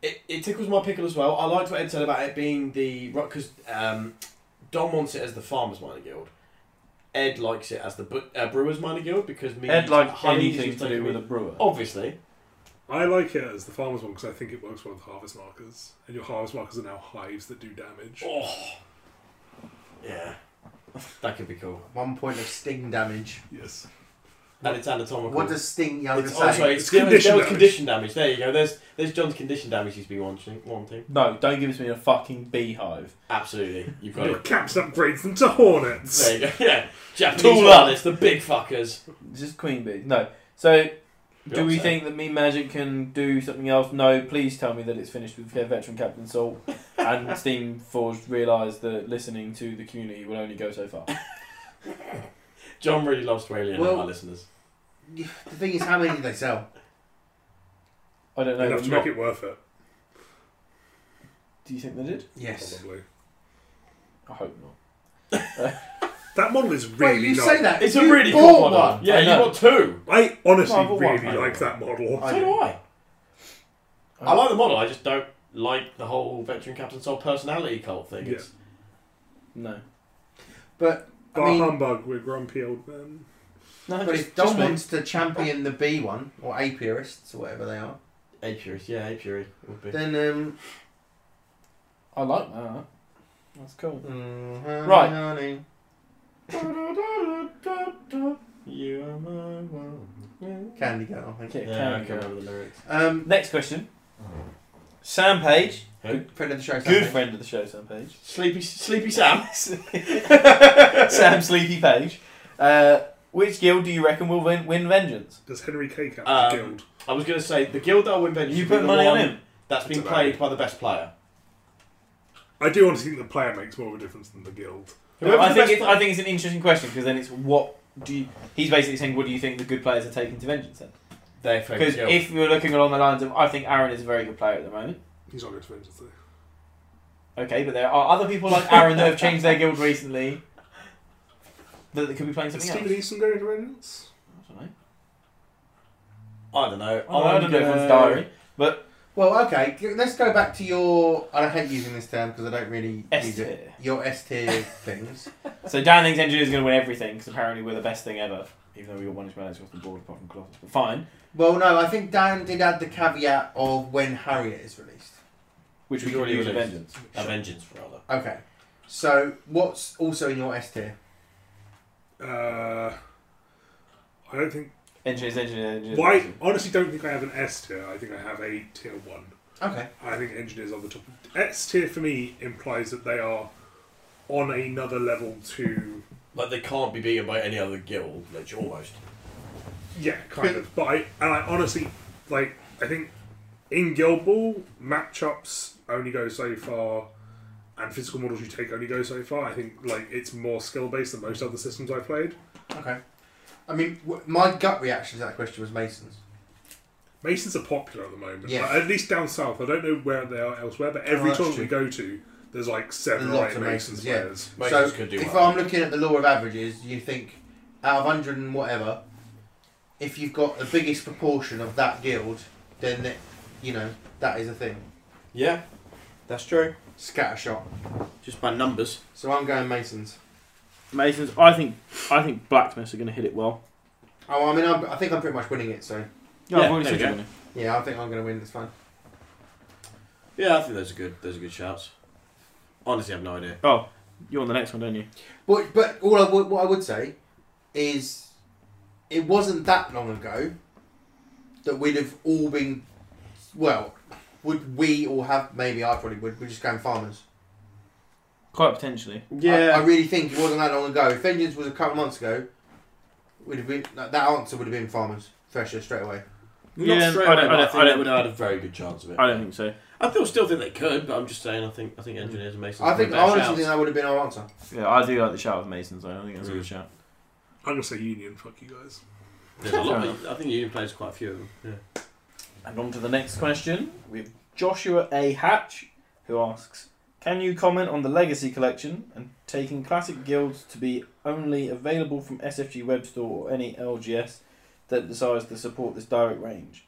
Speaker 1: It, it tickles my pickle as well. I liked what Ed said about it being the because um, Dom wants it as the Farmers Minor Guild. Ed likes it as the bu- uh, Brewers Minor Guild because me
Speaker 4: Ed like
Speaker 1: Honey's
Speaker 4: anything
Speaker 1: was
Speaker 4: to do
Speaker 1: taking
Speaker 4: with Oh,
Speaker 1: me-
Speaker 4: a brewer.
Speaker 1: obviously.
Speaker 3: I like it as the farmer's one because I think it works well with harvest markers, and your harvest markers are now hives that do damage.
Speaker 1: Oh, yeah, that could be cool.
Speaker 2: one point of sting damage.
Speaker 3: Yes,
Speaker 1: And it's anatomical.
Speaker 2: What does sting Yoda
Speaker 1: Oh, it's,
Speaker 2: say?
Speaker 1: oh, sorry,
Speaker 3: It's
Speaker 1: it's, there was- there was condition
Speaker 3: condition
Speaker 1: damage. There you go. There's there's John's condition damage. He's been wanting wanting.
Speaker 4: No, don't give us me a fucking beehive.
Speaker 1: Absolutely, you've got
Speaker 3: your
Speaker 1: it.
Speaker 3: caps upgrades them to hornets.
Speaker 1: There you go. Yeah, Japanese
Speaker 4: Tool up.
Speaker 1: It's the big fuckers.
Speaker 4: This is Queen Bee. No. So, do
Speaker 1: You're
Speaker 4: we
Speaker 1: upset.
Speaker 4: think that meme magic can do something else? No. Please tell me that it's finished with veteran Captain Salt, and Steam Forged realised that listening to the community will only go so far.
Speaker 1: John really loves to alien
Speaker 2: Well-
Speaker 1: our listeners.
Speaker 2: The thing is, how many do they sell?
Speaker 4: I don't know.
Speaker 3: Enough
Speaker 4: but
Speaker 3: to
Speaker 4: not-
Speaker 3: make it worth it,
Speaker 4: Do you think they did?
Speaker 2: Yes.
Speaker 3: probably.
Speaker 4: I hope not.
Speaker 3: That model is really
Speaker 2: Wait, you
Speaker 3: nice.
Speaker 2: say that?
Speaker 1: It's
Speaker 2: you
Speaker 1: a really
Speaker 2: bought
Speaker 1: cool one.
Speaker 2: one.
Speaker 1: Yeah,
Speaker 4: I
Speaker 1: you
Speaker 4: know.
Speaker 1: got two.
Speaker 3: I honestly
Speaker 4: Well, I've got
Speaker 3: really
Speaker 4: one.
Speaker 3: like that model.
Speaker 2: I
Speaker 1: so
Speaker 2: do.
Speaker 1: do I. I
Speaker 4: Oh.
Speaker 1: like the model. I just don't like the whole veteran captain soul personality cult thing.
Speaker 3: Yeah.
Speaker 1: It's,
Speaker 4: No.
Speaker 2: But I
Speaker 3: Bar
Speaker 2: mean,
Speaker 3: humbug, we're grumpy old men.
Speaker 4: No,
Speaker 2: but if Don wants to champion the B one or apiarists or whatever they are,
Speaker 1: apiary. Yeah, apiary would be.
Speaker 2: then um,
Speaker 4: I like that. That's cool.
Speaker 2: mm, honey,
Speaker 4: Right.
Speaker 2: honey.
Speaker 1: You are my one.
Speaker 2: candy girl. I think.
Speaker 4: Okay,
Speaker 1: Yeah, I
Speaker 4: carry
Speaker 1: can't
Speaker 4: on.
Speaker 1: remember the lyrics.
Speaker 2: Um,
Speaker 4: Next question. Sam Page,
Speaker 2: friend of the show.
Speaker 4: good
Speaker 2: Sam.
Speaker 4: friend of the show, Sam Page.
Speaker 1: Sleepy, Sleepy Sam.
Speaker 4: Sam Sleepy Page. Uh, which guild do you reckon will win, win Vengeance?
Speaker 3: Does Henry K cap
Speaker 1: Um,
Speaker 3: the guild?
Speaker 1: I was going to say the guild that I win vengeance.
Speaker 4: You
Speaker 1: would be
Speaker 4: put
Speaker 1: the
Speaker 4: money on
Speaker 1: one
Speaker 4: him.
Speaker 1: That's been
Speaker 3: It's a
Speaker 1: played by the best player.
Speaker 3: I do honestly think the player makes more of a difference than the guild.
Speaker 4: No, I
Speaker 1: Whoever's the
Speaker 4: think it's,
Speaker 1: best
Speaker 4: I think it's an interesting question because then it's what do you, he's basically saying? What do you think the good players are taking to Vengeance then?
Speaker 1: Their
Speaker 4: Because
Speaker 1: favourite guild.
Speaker 4: if we're looking along the lines of, I think Aaron is a very good player at the moment.
Speaker 3: He's not going to vengeance though.
Speaker 4: Okay, but there are other people like Aaron that have changed their guild recently that that could be playing
Speaker 3: Is
Speaker 4: something else.
Speaker 3: Stephen Easton going to vengeance?
Speaker 4: I don't know.
Speaker 1: I don't know.
Speaker 4: Oh, I
Speaker 1: I'm
Speaker 4: don't know
Speaker 1: gonna-
Speaker 4: everyone's diary.
Speaker 2: Well, okay. Let's go back to your. I hate using this term because I don't really
Speaker 4: S
Speaker 2: use it.
Speaker 4: tier.
Speaker 2: Your S tier things.
Speaker 4: So Dan thinks engineers are going to win everything because apparently we're the best thing ever. Even though we got one advantage off the board apart from Colossus, but fine.
Speaker 2: Well, no, I think Dan did add the caveat of when Harriet is released.
Speaker 4: Which we
Speaker 1: We've
Speaker 4: could
Speaker 1: already
Speaker 4: use a
Speaker 1: released.
Speaker 4: vengeance.
Speaker 1: A vengeance, rather.
Speaker 2: Okay. So, what's also in your S tier?
Speaker 3: Uh, I don't think.
Speaker 4: Engineers, engineers, engineers.
Speaker 3: Well, I honestly don't think I have an S tier. I think I have a tier one.
Speaker 2: Okay.
Speaker 3: I think engineers are the top. S tier for me implies that they are on another level to
Speaker 1: Like they can't be beaten by any other guild, which almost.
Speaker 3: yeah, kind of. But I and I honestly like I think in Guild Ball, map chops only go so far, and physical models you take only go so far. I think like it's more skill based than most other systems I've played.
Speaker 2: Okay. I mean, w- my gut reaction to that question was Masons.
Speaker 3: Masons are popular at the moment,
Speaker 2: Yes. Oh,
Speaker 3: like, at least down south. I don't know where they are elsewhere, but every
Speaker 2: that's
Speaker 3: tournament
Speaker 2: true.
Speaker 3: we go to, there's like seven
Speaker 2: A lot
Speaker 3: or eight
Speaker 2: of Masons,
Speaker 3: Masons
Speaker 2: yeah.
Speaker 3: players.
Speaker 1: Masons
Speaker 2: so
Speaker 1: could do
Speaker 2: if
Speaker 1: well.
Speaker 2: I'm looking at the law of averages, you think out of hundred and whatever, if you've got the biggest proportion of that guild, then it, you know that is a thing.
Speaker 1: Yeah, that's true.
Speaker 2: Scattershot.
Speaker 1: Just by numbers.
Speaker 2: So I'm going Masons.
Speaker 4: Masons, I think, I think Blacksmiths are going to hit it well.
Speaker 2: Oh, I mean, I'm, I think I'm pretty much winning it. So
Speaker 1: Yeah,
Speaker 4: I've already
Speaker 1: there
Speaker 4: said
Speaker 1: you
Speaker 4: you
Speaker 2: yeah, I think I'm going to win this one.
Speaker 1: Yeah, I think those are good. Those are good shouts. Honestly, I have no idea.
Speaker 4: Oh, you're on the next one, don't you?
Speaker 2: But but all I would, what I would say is, it wasn't that long ago that we'd have all been, well, would we all have? Maybe I probably would. We're just going farmers.
Speaker 4: Quite potentially.
Speaker 2: I, I really think it wasn't that long ago. If vengeance was a couple months ago, would have been that, that answer would have been farmers fresher straight away.
Speaker 1: Not
Speaker 4: Yeah,
Speaker 1: straight
Speaker 4: I
Speaker 1: away,
Speaker 4: don't-
Speaker 1: but
Speaker 4: I
Speaker 1: I
Speaker 4: don't-
Speaker 1: think
Speaker 4: I
Speaker 1: they
Speaker 4: don't-
Speaker 1: would have had a very good chance of it.
Speaker 4: I don't think so.
Speaker 1: I still still think they could, but I'm just saying. I think I think engineers and masons.
Speaker 2: I think I
Speaker 1: are
Speaker 2: honestly
Speaker 1: better
Speaker 2: think
Speaker 1: shouts.
Speaker 2: that would have been our answer.
Speaker 4: Yeah, I do like the shout of Masons. Though. I think that's a good shout.
Speaker 3: I'm gonna say Union. Fuck you guys.
Speaker 1: There's a lot
Speaker 4: Fair
Speaker 1: of- I think Union plays quite a few of them. Yeah.
Speaker 4: And on to the next question with Joshua A. Hatch, who asks Can you comment on the Legacy Collection and taking classic guilds to be only available from SFG Web Store or any LGS that decides to support this direct range?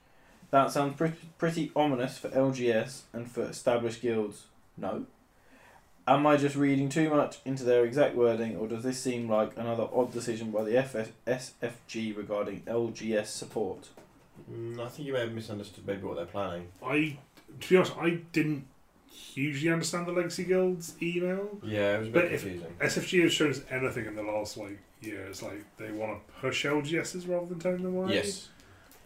Speaker 4: That sounds pretty, pretty ominous for LGS and for established guilds. No. Am I just reading too much into their exact wording, or does this seem like another odd decision by the FS- SFG regarding LGS support?
Speaker 1: Mm, I think you may have misunderstood maybe what they're planning.
Speaker 3: I, to be honest, I didn't hugely understand the Legacy Guild's email.
Speaker 1: Yeah, it was a
Speaker 3: bit But
Speaker 1: bit
Speaker 3: if-
Speaker 1: confusing.
Speaker 3: SFG has shown us anything in the last like year. It's like they want to push LGSs rather than telling them why.
Speaker 1: Yes.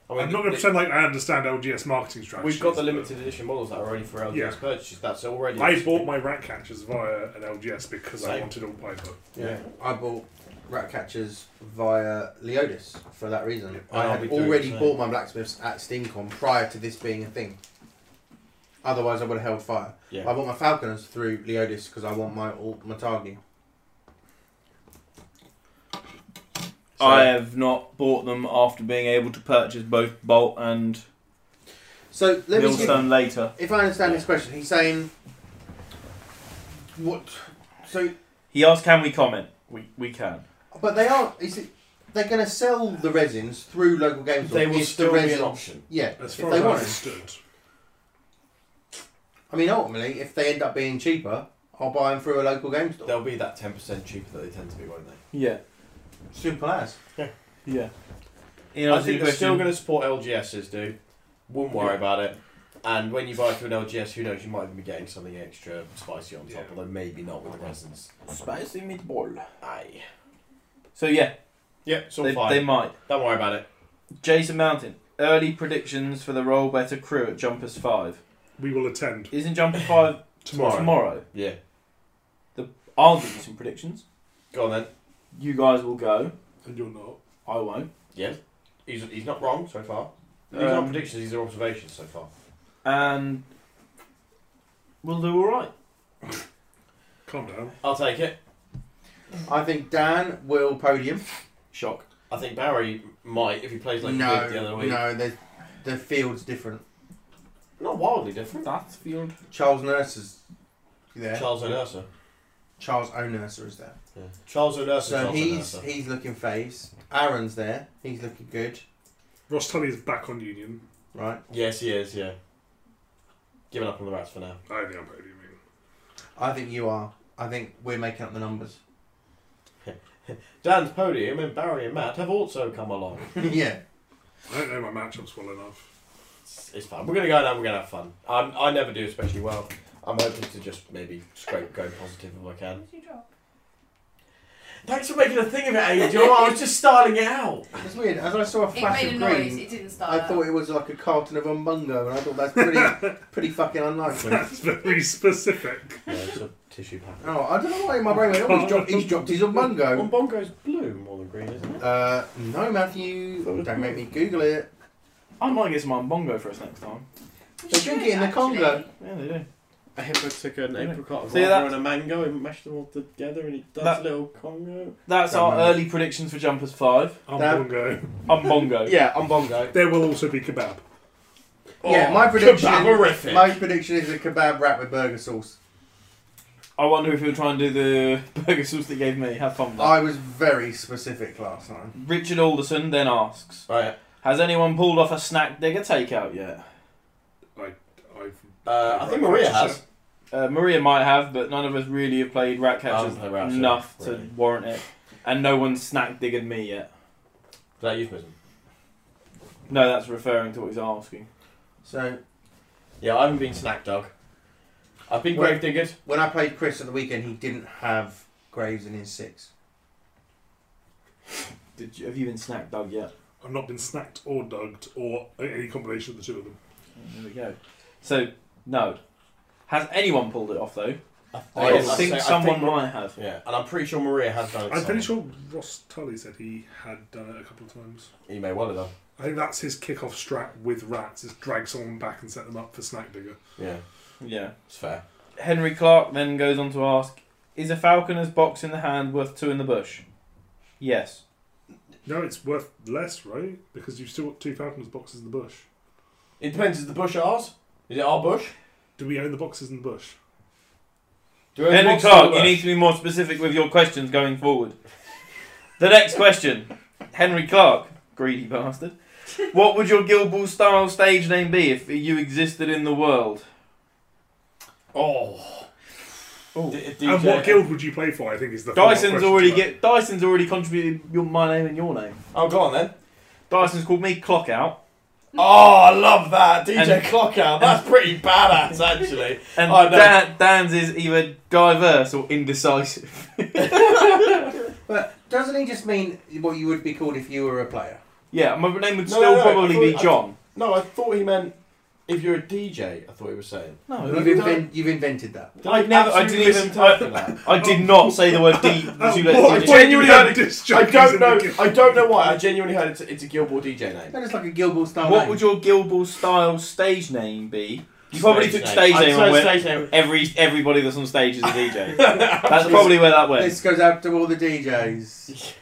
Speaker 1: I
Speaker 3: I'm not going to pretend like I understand LGS marketing strategies.
Speaker 1: We've got the
Speaker 3: but
Speaker 1: limited edition models that are already for LGS
Speaker 3: Yeah.
Speaker 1: purchases. That's already.
Speaker 3: I bought my rat catchers via an LGS because I
Speaker 1: Same.
Speaker 3: wanted all by book.
Speaker 1: Yeah.
Speaker 2: I bought rat catchers via Leodis for that reason.
Speaker 3: Yep.
Speaker 2: I
Speaker 1: I'll
Speaker 2: had
Speaker 1: be doing
Speaker 2: already
Speaker 1: the same.
Speaker 2: bought my blacksmiths at Steamcon prior to this being a thing. Otherwise, I would have held fire.
Speaker 1: Yeah.
Speaker 2: I bought my falconers through Leodis because I want my all, my target. So-
Speaker 4: I
Speaker 1: uh,
Speaker 4: have not bought them after being able to purchase both Bolt and
Speaker 2: So let me. see-
Speaker 4: Millstone later.
Speaker 2: If I understand this question, he's saying what? So,
Speaker 4: He asked, "Can we comment?" We we can.
Speaker 2: but they are. Is it? They're going to sell the resins through local games.
Speaker 1: They will still be an option.
Speaker 2: Yeah,
Speaker 3: As
Speaker 2: if
Speaker 3: far
Speaker 2: they
Speaker 3: as I
Speaker 2: want it.
Speaker 3: understood,
Speaker 2: I mean, ultimately, if they end up being cheaper, I'll buy them through a local game store.
Speaker 1: They'll be that ten percent cheaper that they tend to be, won't they?
Speaker 4: Yeah,
Speaker 2: Simple as.
Speaker 4: yeah. You know,
Speaker 1: I think they're still
Speaker 4: question,
Speaker 1: going to support LGSs, dude. Wouldn't worry about it. And when you buy through an LGS, who knows? You might even be getting something extra spicy on top,
Speaker 3: Yeah.
Speaker 1: although maybe not with the resins.
Speaker 4: spicy meatball.
Speaker 1: Aye.
Speaker 4: So yeah,
Speaker 1: Yep, it's all
Speaker 4: they,
Speaker 1: fine.
Speaker 4: they might.
Speaker 1: Don't worry about it.
Speaker 4: Jason Mountain. Early predictions for the roll better crew at Jumpers Five.
Speaker 3: we will attend
Speaker 4: Isn't Jumpers Five
Speaker 1: Tomorrow.
Speaker 4: tomorrow?
Speaker 1: Yeah.
Speaker 4: I'll give you some predictions.
Speaker 1: Go on then.
Speaker 4: You guys will go.
Speaker 3: and you're not.
Speaker 4: I won't.
Speaker 1: Yes. He's, he's not wrong so far. These
Speaker 4: Um,
Speaker 1: aren't predictions, these are observations so far.
Speaker 4: And we'll do all right.
Speaker 3: Calm down.
Speaker 1: I'll take it.
Speaker 2: I think Dan will podium.
Speaker 4: Shock.
Speaker 1: I think Barry might, if he plays like he
Speaker 2: no,
Speaker 1: did the other week.
Speaker 2: no, the the field's different.
Speaker 1: Not wildly different.
Speaker 4: That's field.
Speaker 2: Charles Nurse is there.
Speaker 1: Charles O'Nurser.
Speaker 2: Charles O'Nurser is there.
Speaker 1: Yeah. Charles O'Nurser.
Speaker 2: So
Speaker 1: Charles
Speaker 2: he's
Speaker 1: O'Nurser.
Speaker 2: he's looking faves. Aaron's there. He's looking good.
Speaker 3: Ross Tully is back on Union.
Speaker 2: Right.
Speaker 1: Yes, he is, yeah. Giving up on the rats for now.
Speaker 3: I think I'm podium.
Speaker 2: I think you are. I think we're making up the numbers.
Speaker 1: Dan's podium and Barry and Matt have also come along.
Speaker 2: yeah.
Speaker 3: I don't know my matchups well enough.
Speaker 1: It's, it's fun. We're going to go now, we're going to have fun. I'm, I never do especially well. I'm hoping to just maybe scrape go positive if I can. Thanks for making a thing of it, Angel. I was just starting it out.
Speaker 2: It's weird. As I saw a
Speaker 5: It
Speaker 2: flash
Speaker 5: made a
Speaker 2: of
Speaker 5: noise,
Speaker 2: green,
Speaker 5: it didn't start.
Speaker 2: I thought it was like a carton of Umbungo, and I thought that's pretty pretty fucking unlikely.
Speaker 3: That's very specific.
Speaker 1: Yeah, it's a tissue packet.
Speaker 2: Oh, I don't know why in my brain went, oh, he's dropped, he's dropped his Umbungo.
Speaker 1: Bongo's blue more than green, isn't it?
Speaker 2: Uh, no, Matthew. Don't make me Google it.
Speaker 4: I might get some on bongo for us next time.
Speaker 2: They drink it in the Congo.
Speaker 1: Yeah, they do. A hippo took an
Speaker 4: Yeah.
Speaker 1: apricot, a
Speaker 4: See
Speaker 1: guava,
Speaker 4: that-
Speaker 1: and a mango and mashed them all together, and he does
Speaker 4: That-
Speaker 1: a little Congo.
Speaker 4: That's our
Speaker 2: Don't know.
Speaker 4: early predictions for Jumpers 5.
Speaker 3: I'm
Speaker 2: That-
Speaker 3: gonna go.
Speaker 4: I'm Bongo.
Speaker 1: Yeah, on bongo.
Speaker 3: There will also be kebab.
Speaker 4: Oh,
Speaker 2: Yeah, my prediction-
Speaker 1: Kebaberific.
Speaker 2: My prediction is a kebab wrap with burger sauce.
Speaker 4: I wonder if he'll try and do the burger sauce they gave me. Have fun with that.
Speaker 2: I was very specific last time.
Speaker 4: Richard Alderson then asks
Speaker 1: Right.
Speaker 4: Has anyone pulled off a snack digger takeout yet?
Speaker 3: I've
Speaker 1: Uh, I think Maria has.
Speaker 4: Uh, Maria might have, but none of us really have played
Speaker 1: Oh,
Speaker 4: Rat Catchers
Speaker 1: haven't played Rat Catcher,
Speaker 4: enough
Speaker 1: really.
Speaker 4: to warrant it. And no one's snack diggered me yet.
Speaker 1: Is that a euphemism?
Speaker 4: No, that's referring to what he's asking.
Speaker 2: So
Speaker 1: Yeah, I haven't been snack dog. I've been
Speaker 2: Well-
Speaker 1: grave diggered.
Speaker 2: when I played Chris at the weekend, he didn't have Graves in his six.
Speaker 4: Did you, have you been snack dug yet?
Speaker 3: I've not been snacked or dugged or any combination of the two of them.
Speaker 4: There we go. So, no. Has anyone pulled it off though?
Speaker 1: I,
Speaker 4: I,
Speaker 1: think-
Speaker 4: think
Speaker 1: Oh, I
Speaker 4: someone
Speaker 1: think-
Speaker 4: might have.
Speaker 1: Yeah, and I'm pretty sure Maria has done it.
Speaker 3: I'm pretty
Speaker 1: somewhere.
Speaker 3: sure Ross Tully said he had done it a couple of times.
Speaker 1: You may well have done.
Speaker 3: I think that's his kick-off strat with rats: is drag someone back and set them up for snack digger.
Speaker 1: Yeah,
Speaker 4: Yeah.
Speaker 1: it's fair.
Speaker 4: Henry Clark then goes on to ask Is a falconer's box in the hand worth two in the bush? Yes.
Speaker 3: No, it's worth less, right? Because you've still got two falconers boxes in the bush.
Speaker 1: It depends. Is the bush ours? Is it our bush?
Speaker 3: Do we own the boxes in the bush?
Speaker 1: Do we have
Speaker 4: Henry
Speaker 1: boxes in the
Speaker 4: Clark, you
Speaker 1: bush?
Speaker 4: need to be more specific with your questions going forward. The next question Henry Clark, greedy bastard. What would your Guild Ball style stage name be if you existed in the world?
Speaker 1: Oh.
Speaker 4: Oh.
Speaker 1: D-
Speaker 3: And what
Speaker 1: DJ
Speaker 3: guild would you play for? I think is the follow-up
Speaker 4: Dyson's
Speaker 3: question
Speaker 4: already
Speaker 3: to that.
Speaker 4: get Dyson's already contributed your my name and your name.
Speaker 1: Oh, go on then.
Speaker 4: Dyson's called me Clock Out.
Speaker 1: Oh, I love that DJ
Speaker 4: And-
Speaker 1: Clockout. That's pretty badass, actually.
Speaker 4: And
Speaker 1: Oh, no.
Speaker 4: Dan, Dan's is either diverse or indecisive.
Speaker 2: But doesn't he just mean what you would be called if you were a player?
Speaker 4: Yeah, my name would
Speaker 1: No,
Speaker 4: still
Speaker 1: no, no,
Speaker 4: probably
Speaker 1: I
Speaker 4: be
Speaker 1: thought- I-
Speaker 4: John.
Speaker 1: No, I thought he meant if you're a DJ. I thought he was saying.
Speaker 4: No,
Speaker 2: You've,
Speaker 1: don't-
Speaker 2: inven- you've invented that.
Speaker 4: I never- I
Speaker 1: absolutely
Speaker 4: didn't even-
Speaker 1: misinterpret that.
Speaker 4: I did not say the word D.
Speaker 3: Oh,
Speaker 4: you let-
Speaker 3: boy,
Speaker 1: I
Speaker 3: genuinely
Speaker 4: you-
Speaker 1: genuinely
Speaker 3: had
Speaker 1: don't-
Speaker 3: disc
Speaker 1: I
Speaker 3: jockeys in
Speaker 1: don't
Speaker 3: the
Speaker 1: know.
Speaker 3: guild.
Speaker 1: I don't know why. I genuinely heard it's, it's a Gilboa DJ name.
Speaker 2: That is like a Guild Ball style.
Speaker 4: What
Speaker 2: name.
Speaker 4: would your Guild Ball style stage name be? You probably took stage
Speaker 1: I'd
Speaker 4: name
Speaker 1: say
Speaker 4: and went,
Speaker 1: stage name.
Speaker 4: every everybody that's on stage is a DJ. That's probably where that went.
Speaker 2: This goes out to all the DJs.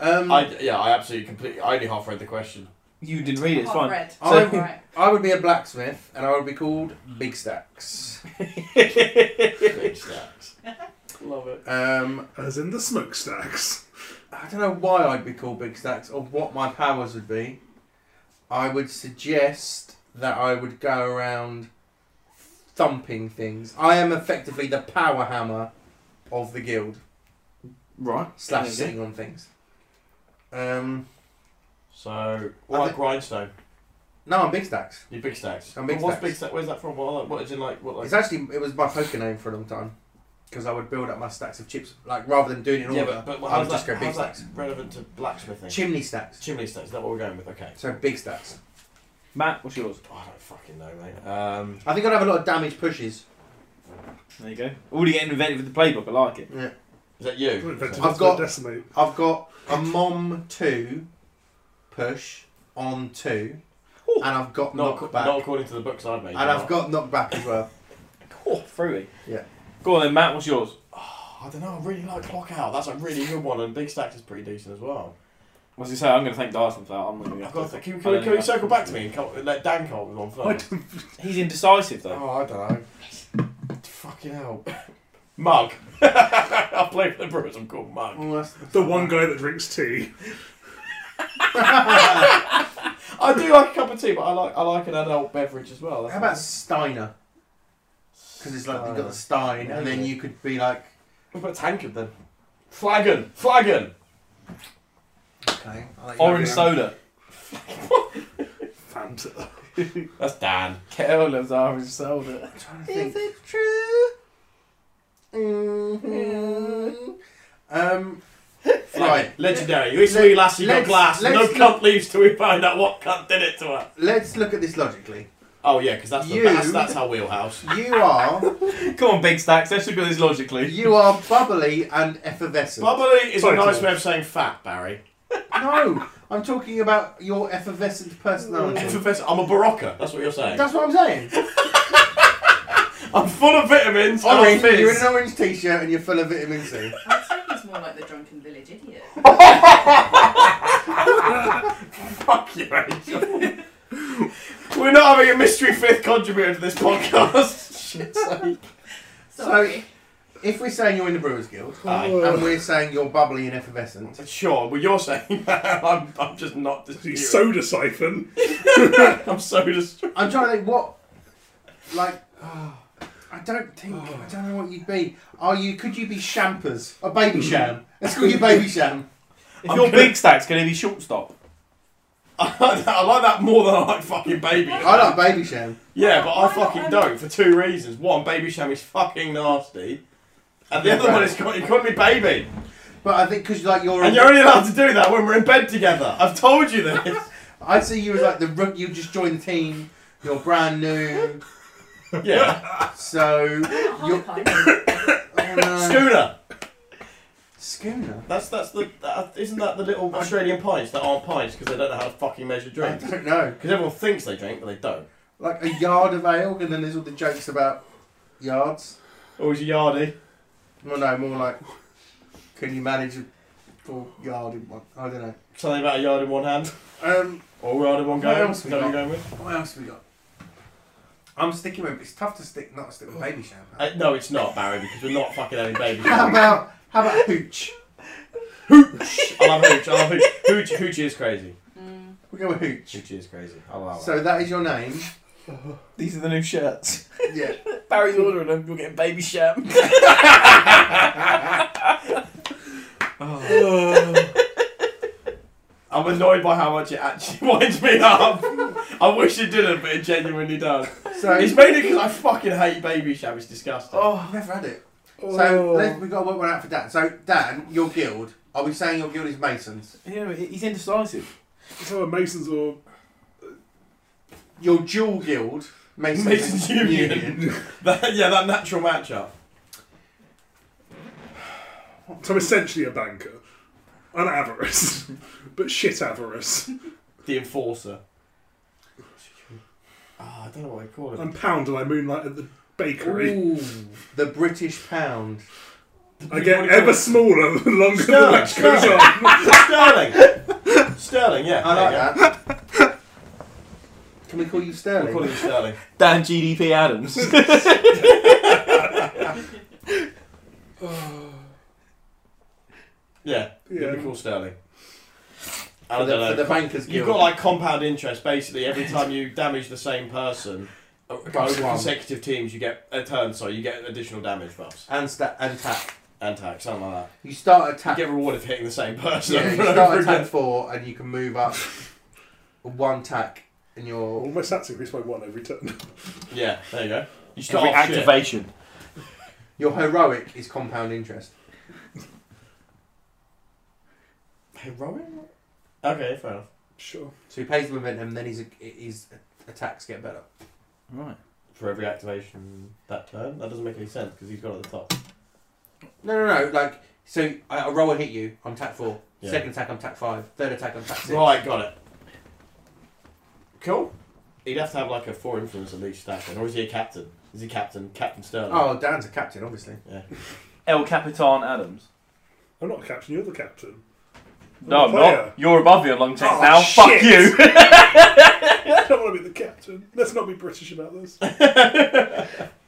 Speaker 2: Um, I,
Speaker 1: I, yeah, I absolutely completely. I only half read the question.
Speaker 4: You didn't read it, it's fine.
Speaker 5: Red.
Speaker 4: So-
Speaker 5: Right.
Speaker 2: would be a blacksmith, and I would be called Big Stacks.
Speaker 1: Big stacks. Love it.
Speaker 2: Um,
Speaker 3: As in the smokestacks.
Speaker 2: I don't know why I'd be called Big Stacks or what my powers would be. I would suggest that I would go around thumping things. I am effectively the power hammer of the guild.
Speaker 4: Right.
Speaker 2: slash
Speaker 4: There you
Speaker 2: sitting on things. Um,
Speaker 1: So,
Speaker 2: I
Speaker 1: what
Speaker 2: thi-
Speaker 1: grindstone?
Speaker 2: no, I'm Big Stacks.
Speaker 1: Your big stacks.
Speaker 2: I'm Big
Speaker 1: But what's
Speaker 2: Stacks.
Speaker 1: big stack? Where's that from? What, like, what is in like? What like?
Speaker 2: It's actually it was my poker name for a long time because I would build up my stacks of chips like rather than doing it in
Speaker 1: yeah,
Speaker 2: order.
Speaker 1: but, but
Speaker 2: I
Speaker 1: how's
Speaker 2: would just
Speaker 1: that,
Speaker 2: go Big
Speaker 1: how's that
Speaker 2: Stacks,
Speaker 1: relevant to blacksmithing?
Speaker 2: chimney stacks.
Speaker 1: Chimney stacks. Is that what we're going with? Okay.
Speaker 2: So Big Stacks.
Speaker 4: Matt, what's yours?
Speaker 1: I don't fucking know, mate. Um,
Speaker 2: I think I'd have a lot of damage pushes.
Speaker 4: There you go. Already getting inventive with the playbook, I like it.
Speaker 2: Yeah,
Speaker 1: is that you?
Speaker 3: Invented
Speaker 2: I've
Speaker 3: it to
Speaker 2: got-
Speaker 3: decimate.
Speaker 2: I've got a mom two push on two,
Speaker 4: Ooh.
Speaker 2: and I've got
Speaker 1: Not,
Speaker 2: knockback,
Speaker 1: not according to the books I've made.
Speaker 2: and I've got knockback as well.
Speaker 4: Oh, fruity.
Speaker 2: Yeah.
Speaker 4: Go on then, Matt, what's yours?
Speaker 1: I don't know. I really like Clock Out. That's a really good one, and Big Stacks is pretty decent as well.
Speaker 4: What's he say? I'm going to thank Dyson for that. I'm not going
Speaker 1: I've got. To, can,
Speaker 4: I
Speaker 1: can,
Speaker 4: don't
Speaker 1: can we
Speaker 4: know.
Speaker 1: circle back to me and come, let Dan come up with one
Speaker 3: I
Speaker 1: first?
Speaker 3: don't
Speaker 4: He's indecisive though.
Speaker 1: Oh, I don't know. Fucking hell. Mug. I play for the Brewers. I'm called Mug.
Speaker 2: Oh, that's-
Speaker 3: The one guy that drinks tea.
Speaker 1: I do like a cup of tea, but I like I like an adult beverage as well.
Speaker 2: How about Steiner? Because it's like you've got the Stein, and then you could be like,
Speaker 1: What about Tankard then? Flagon. Flagon.
Speaker 2: okay, I'll let you
Speaker 4: Orange
Speaker 2: know.
Speaker 4: soda.
Speaker 3: Fanta.
Speaker 1: That's Dan.
Speaker 4: Kel loves orange soda.
Speaker 2: I'm trying to think.
Speaker 4: it true? Mm-hmm.
Speaker 2: Um,
Speaker 1: Right,
Speaker 2: right.
Speaker 1: legendary. This wee lassie got
Speaker 2: let's-
Speaker 1: glass. No
Speaker 2: let's-
Speaker 1: cunt leaves till we find out what cunt did it to her.
Speaker 2: Let's look at this logically.
Speaker 1: Oh yeah, because that's, the-
Speaker 2: You-
Speaker 1: that's that's our wheelhouse.
Speaker 2: You are
Speaker 4: Come on, Big Stacks, let's look at this logically.
Speaker 2: you are bubbly and effervescent.
Speaker 1: Bubbly is
Speaker 3: Sorry,
Speaker 1: a nice
Speaker 3: Tom.
Speaker 1: way of saying fat, Barry.
Speaker 2: No, I'm talking about your effervescent personality.
Speaker 1: Effervescent- I'm a barocca. That's what you're saying.
Speaker 2: That's what I'm saying.
Speaker 1: I'm full of vitamins. and I'm
Speaker 2: Orange,
Speaker 1: fizz.
Speaker 2: you're in an orange t-shirt and you're full of vitamin C.
Speaker 5: I'd say he's more like the drunken village idiot.
Speaker 1: Fuck you, Rachel. We're not having a mystery fifth contributor to this podcast. Shit sake.
Speaker 5: Sorry.
Speaker 2: If we're saying you're in the Brewers Guild
Speaker 1: Aye.
Speaker 2: and we're saying you're bubbly and effervescent,
Speaker 1: Sure, well you're saying that. I'm, I'm just not disputing.
Speaker 3: Soda siphon.
Speaker 1: I'm so distraught.
Speaker 2: I'm trying to think what, like, I don't think I don't know what you'd be. Are you? Could you be Shampers? A
Speaker 1: Mm.
Speaker 2: baby sham? Let's call you baby sham.
Speaker 4: If you're big stacks, going to be shortstop.
Speaker 1: I like, that, I like that more than I like fucking baby.
Speaker 2: I like baby sham.
Speaker 1: Yeah, but
Speaker 5: Why
Speaker 1: I
Speaker 5: not?
Speaker 1: fucking
Speaker 5: I'm-
Speaker 1: don't for two reasons. One, baby sham is fucking nasty, and the other one is you called me baby,
Speaker 2: But I think because like you're,
Speaker 1: and you're only allowed to do that when we're in bed together. I've told you this.
Speaker 2: I'd see you as like the rook. You just joined the team. You're brand new,
Speaker 1: Yeah,
Speaker 2: so
Speaker 5: Hot
Speaker 2: you're.
Speaker 5: pipe.
Speaker 2: Oh,
Speaker 5: Um,
Speaker 2: no.
Speaker 1: schooner.
Speaker 2: Schooner.
Speaker 1: That's that's the that, isn't that the little Australian pints that aren't pints because they don't know how to fucking measure
Speaker 2: I
Speaker 1: drinks.
Speaker 2: don't know.
Speaker 1: Because everyone thinks they drink, but they don't.
Speaker 2: Like a yard of ale, and then there's all the jokes about yards.
Speaker 1: Always a yardie.
Speaker 2: Well, no, more like, can you manage a full yard in one? I don't know.
Speaker 1: Something about a yard in one hand
Speaker 2: Um,
Speaker 1: or a yard in one
Speaker 2: What
Speaker 1: go.
Speaker 2: else
Speaker 1: Is
Speaker 2: we
Speaker 1: that what you're
Speaker 2: got?
Speaker 1: going with?
Speaker 2: what else we got? I'm sticking with. It's tough to stick, not stick with baby sham.
Speaker 1: Uh, no, it's not Barry because we're not fucking having baby.
Speaker 2: How
Speaker 1: showers.
Speaker 2: about how about hooch?
Speaker 1: I love hooch. I love hooch. Hooch, hooch is crazy.
Speaker 5: Mm.
Speaker 2: We go with hooch.
Speaker 1: Hooch is crazy. I love
Speaker 2: So that is your name.
Speaker 4: These are the new shirts.
Speaker 2: Yeah.
Speaker 4: Barry's ordering them. You're getting baby sham.
Speaker 1: I'm annoyed by how much it actually winds me up. I wish it didn't, but it genuinely does.
Speaker 2: So
Speaker 1: It's mainly because I fucking hate baby sham. It's disgusting.
Speaker 2: oh, I've never had it.
Speaker 1: Oh.
Speaker 2: So let's, we got to work one out for Dan. So Dan, your guild. Are we saying your guild is Masons?
Speaker 4: Yeah, but he's indecisive.
Speaker 3: So are Masons or
Speaker 2: Your dual guild, Masons,
Speaker 1: Masons Union. That- yeah, that natural matchup.
Speaker 3: so I'm essentially a banker, an avarice, but shit avarice.
Speaker 1: The enforcer. Ah, I don't know what I call it.
Speaker 3: I'm pound and I moonlight at the bakery.
Speaker 2: Ooh, the British pound.
Speaker 3: I get
Speaker 1: What do you call
Speaker 3: ever
Speaker 1: it?
Speaker 3: smaller the longer
Speaker 1: Sterling,
Speaker 3: the match goes
Speaker 1: Sterling.
Speaker 3: on.
Speaker 1: Sterling. Yeah.
Speaker 2: I
Speaker 1: there you
Speaker 2: like that. Can we call you
Speaker 1: go.
Speaker 2: Sterling?
Speaker 1: We're calling you Sterling.
Speaker 4: Dan GDP Adams.
Speaker 1: Yeah.
Speaker 3: Yeah.
Speaker 1: You'd be called Sterling. I
Speaker 2: for,
Speaker 1: don't
Speaker 2: the,
Speaker 1: know.
Speaker 2: for the bankers guild.
Speaker 1: You've got like compound interest basically every time you damage the same person uh, over
Speaker 2: one.
Speaker 1: consecutive teams you get a turn sorry you get additional damage buffs
Speaker 2: and sta- and tap.
Speaker 1: and tax something like
Speaker 2: You start at
Speaker 1: that
Speaker 2: tap.
Speaker 1: you get rewarded for hitting the same person
Speaker 2: yeah,
Speaker 1: over
Speaker 2: you
Speaker 1: and
Speaker 2: start
Speaker 1: over
Speaker 2: at tap
Speaker 1: again.
Speaker 2: four, and you can move up one tack, and you're
Speaker 3: Almost that's increased by one every turn.
Speaker 1: yeah there you go you start
Speaker 4: Every
Speaker 1: off shit.
Speaker 4: activation.
Speaker 2: your heroic is compound interest.
Speaker 1: heroic okay fair enough
Speaker 3: Sure.
Speaker 2: So he pays the momentum, and then his his attacks get better.
Speaker 4: Right.
Speaker 1: for every activation that turn that doesn't make any sense because he's got at the top
Speaker 2: No, no, no. Like so, I, I roll, I hit you. I'm tack four.
Speaker 1: Yeah.
Speaker 2: Second attack, I'm tack five. Third attack, I'm tack six.
Speaker 1: right got it cool he'd have to have like a four influence at least stack then, or is he a captain is he captain captain Sterling
Speaker 2: Oh, Dan's a captain, obviously.
Speaker 4: El Capitan Adams.
Speaker 3: I'm not a captain, you're the captain.
Speaker 4: No, I'm
Speaker 3: player.
Speaker 4: not. You're above your long text
Speaker 3: Oh,
Speaker 4: now. Fuck
Speaker 3: shit.
Speaker 4: you.
Speaker 3: I don't want to be the captain. Let's not be British about this.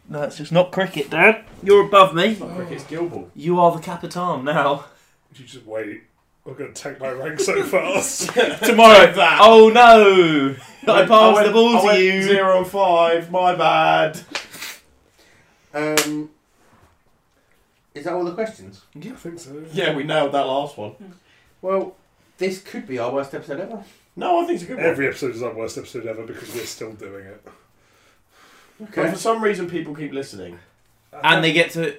Speaker 4: no, it's just not cricket, Dad. You're above me.
Speaker 1: Cricket's Guild Ball.
Speaker 4: You are the Capitan now.
Speaker 3: You just wait. I'm going to tank my rank so fast.
Speaker 4: Tomorrow.
Speaker 1: that.
Speaker 4: Oh no! I
Speaker 1: went-
Speaker 4: passed
Speaker 1: went-
Speaker 4: the ball
Speaker 1: I
Speaker 4: to
Speaker 1: went
Speaker 4: you.
Speaker 1: Zero and five. My bad.
Speaker 2: Um, is that all the questions?
Speaker 3: I think so.
Speaker 1: Yeah, we nailed that last one.
Speaker 2: Well, this could be our worst episode ever.
Speaker 1: No, I think it's a good one.
Speaker 3: Every episode is our worst episode ever because we're still doing it.
Speaker 1: But for some reason, people keep listening.
Speaker 4: And they get to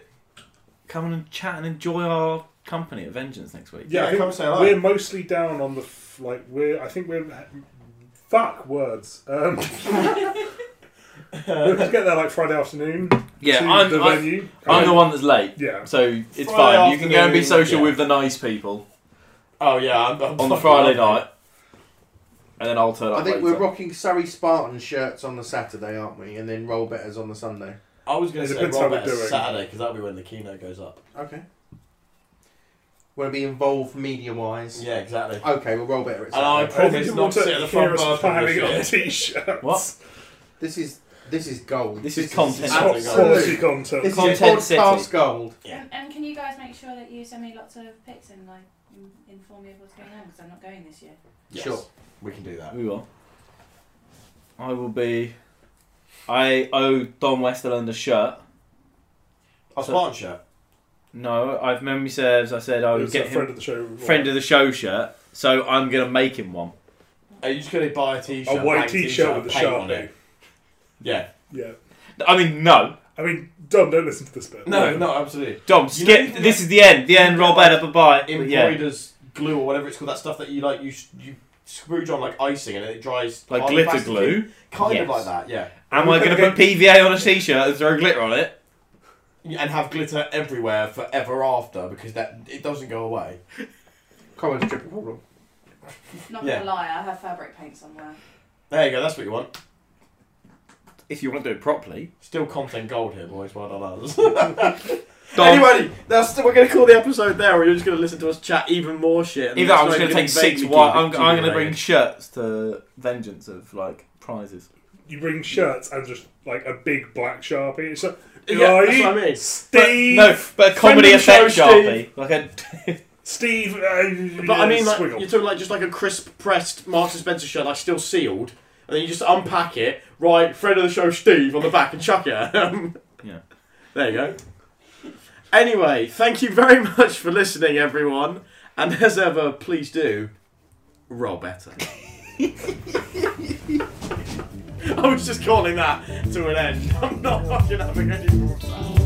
Speaker 4: come and chat and enjoy our company at Vengeance next week.
Speaker 3: Yeah, I
Speaker 1: Yeah,
Speaker 3: think
Speaker 1: come say
Speaker 3: We're
Speaker 1: hello.
Speaker 3: mostly down on the f- like. We're I think we're fuck words. Um, we'll just get there like Friday afternoon.
Speaker 4: Yeah,
Speaker 3: to
Speaker 4: I'm,
Speaker 3: the
Speaker 4: I'm,
Speaker 3: venue. Um,
Speaker 4: I'm the one that's late.
Speaker 3: Yeah,
Speaker 4: So it's
Speaker 1: Friday
Speaker 4: fine. You can go and be
Speaker 1: afternoon,
Speaker 4: social
Speaker 1: yeah.
Speaker 4: with the nice people.
Speaker 8: Oh yeah, I'm, I'm
Speaker 4: on the Friday night, and then I'll turn up.
Speaker 2: I think
Speaker 4: later.
Speaker 2: we're rocking Surrey Spartan shirts on the Saturday, aren't we? And then roll betters on the Sunday.
Speaker 1: I was going
Speaker 3: It
Speaker 1: to say
Speaker 3: depends how
Speaker 1: Roll
Speaker 3: we're
Speaker 1: Betters
Speaker 3: doing.
Speaker 1: Saturday because that'll be when the keynote goes up.
Speaker 2: Okay. Want to be involved media wise?
Speaker 1: Yeah, exactly.
Speaker 2: Okay, we'll roll better. At
Speaker 8: And I
Speaker 2: Saturday.
Speaker 8: promise not to sit at the front bar for
Speaker 3: planning on
Speaker 8: this year.
Speaker 3: t-shirts.
Speaker 4: What?
Speaker 2: This is this is gold.
Speaker 4: This is content.
Speaker 3: Top quality content.
Speaker 2: This
Speaker 4: Content
Speaker 2: is podcast gold.
Speaker 1: Yeah.
Speaker 9: Um, And, and can you guys make sure that you send me lots of pics and like in- inform me of what's going on because I'm not going this year.
Speaker 1: Yes.
Speaker 2: Sure.
Speaker 1: We can do that.
Speaker 4: We will. I will be. I owe Don Westerland a shirt.
Speaker 1: A Spartan shirt.
Speaker 4: No, I've memory serves. I said I
Speaker 3: It
Speaker 4: would
Speaker 3: was
Speaker 4: get
Speaker 3: a
Speaker 4: him
Speaker 3: friend of the show.
Speaker 4: friend of the show shirt. So I'm gonna make him one.
Speaker 1: Are you just going to buy a t-shirt?
Speaker 3: A white
Speaker 1: blank
Speaker 3: t-shirt with a
Speaker 1: paint
Speaker 3: sharpie.
Speaker 1: on it? Yeah.
Speaker 3: Yeah.
Speaker 4: I mean, no,
Speaker 3: I mean, Dom, don't listen to this bit.
Speaker 1: No, no, absolutely.
Speaker 4: Dom,
Speaker 1: You
Speaker 4: skip.
Speaker 1: know, you can
Speaker 4: this is the end. The end. Roll better. Bye bye. Yeah,
Speaker 1: Embroiders glue or whatever it's called. That stuff that you like. You s- you scrooge on like icing and it dries.
Speaker 4: like
Speaker 1: hard
Speaker 4: glitter
Speaker 1: plastic.
Speaker 4: glue.
Speaker 1: Kind
Speaker 4: Yes.
Speaker 1: of like that. Yeah.
Speaker 4: Am I gonna put PVA on a t-shirt and throw glitter on it?
Speaker 1: And have glitter everywhere forever after because that it doesn't go away.
Speaker 2: Common triple problem.
Speaker 9: Not
Speaker 1: Yeah.
Speaker 9: gonna lie, I have fabric paint somewhere.
Speaker 1: There you go. That's what you want.
Speaker 4: If you want to do it properly.
Speaker 1: Still content gold here, boys. Well done us.
Speaker 4: Dom,
Speaker 1: Anyway, that's we're going to call the episode there, or you're just going to listen to us chat even more shit. and
Speaker 4: Either I'm
Speaker 1: that's
Speaker 4: just going to
Speaker 1: not
Speaker 4: take six
Speaker 1: vaguely
Speaker 4: white. I'm,
Speaker 1: keep it
Speaker 4: I'm going to bring
Speaker 1: generated.
Speaker 4: shirts to Vengeance of like prizes.
Speaker 3: You bring shirts and just like a big black sharpie. It's like,
Speaker 1: Yeah, that's
Speaker 3: "Oi,
Speaker 1: what I mean.
Speaker 3: Steve.
Speaker 4: no, but a comedy
Speaker 1: friend of the
Speaker 4: effect
Speaker 1: show,
Speaker 4: sharpie. Like a
Speaker 3: Steve. Uh,
Speaker 1: But I mean, like
Speaker 3: squiggle.
Speaker 1: you took like just like a crisp pressed Marks and Spencer shirt, like still sealed, and then you just unpack it, right? Friend of the show, Steve, on the back, and chuck it. at him.
Speaker 4: Yeah.
Speaker 1: There you go. Anyway, thank you very much for listening, everyone, and as ever, please do roll better. I was just calling that to an end. I'm not fucking having any more of that.